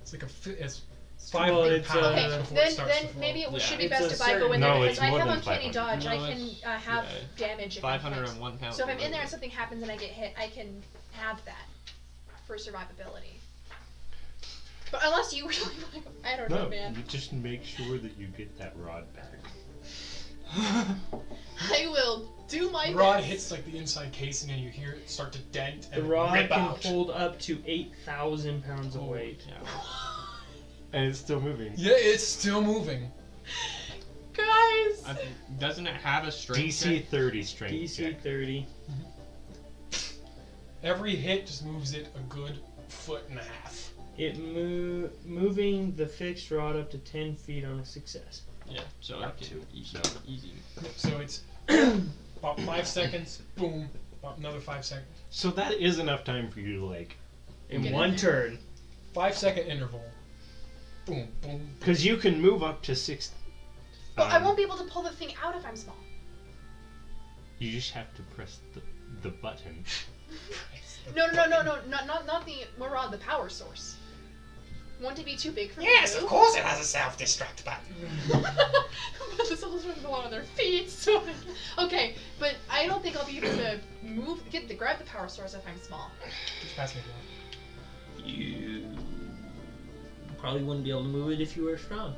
[SPEAKER 1] It's like a fi- it's five
[SPEAKER 2] Well,
[SPEAKER 1] hundred
[SPEAKER 2] it's,
[SPEAKER 1] pounds
[SPEAKER 2] uh,
[SPEAKER 3] Okay,
[SPEAKER 1] before it
[SPEAKER 3] then
[SPEAKER 1] starts
[SPEAKER 3] then
[SPEAKER 1] to fall.
[SPEAKER 3] maybe it
[SPEAKER 12] Yeah.
[SPEAKER 3] should be
[SPEAKER 2] It's
[SPEAKER 3] best
[SPEAKER 2] a
[SPEAKER 3] if I go in
[SPEAKER 2] certain-
[SPEAKER 3] there
[SPEAKER 6] No,
[SPEAKER 3] because
[SPEAKER 6] it's
[SPEAKER 3] I
[SPEAKER 6] more
[SPEAKER 3] have
[SPEAKER 6] than
[SPEAKER 3] uncanny
[SPEAKER 6] 500.
[SPEAKER 3] dodge.
[SPEAKER 12] No,
[SPEAKER 3] I can
[SPEAKER 12] it's-
[SPEAKER 3] uh, have
[SPEAKER 12] yeah.
[SPEAKER 3] damage. If I
[SPEAKER 12] Five hundred
[SPEAKER 3] fight.
[SPEAKER 12] and one pounds.
[SPEAKER 3] So if I'm in there and something happens and I get hit, I can have that for survivability. But unless you really want to go, I don't know,
[SPEAKER 6] No,
[SPEAKER 3] man.
[SPEAKER 6] you just make sure that you get that rod back.
[SPEAKER 3] I will do my
[SPEAKER 1] The rod
[SPEAKER 3] best.
[SPEAKER 1] hits like the inside casing and you hear it start to dent
[SPEAKER 2] The
[SPEAKER 1] and
[SPEAKER 2] rod
[SPEAKER 1] rip
[SPEAKER 2] can
[SPEAKER 1] out.
[SPEAKER 2] hold up to eight thousand pounds of
[SPEAKER 1] Holy
[SPEAKER 2] weight.
[SPEAKER 6] And it's still moving.
[SPEAKER 1] Yeah, it's still moving.
[SPEAKER 3] Guys,
[SPEAKER 12] I think- doesn't it have a strength?
[SPEAKER 6] DC thirty strength
[SPEAKER 2] DC
[SPEAKER 6] check.
[SPEAKER 2] thirty.
[SPEAKER 1] Every hit just moves it a good foot and a half.
[SPEAKER 2] It move moving the fixed rod up to ten feet on a success.
[SPEAKER 12] check? Yeah. So I
[SPEAKER 6] Up
[SPEAKER 12] can
[SPEAKER 6] to.
[SPEAKER 12] easy,
[SPEAKER 6] No.
[SPEAKER 12] easy.
[SPEAKER 1] So it's about five seconds, boom, about another five second,
[SPEAKER 6] So that is enough time for you to like,
[SPEAKER 2] In
[SPEAKER 3] Get in
[SPEAKER 2] one
[SPEAKER 3] there.
[SPEAKER 2] turn.
[SPEAKER 1] five second interval. Boom, boom.
[SPEAKER 6] because you can move up to six.
[SPEAKER 3] but I
[SPEAKER 6] um,
[SPEAKER 3] won't be able to pull the thing out if I'm small.
[SPEAKER 6] You just have to press the, the button.
[SPEAKER 3] No, no, no, no, no, not not not the Marad, the power source. Won't it be too big for me? to move?
[SPEAKER 1] course it has a self destruct button.
[SPEAKER 3] but the souls wouldn't go on their feet, so okay. But I don't think I'll be able to move, get the grab the power source if I'm small.
[SPEAKER 1] Just pass me the
[SPEAKER 2] You probably wouldn't be able to move it if you were strong.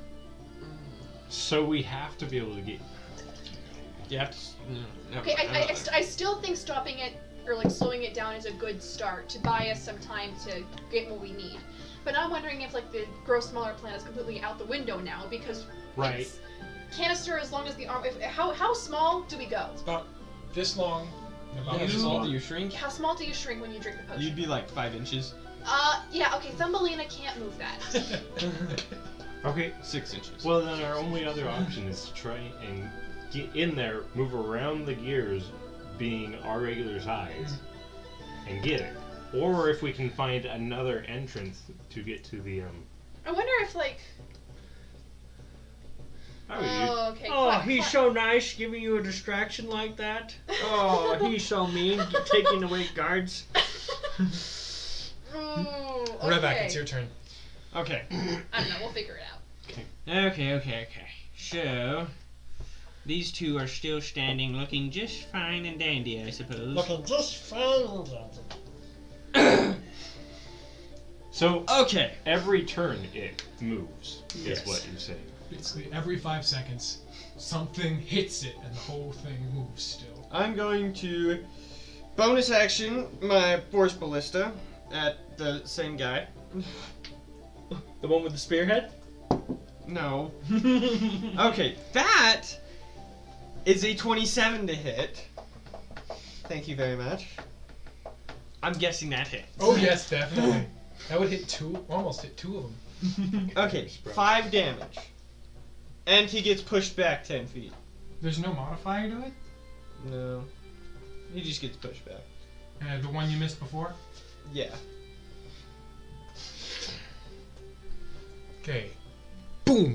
[SPEAKER 6] So we have to be able to get.
[SPEAKER 12] You have to. s- No, never
[SPEAKER 3] Okay, I,
[SPEAKER 12] mind,
[SPEAKER 3] I, I,
[SPEAKER 12] another.
[SPEAKER 3] st- I still think stopping it or like slowing it down is a good start to buy us some time to get what we need. But I'm wondering if like the grow smaller plan is completely out the window now because
[SPEAKER 6] Right.
[SPEAKER 3] it's canister as long as the arm. If, how how small do we go?
[SPEAKER 1] one. This long. and about
[SPEAKER 12] How
[SPEAKER 1] this
[SPEAKER 12] small
[SPEAKER 1] long.
[SPEAKER 12] do you shrink?
[SPEAKER 3] How small do you shrink when you drink the potion?
[SPEAKER 12] You'd be like five inches,
[SPEAKER 3] Uh, yeah, okay. Thumbelina can't move that.
[SPEAKER 6] Okay.
[SPEAKER 12] six inches.
[SPEAKER 6] Well, then our only other option is to try and get in there, move around the gears, being our regular size, and get it. Or if we can find another entrance to get to the um.
[SPEAKER 3] I wonder if like.
[SPEAKER 6] How are you?
[SPEAKER 3] Oh, okay.
[SPEAKER 2] Oh,
[SPEAKER 3] clap,
[SPEAKER 2] he's
[SPEAKER 3] clap.
[SPEAKER 2] so nice giving you a distraction like that. Oh, he's so mean taking away guards.
[SPEAKER 3] Ooh, Hmm, okay.
[SPEAKER 1] Rebecca, it's your turn.
[SPEAKER 4] Okay.
[SPEAKER 3] I don't know. We'll figure it out.
[SPEAKER 4] Okay, okay, okay. So, these two are still standing, looking just fine and dandy, I suppose.
[SPEAKER 1] just fine.
[SPEAKER 6] So
[SPEAKER 4] Okay.
[SPEAKER 6] every turn it moves. Is
[SPEAKER 2] Yes.
[SPEAKER 6] what you're saying.
[SPEAKER 1] Basically, every five seconds, something hits it and the whole thing moves still.
[SPEAKER 8] I'm going to bonus action my force ballista at the same guy.
[SPEAKER 2] The one with the spearhead?
[SPEAKER 8] No. Okay, that is a 27 to hit. Thank you very much.
[SPEAKER 4] I'm guessing that hit.
[SPEAKER 1] Oh, yes, definitely. That would hit two, almost hit two of them.
[SPEAKER 8] Okay, five damage. And he gets pushed back 10 feet.
[SPEAKER 1] There's no modifier to it?
[SPEAKER 8] No. He just gets pushed back.
[SPEAKER 1] Uh, the one you missed before?
[SPEAKER 8] Yeah.
[SPEAKER 1] Okay. Boom!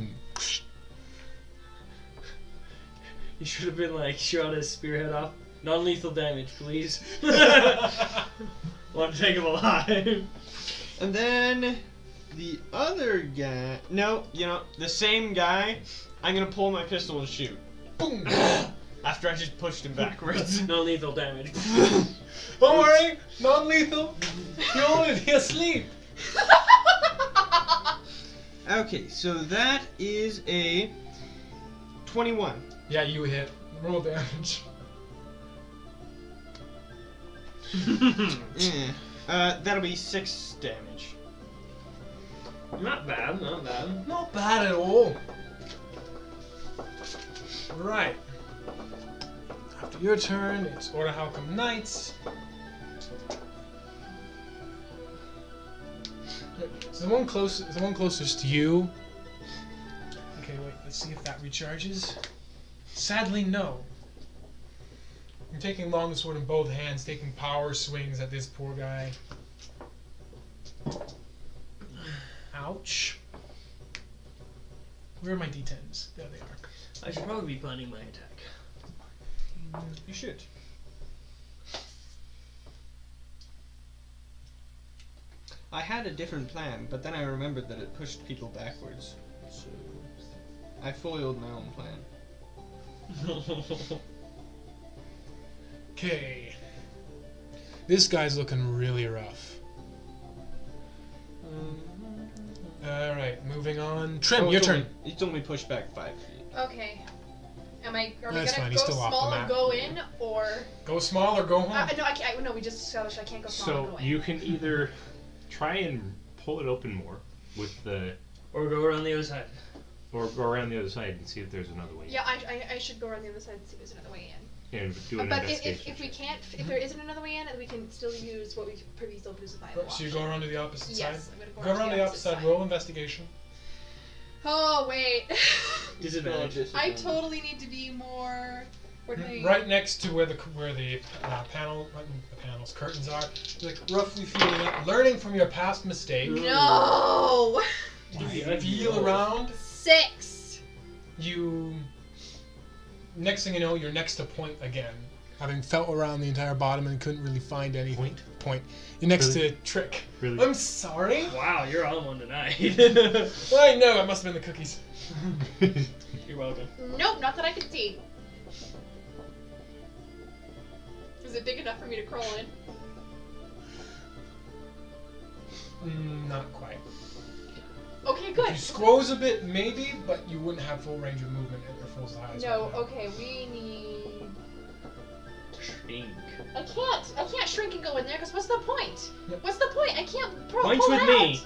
[SPEAKER 2] You should have been like shot his spearhead off. Non-lethal damage, please. Want to take him alive?
[SPEAKER 8] And then the other guy. No, you know, the same guy. I'm gonna pull my pistol and shoot. Boom! After I just pushed him backwards.
[SPEAKER 2] Non-lethal damage.
[SPEAKER 1] Don't worry, non-lethal. You're only be asleep.
[SPEAKER 4] Okay, so that is a
[SPEAKER 8] 21.
[SPEAKER 1] Yeah, you hit. Roll damage.
[SPEAKER 8] Eh. Uh, that'll be 6 damage.
[SPEAKER 2] not bad, not bad.
[SPEAKER 1] Not bad at all. Right. After your turn, it's Order Halcom Knights. So the one close, the one closest to you. Okay, wait. Let's see if that recharges. Sadly, no. You're taking long sword in both hands, taking power swings at this poor guy. Ouch. Where are my d10s? There they are.
[SPEAKER 2] I should probably be planning my attack.
[SPEAKER 8] You should. I had a different plan, but then I remembered that it pushed people backwards. So I foiled my own plan.
[SPEAKER 1] Okay. This guy's looking really rough. All right, moving on.
[SPEAKER 8] Oh,
[SPEAKER 1] Trim, your
[SPEAKER 8] it's
[SPEAKER 1] turn.
[SPEAKER 8] only- It's only pushed back 5 feet.
[SPEAKER 3] Okay. Am I? Are we
[SPEAKER 1] That's
[SPEAKER 3] gonna
[SPEAKER 1] fine,
[SPEAKER 3] go
[SPEAKER 1] he's still off the
[SPEAKER 3] small and
[SPEAKER 1] map.
[SPEAKER 3] go in, or
[SPEAKER 1] Go small or go home.
[SPEAKER 3] uh, no? I can't. I, no, we just established I can't go small and
[SPEAKER 5] So
[SPEAKER 3] go in.
[SPEAKER 5] you can either try and pull it open more with the,
[SPEAKER 2] Or go around the other side.
[SPEAKER 5] or go around the other side and see if there's another way.
[SPEAKER 3] Yeah, I, I, I should go around the other side and see if there's another way in.
[SPEAKER 5] And do an
[SPEAKER 3] but if,
[SPEAKER 5] investigation.
[SPEAKER 3] if, if we can't, if there isn't another way in, we can still use what we pretty still use the Bible.
[SPEAKER 1] So you go around to the opposite
[SPEAKER 3] Yes,
[SPEAKER 1] side.
[SPEAKER 3] I'm gonna go,
[SPEAKER 1] Go around the opposite side. Roll investigation.
[SPEAKER 3] Oh wait,
[SPEAKER 2] Disadvantage.
[SPEAKER 3] I totally need to be more. Where do I-
[SPEAKER 1] Right next to where the where the uh, panel uh, the panels curtains are. Like roughly feeling up, learning from your past mistake.
[SPEAKER 3] No.
[SPEAKER 1] Feel around.
[SPEAKER 3] Six.
[SPEAKER 1] You. Next thing you know, you're next to point again. Having felt around the entire bottom and couldn't really find anything. Point. Point. You're next to trick.
[SPEAKER 5] Really?
[SPEAKER 1] I'm sorry.
[SPEAKER 2] Wow, you're on one tonight.
[SPEAKER 1] I know. It must have been the cookies.
[SPEAKER 2] you're welcome.
[SPEAKER 3] Nope, not that I can see. Is it big enough for me to crawl in?
[SPEAKER 1] Mm, not quite.
[SPEAKER 3] Okay,
[SPEAKER 1] If
[SPEAKER 3] good.
[SPEAKER 1] you scrolls a bit, maybe, but you wouldn't have full range of movement at your full size.
[SPEAKER 3] No,
[SPEAKER 1] right now.
[SPEAKER 3] okay, we need.
[SPEAKER 2] Shrink.
[SPEAKER 3] I can't. I can't shrink and go in there because what's the point?
[SPEAKER 1] Yep.
[SPEAKER 3] What's the point? I can't pro-
[SPEAKER 2] Points
[SPEAKER 3] pull
[SPEAKER 2] with
[SPEAKER 3] out.
[SPEAKER 2] me.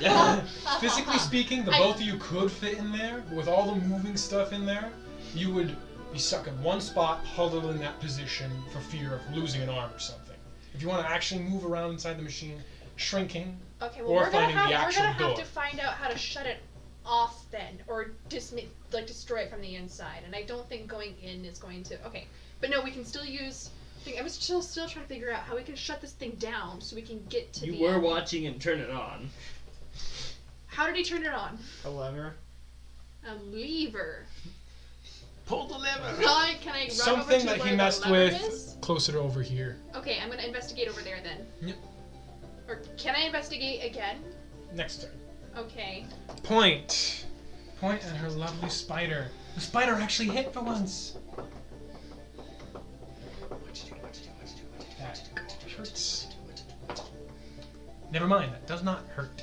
[SPEAKER 1] Physically speaking, the
[SPEAKER 3] I-
[SPEAKER 1] both of you could fit in there. With all the moving stuff in there, you would be stuck in one spot, huddled in that position for fear of losing an arm or something. If you want to actually move around inside the machine, shrinking.
[SPEAKER 3] Okay, well
[SPEAKER 1] Or
[SPEAKER 3] we're gonna
[SPEAKER 1] finding the
[SPEAKER 3] have we're
[SPEAKER 1] actual
[SPEAKER 3] gonna have
[SPEAKER 1] door.
[SPEAKER 3] to find out how to shut it off then, or dismi- like destroy it from the inside. And I don't think going in is going to. Okay, but no, we can still use. I think I'm still still trying to figure out how we can shut this thing down so we can get to
[SPEAKER 2] You
[SPEAKER 3] the.
[SPEAKER 2] were
[SPEAKER 3] end.
[SPEAKER 2] watching and turn it on.
[SPEAKER 3] How did he turn it on?
[SPEAKER 8] A lever?
[SPEAKER 3] A lever.
[SPEAKER 4] pull the lever.
[SPEAKER 3] Can I, can I run over
[SPEAKER 1] something
[SPEAKER 3] to
[SPEAKER 1] that
[SPEAKER 3] where
[SPEAKER 1] he
[SPEAKER 3] the
[SPEAKER 1] messed
[SPEAKER 3] lever
[SPEAKER 1] with
[SPEAKER 3] is?
[SPEAKER 1] closer to over here.
[SPEAKER 3] Okay, I'm gonna investigate over there then.
[SPEAKER 1] Yep.
[SPEAKER 3] Or can I investigate again?
[SPEAKER 1] Next turn.
[SPEAKER 3] Okay.
[SPEAKER 1] Point. Point and her lovely spider. The spider actually hit for once. That hurts. Never mind, that does not hurt.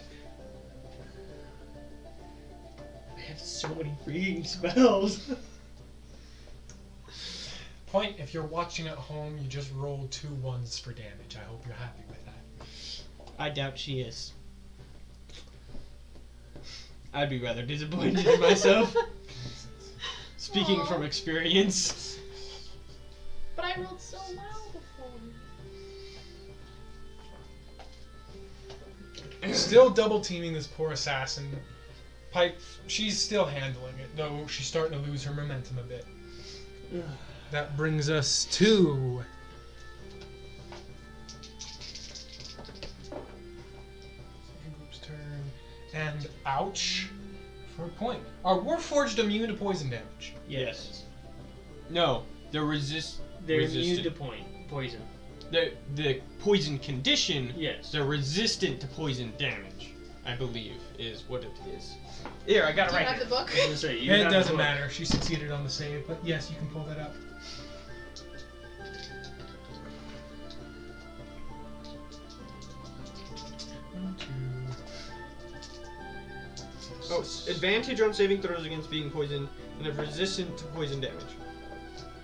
[SPEAKER 2] I have so many freaking spells.
[SPEAKER 1] Point, if you're watching at home, you just roll two ones for damage. I hope you're happy with that.
[SPEAKER 12] I doubt she is.
[SPEAKER 8] I'd be rather disappointed in myself. Speaking
[SPEAKER 3] Aw.
[SPEAKER 8] from experience.
[SPEAKER 3] But I rolled so loud before.
[SPEAKER 1] Still double teaming this poor assassin. Pipe, she's still handling it, though she's starting to lose her momentum a bit. That brings us to. Second group's turn. And ouch for a point. Are Warforged immune to poison damage?
[SPEAKER 12] Yes.
[SPEAKER 8] No.
[SPEAKER 4] They're resist
[SPEAKER 2] They're immune
[SPEAKER 4] Resistant.
[SPEAKER 2] to point poison.
[SPEAKER 4] the the poison condition.
[SPEAKER 2] Yes.
[SPEAKER 4] They're resistant to poison damage. I believe is what it is. Here, I got it
[SPEAKER 3] Do you
[SPEAKER 4] right.
[SPEAKER 3] have
[SPEAKER 4] Here.
[SPEAKER 3] the book?
[SPEAKER 2] I was gonna say, you
[SPEAKER 1] it
[SPEAKER 2] have
[SPEAKER 1] doesn't
[SPEAKER 2] to-
[SPEAKER 1] matter. She succeeded on the save, but yes, you can pull that up. One, two.
[SPEAKER 8] Oh, advantage on saving throws against being poisoned, and they're resistant to poison damage.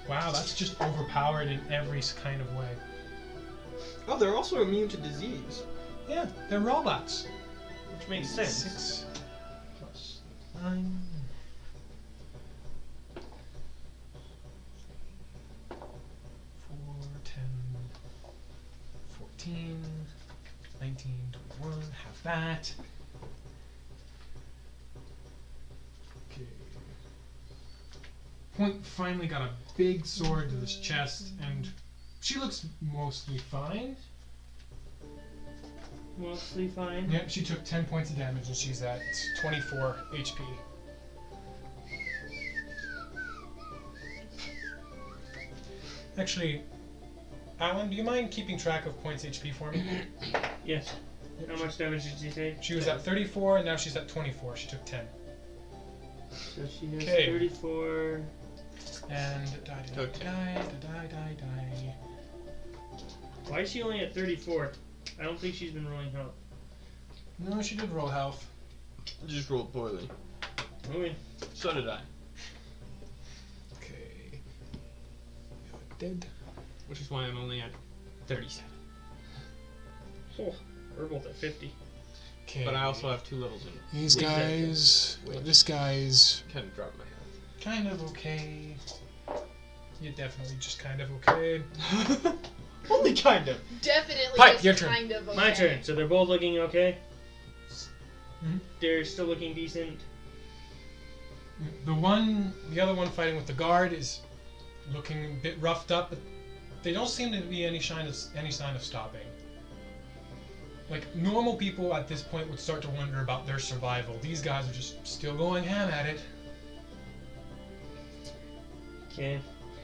[SPEAKER 1] Wow, that's just overpowered in every s- kind of way.
[SPEAKER 8] Oh, they're also immune to disease.
[SPEAKER 1] Yeah, they're robots.
[SPEAKER 8] Which makes sense.
[SPEAKER 1] Six plus nine. Four, ten, fourteen, nineteen, twenty-one. Have that. Okay. Point finally got a big sword to this chest, and she looks mostly fine.
[SPEAKER 2] Mostly fine.
[SPEAKER 1] Yep, she took 10 points of damage and she's at 24 HP. Actually, Alan, do you mind keeping track of points HP for me?
[SPEAKER 2] Yes. How much damage did you take?
[SPEAKER 1] She was at 34 and now she's at 24. She took 10.
[SPEAKER 2] So she has
[SPEAKER 1] Okay.
[SPEAKER 2] 34.
[SPEAKER 1] And die, die,
[SPEAKER 8] Okay.
[SPEAKER 1] die, die, die, die, die.
[SPEAKER 2] Why is she only at 34? I don't think she's been rolling health.
[SPEAKER 1] No, she did roll health.
[SPEAKER 8] Just rolled poorly.
[SPEAKER 2] Okay.
[SPEAKER 8] So did I.
[SPEAKER 1] Okay. Dead.
[SPEAKER 8] Which is why I'm only at 37.
[SPEAKER 2] Oh, we're both at 50.
[SPEAKER 1] Okay.
[SPEAKER 8] But I also have two levels in it.
[SPEAKER 1] These
[SPEAKER 2] Wait, that-
[SPEAKER 1] guys.
[SPEAKER 8] wait.
[SPEAKER 1] This guy's
[SPEAKER 8] Kind of dropped my head.
[SPEAKER 1] kind of okay. You're definitely just kind of okay.
[SPEAKER 8] only kind of.
[SPEAKER 3] Definitely
[SPEAKER 1] Pipe,
[SPEAKER 3] just
[SPEAKER 1] your turn.
[SPEAKER 3] kind of okay.
[SPEAKER 2] My turn. So they're both looking okay.
[SPEAKER 1] Mhm.
[SPEAKER 2] They're still looking decent.
[SPEAKER 1] The one, the other one fighting with the guard is looking a bit roughed up, but they don't seem to be any sign of any sign of stopping. Like normal people at this point would start to wonder about their survival. These guys are just still going ham at it.
[SPEAKER 2] Okay.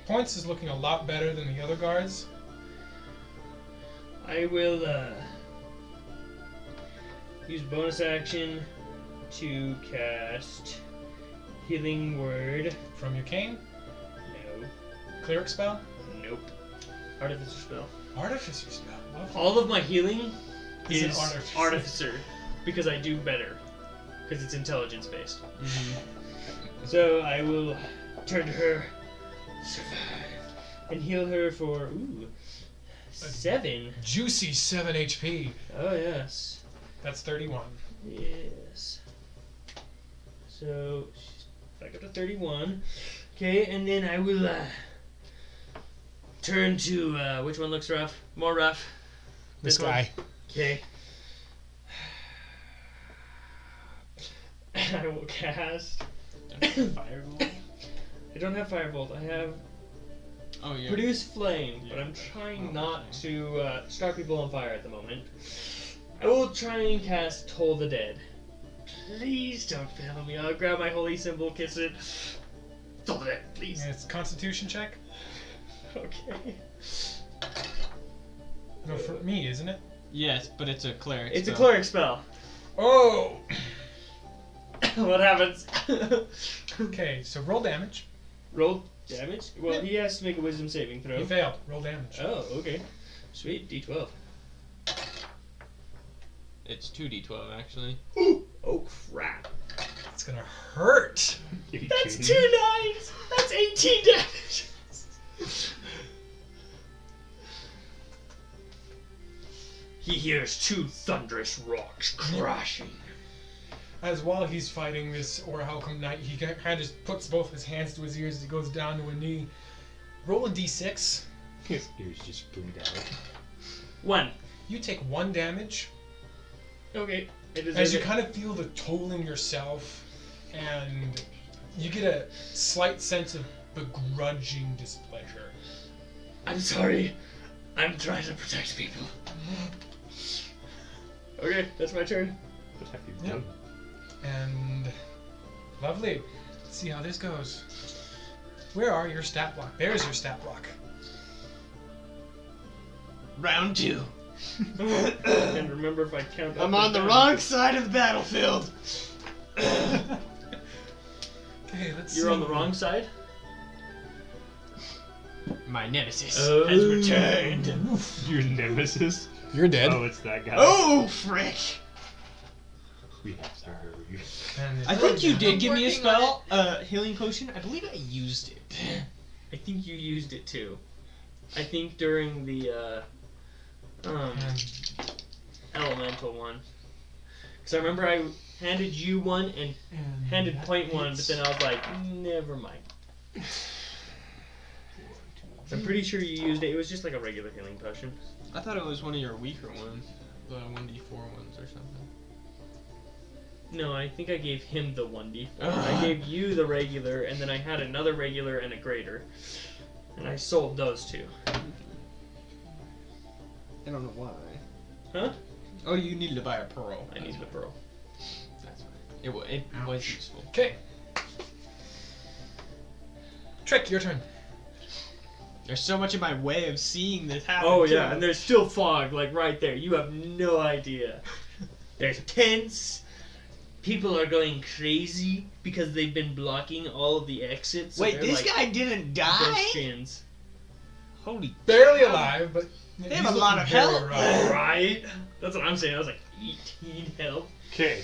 [SPEAKER 1] Points is looking a lot better than the other guards.
[SPEAKER 2] I will uh, use bonus action to cast Healing Word.
[SPEAKER 1] From your cane,
[SPEAKER 2] No.
[SPEAKER 1] cleric spell,
[SPEAKER 2] Nope. Artificer spell.
[SPEAKER 1] artificer spell. Love
[SPEAKER 2] All of my healing
[SPEAKER 1] Is
[SPEAKER 2] is,
[SPEAKER 1] an
[SPEAKER 2] artificer.
[SPEAKER 1] artificer.
[SPEAKER 2] because I do better because it's intelligence based.
[SPEAKER 1] Mm-hmm.
[SPEAKER 2] So I will turn to her, survive, and heal her for ooh seven.
[SPEAKER 1] Juicy seven HP.
[SPEAKER 2] Oh yes,
[SPEAKER 1] That's thirty-one.
[SPEAKER 2] yes. So she's back up to thirty-one. Okay, and then I will uh, turn to uh, which one looks rough? More rough. This one? Okay. I will cast.
[SPEAKER 4] Firebolt.
[SPEAKER 2] I don't have Firebolt. I have
[SPEAKER 4] Oh yeah.
[SPEAKER 2] Produce Flame, but
[SPEAKER 4] Yeah.
[SPEAKER 2] I'm trying
[SPEAKER 4] Oh,
[SPEAKER 2] not
[SPEAKER 4] okay.
[SPEAKER 2] to uh, start people on fire at the moment. I will try and cast Toll the Dead. Please don't fail me. I'll grab my holy symbol, kiss it. Toll the Dead, please.
[SPEAKER 1] And it's Constitution check.
[SPEAKER 2] Okay.
[SPEAKER 1] No, for me, isn't it?
[SPEAKER 4] Yes, but it's a cleric.
[SPEAKER 2] It's a
[SPEAKER 4] spell.
[SPEAKER 2] cleric spell.
[SPEAKER 1] Oh.
[SPEAKER 2] what happens?
[SPEAKER 1] Okay, so roll damage.
[SPEAKER 2] Roll damage. Well, he has to make a Wisdom saving throw.
[SPEAKER 1] You failed. Roll damage.
[SPEAKER 2] Oh, okay. Sweet, d12.
[SPEAKER 4] It's two d twelve actually.
[SPEAKER 2] Oh, crap.
[SPEAKER 1] It's gonna hurt.
[SPEAKER 2] That's two nines! That's 18 damage! He hears two thunderous rocks crashing.
[SPEAKER 1] As while he's fighting this or how come Knight, he kind of just puts both his hands to his ears as he goes down to a knee. Roll a d6.
[SPEAKER 5] His ears just bleed out.
[SPEAKER 2] One.
[SPEAKER 1] You take one damage
[SPEAKER 2] Okay. It is
[SPEAKER 1] as you kind of feel the toll in yourself, and you get a slight sense of begrudging displeasure.
[SPEAKER 2] I'm sorry. I'm trying to protect people. Okay, that's my turn.
[SPEAKER 5] What have you
[SPEAKER 1] Yeah.
[SPEAKER 5] done?
[SPEAKER 1] And lovely. Let's see how this goes. Where are your stat block? There's your stat block.
[SPEAKER 4] Round two.
[SPEAKER 2] And remember if I count up
[SPEAKER 4] I'm
[SPEAKER 2] or
[SPEAKER 4] on the
[SPEAKER 2] down.
[SPEAKER 4] wrong side of the battlefield.
[SPEAKER 1] Okay, let's
[SPEAKER 2] You're
[SPEAKER 1] see.
[SPEAKER 2] on the wrong side?
[SPEAKER 4] My nemesis
[SPEAKER 2] Oh.
[SPEAKER 4] has returned.
[SPEAKER 6] Your nemesis?
[SPEAKER 13] You're dead.
[SPEAKER 6] Oh, it's that guy.
[SPEAKER 4] Oh, frick!
[SPEAKER 6] We have to hurry.
[SPEAKER 1] And
[SPEAKER 14] I think you did
[SPEAKER 3] I'm
[SPEAKER 14] give me a
[SPEAKER 3] working on
[SPEAKER 14] spell, uh, healing potion. I believe I used it.
[SPEAKER 2] I think you used it too. I think during the uh, um, elemental one. Because I remember I handed you one and
[SPEAKER 1] and
[SPEAKER 2] handed
[SPEAKER 1] that
[SPEAKER 2] point one, but
[SPEAKER 1] hits.
[SPEAKER 2] then I was like, never mind. I'm pretty sure you used it. It was just like a regular healing potion.
[SPEAKER 4] I thought it was one of your weaker ones, the 1d4 ones or something.
[SPEAKER 2] No, I think I gave him the 1d4. I
[SPEAKER 4] Ugh.
[SPEAKER 2] gave you the regular, and then I had another regular and a greater. And I sold those two.
[SPEAKER 4] I don't know why.
[SPEAKER 2] Huh?
[SPEAKER 4] Oh, you needed to buy a pearl.
[SPEAKER 2] I need the pearl.
[SPEAKER 4] That's right. It, wa- it was useful.
[SPEAKER 1] Okay. Trick, your turn.
[SPEAKER 4] There's so much in my way of seeing this happen.
[SPEAKER 2] Oh
[SPEAKER 4] too.
[SPEAKER 2] yeah, and there's still fog like right there. You have no idea. There's tents. People are going crazy because they've been blocking all of the exits. so
[SPEAKER 4] Wait,
[SPEAKER 2] they're,
[SPEAKER 4] this
[SPEAKER 2] like,
[SPEAKER 4] guy didn't die?
[SPEAKER 2] pedestrians.
[SPEAKER 4] Holy.
[SPEAKER 1] Barely alive, but
[SPEAKER 4] They have a lot of health.
[SPEAKER 2] right? That's what I'm saying. I was like, 18 health.
[SPEAKER 6] Okay.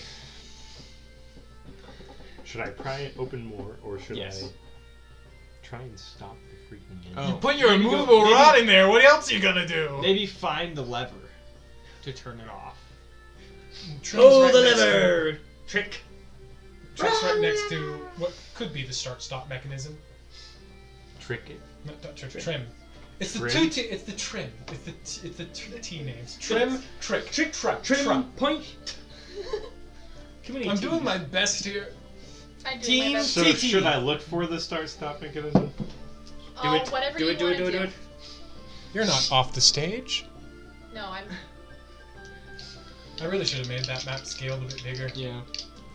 [SPEAKER 6] Should I pry it open more, or should
[SPEAKER 4] Yes.
[SPEAKER 6] I try and stop the freaking thing?
[SPEAKER 4] Oh.
[SPEAKER 1] Put your
[SPEAKER 4] Maybe go-
[SPEAKER 1] immovable
[SPEAKER 4] maybe-
[SPEAKER 1] rod in there. What else are you gonna do?
[SPEAKER 4] Maybe find the lever to turn it off.
[SPEAKER 1] Trick's
[SPEAKER 2] Oh,
[SPEAKER 1] right
[SPEAKER 2] the
[SPEAKER 1] next to-
[SPEAKER 2] lever! Trick.
[SPEAKER 1] Trick's right next to what could be the start-stop mechanism.
[SPEAKER 6] Trick it.
[SPEAKER 1] No, not trick, trim. It's the
[SPEAKER 6] Trim?
[SPEAKER 1] two. T, it's the trim. It's the t, it's the t, the t names. Trim, trick, trick, trap,
[SPEAKER 2] Trim.
[SPEAKER 1] trap.
[SPEAKER 2] Point. Too many
[SPEAKER 1] I'm
[SPEAKER 2] T's.
[SPEAKER 1] doing my best here.
[SPEAKER 3] I do
[SPEAKER 4] Team
[SPEAKER 3] my best.
[SPEAKER 6] So
[SPEAKER 4] Tiki.
[SPEAKER 6] should I look for the start-stop mechanism?
[SPEAKER 2] Do
[SPEAKER 3] Oh,
[SPEAKER 2] it.
[SPEAKER 3] whatever
[SPEAKER 2] do
[SPEAKER 3] you
[SPEAKER 2] it. Do it.
[SPEAKER 3] wanna
[SPEAKER 2] Do it. Do it.
[SPEAKER 13] You're not off the stage.
[SPEAKER 3] No, I'm.
[SPEAKER 1] I really should have made that map scaled a bit bigger.
[SPEAKER 4] Yeah.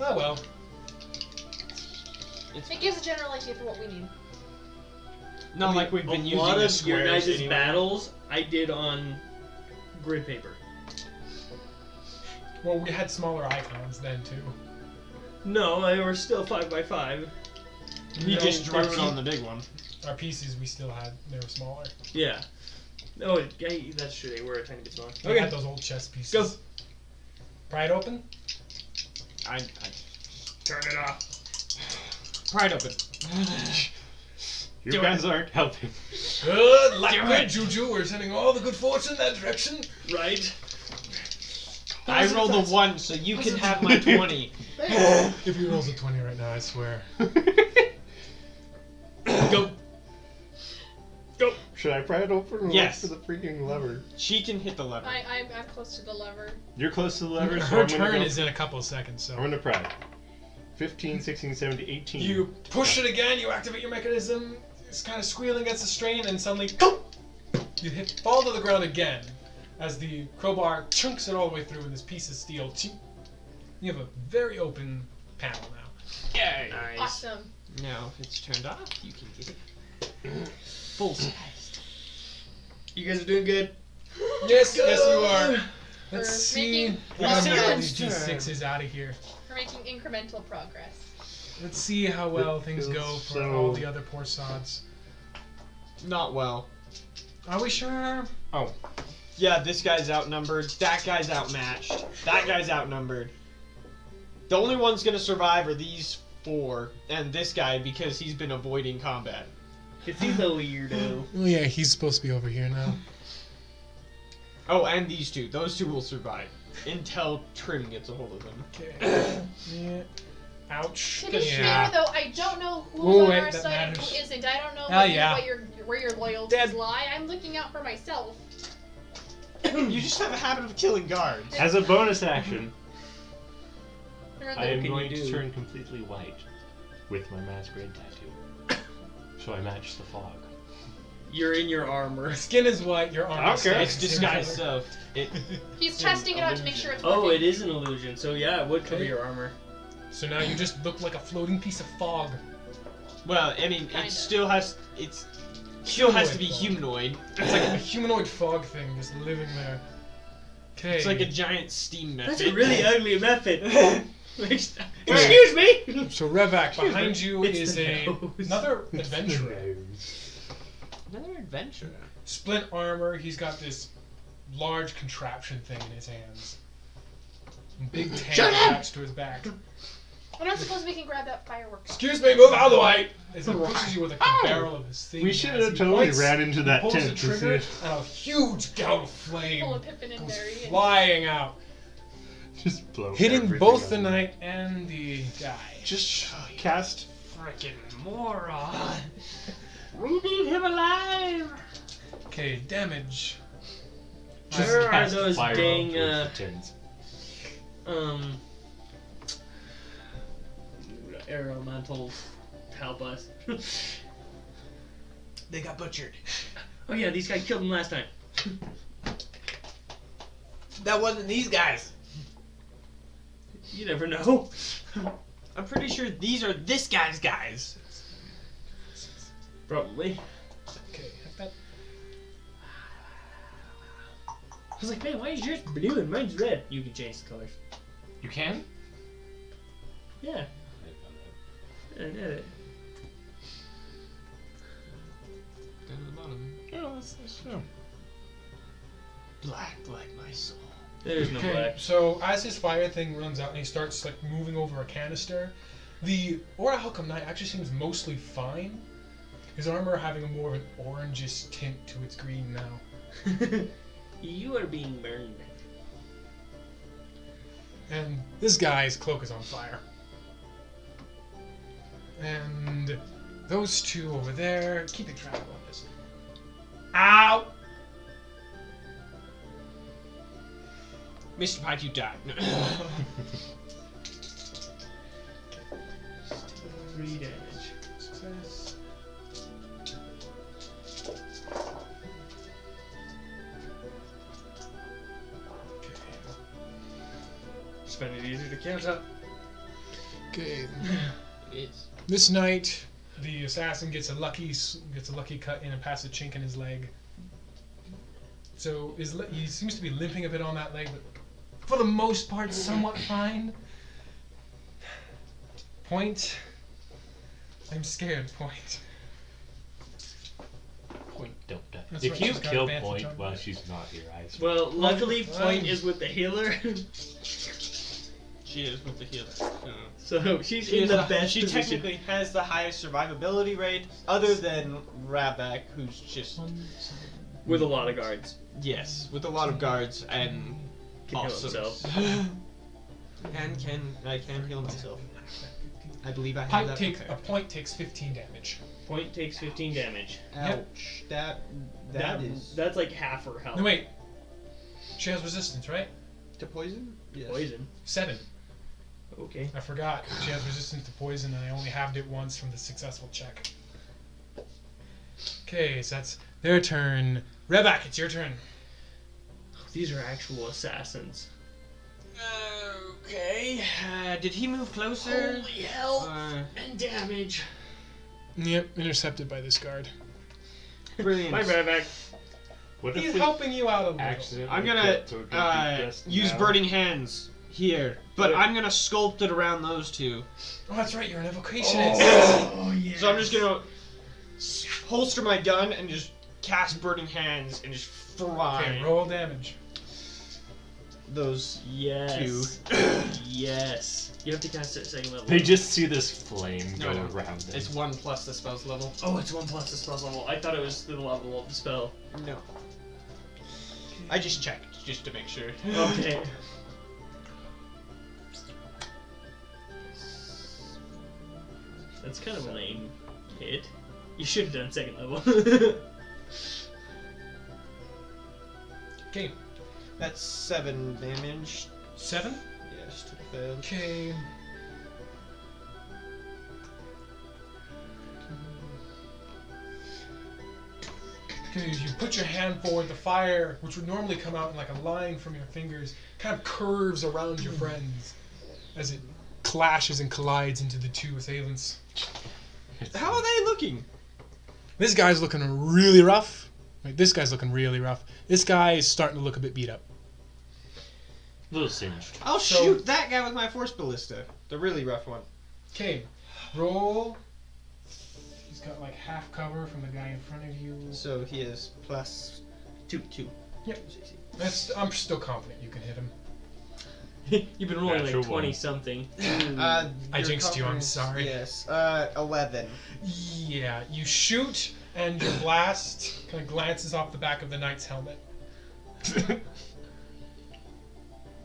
[SPEAKER 1] Oh well.
[SPEAKER 3] It gives a general idea for what we need.
[SPEAKER 4] Not like we've
[SPEAKER 2] A
[SPEAKER 4] been using
[SPEAKER 2] lot
[SPEAKER 4] the
[SPEAKER 2] of your
[SPEAKER 4] squares
[SPEAKER 2] guys'
[SPEAKER 4] anyway.
[SPEAKER 2] battles I did on grid paper.
[SPEAKER 1] Well, we had smaller icons then too.
[SPEAKER 2] No, they were still five by five.
[SPEAKER 4] He
[SPEAKER 1] No,
[SPEAKER 4] just drew
[SPEAKER 1] our,
[SPEAKER 4] it on
[SPEAKER 1] pe-
[SPEAKER 4] the big one.
[SPEAKER 1] our pieces we still had. They were smaller.
[SPEAKER 2] Yeah. Oh, yeah, that's true. They were a tiny bit smaller.
[SPEAKER 1] We had those old chess pieces.
[SPEAKER 2] Go.
[SPEAKER 1] Pry it open.
[SPEAKER 4] I, I
[SPEAKER 2] Turn it off.
[SPEAKER 4] pried open.
[SPEAKER 6] You
[SPEAKER 2] Do it.
[SPEAKER 6] guys aren't helping.
[SPEAKER 1] Good luck, good juju. We're sending all the good fortune that direction.
[SPEAKER 2] Right.
[SPEAKER 4] I rolled a one, so you can have my twenty.
[SPEAKER 1] If he rolls a twenty right now, I swear.
[SPEAKER 2] Go.
[SPEAKER 6] Should I pry it open or
[SPEAKER 4] Yes.
[SPEAKER 6] look for the freaking lever?
[SPEAKER 4] She can hit the lever.
[SPEAKER 3] I, I'm, I'm close to the lever.
[SPEAKER 6] You're close to the lever, so
[SPEAKER 1] Her
[SPEAKER 6] I'm gonna
[SPEAKER 1] turn
[SPEAKER 6] go-
[SPEAKER 1] is in a couple of seconds,
[SPEAKER 6] I'm
[SPEAKER 1] so
[SPEAKER 6] gonna pry. it. 15, 16, 17, 18.
[SPEAKER 1] you push it again. You activate your mechanism. It's kind of squealing against the strain, and suddenly, go! You hit fall to the ground again, as the crowbar chunks it all the way through, and this piece of steel. chink. You have a very open panel now.
[SPEAKER 4] Yay!
[SPEAKER 2] Nice.
[SPEAKER 3] Awesome.
[SPEAKER 4] Now if it's turned off, you can get it. Full sized.
[SPEAKER 2] You guys are doing good.
[SPEAKER 1] Yes, yes, you are. Let's
[SPEAKER 3] For
[SPEAKER 1] see.
[SPEAKER 3] making-
[SPEAKER 1] Well, I'm gonna get these
[SPEAKER 4] Resistance turn.
[SPEAKER 1] d6s out of here.
[SPEAKER 3] We're making incremental progress.
[SPEAKER 1] Let's see how well things go
[SPEAKER 6] feels
[SPEAKER 1] for
[SPEAKER 6] so-
[SPEAKER 1] all the other poor sods.
[SPEAKER 4] Not well.
[SPEAKER 1] Are we sure?
[SPEAKER 4] Yeah, this guy's outnumbered. That guy's outmatched. That guy's outnumbered. The only ones gonna survive are these four, and this guy because he's been avoiding combat.
[SPEAKER 2] Cause he's a weirdo.
[SPEAKER 13] Oh yeah, he's supposed to be over here now.
[SPEAKER 4] Oh, and these two. Those two will survive until Trim gets a hold of them.
[SPEAKER 1] Okay. yeah. Ouch.
[SPEAKER 3] To be
[SPEAKER 1] Yeah.
[SPEAKER 3] fair, though, I don't know who's
[SPEAKER 1] Ooh,
[SPEAKER 3] on
[SPEAKER 1] wait,
[SPEAKER 3] our
[SPEAKER 1] that
[SPEAKER 3] side and who
[SPEAKER 1] matters.
[SPEAKER 3] isn't. I don't know
[SPEAKER 1] Hell
[SPEAKER 3] what you-
[SPEAKER 1] yeah.
[SPEAKER 3] what your, where your loyalties
[SPEAKER 1] Dead.
[SPEAKER 3] lie. I'm looking out for myself.
[SPEAKER 4] you just have a habit of killing guards.
[SPEAKER 6] As a bonus action,
[SPEAKER 3] They're
[SPEAKER 6] I am
[SPEAKER 3] the-
[SPEAKER 6] going to
[SPEAKER 2] do?
[SPEAKER 6] turn completely white with my masquerade tattoo. so I match the fog.
[SPEAKER 2] You're in your armor.
[SPEAKER 1] Your skin is white, your armor is
[SPEAKER 6] Okay.
[SPEAKER 1] same-
[SPEAKER 4] It's
[SPEAKER 1] same
[SPEAKER 4] disguised
[SPEAKER 1] color.
[SPEAKER 4] stuff. It,
[SPEAKER 3] He's testing it out to make sure it's
[SPEAKER 2] Oh, it
[SPEAKER 3] working.
[SPEAKER 2] is an illusion. So yeah, it would cover
[SPEAKER 1] Okay.
[SPEAKER 2] your armor.
[SPEAKER 1] So now you just look like a floating piece of fog.
[SPEAKER 4] Well, I mean,
[SPEAKER 3] Kinda.
[SPEAKER 4] it still has it's still has to be humanoid.
[SPEAKER 1] It's like a humanoid fog thing just living there. Okay.
[SPEAKER 4] It's like a giant steam method.
[SPEAKER 2] That's a really ugly method. Excuse me.
[SPEAKER 15] So Revac,
[SPEAKER 2] Excuse
[SPEAKER 1] behind
[SPEAKER 2] me.
[SPEAKER 1] you
[SPEAKER 2] It's
[SPEAKER 1] is
[SPEAKER 2] the
[SPEAKER 1] a
[SPEAKER 2] nose.
[SPEAKER 1] another adventurer.
[SPEAKER 4] Another adventure.
[SPEAKER 1] Splint armor. He's got this large contraption thing in his hands. Big tail
[SPEAKER 4] Shut up!
[SPEAKER 1] attached to his back.
[SPEAKER 3] We're not supposed to be can grab that fireworks.
[SPEAKER 1] Excuse me, move out of the way. As he pushes you with a
[SPEAKER 6] Ow!
[SPEAKER 1] barrel of his thing.
[SPEAKER 6] We should
[SPEAKER 1] as he
[SPEAKER 6] have totally
[SPEAKER 1] points,
[SPEAKER 6] ran into that
[SPEAKER 1] pulls the
[SPEAKER 6] tent to see
[SPEAKER 1] trigger,
[SPEAKER 6] it.
[SPEAKER 1] and a huge gout of flame
[SPEAKER 3] Pull a Pippin and
[SPEAKER 1] goes
[SPEAKER 3] Barry. and-
[SPEAKER 1] flying out,
[SPEAKER 6] Just blow.
[SPEAKER 15] Hitting
[SPEAKER 6] everything
[SPEAKER 15] both
[SPEAKER 6] up.
[SPEAKER 15] the knight
[SPEAKER 1] and the guy.
[SPEAKER 6] Just cast.
[SPEAKER 2] Freaking moron.
[SPEAKER 16] We need him alive.
[SPEAKER 1] Okay, damage.
[SPEAKER 2] Just Where are cast those fire dang, towards uh, the Um. Aeromentals help us.
[SPEAKER 17] They got butchered.
[SPEAKER 2] oh yeah, these guys killed him last time.
[SPEAKER 17] That wasn't these guys.
[SPEAKER 2] You never know.
[SPEAKER 4] I'm pretty sure these are this guy's guys.
[SPEAKER 2] Probably.
[SPEAKER 1] Okay, have that
[SPEAKER 2] I was like, man, why is yours blue and mine's red? You can change the colors.
[SPEAKER 1] You can?
[SPEAKER 2] Yeah. And edit.
[SPEAKER 4] Down at the bottom.
[SPEAKER 6] Oh, that's, that's true.
[SPEAKER 4] Black like my soul.
[SPEAKER 2] There's no
[SPEAKER 1] Okay,
[SPEAKER 2] black.
[SPEAKER 1] so as his fire thing runs out and he starts like moving over a canister, the Aura Halcom Knight actually seems mostly fine. His armor having a more of an orangish tint to its green now.
[SPEAKER 2] you are being burned.
[SPEAKER 1] And this guy's cloak is on fire. And those two over there, keeping track of all this.
[SPEAKER 4] Ow! Mr. Pike, you died.
[SPEAKER 2] Three damage.
[SPEAKER 1] Success. Okay.
[SPEAKER 2] It's been easier to count up.
[SPEAKER 15] Okay.
[SPEAKER 4] it is.
[SPEAKER 15] This knight
[SPEAKER 1] The assassin gets a lucky s- gets a lucky cut in and past a chink in his leg. So his, le- he seems to be limping a bit on that leg, but for the most part, somewhat fine. Point. I'm scared. Point.
[SPEAKER 6] Point, don't die.
[SPEAKER 1] That's
[SPEAKER 6] if
[SPEAKER 1] right,
[SPEAKER 6] you
[SPEAKER 1] she's got
[SPEAKER 6] kill
[SPEAKER 1] advantage
[SPEAKER 6] Point
[SPEAKER 1] on
[SPEAKER 6] while
[SPEAKER 1] that.
[SPEAKER 6] she's not here, I swear.
[SPEAKER 2] Well, luckily,
[SPEAKER 1] Well,
[SPEAKER 2] point
[SPEAKER 1] you-
[SPEAKER 2] is with the healer,
[SPEAKER 4] She is with the healer.
[SPEAKER 2] so she's
[SPEAKER 4] She,
[SPEAKER 2] in
[SPEAKER 4] is
[SPEAKER 2] the
[SPEAKER 4] the-
[SPEAKER 2] best
[SPEAKER 4] she
[SPEAKER 2] position.
[SPEAKER 4] technically has the highest survivability rate, other than Rabak, who's just
[SPEAKER 2] with a lot of guards.
[SPEAKER 4] yes, with a lot of guards and
[SPEAKER 2] Can heal
[SPEAKER 4] awesome.
[SPEAKER 2] himself.
[SPEAKER 4] and can I can heal myself? I believe I have
[SPEAKER 1] Pipe
[SPEAKER 4] that.
[SPEAKER 1] takes a
[SPEAKER 4] prepared.
[SPEAKER 1] point takes 15 damage.
[SPEAKER 2] Point takes 15 damage.
[SPEAKER 4] Ouch! That that is
[SPEAKER 2] that's like half her health.
[SPEAKER 1] No wait. She has resistance, right?
[SPEAKER 4] to poison. Yes.
[SPEAKER 2] Poison.
[SPEAKER 1] Seven.
[SPEAKER 2] Okay.
[SPEAKER 1] I forgot. She has resistance to poison, and I only halved it once from the successful check. Okay, so that's their turn. Reback, it's your turn.
[SPEAKER 2] These are actual assassins.
[SPEAKER 4] Okay. Uh, did he move closer?
[SPEAKER 2] hell
[SPEAKER 4] Uh,
[SPEAKER 2] and damage.
[SPEAKER 15] Yep, intercepted by this guard.
[SPEAKER 4] brilliant.
[SPEAKER 2] Bye, Bravac.
[SPEAKER 6] What
[SPEAKER 1] He's
[SPEAKER 6] if we
[SPEAKER 1] helping you out a little.
[SPEAKER 6] accidentally
[SPEAKER 4] I'm gonna
[SPEAKER 6] get to a complete
[SPEAKER 4] uh,
[SPEAKER 6] guess
[SPEAKER 4] use
[SPEAKER 6] now?
[SPEAKER 4] burning hands here, but I'm gonna sculpt it around those two.
[SPEAKER 1] Oh, that's right. You're an evocationist.
[SPEAKER 2] Oh yeah.
[SPEAKER 4] So I'm just gonna s- holster my gun and just cast burning hands and just fry
[SPEAKER 1] Okay, roll damage.
[SPEAKER 4] those
[SPEAKER 2] Yes.
[SPEAKER 4] two.
[SPEAKER 2] Yes. You have to cast it at second level.
[SPEAKER 6] They just see this flame
[SPEAKER 4] No,
[SPEAKER 6] go
[SPEAKER 4] no.
[SPEAKER 6] around them.
[SPEAKER 4] It's one plus the spell's level.
[SPEAKER 2] Oh, it's one plus the spell's level. I thought it was the level of the spell.
[SPEAKER 4] No. I just checked just to make sure.
[SPEAKER 2] Okay. That's kind of a lame hit. You should have done second level.
[SPEAKER 1] Okay,
[SPEAKER 4] That's seven damage.
[SPEAKER 1] seven.
[SPEAKER 4] Yes, to the third.
[SPEAKER 1] Okay. Okay, you put your hand forward, the fire, which would normally come out in like a line from your fingers, kind of curves around
[SPEAKER 18] Hmm.
[SPEAKER 1] your friends as it clashes and collides into the two assailants.
[SPEAKER 8] How are they looking?
[SPEAKER 18] This guy's looking really rough. Wait, this guy's looking really rough. This guy is starting to look a bit beat up.
[SPEAKER 5] little singed.
[SPEAKER 8] I'll
[SPEAKER 1] So-
[SPEAKER 8] shoot that guy with my force ballista. The really rough one.
[SPEAKER 1] Okay, roll. He's got like half cover from the guy in front of you.
[SPEAKER 8] So he is plus two, two.
[SPEAKER 1] That's, I'm still confident you can hit him.
[SPEAKER 2] You've been rolling
[SPEAKER 5] Natural
[SPEAKER 2] like
[SPEAKER 5] one.
[SPEAKER 2] 20 something.
[SPEAKER 8] Uh,
[SPEAKER 1] I
[SPEAKER 8] your
[SPEAKER 1] jinxed you, I'm
[SPEAKER 8] conference-
[SPEAKER 1] sorry.
[SPEAKER 8] Yes. Uh, eleven.
[SPEAKER 1] Yeah, you shoot, and your blast kind of glances off the back of the knight's helmet.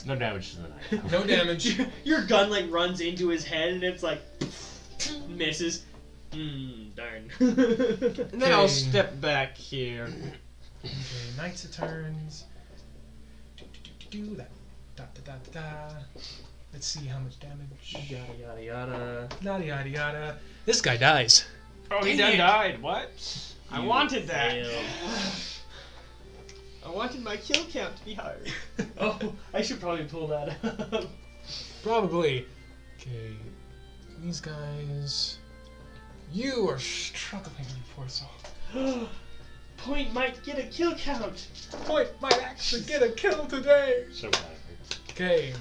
[SPEAKER 5] No damage to the knife.
[SPEAKER 1] No damage.
[SPEAKER 2] Your gun like runs into his head and it's like misses. Hmm, darn.
[SPEAKER 8] And then I'll
[SPEAKER 1] Okay.
[SPEAKER 8] step back here.
[SPEAKER 1] Okay, Knights of Turns. Do, do, do, do, do, that. Da, da, da, da, da. Let's see how much damage.
[SPEAKER 2] yada yada yada.
[SPEAKER 1] Yada yada yada.
[SPEAKER 18] This guy dies.
[SPEAKER 6] Oh, he
[SPEAKER 8] Dang
[SPEAKER 6] done
[SPEAKER 8] it.
[SPEAKER 6] died. What?
[SPEAKER 8] I wanted that.
[SPEAKER 2] failed.
[SPEAKER 8] I wanted my kill count to be higher.
[SPEAKER 2] Oh, I should probably pull that up.
[SPEAKER 1] Probably. Okay, these guys. You are struggling, you poor soul.
[SPEAKER 2] Point might get a kill count.
[SPEAKER 1] Point might actually get a kill today.
[SPEAKER 5] so bad.
[SPEAKER 1] Okay.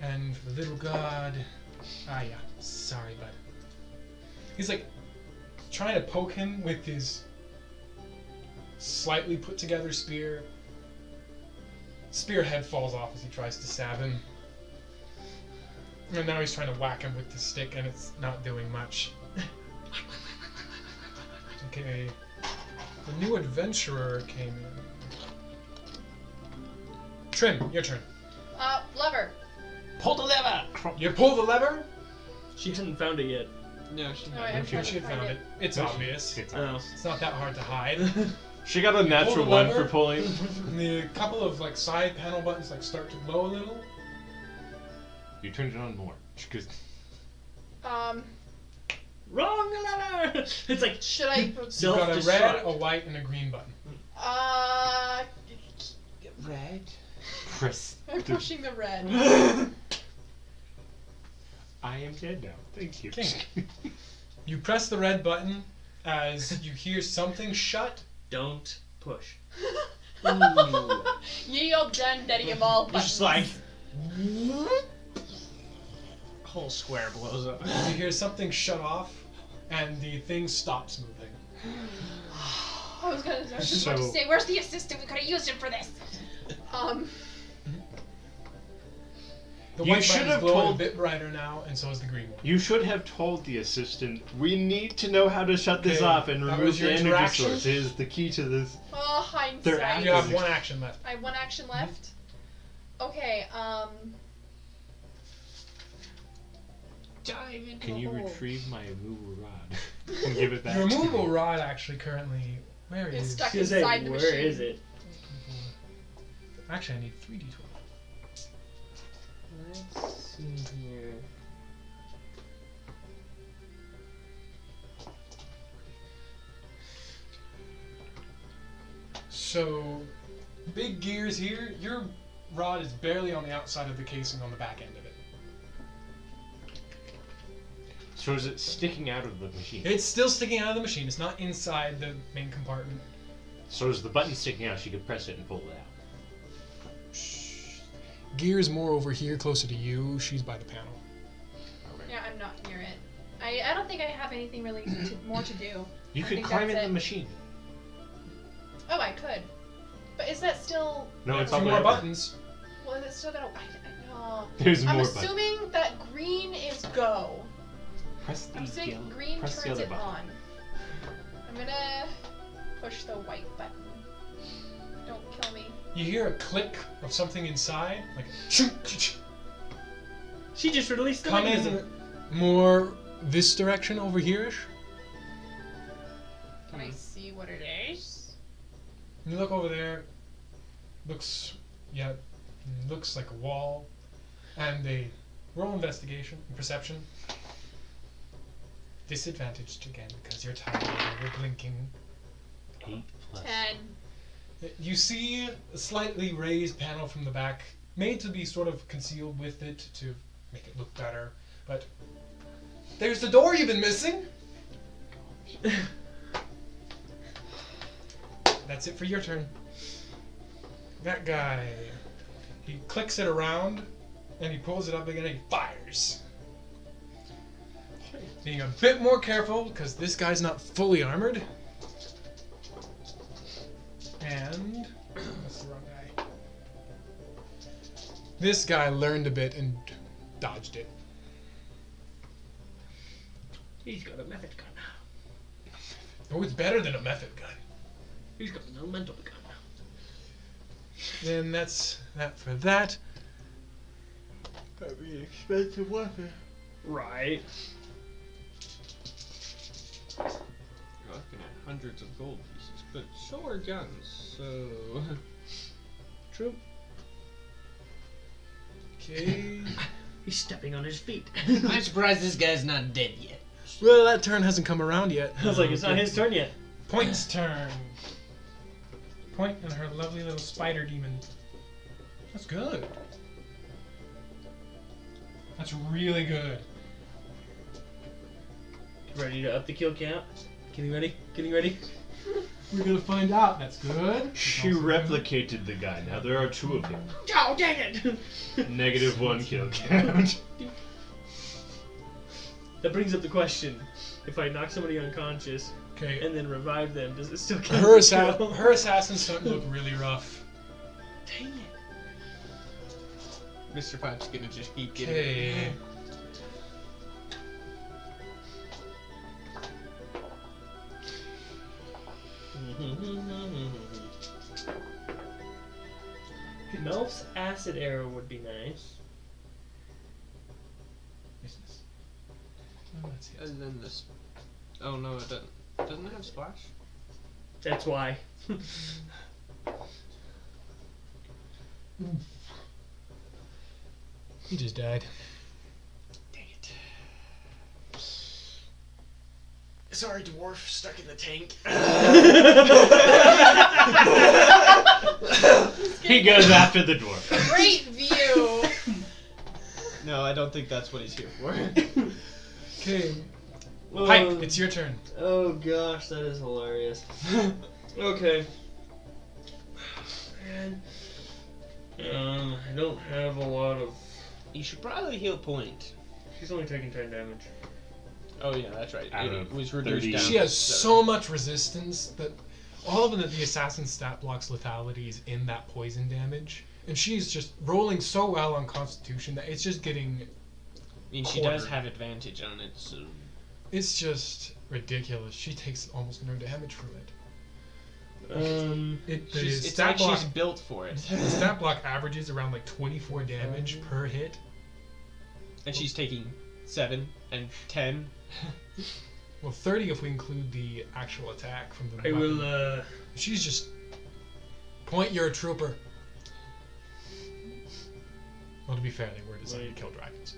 [SPEAKER 1] And the little god. Ah, yeah. Sorry, bud. He's like trying to poke him with his slightly put together spear. Spearhead falls off as he tries to stab him. And now he's trying to whack him with the stick, and it's not doing much. Okay. The new adventurer came in. Trim, your turn.
[SPEAKER 3] Uh, lever.
[SPEAKER 6] Pull the lever.
[SPEAKER 1] You pull the lever.
[SPEAKER 2] She hasn't found it yet.
[SPEAKER 8] No, she
[SPEAKER 3] Alright, I'm
[SPEAKER 5] she
[SPEAKER 3] trying
[SPEAKER 1] She
[SPEAKER 3] to
[SPEAKER 1] had found
[SPEAKER 3] find
[SPEAKER 1] it.
[SPEAKER 3] it.
[SPEAKER 1] It's obvious.
[SPEAKER 5] It's
[SPEAKER 2] Oh.
[SPEAKER 1] It's not that hard to hide.
[SPEAKER 6] She got a
[SPEAKER 1] Pull
[SPEAKER 6] natural
[SPEAKER 1] the
[SPEAKER 6] one
[SPEAKER 1] lever.
[SPEAKER 6] for pulling.
[SPEAKER 1] And the couple of like side panel buttons like start to glow a little.
[SPEAKER 5] You turned it on more. She goes,
[SPEAKER 3] Um,
[SPEAKER 2] Wrong lever. It's like
[SPEAKER 3] should I?
[SPEAKER 1] You've
[SPEAKER 2] self
[SPEAKER 1] got a red, a white, and a green button.
[SPEAKER 3] Uh,
[SPEAKER 8] red.
[SPEAKER 5] press.
[SPEAKER 3] I'm
[SPEAKER 5] the-
[SPEAKER 3] pushing the red.
[SPEAKER 5] I am dead now. Thank you.
[SPEAKER 1] Okay. You press the red button as you hear something shut.
[SPEAKER 2] Don't push.
[SPEAKER 3] Ye old done daddy of all
[SPEAKER 8] It's just
[SPEAKER 3] buttons.
[SPEAKER 8] like. Whole square blows up.
[SPEAKER 1] You hear something shut off, and the thing stops moving.
[SPEAKER 3] I was gonna, I was just about to
[SPEAKER 5] So-
[SPEAKER 3] say, where's the assistant? We could have used him for this. Um,
[SPEAKER 1] The
[SPEAKER 6] You
[SPEAKER 1] white
[SPEAKER 6] should
[SPEAKER 1] button is
[SPEAKER 6] have
[SPEAKER 1] glowing a
[SPEAKER 6] told-
[SPEAKER 1] bit brighter now, and so is the green one.
[SPEAKER 6] You should have told the assistant. We need to know how to shut this
[SPEAKER 1] Okay,
[SPEAKER 6] off and
[SPEAKER 1] that
[SPEAKER 6] remove
[SPEAKER 1] was your
[SPEAKER 6] the energy
[SPEAKER 1] interaction?
[SPEAKER 6] source. It Is the key to this.
[SPEAKER 3] oh,
[SPEAKER 6] They're
[SPEAKER 3] hindsight.
[SPEAKER 1] You
[SPEAKER 6] active.
[SPEAKER 1] have one action left.
[SPEAKER 3] I have one action left. Okay. Um,
[SPEAKER 8] Dive into
[SPEAKER 5] Can
[SPEAKER 8] the
[SPEAKER 5] you
[SPEAKER 3] Oh.
[SPEAKER 8] hole.
[SPEAKER 5] retrieve my removal rod and give it back?
[SPEAKER 1] Your
[SPEAKER 5] to me?
[SPEAKER 1] removal rod actually currently where
[SPEAKER 3] It's
[SPEAKER 1] is?
[SPEAKER 3] stuck.
[SPEAKER 2] She said,
[SPEAKER 3] Inside the
[SPEAKER 2] where
[SPEAKER 3] machine.
[SPEAKER 2] is it?
[SPEAKER 1] Actually, I need three d twelve.
[SPEAKER 2] Let's see here.
[SPEAKER 1] So, big gears here. Your rod is barely on the outside of the casing on the back end of it.
[SPEAKER 5] So is it sticking out of the machine?
[SPEAKER 1] It's still sticking out of the machine. It's not inside the main compartment.
[SPEAKER 5] So is the button sticking out? She could press it and pull it out.
[SPEAKER 18] Gear's more over here, closer to you. She's by the panel.
[SPEAKER 3] yeah, I'm not near it. I, I don't think I have anything really to, more to do.
[SPEAKER 5] You
[SPEAKER 3] I
[SPEAKER 5] could
[SPEAKER 3] think
[SPEAKER 5] climb in
[SPEAKER 3] that's
[SPEAKER 5] the
[SPEAKER 3] it.
[SPEAKER 5] machine.
[SPEAKER 3] Oh, I could. But is that still?
[SPEAKER 5] No, it's
[SPEAKER 1] Two
[SPEAKER 5] on
[SPEAKER 1] more
[SPEAKER 5] the-
[SPEAKER 1] buttons.
[SPEAKER 3] Well, is it still gonna? I, I, no.
[SPEAKER 5] There's
[SPEAKER 3] I'm
[SPEAKER 5] more buttons.
[SPEAKER 3] assuming that green is go.
[SPEAKER 5] Press
[SPEAKER 3] I'm
[SPEAKER 5] the
[SPEAKER 3] assuming
[SPEAKER 5] yellow.
[SPEAKER 3] green
[SPEAKER 5] Press the
[SPEAKER 3] turns
[SPEAKER 5] other
[SPEAKER 3] it
[SPEAKER 5] button.
[SPEAKER 3] on. I'm gonna push the white button. Don't kill me.
[SPEAKER 1] You hear a click of something inside, like
[SPEAKER 2] She just released the mechanism.
[SPEAKER 1] coming more this direction over here-ish.
[SPEAKER 3] Can I see what it is?
[SPEAKER 1] You look over there. Looks, yeah, looks like a wall, and a roll investigation, perception. Disadvantaged again because you're tired and you're blinking.
[SPEAKER 5] Eight plus.
[SPEAKER 3] Ten.
[SPEAKER 1] You see a slightly raised panel from the back, made to be sort of concealed with it to make it look better, but There's the door you've been missing. That's it for your turn. That guy. He clicks it around and he pulls it up again and he fires. Being a bit more careful because this guy's not fully armored. And. That's the wrong guy. This guy learned a bit and dodged it.
[SPEAKER 2] He's got a method gun.
[SPEAKER 1] Oh, it's better than a method gun.
[SPEAKER 2] He's got an elemental gun.
[SPEAKER 1] Then that's that for that.
[SPEAKER 6] That'd be an expensive weapon.
[SPEAKER 2] Right.
[SPEAKER 19] You're looking at hundreds of gold pieces, but so are guns. So true.
[SPEAKER 1] Okay.
[SPEAKER 2] He's stepping on his feet.
[SPEAKER 4] I'm surprised this guy's not dead yet.
[SPEAKER 1] well, that turn hasn't come around yet.
[SPEAKER 2] I was like, it's not his turn yet.
[SPEAKER 1] Point's turn. Point and her lovely little spider demon. That's good. That's really good.
[SPEAKER 2] Ready to up the kill count? Getting ready? Getting ready?
[SPEAKER 1] We're gonna find out. That's good.
[SPEAKER 6] She replicated the guy. Now there are two of them.
[SPEAKER 2] Oh, dang it!
[SPEAKER 6] Negative one kill count.
[SPEAKER 2] that brings up the question. If I knock somebody unconscious
[SPEAKER 1] Okay.
[SPEAKER 2] and then revive them, does it still count?
[SPEAKER 1] Her,
[SPEAKER 2] as a
[SPEAKER 1] assa-
[SPEAKER 2] kill?
[SPEAKER 1] her assassin's starting to look really rough.
[SPEAKER 2] Dang it.
[SPEAKER 4] Mr. Punch's gonna just keep getting.
[SPEAKER 1] Okay.
[SPEAKER 2] Melf's acid arrow would be nice.
[SPEAKER 4] And then this. Oh no, it doesn't. Doesn't it have splash?
[SPEAKER 2] That's why.
[SPEAKER 1] He just died.
[SPEAKER 4] Sorry, dwarf, stuck in the tank.
[SPEAKER 6] he goes after the dwarf.
[SPEAKER 3] Great view.
[SPEAKER 20] No, I don't think that's what he's here for.
[SPEAKER 1] Okay.
[SPEAKER 4] Uh,
[SPEAKER 2] Oh,
[SPEAKER 1] Pike, it's your turn.
[SPEAKER 2] oh gosh, that is hilarious. okay. Man. Um, I don't have a lot of.
[SPEAKER 4] You should probably heal point.
[SPEAKER 2] She's only taking 10 damage.
[SPEAKER 4] Oh yeah, that's right.
[SPEAKER 6] Out
[SPEAKER 4] It
[SPEAKER 6] of
[SPEAKER 4] was
[SPEAKER 6] 30.
[SPEAKER 4] reduced down.
[SPEAKER 1] She
[SPEAKER 4] to
[SPEAKER 1] has
[SPEAKER 4] seven.
[SPEAKER 1] so much resistance that all of them that the assassin stat blocks lethality is in that poison damage. And she's just rolling so well on constitution that it's just getting
[SPEAKER 4] I mean, she does have advantage on it. So.
[SPEAKER 1] it's just ridiculous. She takes almost no damage from it.
[SPEAKER 2] Um,
[SPEAKER 1] It the
[SPEAKER 4] She's, it's
[SPEAKER 1] stat
[SPEAKER 4] like
[SPEAKER 1] block
[SPEAKER 4] she's built for it,
[SPEAKER 1] the stat block averages around like twenty four damage
[SPEAKER 4] Um,
[SPEAKER 1] per hit.
[SPEAKER 4] and she's taking seven and ten.
[SPEAKER 1] Well thirty if we include the actual attack from the
[SPEAKER 2] I
[SPEAKER 1] weapon.
[SPEAKER 2] will, uh.
[SPEAKER 1] She's just point you're a trooper. Well to be fair, they were designed
[SPEAKER 2] Wait.
[SPEAKER 1] to kill dragons.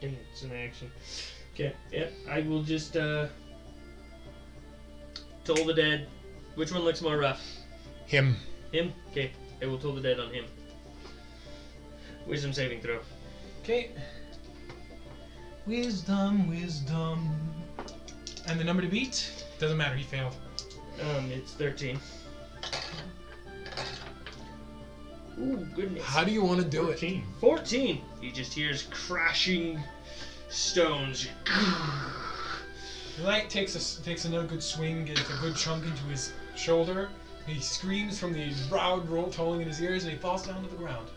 [SPEAKER 2] Dang it, it's an action. Okay, yep, I will just, uh. Toll the dead. Which one looks more rough?
[SPEAKER 1] Him.
[SPEAKER 2] Him? Okay, I will toll the dead on him. Wisdom saving throw.
[SPEAKER 1] Okay. Wisdom, wisdom. And the number to beat? Doesn't matter, he failed.
[SPEAKER 2] Um, it's 13. Ooh, goodness.
[SPEAKER 1] How do you want to do it?
[SPEAKER 6] 14.
[SPEAKER 2] 14! He just hears crashing stones.
[SPEAKER 1] Light takes a, s- takes another good swing, gets a good chunk into his shoulder. He screams from the loud roll tolling in his ears, and he falls down to the ground.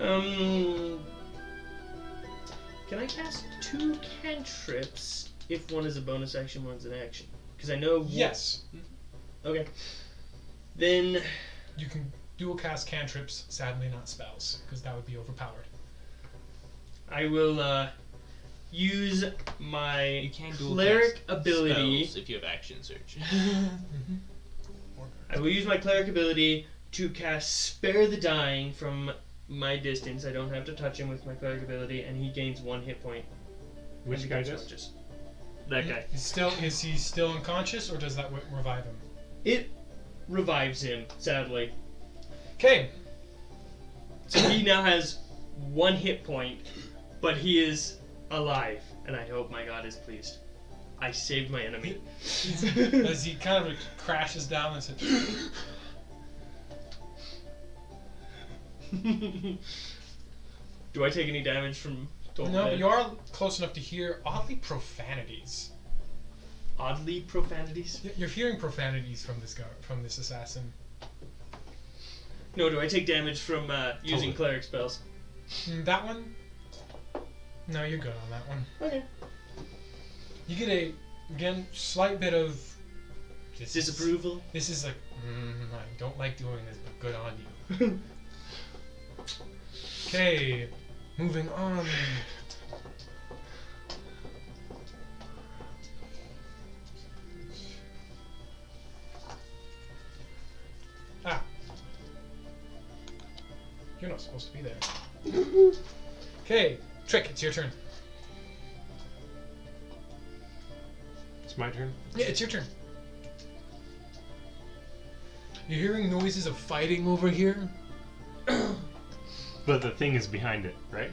[SPEAKER 2] Um. Can I cast two cantrips if one is a bonus action, one's an action? Because I know.
[SPEAKER 1] Yes,
[SPEAKER 2] Okay. Then.
[SPEAKER 1] you can dual cast cantrips. Sadly, not spells, because that would be overpowered.
[SPEAKER 2] I will uh, use my
[SPEAKER 4] You can dual
[SPEAKER 2] cleric ability.
[SPEAKER 4] Spells if you have action search.
[SPEAKER 1] Mm-hmm.
[SPEAKER 2] I will use my cleric ability to cast Spare the Dying from my distance. I don't have to touch him with my cleric ability, and he gains one hit point.
[SPEAKER 6] Which
[SPEAKER 2] and
[SPEAKER 6] guy
[SPEAKER 2] becomes
[SPEAKER 6] does? Hmm?
[SPEAKER 2] conscious.
[SPEAKER 6] That guy.
[SPEAKER 1] Is still is he still unconscious, or does that w- revive him?
[SPEAKER 2] It revives him, sadly.
[SPEAKER 1] Okay,
[SPEAKER 2] So he now has one hit point, but he is alive, and I hope my god is pleased. I saved my enemy.
[SPEAKER 1] As he kind of crashes down and says,
[SPEAKER 2] Do I take any damage from Dolphin
[SPEAKER 1] No,
[SPEAKER 2] Head?
[SPEAKER 1] but you are close enough to hear oddly profanities.
[SPEAKER 2] Oddly profanities?
[SPEAKER 1] Y- You're hearing profanities from this guy, from this assassin.
[SPEAKER 2] No, do I take damage from uh, using cleric spells?
[SPEAKER 1] Mm, That one? No, you're good on that one.
[SPEAKER 2] Okay.
[SPEAKER 1] You get a, again, slight bit of. This is-
[SPEAKER 2] Disapproval?
[SPEAKER 1] This is like, mm, I don't like doing this, but good on you. Okay, moving on. Ah. You're not supposed to be there. Okay, Trick, it's your turn.
[SPEAKER 6] It's my turn.
[SPEAKER 1] Yeah, it's your turn. You're hearing noises of fighting over here?
[SPEAKER 6] But the thing is behind it, right?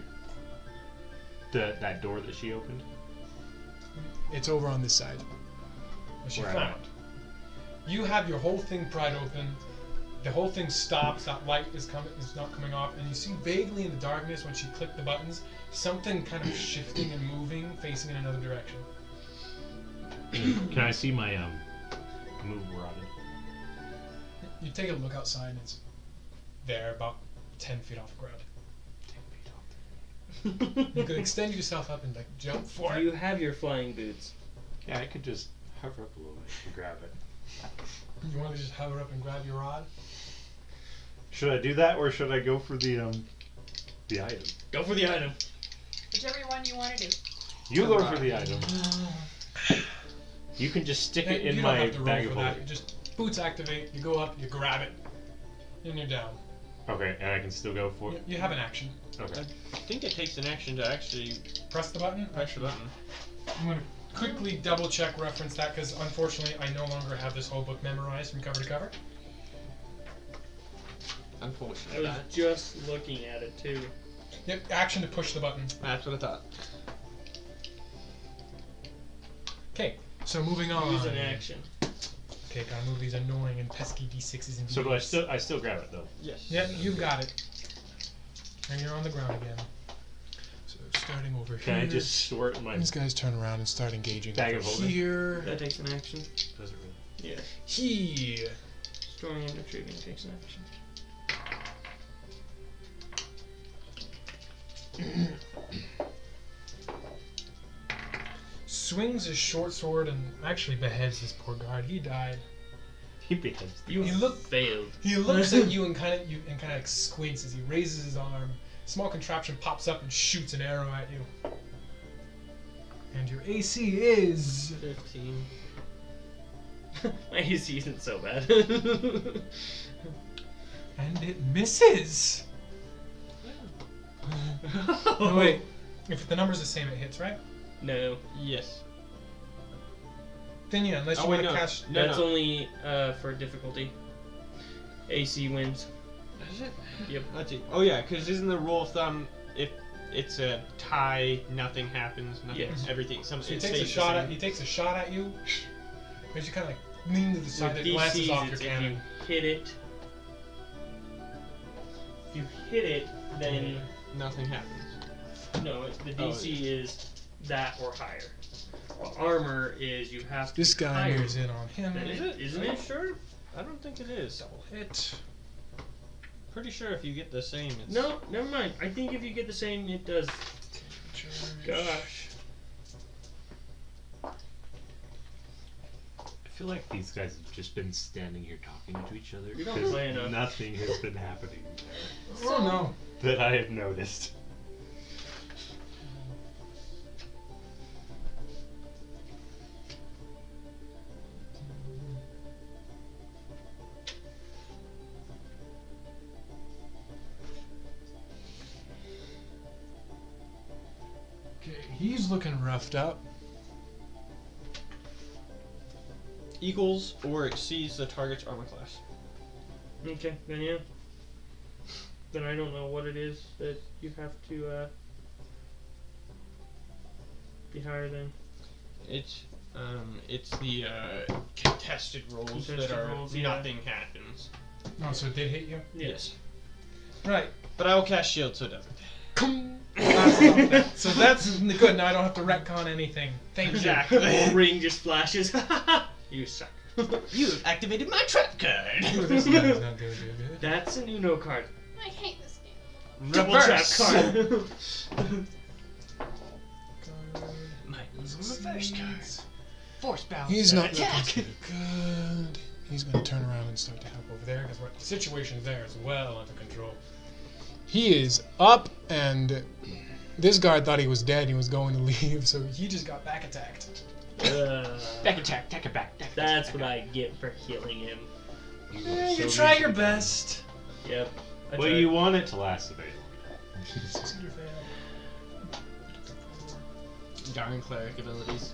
[SPEAKER 6] The that door that she opened.
[SPEAKER 1] It's over on this side. Unless you
[SPEAKER 6] Where I'm
[SPEAKER 1] found. You have your whole thing pried open. The whole thing stops. That light is coming is not coming off, and you see vaguely in the darkness when she clicked the buttons, something kind of shifting and moving, facing in another direction.
[SPEAKER 6] Can I see my um move rotted?
[SPEAKER 1] You take a look outside, and it's there, about ten feet off the ground. You could extend yourself up and like jump for it.
[SPEAKER 2] You have your flying boots.
[SPEAKER 6] Yeah, I could just hover up a little bit and grab it.
[SPEAKER 1] You want to just hover up and grab your rod?
[SPEAKER 6] Should I do that or should I go for the um the item?
[SPEAKER 2] Go for the item.
[SPEAKER 3] Whichever one you want to do.
[SPEAKER 6] You go for the item. You can just stick
[SPEAKER 1] Hey,
[SPEAKER 6] it in
[SPEAKER 1] you don't
[SPEAKER 6] my
[SPEAKER 1] have to roll
[SPEAKER 6] bag
[SPEAKER 1] for
[SPEAKER 6] of
[SPEAKER 1] that. You
[SPEAKER 6] holding.
[SPEAKER 1] Just boots activate. You go up. You grab it, and you're down.
[SPEAKER 6] Okay, and I can still go for
[SPEAKER 1] You,
[SPEAKER 6] it.
[SPEAKER 1] you have an action.
[SPEAKER 6] Okay.
[SPEAKER 4] I think it takes an action to actually
[SPEAKER 1] Press the button.
[SPEAKER 4] press the button.
[SPEAKER 1] I'm gonna quickly double check reference that because unfortunately I no longer have this whole book memorized from cover to cover.
[SPEAKER 2] I
[SPEAKER 4] Unfortunately.
[SPEAKER 2] was just looking at it too.
[SPEAKER 1] Yep, action to push the button.
[SPEAKER 4] That's what I thought.
[SPEAKER 1] Okay, so moving on.
[SPEAKER 2] Use an action.
[SPEAKER 1] Okay, gotta move these annoying and pesky d6s and d8s.
[SPEAKER 6] So do I still I still grab it though.
[SPEAKER 4] Yes.
[SPEAKER 1] Yep, you've got it. And you're on the ground again. So starting over
[SPEAKER 6] Can
[SPEAKER 1] here.
[SPEAKER 6] I just sort my
[SPEAKER 1] These guys turn around and start engaging
[SPEAKER 6] Bag
[SPEAKER 1] over
[SPEAKER 6] of holding.
[SPEAKER 1] here.
[SPEAKER 2] That takes an action.
[SPEAKER 6] does it really
[SPEAKER 1] He.
[SPEAKER 2] Storming and retrieving takes an action.
[SPEAKER 1] swings his short sword and actually beheads this poor guard. He died.
[SPEAKER 6] he beheads
[SPEAKER 2] You,
[SPEAKER 1] You look-
[SPEAKER 2] failed.
[SPEAKER 1] He looks at you and kind of you and kind of squints as he raises his arm. Small contraption pops up and shoots an arrow at you. And your AC is
[SPEAKER 4] 15.
[SPEAKER 2] My AC isn't so bad.
[SPEAKER 1] and it misses. Oh wait, if the number's the same, it hits, right?
[SPEAKER 2] No,
[SPEAKER 4] Yes.
[SPEAKER 1] Then yeah, unless you
[SPEAKER 4] Oh, wait,
[SPEAKER 1] want
[SPEAKER 4] no.
[SPEAKER 1] to cast.
[SPEAKER 4] No,
[SPEAKER 2] that's
[SPEAKER 4] no.
[SPEAKER 2] only uh, for difficulty. AC wins.
[SPEAKER 4] Is it?
[SPEAKER 2] Yep.
[SPEAKER 4] Let's see. Oh, yeah, because isn't the rule of thumb if it's a tie, nothing happens, nothing,
[SPEAKER 2] Yes.
[SPEAKER 4] everything, some,
[SPEAKER 1] So he
[SPEAKER 4] it
[SPEAKER 1] takes a
[SPEAKER 4] stays the
[SPEAKER 1] shot at
[SPEAKER 4] same.
[SPEAKER 1] he takes a shot at you. But you kind of like lean to the side
[SPEAKER 2] With
[SPEAKER 1] that glances
[SPEAKER 2] DCs,
[SPEAKER 1] off your
[SPEAKER 2] it's
[SPEAKER 1] cannon.
[SPEAKER 2] If you hit it, if you hit it, then
[SPEAKER 4] Nothing happens.
[SPEAKER 2] no. It's, the DC
[SPEAKER 4] Oh,
[SPEAKER 2] is that or higher. Well, armor is you have to.
[SPEAKER 1] This
[SPEAKER 2] be
[SPEAKER 1] guy
[SPEAKER 2] higher
[SPEAKER 1] moves in on him.
[SPEAKER 2] than
[SPEAKER 4] Is
[SPEAKER 2] it,
[SPEAKER 4] it?
[SPEAKER 2] isn't it? Sure.
[SPEAKER 4] I don't think it is.
[SPEAKER 1] Hit.
[SPEAKER 4] Pretty sure if you get the same, it's.
[SPEAKER 2] No, never mind. I think if you get the same, it does. Gosh.
[SPEAKER 6] I feel like these guys have just been standing here talking to each other
[SPEAKER 2] You don't
[SPEAKER 6] because
[SPEAKER 2] play enough.
[SPEAKER 6] nothing has been happening
[SPEAKER 3] So-
[SPEAKER 1] Oh no.
[SPEAKER 6] that I have noticed.
[SPEAKER 1] Okay, he's looking roughed up.
[SPEAKER 4] Equals or exceeds the target's armor class.
[SPEAKER 2] Okay, then yeah. Then I don't know what it is that you have to. uh be higher than?
[SPEAKER 4] It's um, it's the uh, contested rolls
[SPEAKER 2] Contested
[SPEAKER 4] that are
[SPEAKER 2] rolls, yeah.
[SPEAKER 4] nothing happens.
[SPEAKER 1] Oh, so it did hit you?
[SPEAKER 4] Yes.
[SPEAKER 1] Right.
[SPEAKER 4] But I will cast shield, so it doesn't.
[SPEAKER 1] That's not that. so that's good. Now I don't have to retcon anything. Thank
[SPEAKER 2] Exactly. Ring just flashes. you suck.
[SPEAKER 21] You've activated my trap
[SPEAKER 1] you.
[SPEAKER 21] card.
[SPEAKER 1] This guy's not gonna do good.
[SPEAKER 2] That's an Uno card.
[SPEAKER 3] I hate this game.
[SPEAKER 2] Double trap
[SPEAKER 21] Reverse.
[SPEAKER 2] card.
[SPEAKER 21] Mine was a reverse card. Force balance.
[SPEAKER 22] He's not
[SPEAKER 21] attack.
[SPEAKER 22] looking too good. He's going to turn around and start to help over there because the situation there is well under control. He is up, and this guard thought he was dead. He was going to leave, so he just got back attacked.
[SPEAKER 2] Uh,
[SPEAKER 23] Back attack, take it back. Take it
[SPEAKER 2] that's what I get for healing him.
[SPEAKER 1] Eh, you try your best.
[SPEAKER 2] Yep. I
[SPEAKER 6] Well,
[SPEAKER 2] tried.
[SPEAKER 6] you want it to last a bit longer.
[SPEAKER 4] Darn cleric abilities.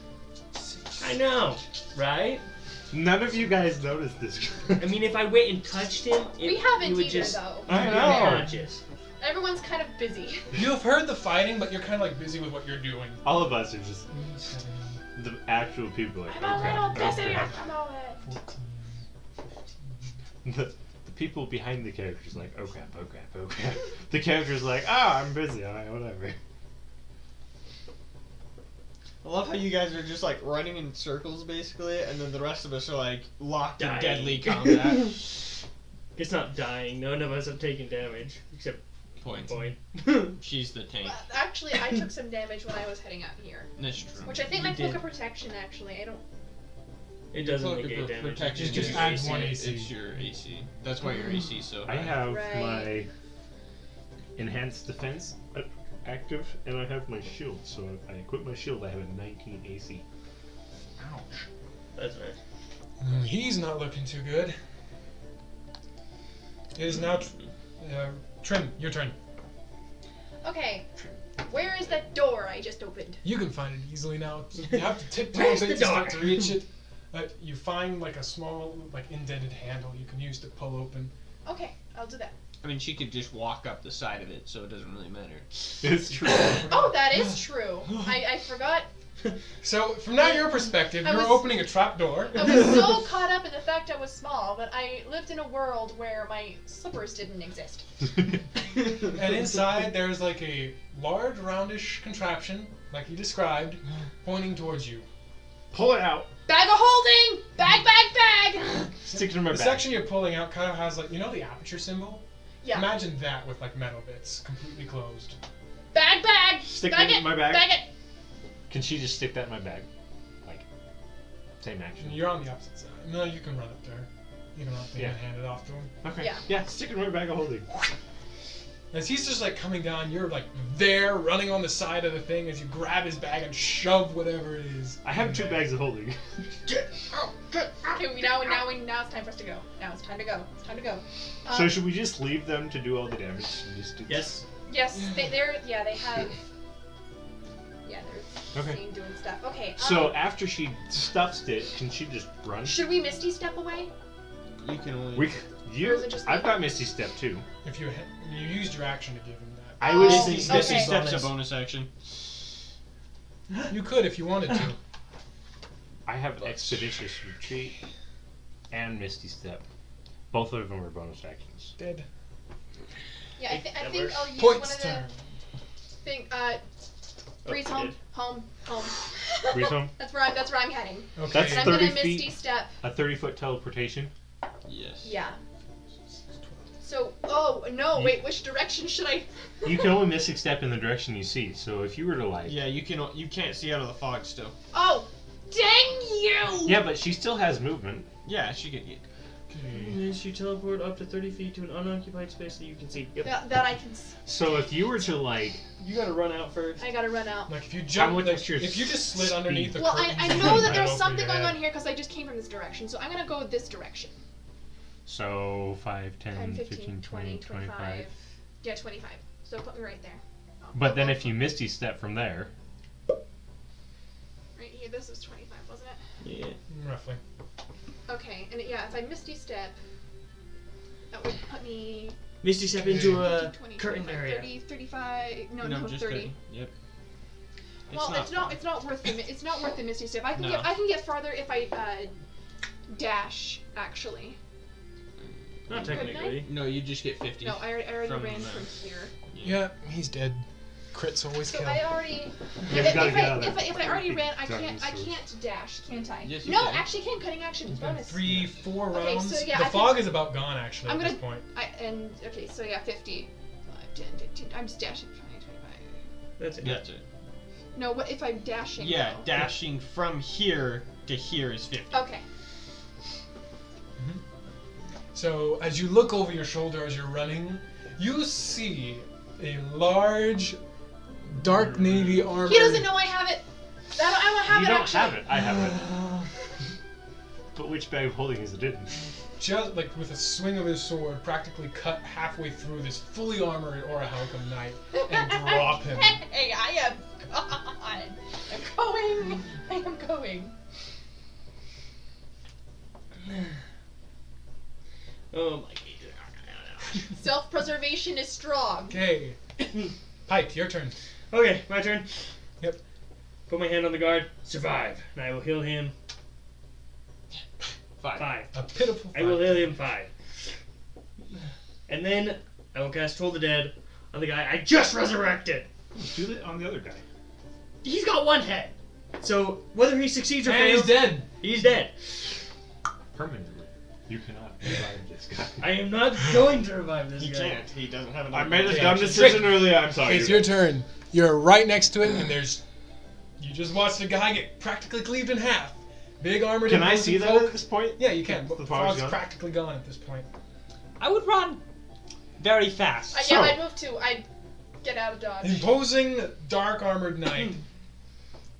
[SPEAKER 2] I know, right?
[SPEAKER 6] None of you guys noticed this.
[SPEAKER 2] I mean, if I went and touched him, it,
[SPEAKER 3] we
[SPEAKER 2] he
[SPEAKER 3] haven't
[SPEAKER 2] would
[SPEAKER 3] either,
[SPEAKER 2] just
[SPEAKER 3] though.
[SPEAKER 6] I
[SPEAKER 2] be
[SPEAKER 6] know.
[SPEAKER 2] unconscious.
[SPEAKER 3] Everyone's kind of busy.
[SPEAKER 1] You've heard the fighting, but you're kind of like busy with what you're doing.
[SPEAKER 6] All of us are just the actual people. Like,
[SPEAKER 3] I'm a little
[SPEAKER 6] okay,
[SPEAKER 3] busy.
[SPEAKER 6] okay.
[SPEAKER 3] I'm all that.
[SPEAKER 6] The, the people behind the characters like, oh crap, oh crap, oh crap. the characters like, ah, I'm busy. All right, whatever.
[SPEAKER 4] I love how you guys are just like running in circles basically, and then the rest of us are like locked
[SPEAKER 2] Dying.
[SPEAKER 4] in deadly combat.
[SPEAKER 2] It's not dying. None of us have taken damage except
[SPEAKER 4] Point.
[SPEAKER 2] Boyd.
[SPEAKER 4] She's the tank.
[SPEAKER 3] Well, actually, I took some damage when I was heading out here,
[SPEAKER 4] That's true.
[SPEAKER 3] which I think
[SPEAKER 4] You
[SPEAKER 3] my cloak
[SPEAKER 4] did.
[SPEAKER 3] of protection. Actually, I don't.
[SPEAKER 2] it doesn't
[SPEAKER 4] Cloak of
[SPEAKER 2] negate
[SPEAKER 4] pro-
[SPEAKER 2] damage.
[SPEAKER 4] protection
[SPEAKER 1] It just
[SPEAKER 4] is
[SPEAKER 1] adds
[SPEAKER 4] AC.
[SPEAKER 1] one AC.
[SPEAKER 4] It's your AC. That's why your AC is so high.
[SPEAKER 6] I have
[SPEAKER 3] Right.
[SPEAKER 6] my enhanced defense a- active, and I have my shield. So if I equip my shield, I have a 19 AC.
[SPEAKER 2] That's right.
[SPEAKER 1] Mm, He's not looking too good. It is now tr- uh, Trim, your turn.
[SPEAKER 3] Okay, where is that door I just opened?
[SPEAKER 1] You can find it easily now. You have to tiptoe
[SPEAKER 2] Where's
[SPEAKER 1] so
[SPEAKER 2] the
[SPEAKER 1] you start
[SPEAKER 2] door?
[SPEAKER 1] to reach it. Uh, you find like a small, like indented handle you can use to pull open.
[SPEAKER 3] Okay, I'll do that.
[SPEAKER 4] I mean, she could just walk up the side of it, so it doesn't really matter.
[SPEAKER 6] It's true.
[SPEAKER 3] Oh, that is true. I, I forgot.
[SPEAKER 1] So from now your perspective,
[SPEAKER 3] I
[SPEAKER 1] you're
[SPEAKER 3] was-
[SPEAKER 1] opening a trap door.
[SPEAKER 3] I was so caught up in the fact I was small that I lived in a world where my slippers didn't exist.
[SPEAKER 1] and inside there's like a large roundish contraption, like you described, pointing towards you.
[SPEAKER 6] Pull it out.
[SPEAKER 3] Bag of holding! Bag, bag, bag!
[SPEAKER 6] Stick it in my
[SPEAKER 1] The
[SPEAKER 6] back.
[SPEAKER 1] section you're pulling out kind of has like you know the aperture symbol.
[SPEAKER 3] Yeah.
[SPEAKER 1] Imagine that with like metal bits, completely closed.
[SPEAKER 3] Bag, bag!
[SPEAKER 6] Stick
[SPEAKER 3] bag
[SPEAKER 6] it
[SPEAKER 3] it!
[SPEAKER 6] in my bag.
[SPEAKER 3] Bag it!
[SPEAKER 6] Can she just stick that in my bag? Like, same action.
[SPEAKER 1] And you're on the opposite side. No, you can run up there. You don't have to
[SPEAKER 6] Yeah.
[SPEAKER 1] hand it off to him.
[SPEAKER 6] Okay.
[SPEAKER 3] Yeah.
[SPEAKER 6] stick it in my bag of holding.
[SPEAKER 1] As he's just like coming down, you're like there, running on the side of the thing as you grab his bag and shove whatever it is.
[SPEAKER 6] I have two bags of holding.
[SPEAKER 3] Okay, we now, now, we, now it's time for us to go. Now it's time to go. It's time to go. Um,
[SPEAKER 6] so should we just leave them to do all the damage? And just do
[SPEAKER 2] Yes.
[SPEAKER 3] Yes, they, they're, yeah, they have. Yeah, they're
[SPEAKER 6] Okay.
[SPEAKER 3] seen doing stuff. Okay, um,
[SPEAKER 6] So after she stuffs it, can she just run?
[SPEAKER 3] should we Misty step away?
[SPEAKER 4] You can only.
[SPEAKER 6] We, c-
[SPEAKER 3] Or
[SPEAKER 6] you,
[SPEAKER 3] is it just
[SPEAKER 6] I've
[SPEAKER 3] like-
[SPEAKER 6] got Misty Step too.
[SPEAKER 1] If you ha- you used your action to give him that,
[SPEAKER 6] I was
[SPEAKER 3] Oh,
[SPEAKER 6] thinking
[SPEAKER 3] Misty okay.
[SPEAKER 4] steps a bonus action.
[SPEAKER 1] you could if you wanted to.
[SPEAKER 6] I have Expeditious Retreat and Misty Step. Both of them are bonus actions.
[SPEAKER 1] Dead.
[SPEAKER 3] Yeah, I, th- I think I'll use one
[SPEAKER 1] Points
[SPEAKER 3] of
[SPEAKER 1] turn.
[SPEAKER 3] the thing. Uh, Breeze
[SPEAKER 2] Oh,
[SPEAKER 3] home,
[SPEAKER 2] it
[SPEAKER 3] home, home,
[SPEAKER 6] Breeze home?
[SPEAKER 3] That's where I'm. That's where I'm heading.
[SPEAKER 1] Okay.
[SPEAKER 3] And
[SPEAKER 6] That's
[SPEAKER 3] I'm gonna
[SPEAKER 6] 30
[SPEAKER 3] misty
[SPEAKER 6] feet.
[SPEAKER 3] step.
[SPEAKER 6] A 30 foot teleportation.
[SPEAKER 4] Yes.
[SPEAKER 3] Yeah. So, oh no,
[SPEAKER 6] You-
[SPEAKER 3] wait. Which direction should I?
[SPEAKER 6] You can only Mystic Step in the direction you see. So if you were to like.
[SPEAKER 4] Yeah, you can. o- You can't see out of the fog still.
[SPEAKER 3] Oh, dang you!
[SPEAKER 6] Yeah, but she still has movement.
[SPEAKER 4] Yeah, she could. Get,
[SPEAKER 2] And then you teleport up to 30 feet to an unoccupied space that you can see. Yep.
[SPEAKER 3] That, that I can. s-
[SPEAKER 6] So if you were to like.
[SPEAKER 2] You gotta run out first.
[SPEAKER 3] I gotta run out.
[SPEAKER 1] Like if you jump,
[SPEAKER 6] much
[SPEAKER 1] like,
[SPEAKER 6] is your
[SPEAKER 1] if you just slid
[SPEAKER 6] speed?
[SPEAKER 1] underneath the
[SPEAKER 3] Well, I,
[SPEAKER 1] curtain,
[SPEAKER 3] I
[SPEAKER 1] you
[SPEAKER 3] know that
[SPEAKER 1] might
[SPEAKER 3] there's
[SPEAKER 1] open
[SPEAKER 3] something
[SPEAKER 1] your
[SPEAKER 3] going on
[SPEAKER 1] head.
[SPEAKER 3] here because I just came from this direction. So I'm gonna go this direction.
[SPEAKER 6] So 5, 10,
[SPEAKER 3] 10,
[SPEAKER 6] 15, 20, 25.
[SPEAKER 3] 25. Yeah, 25. So put me right there. Oh,
[SPEAKER 6] But then if you Misty Step from there.
[SPEAKER 3] Right here, this was 25, wasn't it?
[SPEAKER 2] Yeah.
[SPEAKER 1] Roughly.
[SPEAKER 3] Okay, and yeah, if I misty step, that would put me
[SPEAKER 2] Misty step into a
[SPEAKER 3] 15, 20,
[SPEAKER 2] Uh, curtain
[SPEAKER 3] 25,
[SPEAKER 2] area.
[SPEAKER 3] 30, 35, no, no,
[SPEAKER 4] just
[SPEAKER 3] 30.
[SPEAKER 4] kidding. Yep.
[SPEAKER 3] well, it's not.
[SPEAKER 4] fun.
[SPEAKER 3] It's not worth the. mi- It's not worth the misty step. I can
[SPEAKER 4] No.
[SPEAKER 3] get. I can get farther if I uh, dash. Actually,
[SPEAKER 2] Not
[SPEAKER 3] Good night.
[SPEAKER 2] technically.
[SPEAKER 4] No, you just get fifty.
[SPEAKER 3] no. I already, I already
[SPEAKER 4] From
[SPEAKER 3] ran
[SPEAKER 4] the-
[SPEAKER 3] from here.
[SPEAKER 24] Yeah, he's dead. Crits always
[SPEAKER 3] So
[SPEAKER 24] kill.
[SPEAKER 3] I already.
[SPEAKER 6] Yeah,
[SPEAKER 3] if,
[SPEAKER 6] you gotta
[SPEAKER 3] if
[SPEAKER 6] get
[SPEAKER 3] I,
[SPEAKER 6] out of
[SPEAKER 3] if, I,
[SPEAKER 6] there.
[SPEAKER 3] if I already
[SPEAKER 6] Big
[SPEAKER 3] ran, I can't. I
[SPEAKER 6] dinosaurs.
[SPEAKER 3] can't dash, can't I?
[SPEAKER 4] Yes, you
[SPEAKER 3] no,
[SPEAKER 4] can.
[SPEAKER 3] actually can. Cutting action is
[SPEAKER 1] It's been
[SPEAKER 3] bonus.
[SPEAKER 1] three, four
[SPEAKER 3] Okay, so
[SPEAKER 1] rounds.
[SPEAKER 3] yeah,
[SPEAKER 1] the
[SPEAKER 3] I
[SPEAKER 1] fog
[SPEAKER 3] think-
[SPEAKER 1] is about gone, actually, at
[SPEAKER 3] I'm gonna-
[SPEAKER 1] this point.
[SPEAKER 3] I, and okay, so yeah, 50, 5, 10, 15. I'm just dashing 20, 25.
[SPEAKER 2] That's it.
[SPEAKER 4] That's it.
[SPEAKER 3] No, what if I'm dashing?
[SPEAKER 25] Yeah,
[SPEAKER 3] though?
[SPEAKER 25] dashing from here to here is 50.
[SPEAKER 3] okay.
[SPEAKER 1] So as you look over your shoulder as you're running, you see a large, dark navy armor.
[SPEAKER 3] He doesn't know I have it. I don't, I don't have
[SPEAKER 6] you
[SPEAKER 3] it
[SPEAKER 6] don't
[SPEAKER 3] actually.
[SPEAKER 6] have it. I have it. But which bag of holding is it in?
[SPEAKER 1] Just like with a swing of his sword, practically cut halfway through this fully armored Orahalcum knight and drop him.
[SPEAKER 3] Hey, I am gone. I'm going. I am going.
[SPEAKER 2] Oh my.
[SPEAKER 3] Self-preservation is strong.
[SPEAKER 1] Okay, Pike, your turn.
[SPEAKER 2] Okay, my turn.
[SPEAKER 1] Yep.
[SPEAKER 2] Put my hand on the guard. Survive, and I will heal him
[SPEAKER 25] Five.
[SPEAKER 2] five.
[SPEAKER 1] A pitiful.
[SPEAKER 2] I will heal him five. And then I will cast Toll the Dead on the guy I just resurrected.
[SPEAKER 6] Do it on the other guy.
[SPEAKER 2] He's got one head. So whether he succeeds or
[SPEAKER 1] And
[SPEAKER 2] fails,
[SPEAKER 1] he's dead.
[SPEAKER 2] he's dead.
[SPEAKER 6] Permanently. You cannot revive this guy.
[SPEAKER 2] I am not going to revive this guy.
[SPEAKER 25] He doesn't have an
[SPEAKER 6] I made a
[SPEAKER 1] Okay,
[SPEAKER 6] dumb
[SPEAKER 1] actually.
[SPEAKER 6] decision earlier. I'm sorry.
[SPEAKER 1] It's your turn. You're right next to it, and there's. You just watched a guy get practically cleaved in half. Big armored.
[SPEAKER 6] Can I
[SPEAKER 1] imposing
[SPEAKER 6] see that
[SPEAKER 1] folk.
[SPEAKER 6] at this point?
[SPEAKER 1] Yeah, you can. But
[SPEAKER 6] The
[SPEAKER 1] the
[SPEAKER 6] fog's
[SPEAKER 1] fog's
[SPEAKER 6] gone.
[SPEAKER 1] practically gone at this point.
[SPEAKER 4] I would run very fast.
[SPEAKER 3] I,
[SPEAKER 6] So-
[SPEAKER 3] yeah, I'd move too. I'd get out of dodge.
[SPEAKER 1] Imposing dark armored knight.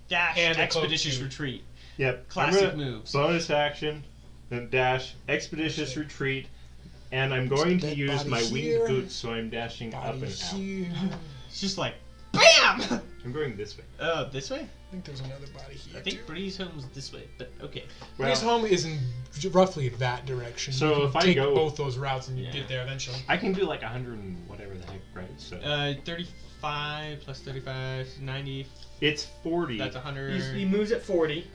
[SPEAKER 4] Dash
[SPEAKER 1] And a cloak
[SPEAKER 4] expeditious
[SPEAKER 1] too.
[SPEAKER 4] retreat.
[SPEAKER 6] Yep.
[SPEAKER 4] Classic
[SPEAKER 6] I'm gonna-
[SPEAKER 4] moves.
[SPEAKER 6] Bonus action, then dash, expeditious retreat, and I'm going to
[SPEAKER 24] Dead
[SPEAKER 6] use
[SPEAKER 24] body
[SPEAKER 6] my
[SPEAKER 24] here.
[SPEAKER 6] winged boots, so I'm dashing up and out.
[SPEAKER 24] here. I
[SPEAKER 4] It's just like BAM!
[SPEAKER 6] I'm going this way.
[SPEAKER 4] Uh, this way?
[SPEAKER 24] think there's another body here.
[SPEAKER 4] I think Breeze Home's this way, but okay.
[SPEAKER 6] Well,
[SPEAKER 24] Breeze home is in j- roughly that direction.
[SPEAKER 6] So
[SPEAKER 24] you can
[SPEAKER 6] if I
[SPEAKER 24] take
[SPEAKER 6] go-
[SPEAKER 24] both those routes and you
[SPEAKER 4] Yeah.
[SPEAKER 24] get there eventually.
[SPEAKER 6] I can do like 100 and whatever the heck, right? So
[SPEAKER 4] Uh, 35 plus 35, 90,
[SPEAKER 6] it's 40
[SPEAKER 4] that's
[SPEAKER 2] He's, he
[SPEAKER 4] 100.
[SPEAKER 2] moves at 40.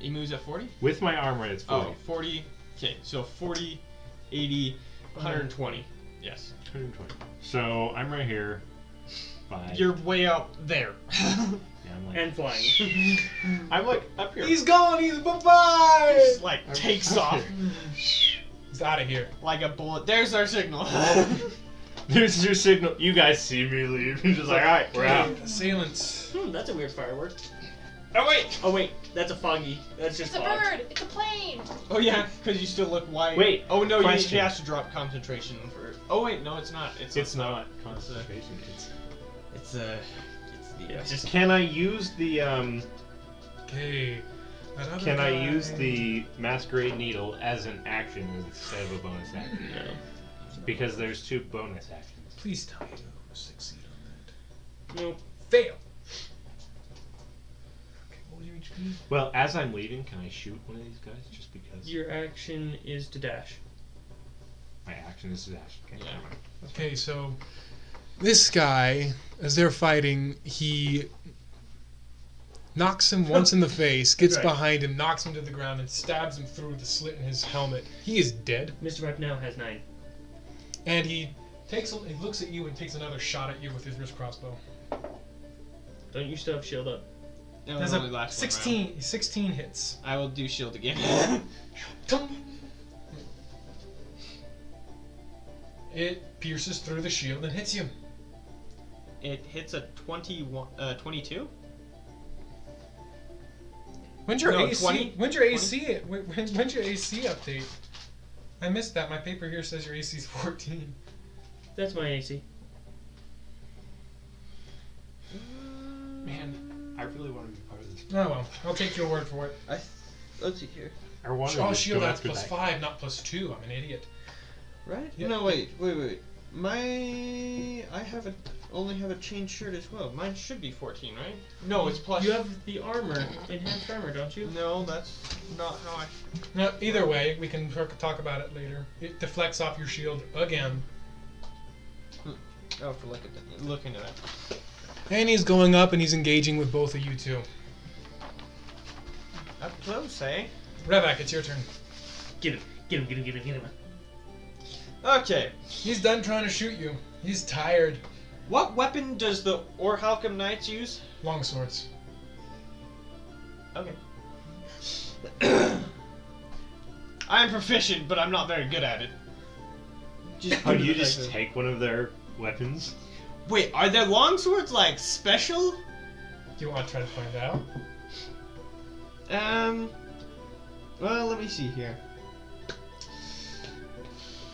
[SPEAKER 4] He moves at 40?
[SPEAKER 6] with my armor. It's 40.
[SPEAKER 4] Oh, 40. Okay, so 40, 80, 120. Yes.
[SPEAKER 6] 120. So I'm right here. Fine.
[SPEAKER 4] You're way out there.
[SPEAKER 6] Yeah, I'm like,
[SPEAKER 2] And flying.
[SPEAKER 6] I'm like up here.
[SPEAKER 1] He's gone. He's bye bye.
[SPEAKER 4] Just like takes off
[SPEAKER 1] He's out of here.
[SPEAKER 4] like a bullet. There's our signal.
[SPEAKER 6] There's your signal. You guys see me leave. You're just like, all right, we're out.
[SPEAKER 1] Assailants.
[SPEAKER 2] hmm, that's a weird firework.
[SPEAKER 4] oh, wait!
[SPEAKER 2] Oh wait, that's a foggy. That's just
[SPEAKER 3] It's a
[SPEAKER 2] fog.
[SPEAKER 3] bird. It's a plane.
[SPEAKER 4] Oh, yeah, because you still look white.
[SPEAKER 6] Wait,
[SPEAKER 4] Oh, no, you,
[SPEAKER 6] question.
[SPEAKER 4] she has to drop concentration for. Oh, wait, no, it's not. It's,
[SPEAKER 6] It's not concentration. It's,
[SPEAKER 4] It's, uh. It's the.
[SPEAKER 6] it's just can I use the um?
[SPEAKER 1] Okay. That other
[SPEAKER 6] Can I
[SPEAKER 1] guy.
[SPEAKER 6] use the masquerade needle as an action instead of a bonus action?
[SPEAKER 2] No.
[SPEAKER 6] Because there's two bonus actions.
[SPEAKER 1] Please tell me you succeed on that.
[SPEAKER 2] Nope.
[SPEAKER 1] Fail. Okay, what was your HP?
[SPEAKER 6] Well, as I'm leaving, can I shoot one of these guys? Just because
[SPEAKER 2] Your action is to dash.
[SPEAKER 6] my action is dash. Okay, never mind.
[SPEAKER 1] Okay, so
[SPEAKER 24] This guy, as they're fighting, he knocks him once in the face, gets
[SPEAKER 2] Right.
[SPEAKER 24] behind him, knocks
[SPEAKER 1] knocks him to the ground and stabs him through the slit in his helmet. He is dead,
[SPEAKER 2] Mr. Rep now has nine.
[SPEAKER 1] and he takes. A, he looks at you and takes another shot at you with his wrist crossbow.
[SPEAKER 2] Don't you still have shield up?
[SPEAKER 4] No,
[SPEAKER 1] Does
[SPEAKER 4] it
[SPEAKER 1] a
[SPEAKER 4] only lasts one round.
[SPEAKER 1] 16, 16 hits.
[SPEAKER 4] I will do shield again.
[SPEAKER 1] Tum. It pierces through the shield and hits you.
[SPEAKER 4] it hits a 21, uh, 22?
[SPEAKER 1] When's your
[SPEAKER 4] No,
[SPEAKER 1] AC?
[SPEAKER 4] 20?
[SPEAKER 1] When's your AC? When, when- when's your AC update? I missed that. My paper here says your AC is 14.
[SPEAKER 2] That's my AC.
[SPEAKER 6] Man, I really want to be part of this.
[SPEAKER 1] Oh well, I'll take your word for it.
[SPEAKER 4] Let's see here.
[SPEAKER 6] I want to
[SPEAKER 1] Oh,
[SPEAKER 6] just
[SPEAKER 1] shield
[SPEAKER 6] go
[SPEAKER 1] that's
[SPEAKER 6] after
[SPEAKER 1] plus
[SPEAKER 6] that.
[SPEAKER 1] five, not plus two. I'm an idiot.
[SPEAKER 4] Right?
[SPEAKER 1] Yeah.
[SPEAKER 4] No, wait, wait, wait. My. I have a. Only have a chain shirt as well. Mine should be 14, right? No, Oh, it's plus.
[SPEAKER 2] You have the armor, enhanced armor, don't you?
[SPEAKER 4] No, that's not how I.
[SPEAKER 1] Now, either way, we can talk talk about it later. It deflects off your shield again.
[SPEAKER 4] I'll have to look at that. Look into that.
[SPEAKER 1] And he's going up and he's engaging with both of you two.
[SPEAKER 4] Up close, eh?
[SPEAKER 1] Revak, it's your turn.
[SPEAKER 2] Get him, get him, get him, get him, get him.
[SPEAKER 4] Okay.
[SPEAKER 1] He's done trying to shoot you. He's tired.
[SPEAKER 4] What weapon does the Orhalcom Knights use?
[SPEAKER 1] Long swords.
[SPEAKER 4] Okay. I'm proficient, but I'm not very good at it.
[SPEAKER 6] Just oh, do you just take one of their weapons?
[SPEAKER 4] Wait, are their longswords like special?
[SPEAKER 1] Do you want to try to find out?
[SPEAKER 4] Um. Well, let me see here.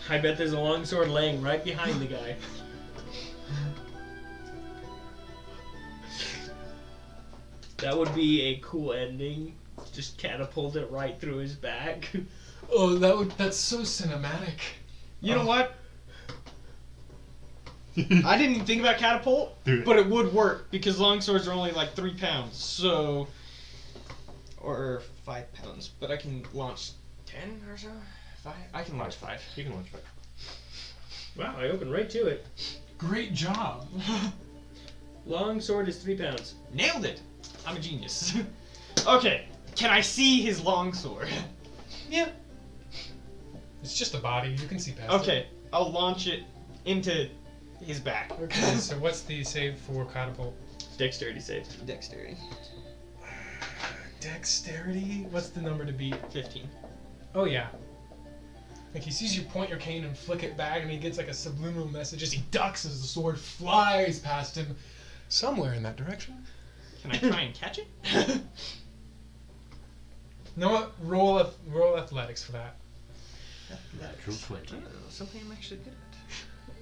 [SPEAKER 2] I bet there's a longsword laying right behind the guy. that would be a cool ending. Just catapult it right through his back.
[SPEAKER 1] Oh, that would, that's so cinematic.
[SPEAKER 4] You
[SPEAKER 6] Oh.
[SPEAKER 4] know what? I didn't even think about catapult,
[SPEAKER 6] Through it.
[SPEAKER 4] but it would work because longswords are only like three pounds, so or five pounds. But I can launch ten or so. Five. I can launch five.
[SPEAKER 6] You can launch back.
[SPEAKER 2] Wow, I opened right to it.
[SPEAKER 1] Great job.
[SPEAKER 2] Long sword is three pounds.
[SPEAKER 4] Nailed it. I'm a genius. okay. Can I see his longsword?
[SPEAKER 1] Yeah. It's just a body. You can see past it.
[SPEAKER 4] Okay. I'll launch it into his back.
[SPEAKER 1] Okay. So what's the save for catapult?
[SPEAKER 2] Dexterity save.
[SPEAKER 4] Dexterity.
[SPEAKER 1] Dexterity. What's the number to beat?
[SPEAKER 4] Fifteen.
[SPEAKER 1] Oh yeah. Like he sees you point your cane and flick it back, and he gets like a subliminal message as he ducks as the sword flies past him, somewhere in that direction.
[SPEAKER 4] Can I try and catch it?
[SPEAKER 1] No, what? roll ath- roll athletics for that.
[SPEAKER 6] Natural 20.
[SPEAKER 4] Something I'm actually good at.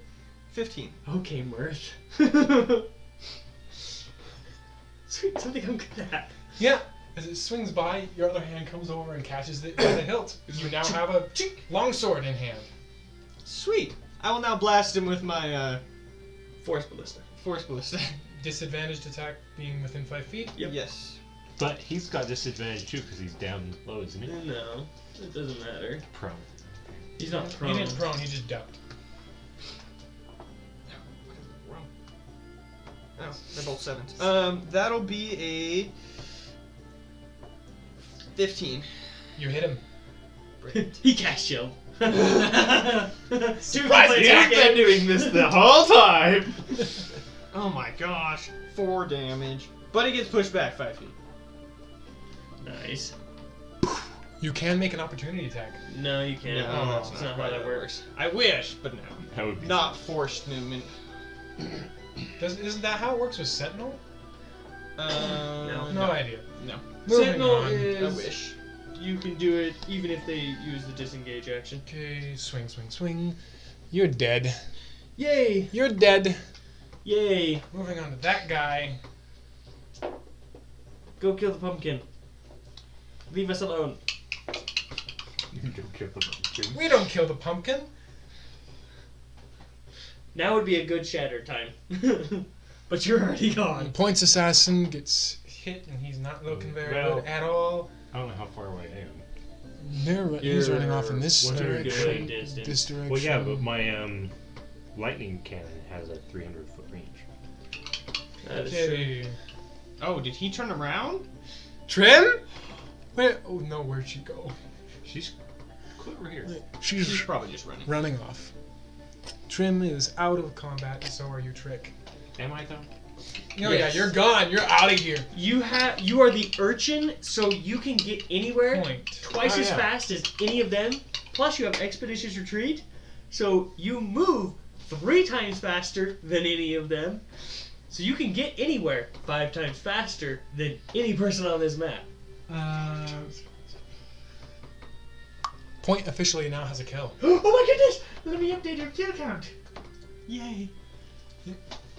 [SPEAKER 4] Fifteen.
[SPEAKER 2] Okay, Mirth. Sweet, something I'm good at.
[SPEAKER 1] Yeah. As it swings by, your other hand comes over and catches it by the hilt. Because you now have a longsword in hand.
[SPEAKER 4] Sweet. I will now blast him with my uh,
[SPEAKER 2] Force ballista.
[SPEAKER 4] force ballista.
[SPEAKER 1] Disadvantaged attack being within five feet.
[SPEAKER 2] Yep.
[SPEAKER 4] Yes.
[SPEAKER 6] But he's got disadvantage too because he's down low, isn't he?
[SPEAKER 2] No, it doesn't matter.
[SPEAKER 6] Prone.
[SPEAKER 2] He's not prone.
[SPEAKER 1] He didn't prone. He just ducked.
[SPEAKER 4] Oh, they're both sevens. Um, that'll be a fifteen.
[SPEAKER 1] You hit him.
[SPEAKER 2] he cast shield. Surprise!
[SPEAKER 6] Right, you've been doing this the whole time!
[SPEAKER 4] Oh my gosh. Four damage. But he gets pushed back five feet.
[SPEAKER 2] Nice.
[SPEAKER 1] You can make an opportunity attack.
[SPEAKER 2] No, you can't.
[SPEAKER 4] No,
[SPEAKER 2] oh, that's not, how that works.
[SPEAKER 4] I wish, but no.
[SPEAKER 6] That would be
[SPEAKER 4] Not forced movement.
[SPEAKER 1] Doesn't, isn't that how it works with Sentinel?
[SPEAKER 4] Uh,
[SPEAKER 2] No.
[SPEAKER 1] No idea.
[SPEAKER 4] No.
[SPEAKER 1] Moving
[SPEAKER 2] Sentinel
[SPEAKER 1] on.
[SPEAKER 4] I
[SPEAKER 2] is.
[SPEAKER 4] wish.
[SPEAKER 2] You can do it even if they use the disengage action.
[SPEAKER 1] Okay, swing, swing, swing. You're dead.
[SPEAKER 2] Yay!
[SPEAKER 1] You're dead.
[SPEAKER 2] Yay!
[SPEAKER 1] Moving on to that guy.
[SPEAKER 2] Go kill the pumpkin. Leave us alone.
[SPEAKER 6] You don't kill the pumpkin.
[SPEAKER 1] We don't kill the pumpkin.
[SPEAKER 2] Now would be a good shatter time. but you're already
[SPEAKER 1] The
[SPEAKER 2] gone.
[SPEAKER 1] points assassin gets hit, and he's not looking very
[SPEAKER 6] Well-
[SPEAKER 1] good at all.
[SPEAKER 6] I don't know how far away I am.
[SPEAKER 1] They're, he's running off in this
[SPEAKER 6] You're- Very
[SPEAKER 1] direction.
[SPEAKER 2] Good distance.
[SPEAKER 1] This direction.
[SPEAKER 6] Well, yeah, but my um, lightning cannon has a 300 foot range.
[SPEAKER 2] That is true.
[SPEAKER 1] Okay.
[SPEAKER 4] Oh, did he turn around?
[SPEAKER 1] Trim? Where? Oh no, where'd she go?
[SPEAKER 6] She's clear here.
[SPEAKER 4] He's
[SPEAKER 1] She's
[SPEAKER 4] probably just running.
[SPEAKER 1] running off. Trim is out of combat, and so are you, Trick.
[SPEAKER 6] Am I though?
[SPEAKER 1] Oh
[SPEAKER 2] Yes.
[SPEAKER 1] yeah, you're gone. You're out of here.
[SPEAKER 2] You have you are the urchin, so you can get anywhere
[SPEAKER 1] Point.
[SPEAKER 2] twice
[SPEAKER 6] Oh,
[SPEAKER 2] as
[SPEAKER 6] yeah.
[SPEAKER 2] fast as any of them. Plus, you have expeditious retreat, so you move three times faster than any of them. So you can get anywhere five times faster than any person on this map.
[SPEAKER 1] Uh, Point officially now has a kill.
[SPEAKER 2] oh my goodness! Let me update your kill count. Yay!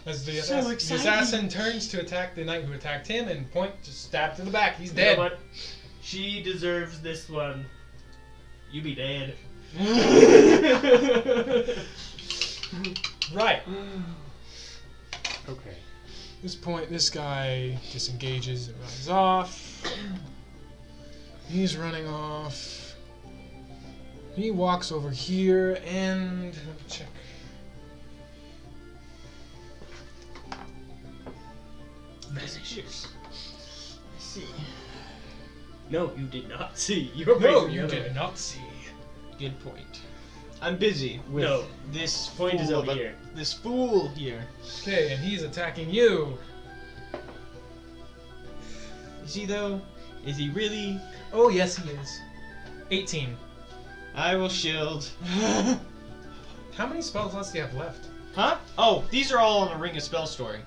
[SPEAKER 1] As the,
[SPEAKER 2] So
[SPEAKER 1] assass- the
[SPEAKER 2] exciting.
[SPEAKER 1] assassin turns to attack the knight who attacked him, and Point just stabbed to the back. He's
[SPEAKER 2] You know
[SPEAKER 1] dead.
[SPEAKER 2] what? She deserves this one. You be dead.
[SPEAKER 1] right.
[SPEAKER 6] Okay.
[SPEAKER 1] this point, this guy disengages and runs off. He's running off. He walks over here and let me check.
[SPEAKER 2] vanishes. No, you did not see. You were
[SPEAKER 1] No,
[SPEAKER 2] facing the
[SPEAKER 1] you
[SPEAKER 2] other
[SPEAKER 1] did
[SPEAKER 2] way.
[SPEAKER 1] not see.
[SPEAKER 4] Good point. I'm busy with
[SPEAKER 2] No,
[SPEAKER 4] this
[SPEAKER 2] point is
[SPEAKER 4] fool
[SPEAKER 2] over
[SPEAKER 4] of a-
[SPEAKER 2] here.
[SPEAKER 4] This fool here.
[SPEAKER 1] Okay, and he's attacking you.
[SPEAKER 4] Is he though? Is he really?
[SPEAKER 1] Oh, yes, he is. 18.
[SPEAKER 4] I will shield.
[SPEAKER 1] How many spells left do you have left?
[SPEAKER 4] Huh? Oh, these are all on a ring of spell story.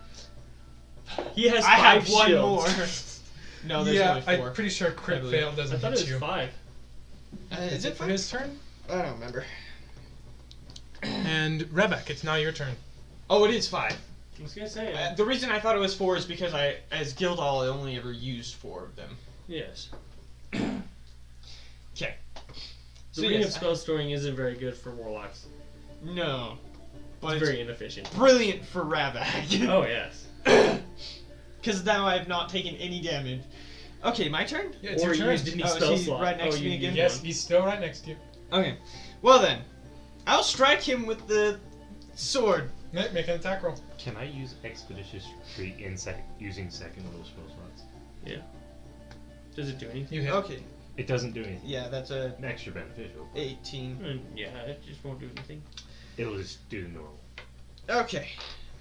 [SPEAKER 2] He has
[SPEAKER 4] I
[SPEAKER 2] five
[SPEAKER 4] have one
[SPEAKER 2] shields.
[SPEAKER 4] more. no, Oh, there's
[SPEAKER 1] yeah,
[SPEAKER 4] only four.
[SPEAKER 1] I'm pretty sure
[SPEAKER 4] I
[SPEAKER 1] crit
[SPEAKER 4] believe.
[SPEAKER 1] fail
[SPEAKER 2] I
[SPEAKER 1] doesn't
[SPEAKER 2] thought
[SPEAKER 1] hit
[SPEAKER 2] it was
[SPEAKER 1] you.
[SPEAKER 2] five.
[SPEAKER 4] Uh, is it
[SPEAKER 1] For
[SPEAKER 4] five?
[SPEAKER 1] his turn?
[SPEAKER 4] I don't remember.
[SPEAKER 1] And Rebek, it's now your turn.
[SPEAKER 4] Oh, it is five.
[SPEAKER 2] I was gonna say.
[SPEAKER 4] Uh, the reason I thought it was four is because I, as Guildhall, I only ever used four of them.
[SPEAKER 2] yes.
[SPEAKER 4] Okay.
[SPEAKER 2] The
[SPEAKER 4] So
[SPEAKER 2] ring
[SPEAKER 4] yes,
[SPEAKER 2] of spell storing isn't very good for warlocks.
[SPEAKER 4] No, but
[SPEAKER 2] it's
[SPEAKER 4] it's
[SPEAKER 2] very inefficient.
[SPEAKER 4] brilliant for Ravag.
[SPEAKER 2] Oh yes.
[SPEAKER 4] Because now I have not taken any damage. Okay, my turn.
[SPEAKER 1] Yeah, it's
[SPEAKER 2] or
[SPEAKER 1] your
[SPEAKER 2] you
[SPEAKER 1] turn.
[SPEAKER 2] used any
[SPEAKER 4] Oh, is
[SPEAKER 2] spell
[SPEAKER 4] he
[SPEAKER 2] slot.
[SPEAKER 4] right next
[SPEAKER 2] oh,
[SPEAKER 4] to
[SPEAKER 2] you
[SPEAKER 4] me again?
[SPEAKER 2] used
[SPEAKER 1] Yes,
[SPEAKER 2] one.
[SPEAKER 1] he's still right next to you.
[SPEAKER 4] Okay. Well then, I'll strike him with the sword.
[SPEAKER 1] Nick, make an attack roll.
[SPEAKER 6] Can I use expeditious retreat in sec- using second level spell slots?
[SPEAKER 2] Does it do anything?
[SPEAKER 1] You hit.
[SPEAKER 4] Okay.
[SPEAKER 6] It doesn't do anything.
[SPEAKER 4] Yeah, that's a
[SPEAKER 6] Extra beneficial.
[SPEAKER 4] 18.
[SPEAKER 2] Mm, yeah, it just won't do anything.
[SPEAKER 6] It'll just do the normal.
[SPEAKER 4] Okay.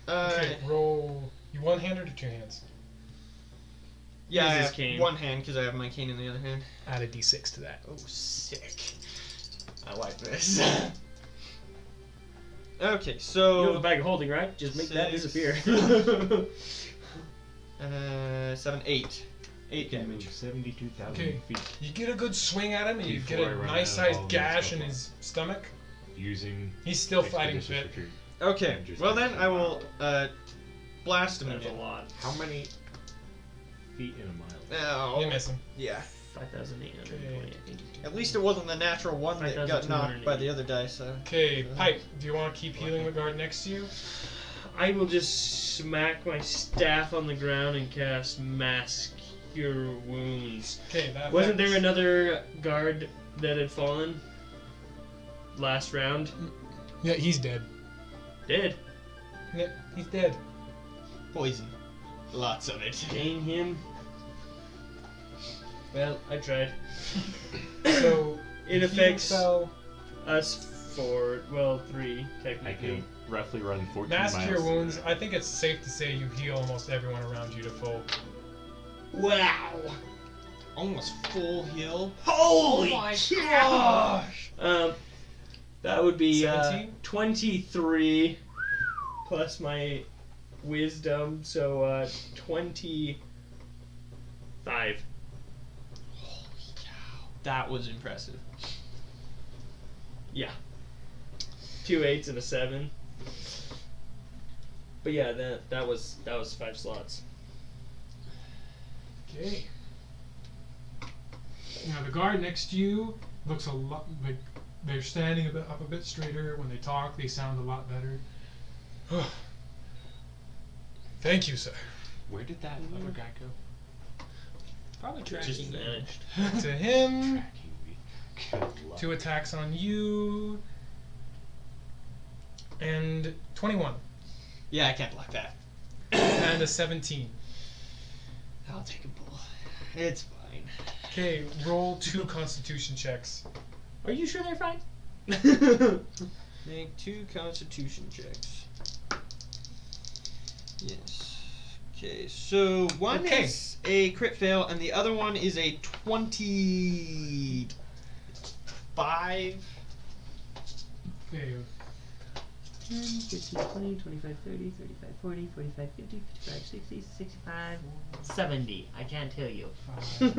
[SPEAKER 4] Uh,
[SPEAKER 1] Okay, roll. You one handed or two hands?
[SPEAKER 4] yeah, I
[SPEAKER 2] Use his
[SPEAKER 4] have
[SPEAKER 2] cane.
[SPEAKER 4] one hand because I have my cane in the other hand.
[SPEAKER 1] Add a d6 to that.
[SPEAKER 4] Oh, sick. I like this. okay, so.
[SPEAKER 2] You have a bag of holding, right? Just make that
[SPEAKER 4] Six.
[SPEAKER 2] disappear.
[SPEAKER 4] Uh, seven, eight. Eight damage.
[SPEAKER 6] Seventy-two thousand
[SPEAKER 1] Okay.
[SPEAKER 6] feet
[SPEAKER 1] You get a good swing at him, and you
[SPEAKER 6] Before
[SPEAKER 1] get
[SPEAKER 6] I
[SPEAKER 1] a
[SPEAKER 6] run out
[SPEAKER 1] nice
[SPEAKER 6] of all
[SPEAKER 1] sized
[SPEAKER 6] these
[SPEAKER 1] gash in
[SPEAKER 6] Pokemon.
[SPEAKER 1] his stomach.
[SPEAKER 6] using
[SPEAKER 1] He's still fighting
[SPEAKER 6] expeditious
[SPEAKER 1] fit.
[SPEAKER 6] retreat.
[SPEAKER 4] Okay,
[SPEAKER 6] Just
[SPEAKER 4] well
[SPEAKER 6] like-
[SPEAKER 4] then I will uh, blast him
[SPEAKER 2] That's a
[SPEAKER 4] again.
[SPEAKER 2] lot.
[SPEAKER 6] How many feet in a mile?
[SPEAKER 1] You
[SPEAKER 4] Oh,
[SPEAKER 1] miss him.
[SPEAKER 4] yeah.
[SPEAKER 2] Five thousand eight hundred twenty. I think.
[SPEAKER 4] At least it wasn't the natural one that got knocked by the other dice. So.
[SPEAKER 1] Okay, Pipe, do you want to keep healing the guard next to you?
[SPEAKER 2] I will just smack my staff on the ground and cast mass cure wounds.
[SPEAKER 1] Okay, that
[SPEAKER 2] Wasn't
[SPEAKER 1] affects-
[SPEAKER 2] there another guard that had fallen last round?
[SPEAKER 1] Yeah, he's dead.
[SPEAKER 2] Dead.
[SPEAKER 1] Yeah, he's dead.
[SPEAKER 4] Poison. Lots of it.
[SPEAKER 2] Dang him. Well, I tried.
[SPEAKER 1] So
[SPEAKER 2] it
[SPEAKER 1] healing
[SPEAKER 2] affects
[SPEAKER 1] spell,
[SPEAKER 2] us for well three
[SPEAKER 6] I
[SPEAKER 2] technically.
[SPEAKER 6] can roughly run fourteen
[SPEAKER 1] mass
[SPEAKER 6] miles.
[SPEAKER 1] cure wounds. I think it's safe to say you heal almost everyone around you to full.
[SPEAKER 2] Wow.
[SPEAKER 4] Almost full heal.
[SPEAKER 2] Holy
[SPEAKER 26] my
[SPEAKER 2] gosh. Um, that would be uh,
[SPEAKER 1] 17?
[SPEAKER 2] 23 plus my wisdom, so uh, 25.
[SPEAKER 4] That was impressive.
[SPEAKER 2] Two eights and a seven. But yeah, that that was that was five slots.
[SPEAKER 27] Okay. Now the guard next to you looks a lot like they're standing a bit up a bit straighter. When they talk, they sound a lot better.
[SPEAKER 1] Thank you, sir.
[SPEAKER 6] Where did that other guy go?
[SPEAKER 4] Probably
[SPEAKER 2] Just vanished.
[SPEAKER 1] to him,
[SPEAKER 6] Tracking me. Good luck.
[SPEAKER 1] two attacks on you, and 21
[SPEAKER 4] Yeah, I can't block that.
[SPEAKER 1] and a 17.
[SPEAKER 4] I'll take a bull. It's fine.
[SPEAKER 1] Okay, roll two Constitution checks.
[SPEAKER 2] Are you sure they're fine?
[SPEAKER 4] Make two constitution checks. Yes. Okay, so one
[SPEAKER 1] Okay.
[SPEAKER 4] is a crit fail and the other one is a 25.
[SPEAKER 1] Okay,
[SPEAKER 28] 10, 15, 20, 25, 30, 35, 40, 45, 50, 55, 60, 65, 70. I can't tell you.
[SPEAKER 1] five,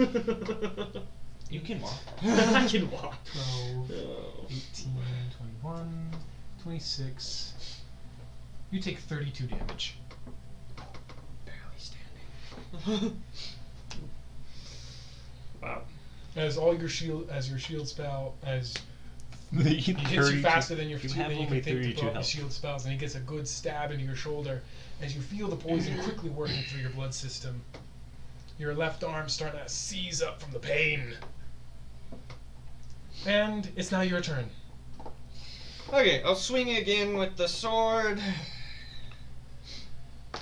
[SPEAKER 4] You can walk.
[SPEAKER 2] I can walk.
[SPEAKER 1] 12,
[SPEAKER 2] Oh.
[SPEAKER 1] 18, 21, 26. You take 32 damage.
[SPEAKER 4] Barely standing.
[SPEAKER 2] Wow.
[SPEAKER 1] As all your shield, as your shield spell, as
[SPEAKER 6] he
[SPEAKER 1] He hits you faster than your
[SPEAKER 6] you
[SPEAKER 1] you,
[SPEAKER 6] have
[SPEAKER 1] than you
[SPEAKER 6] only
[SPEAKER 1] can think to
[SPEAKER 6] 32
[SPEAKER 1] blow up your
[SPEAKER 6] health.
[SPEAKER 1] shield spells, and he gets a good stab into your shoulder as you feel the poison quickly working through your blood system. Your left arm starting to seize up from the pain. And it's now your turn.
[SPEAKER 4] Okay, I'll swing again with the sword. Oh,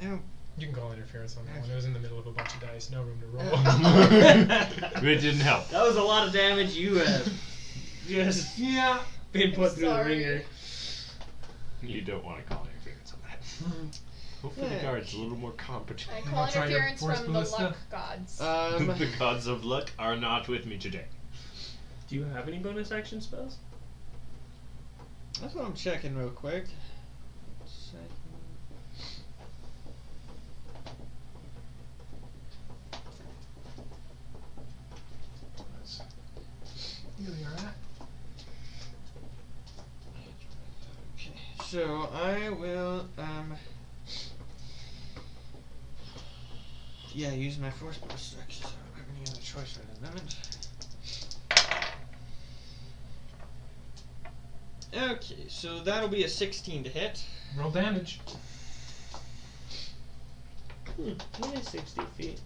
[SPEAKER 1] You can call interference on that one. It was in the middle of a bunch of dice. No room to roll.
[SPEAKER 6] it
[SPEAKER 2] that
[SPEAKER 6] didn't help.
[SPEAKER 2] was a lot of damage you have just
[SPEAKER 1] yeah.
[SPEAKER 2] been put
[SPEAKER 3] I'm
[SPEAKER 2] through
[SPEAKER 3] sorry.
[SPEAKER 2] the ringer.
[SPEAKER 6] You don't want to call interference on that. Hopefully the guard's a little more competent.
[SPEAKER 3] I
[SPEAKER 1] I'll
[SPEAKER 3] call
[SPEAKER 1] try your
[SPEAKER 3] interference
[SPEAKER 1] force
[SPEAKER 3] from the
[SPEAKER 1] ballista.
[SPEAKER 3] luck gods.
[SPEAKER 2] Uh,
[SPEAKER 4] Um,
[SPEAKER 6] the gods of luck are not with me today.
[SPEAKER 2] Do you have any bonus action spells?
[SPEAKER 4] that's what I'm checking real quick.
[SPEAKER 1] You'll be alright.
[SPEAKER 4] Okay, so I will um. Yeah, use my force boost because I don't have any other choice right at the moment. Okay, so that'll be a 16 to hit.
[SPEAKER 1] Roll damage.
[SPEAKER 2] Hmm, it is 60 feet.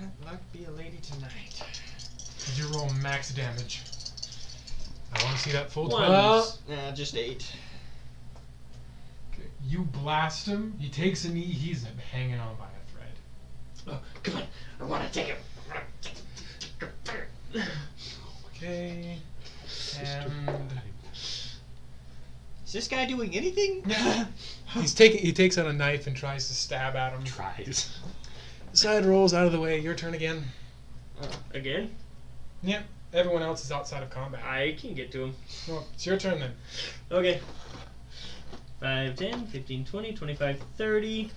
[SPEAKER 4] Let luck be a lady tonight.
[SPEAKER 1] Did you roll max damage? I want to see that full
[SPEAKER 2] Ones.
[SPEAKER 1] twelve.
[SPEAKER 4] Nah, just eight.
[SPEAKER 1] You blast him. He takes a knee. He's hanging on by a thread.
[SPEAKER 2] Oh, come on, I want to take him.
[SPEAKER 1] Okay. And
[SPEAKER 4] Is this guy doing anything?
[SPEAKER 1] he's taking. He takes out a knife and tries to stab at him.
[SPEAKER 6] Tries.
[SPEAKER 1] Side rolls out of the way. Your turn again.
[SPEAKER 2] Again,
[SPEAKER 1] Everyone else is outside of combat.
[SPEAKER 2] I can get to him.
[SPEAKER 1] Well, it's your turn then.
[SPEAKER 2] Okay. 5, 10, 15, 20, 25, 30.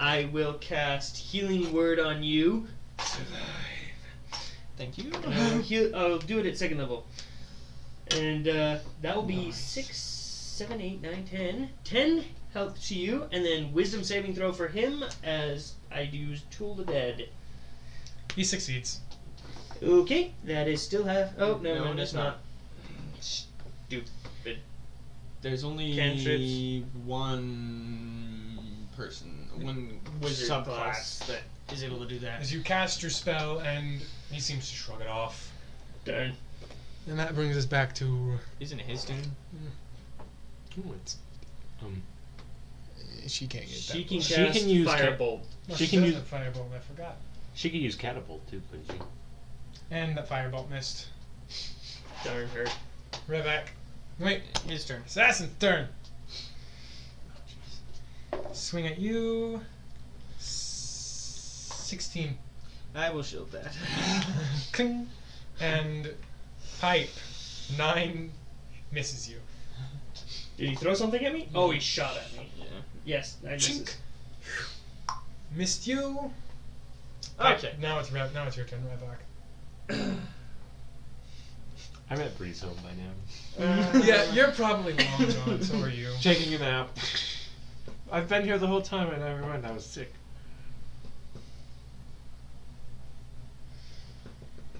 [SPEAKER 2] I will cast Healing Word on you.
[SPEAKER 4] Thank you.
[SPEAKER 2] And I'll, heal- I'll do it at second level. And uh, that will be six, seven, eight, nine, ten, ten health to you, and then Wisdom saving throw for him as I use Tool to Dead.
[SPEAKER 1] He succeeds.
[SPEAKER 2] Okay, that is still half. Oh, no,
[SPEAKER 4] No,
[SPEAKER 2] no,
[SPEAKER 4] it
[SPEAKER 2] that's
[SPEAKER 4] is
[SPEAKER 2] not.
[SPEAKER 4] There's only
[SPEAKER 2] Cantrips.
[SPEAKER 4] one person, one
[SPEAKER 2] Wizard class.
[SPEAKER 4] that is able to do that.
[SPEAKER 1] As you cast your spell, and he seems to shrug it off.
[SPEAKER 2] Darn.
[SPEAKER 1] And that brings us back to.
[SPEAKER 4] Isn't it his turn?
[SPEAKER 6] Ooh, it's-
[SPEAKER 1] She can't
[SPEAKER 2] She can
[SPEAKER 6] She
[SPEAKER 2] cast
[SPEAKER 6] can use ca-
[SPEAKER 2] Firebolt.
[SPEAKER 1] No,
[SPEAKER 6] She
[SPEAKER 1] she,
[SPEAKER 6] can
[SPEAKER 1] does
[SPEAKER 6] use-
[SPEAKER 1] have firebolt. I forgot.
[SPEAKER 6] She could use catapult too, couldn't she?
[SPEAKER 1] And that firebolt missed.
[SPEAKER 2] Darn her.
[SPEAKER 1] Revac. Wait,
[SPEAKER 4] His turn.
[SPEAKER 1] assassin's turn. Swing at you. S- Sixteen.
[SPEAKER 4] I will shield that.
[SPEAKER 1] Cling. And pipe. Nine misses you.
[SPEAKER 2] Did he throw something at me? Oh, he shot at me.
[SPEAKER 4] Yeah.
[SPEAKER 2] Yes, I
[SPEAKER 1] Chink.
[SPEAKER 2] misses.
[SPEAKER 1] Missed you.
[SPEAKER 2] Oh.
[SPEAKER 4] Okay.
[SPEAKER 1] Now it's Rev. Now it's your turn, Revac.
[SPEAKER 6] I'm at Breeze Home by now.
[SPEAKER 4] Uh,
[SPEAKER 1] yeah, you're probably long gone. So are you.
[SPEAKER 6] Taking a nap. I've been here the whole time and I remember I was sick.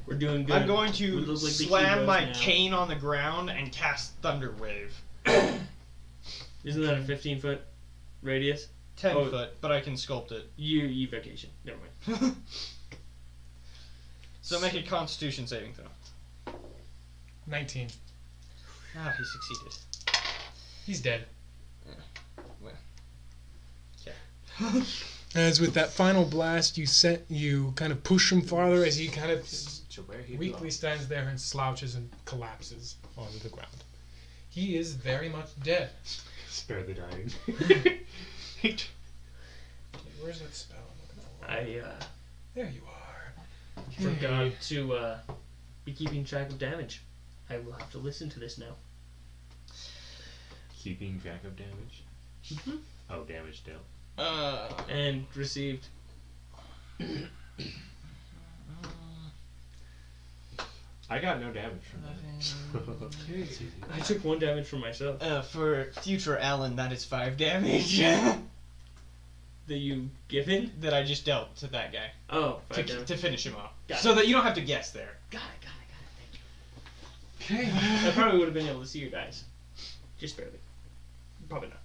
[SPEAKER 2] We're doing good.
[SPEAKER 4] I'm going to
[SPEAKER 2] We look like the
[SPEAKER 4] slam
[SPEAKER 2] heroes
[SPEAKER 4] my
[SPEAKER 2] now.
[SPEAKER 4] cane on the ground and cast Thunder Wave.
[SPEAKER 2] Isn't that a 15 foot radius?
[SPEAKER 4] Ten
[SPEAKER 2] Oh.
[SPEAKER 4] foot, but I can sculpt it.
[SPEAKER 2] You you vacation. Never mind.
[SPEAKER 4] so make a Constitution saving throw.
[SPEAKER 1] Nineteen.
[SPEAKER 4] Ah, he succeeded.
[SPEAKER 1] He's dead.
[SPEAKER 4] well. Yeah.
[SPEAKER 1] As with that final blast, you set you kind of push him farther as he kind of
[SPEAKER 6] To where he
[SPEAKER 1] weakly stands there and slouches and collapses onto the ground. He is very much dead.
[SPEAKER 6] Spare the dying.
[SPEAKER 1] Where's that spell? I'm looking for?
[SPEAKER 2] I uh,
[SPEAKER 1] There you are.
[SPEAKER 2] forgot to uh, be keeping track of damage. I will have to listen to this now.
[SPEAKER 6] Keeping track of damage. Oh, damage dealt.
[SPEAKER 4] Uh,
[SPEAKER 2] And received.
[SPEAKER 6] I got no damage from that. It's easy.
[SPEAKER 2] I took one damage from myself.
[SPEAKER 4] uh, for future Alan, that is five damage
[SPEAKER 2] That you given?
[SPEAKER 4] that I just dealt to that guy
[SPEAKER 2] Oh,
[SPEAKER 4] to,
[SPEAKER 2] five damage.
[SPEAKER 4] to finish him off,
[SPEAKER 2] Got
[SPEAKER 4] so that you don't have to guess there.
[SPEAKER 2] Got it, got it,
[SPEAKER 1] Okay.
[SPEAKER 2] got it. I probably would have been able to see your dice. Just barely. Probably not.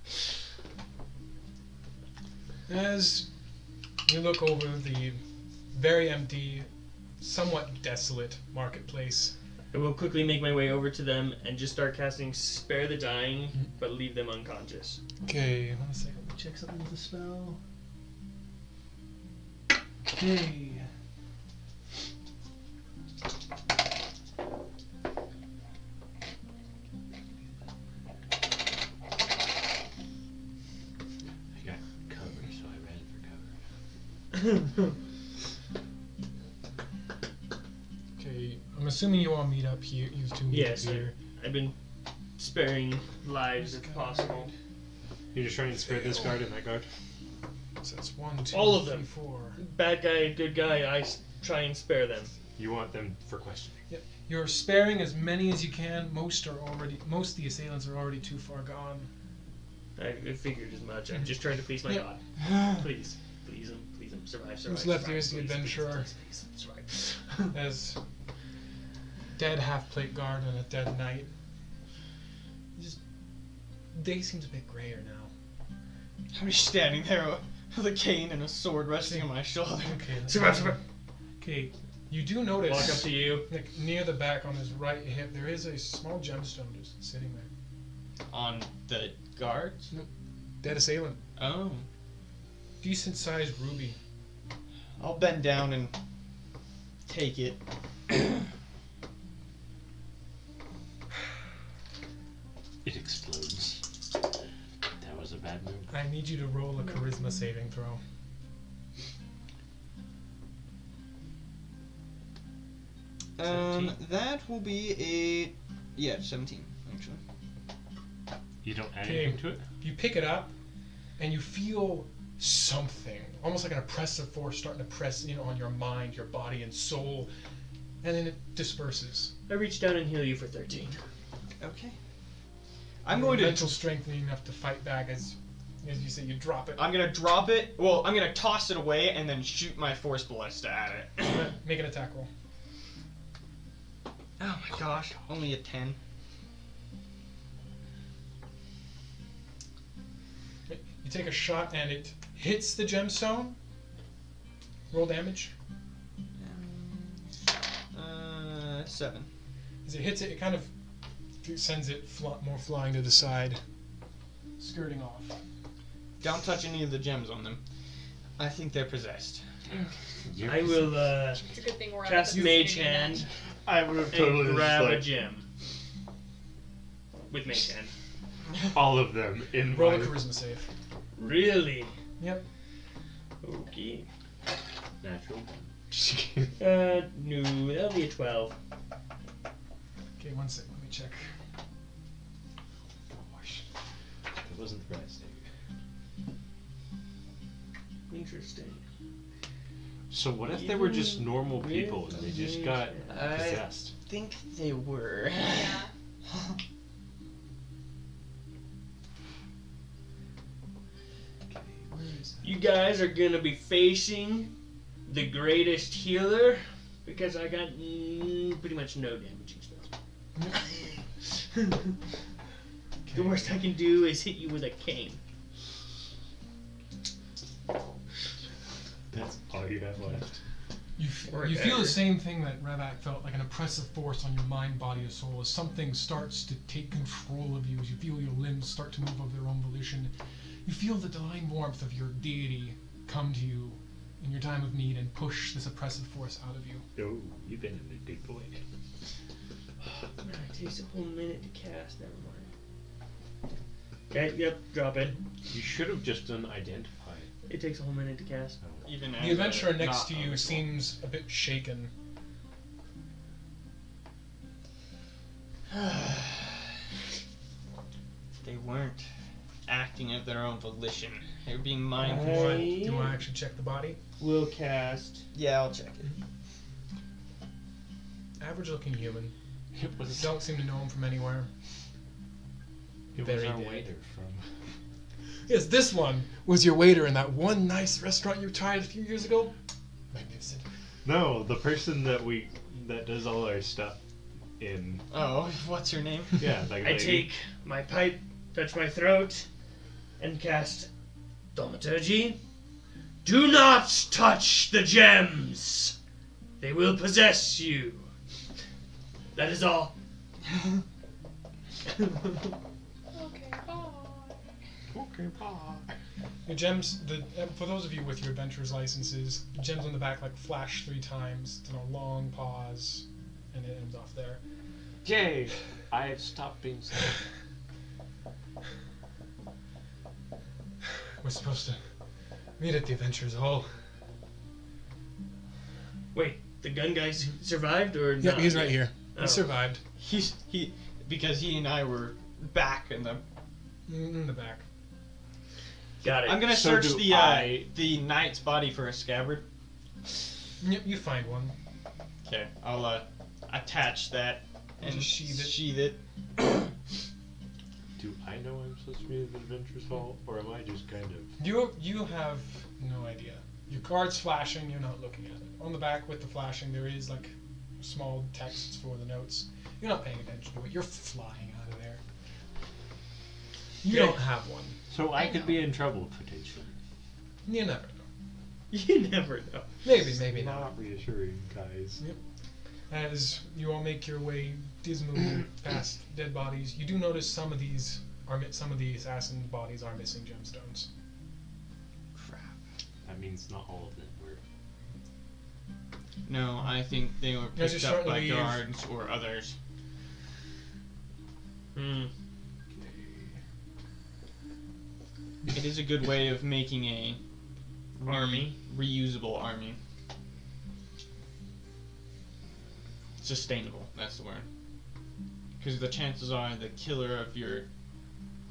[SPEAKER 1] As you look over the very empty, somewhat desolate marketplace,
[SPEAKER 2] I will quickly make my way over to them and just start casting Spare the Dying, but leave them unconscious.
[SPEAKER 1] okay, one second. Let me check something with the spell. Okay.
[SPEAKER 6] I got cover, so I ran for cover.
[SPEAKER 1] Okay. I'm assuming you all meet up here. You two meet
[SPEAKER 2] Yes,
[SPEAKER 1] up
[SPEAKER 2] I-
[SPEAKER 1] here.
[SPEAKER 2] I've been sparing lives if possible.
[SPEAKER 6] You're just trying to spread this guard and that guard.
[SPEAKER 1] So that's one, two,
[SPEAKER 2] All of
[SPEAKER 1] three,
[SPEAKER 2] them.
[SPEAKER 1] four.
[SPEAKER 2] Bad guy, good guy, I s- try and spare them.
[SPEAKER 6] You want them for questioning.
[SPEAKER 1] You're sparing as many as you can. Most are already. Most of the assailants are already too far gone.
[SPEAKER 2] I, I figured as much. I'm just trying to please my
[SPEAKER 1] Yeah.
[SPEAKER 2] god. Please, please him, please him. Survive, survive.
[SPEAKER 1] Who's left
[SPEAKER 2] survive,
[SPEAKER 1] here is the
[SPEAKER 2] please,
[SPEAKER 1] adventurer.
[SPEAKER 2] Please, please, please, survive.
[SPEAKER 1] As dead half plate guard and a dead knight. Just they seem a bit grayer now.
[SPEAKER 4] I'm just standing there with a cane and a sword resting on my shoulder.
[SPEAKER 1] Okay. let's-
[SPEAKER 2] survive, survive.
[SPEAKER 1] Okay. You do
[SPEAKER 2] Walk up
[SPEAKER 1] notice
[SPEAKER 2] to you.
[SPEAKER 1] like near the back on his right hip there is a small gemstone just sitting there.
[SPEAKER 4] On the guards?
[SPEAKER 1] Dead assailant.
[SPEAKER 4] Oh.
[SPEAKER 1] Decent sized ruby.
[SPEAKER 4] I'll bend down and take it.
[SPEAKER 6] It explodes. That was a bad move.
[SPEAKER 1] I need you to roll a charisma saving throw.
[SPEAKER 4] Um, that will be a yeah, seventeen actually.
[SPEAKER 6] You don't add
[SPEAKER 1] Okay.
[SPEAKER 6] anything to it.
[SPEAKER 1] You pick it up and you feel something, almost like an oppressive force starting to press in on your mind, your body, and soul, and then it disperses.
[SPEAKER 2] I reach down and heal you for 13.
[SPEAKER 4] Okay. I'm going to
[SPEAKER 1] mental strength enough to fight back as as you say you drop it.
[SPEAKER 4] I'm gonna drop it. Well, I'm gonna toss it away and then shoot my force ballista at it.
[SPEAKER 1] Make an attack roll.
[SPEAKER 4] Oh my gosh, only a ten.
[SPEAKER 1] You take a shot and it hits the gemstone. Roll damage.
[SPEAKER 4] Uh, seven.
[SPEAKER 1] As it hits it, it kind of sends it fl- more flying to the side, skirting off.
[SPEAKER 4] Don't touch any of the gems on them. I think they're possessed.
[SPEAKER 6] You're
[SPEAKER 2] I will uh,
[SPEAKER 3] It's a good thing we're out of
[SPEAKER 2] cast
[SPEAKER 3] the
[SPEAKER 2] Mage
[SPEAKER 3] vicinity now.
[SPEAKER 2] Hand
[SPEAKER 29] I would have
[SPEAKER 2] and
[SPEAKER 29] totally just,
[SPEAKER 2] grab a
[SPEAKER 29] like,
[SPEAKER 2] gem. With Mage Hand.
[SPEAKER 29] all of them in
[SPEAKER 1] Roll a
[SPEAKER 29] one.
[SPEAKER 1] charisma save.
[SPEAKER 2] Really?
[SPEAKER 1] Yep.
[SPEAKER 2] Okay.
[SPEAKER 6] natural. one.
[SPEAKER 2] Uh, no, that'll be a 12.
[SPEAKER 1] Okay, one sec. Let me check.
[SPEAKER 6] Gosh, that wasn't the right save.
[SPEAKER 2] Interesting.
[SPEAKER 6] So what if they were just normal people and they just got
[SPEAKER 4] I
[SPEAKER 6] possessed?
[SPEAKER 4] think they were.
[SPEAKER 3] Yeah.
[SPEAKER 2] You guys are gonna be facing the greatest healer because I got mm, pretty much no damaging spells. the worst I can do is hit you with a cane.
[SPEAKER 6] That's all you have left.
[SPEAKER 1] You, f-
[SPEAKER 2] Or
[SPEAKER 1] you feel
[SPEAKER 2] dagger.
[SPEAKER 1] the same thing that Revak felt, like an oppressive force on your mind, body, and soul. As something starts to take control of you, as you feel your limbs start to move of their own volition, you feel the divine warmth of your deity come to you in your time of need and push this oppressive force out of you.
[SPEAKER 6] No, you've been in a deep void.
[SPEAKER 2] Nah, It takes a whole minute to cast, never mind. Okay, yep, drop it.
[SPEAKER 6] You should have just done identify.
[SPEAKER 2] It takes a whole minute to cast.
[SPEAKER 4] Even
[SPEAKER 1] The adventurer next to you seems a bit shaken.
[SPEAKER 4] They weren't acting of their own volition. They were being
[SPEAKER 1] Do
[SPEAKER 4] mind
[SPEAKER 1] you
[SPEAKER 4] controlled.
[SPEAKER 1] wanna- do you want to actually check the body?
[SPEAKER 2] Will cast.
[SPEAKER 4] Yeah, I'll check it.
[SPEAKER 1] Average looking human.
[SPEAKER 6] It was
[SPEAKER 1] Don't seem to know him from anywhere.
[SPEAKER 6] it was
[SPEAKER 1] very
[SPEAKER 6] our
[SPEAKER 1] dead.
[SPEAKER 6] waiter from.
[SPEAKER 1] Yes, this one was your waiter in that one nice restaurant you tried a few years ago. Magnificent.
[SPEAKER 29] No, the person that we that does all our stuff in
[SPEAKER 4] Oh, what's her name?
[SPEAKER 29] yeah, like
[SPEAKER 2] I take my pipe, touch my throat, and cast Thaumaturgy. Do not touch the gems! They will possess you. That is all.
[SPEAKER 3] Okay, bye.
[SPEAKER 6] Okay, bye.
[SPEAKER 1] Your gems, the for those of you with your adventurer's licenses, gems on the back like flash three times, then a long pause, and it ends off there.
[SPEAKER 6] Yay! I have stopped being sad.
[SPEAKER 1] We're supposed to meet at the adventurer's hall.
[SPEAKER 2] Wait, the gun guy su- survived or
[SPEAKER 1] Yep,
[SPEAKER 2] not?
[SPEAKER 1] he's right here.
[SPEAKER 2] Oh.
[SPEAKER 1] He survived.
[SPEAKER 4] He's he because he and I were back in the.
[SPEAKER 1] In the back.
[SPEAKER 2] Got it.
[SPEAKER 4] I'm gonna
[SPEAKER 6] So
[SPEAKER 4] search
[SPEAKER 6] do
[SPEAKER 4] the uh,
[SPEAKER 6] I.
[SPEAKER 4] the knight's body for a scabbard.
[SPEAKER 1] Yep, you find one.
[SPEAKER 4] Okay, I'll uh, attach that and
[SPEAKER 1] Just sheathe it.
[SPEAKER 4] Sheathe it.
[SPEAKER 6] Do I know I'm supposed to be at the Adventures Hall, or am I just kind of?
[SPEAKER 1] You you have no idea. Your card's flashing. You're not looking at it. On the back with the flashing, there is like small texts for the notes. You're not paying attention to it. You're flying out of there. You
[SPEAKER 2] Okay.
[SPEAKER 1] don't have one.
[SPEAKER 6] So I,
[SPEAKER 3] I
[SPEAKER 6] could
[SPEAKER 3] know.
[SPEAKER 6] be in trouble potentially.
[SPEAKER 1] You never know.
[SPEAKER 2] You never know.
[SPEAKER 1] Maybe maybe not.
[SPEAKER 6] Not reassuring, guys.
[SPEAKER 1] As you all make your way dismally past dead bodies, you do notice some of these are mi- some of the assassin bodies are missing gemstones.
[SPEAKER 6] That means not all of them were.
[SPEAKER 4] No, I think they were
[SPEAKER 1] Guys,
[SPEAKER 4] picked
[SPEAKER 1] you're
[SPEAKER 4] up
[SPEAKER 1] starting to
[SPEAKER 4] by
[SPEAKER 1] leave.
[SPEAKER 4] guards or others.
[SPEAKER 2] Hmm.
[SPEAKER 4] It is a good way of making a re-
[SPEAKER 2] Army.
[SPEAKER 4] reusable army. Sustainable. That's the word. Because the chances are the killer of your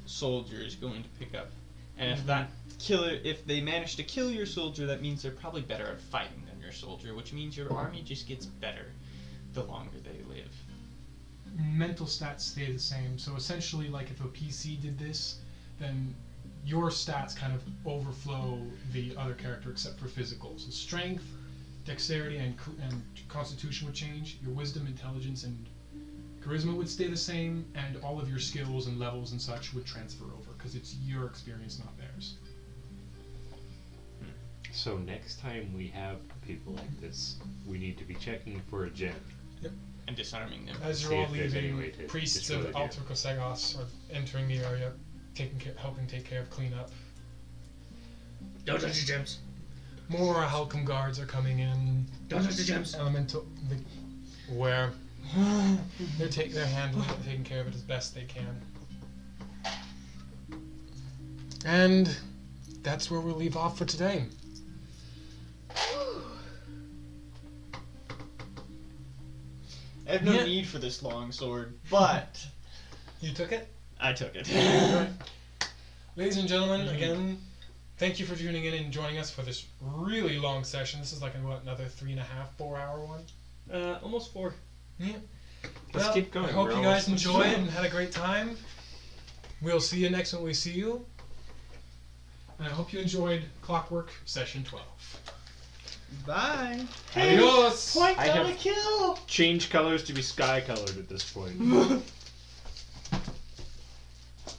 [SPEAKER 4] soldier is going to pick up, and if that killer, if they manage to kill your soldier, that means they're probably better at fighting than your soldier, which means your army just gets better the longer they live.
[SPEAKER 1] Mental stats stay the same. So essentially, like if a PC did this, then your stats kind of overflow the other character except for physical. So strength, dexterity, and co- and constitution would change. Your wisdom, intelligence, and charisma would stay the same, and all of your skills and levels and such would transfer over because it's your experience, not theirs.
[SPEAKER 6] So next time we have people like this, we need to be checking for a gem.
[SPEAKER 4] And disarming them.
[SPEAKER 1] As
[SPEAKER 6] See
[SPEAKER 1] you're all
[SPEAKER 6] if there's any way
[SPEAKER 1] leaving,
[SPEAKER 6] to
[SPEAKER 1] priests
[SPEAKER 6] destroy
[SPEAKER 1] of
[SPEAKER 6] the
[SPEAKER 1] Alter Kosegos are entering the area, taking care, helping take care of cleanup.
[SPEAKER 2] Don't touch the gems.
[SPEAKER 1] More Halcom guards are coming in.
[SPEAKER 2] Don't touch the gems.
[SPEAKER 1] Elemental, the, where they're take they're handling it, taking care of it as best they can. And that's where we'll leave off for today.
[SPEAKER 4] I have no
[SPEAKER 1] Yeah.
[SPEAKER 4] need for this long sword, but
[SPEAKER 1] You took it,
[SPEAKER 4] I took it.
[SPEAKER 1] Right. ladies and gentlemen. Again, thank you for tuning in and joining us for this really long session. This is like what another three and a half, four hour one.
[SPEAKER 2] Uh, almost four.
[SPEAKER 1] Well,
[SPEAKER 30] keep going,
[SPEAKER 1] I hope
[SPEAKER 30] we're
[SPEAKER 1] you
[SPEAKER 30] almost-
[SPEAKER 1] guys enjoyed and had a great time. We'll see you next when we see you. And I hope you enjoyed Clockwork Session 12.
[SPEAKER 4] Bye.
[SPEAKER 1] Adios!
[SPEAKER 30] I have kill. Change colors to be sky colored at this point.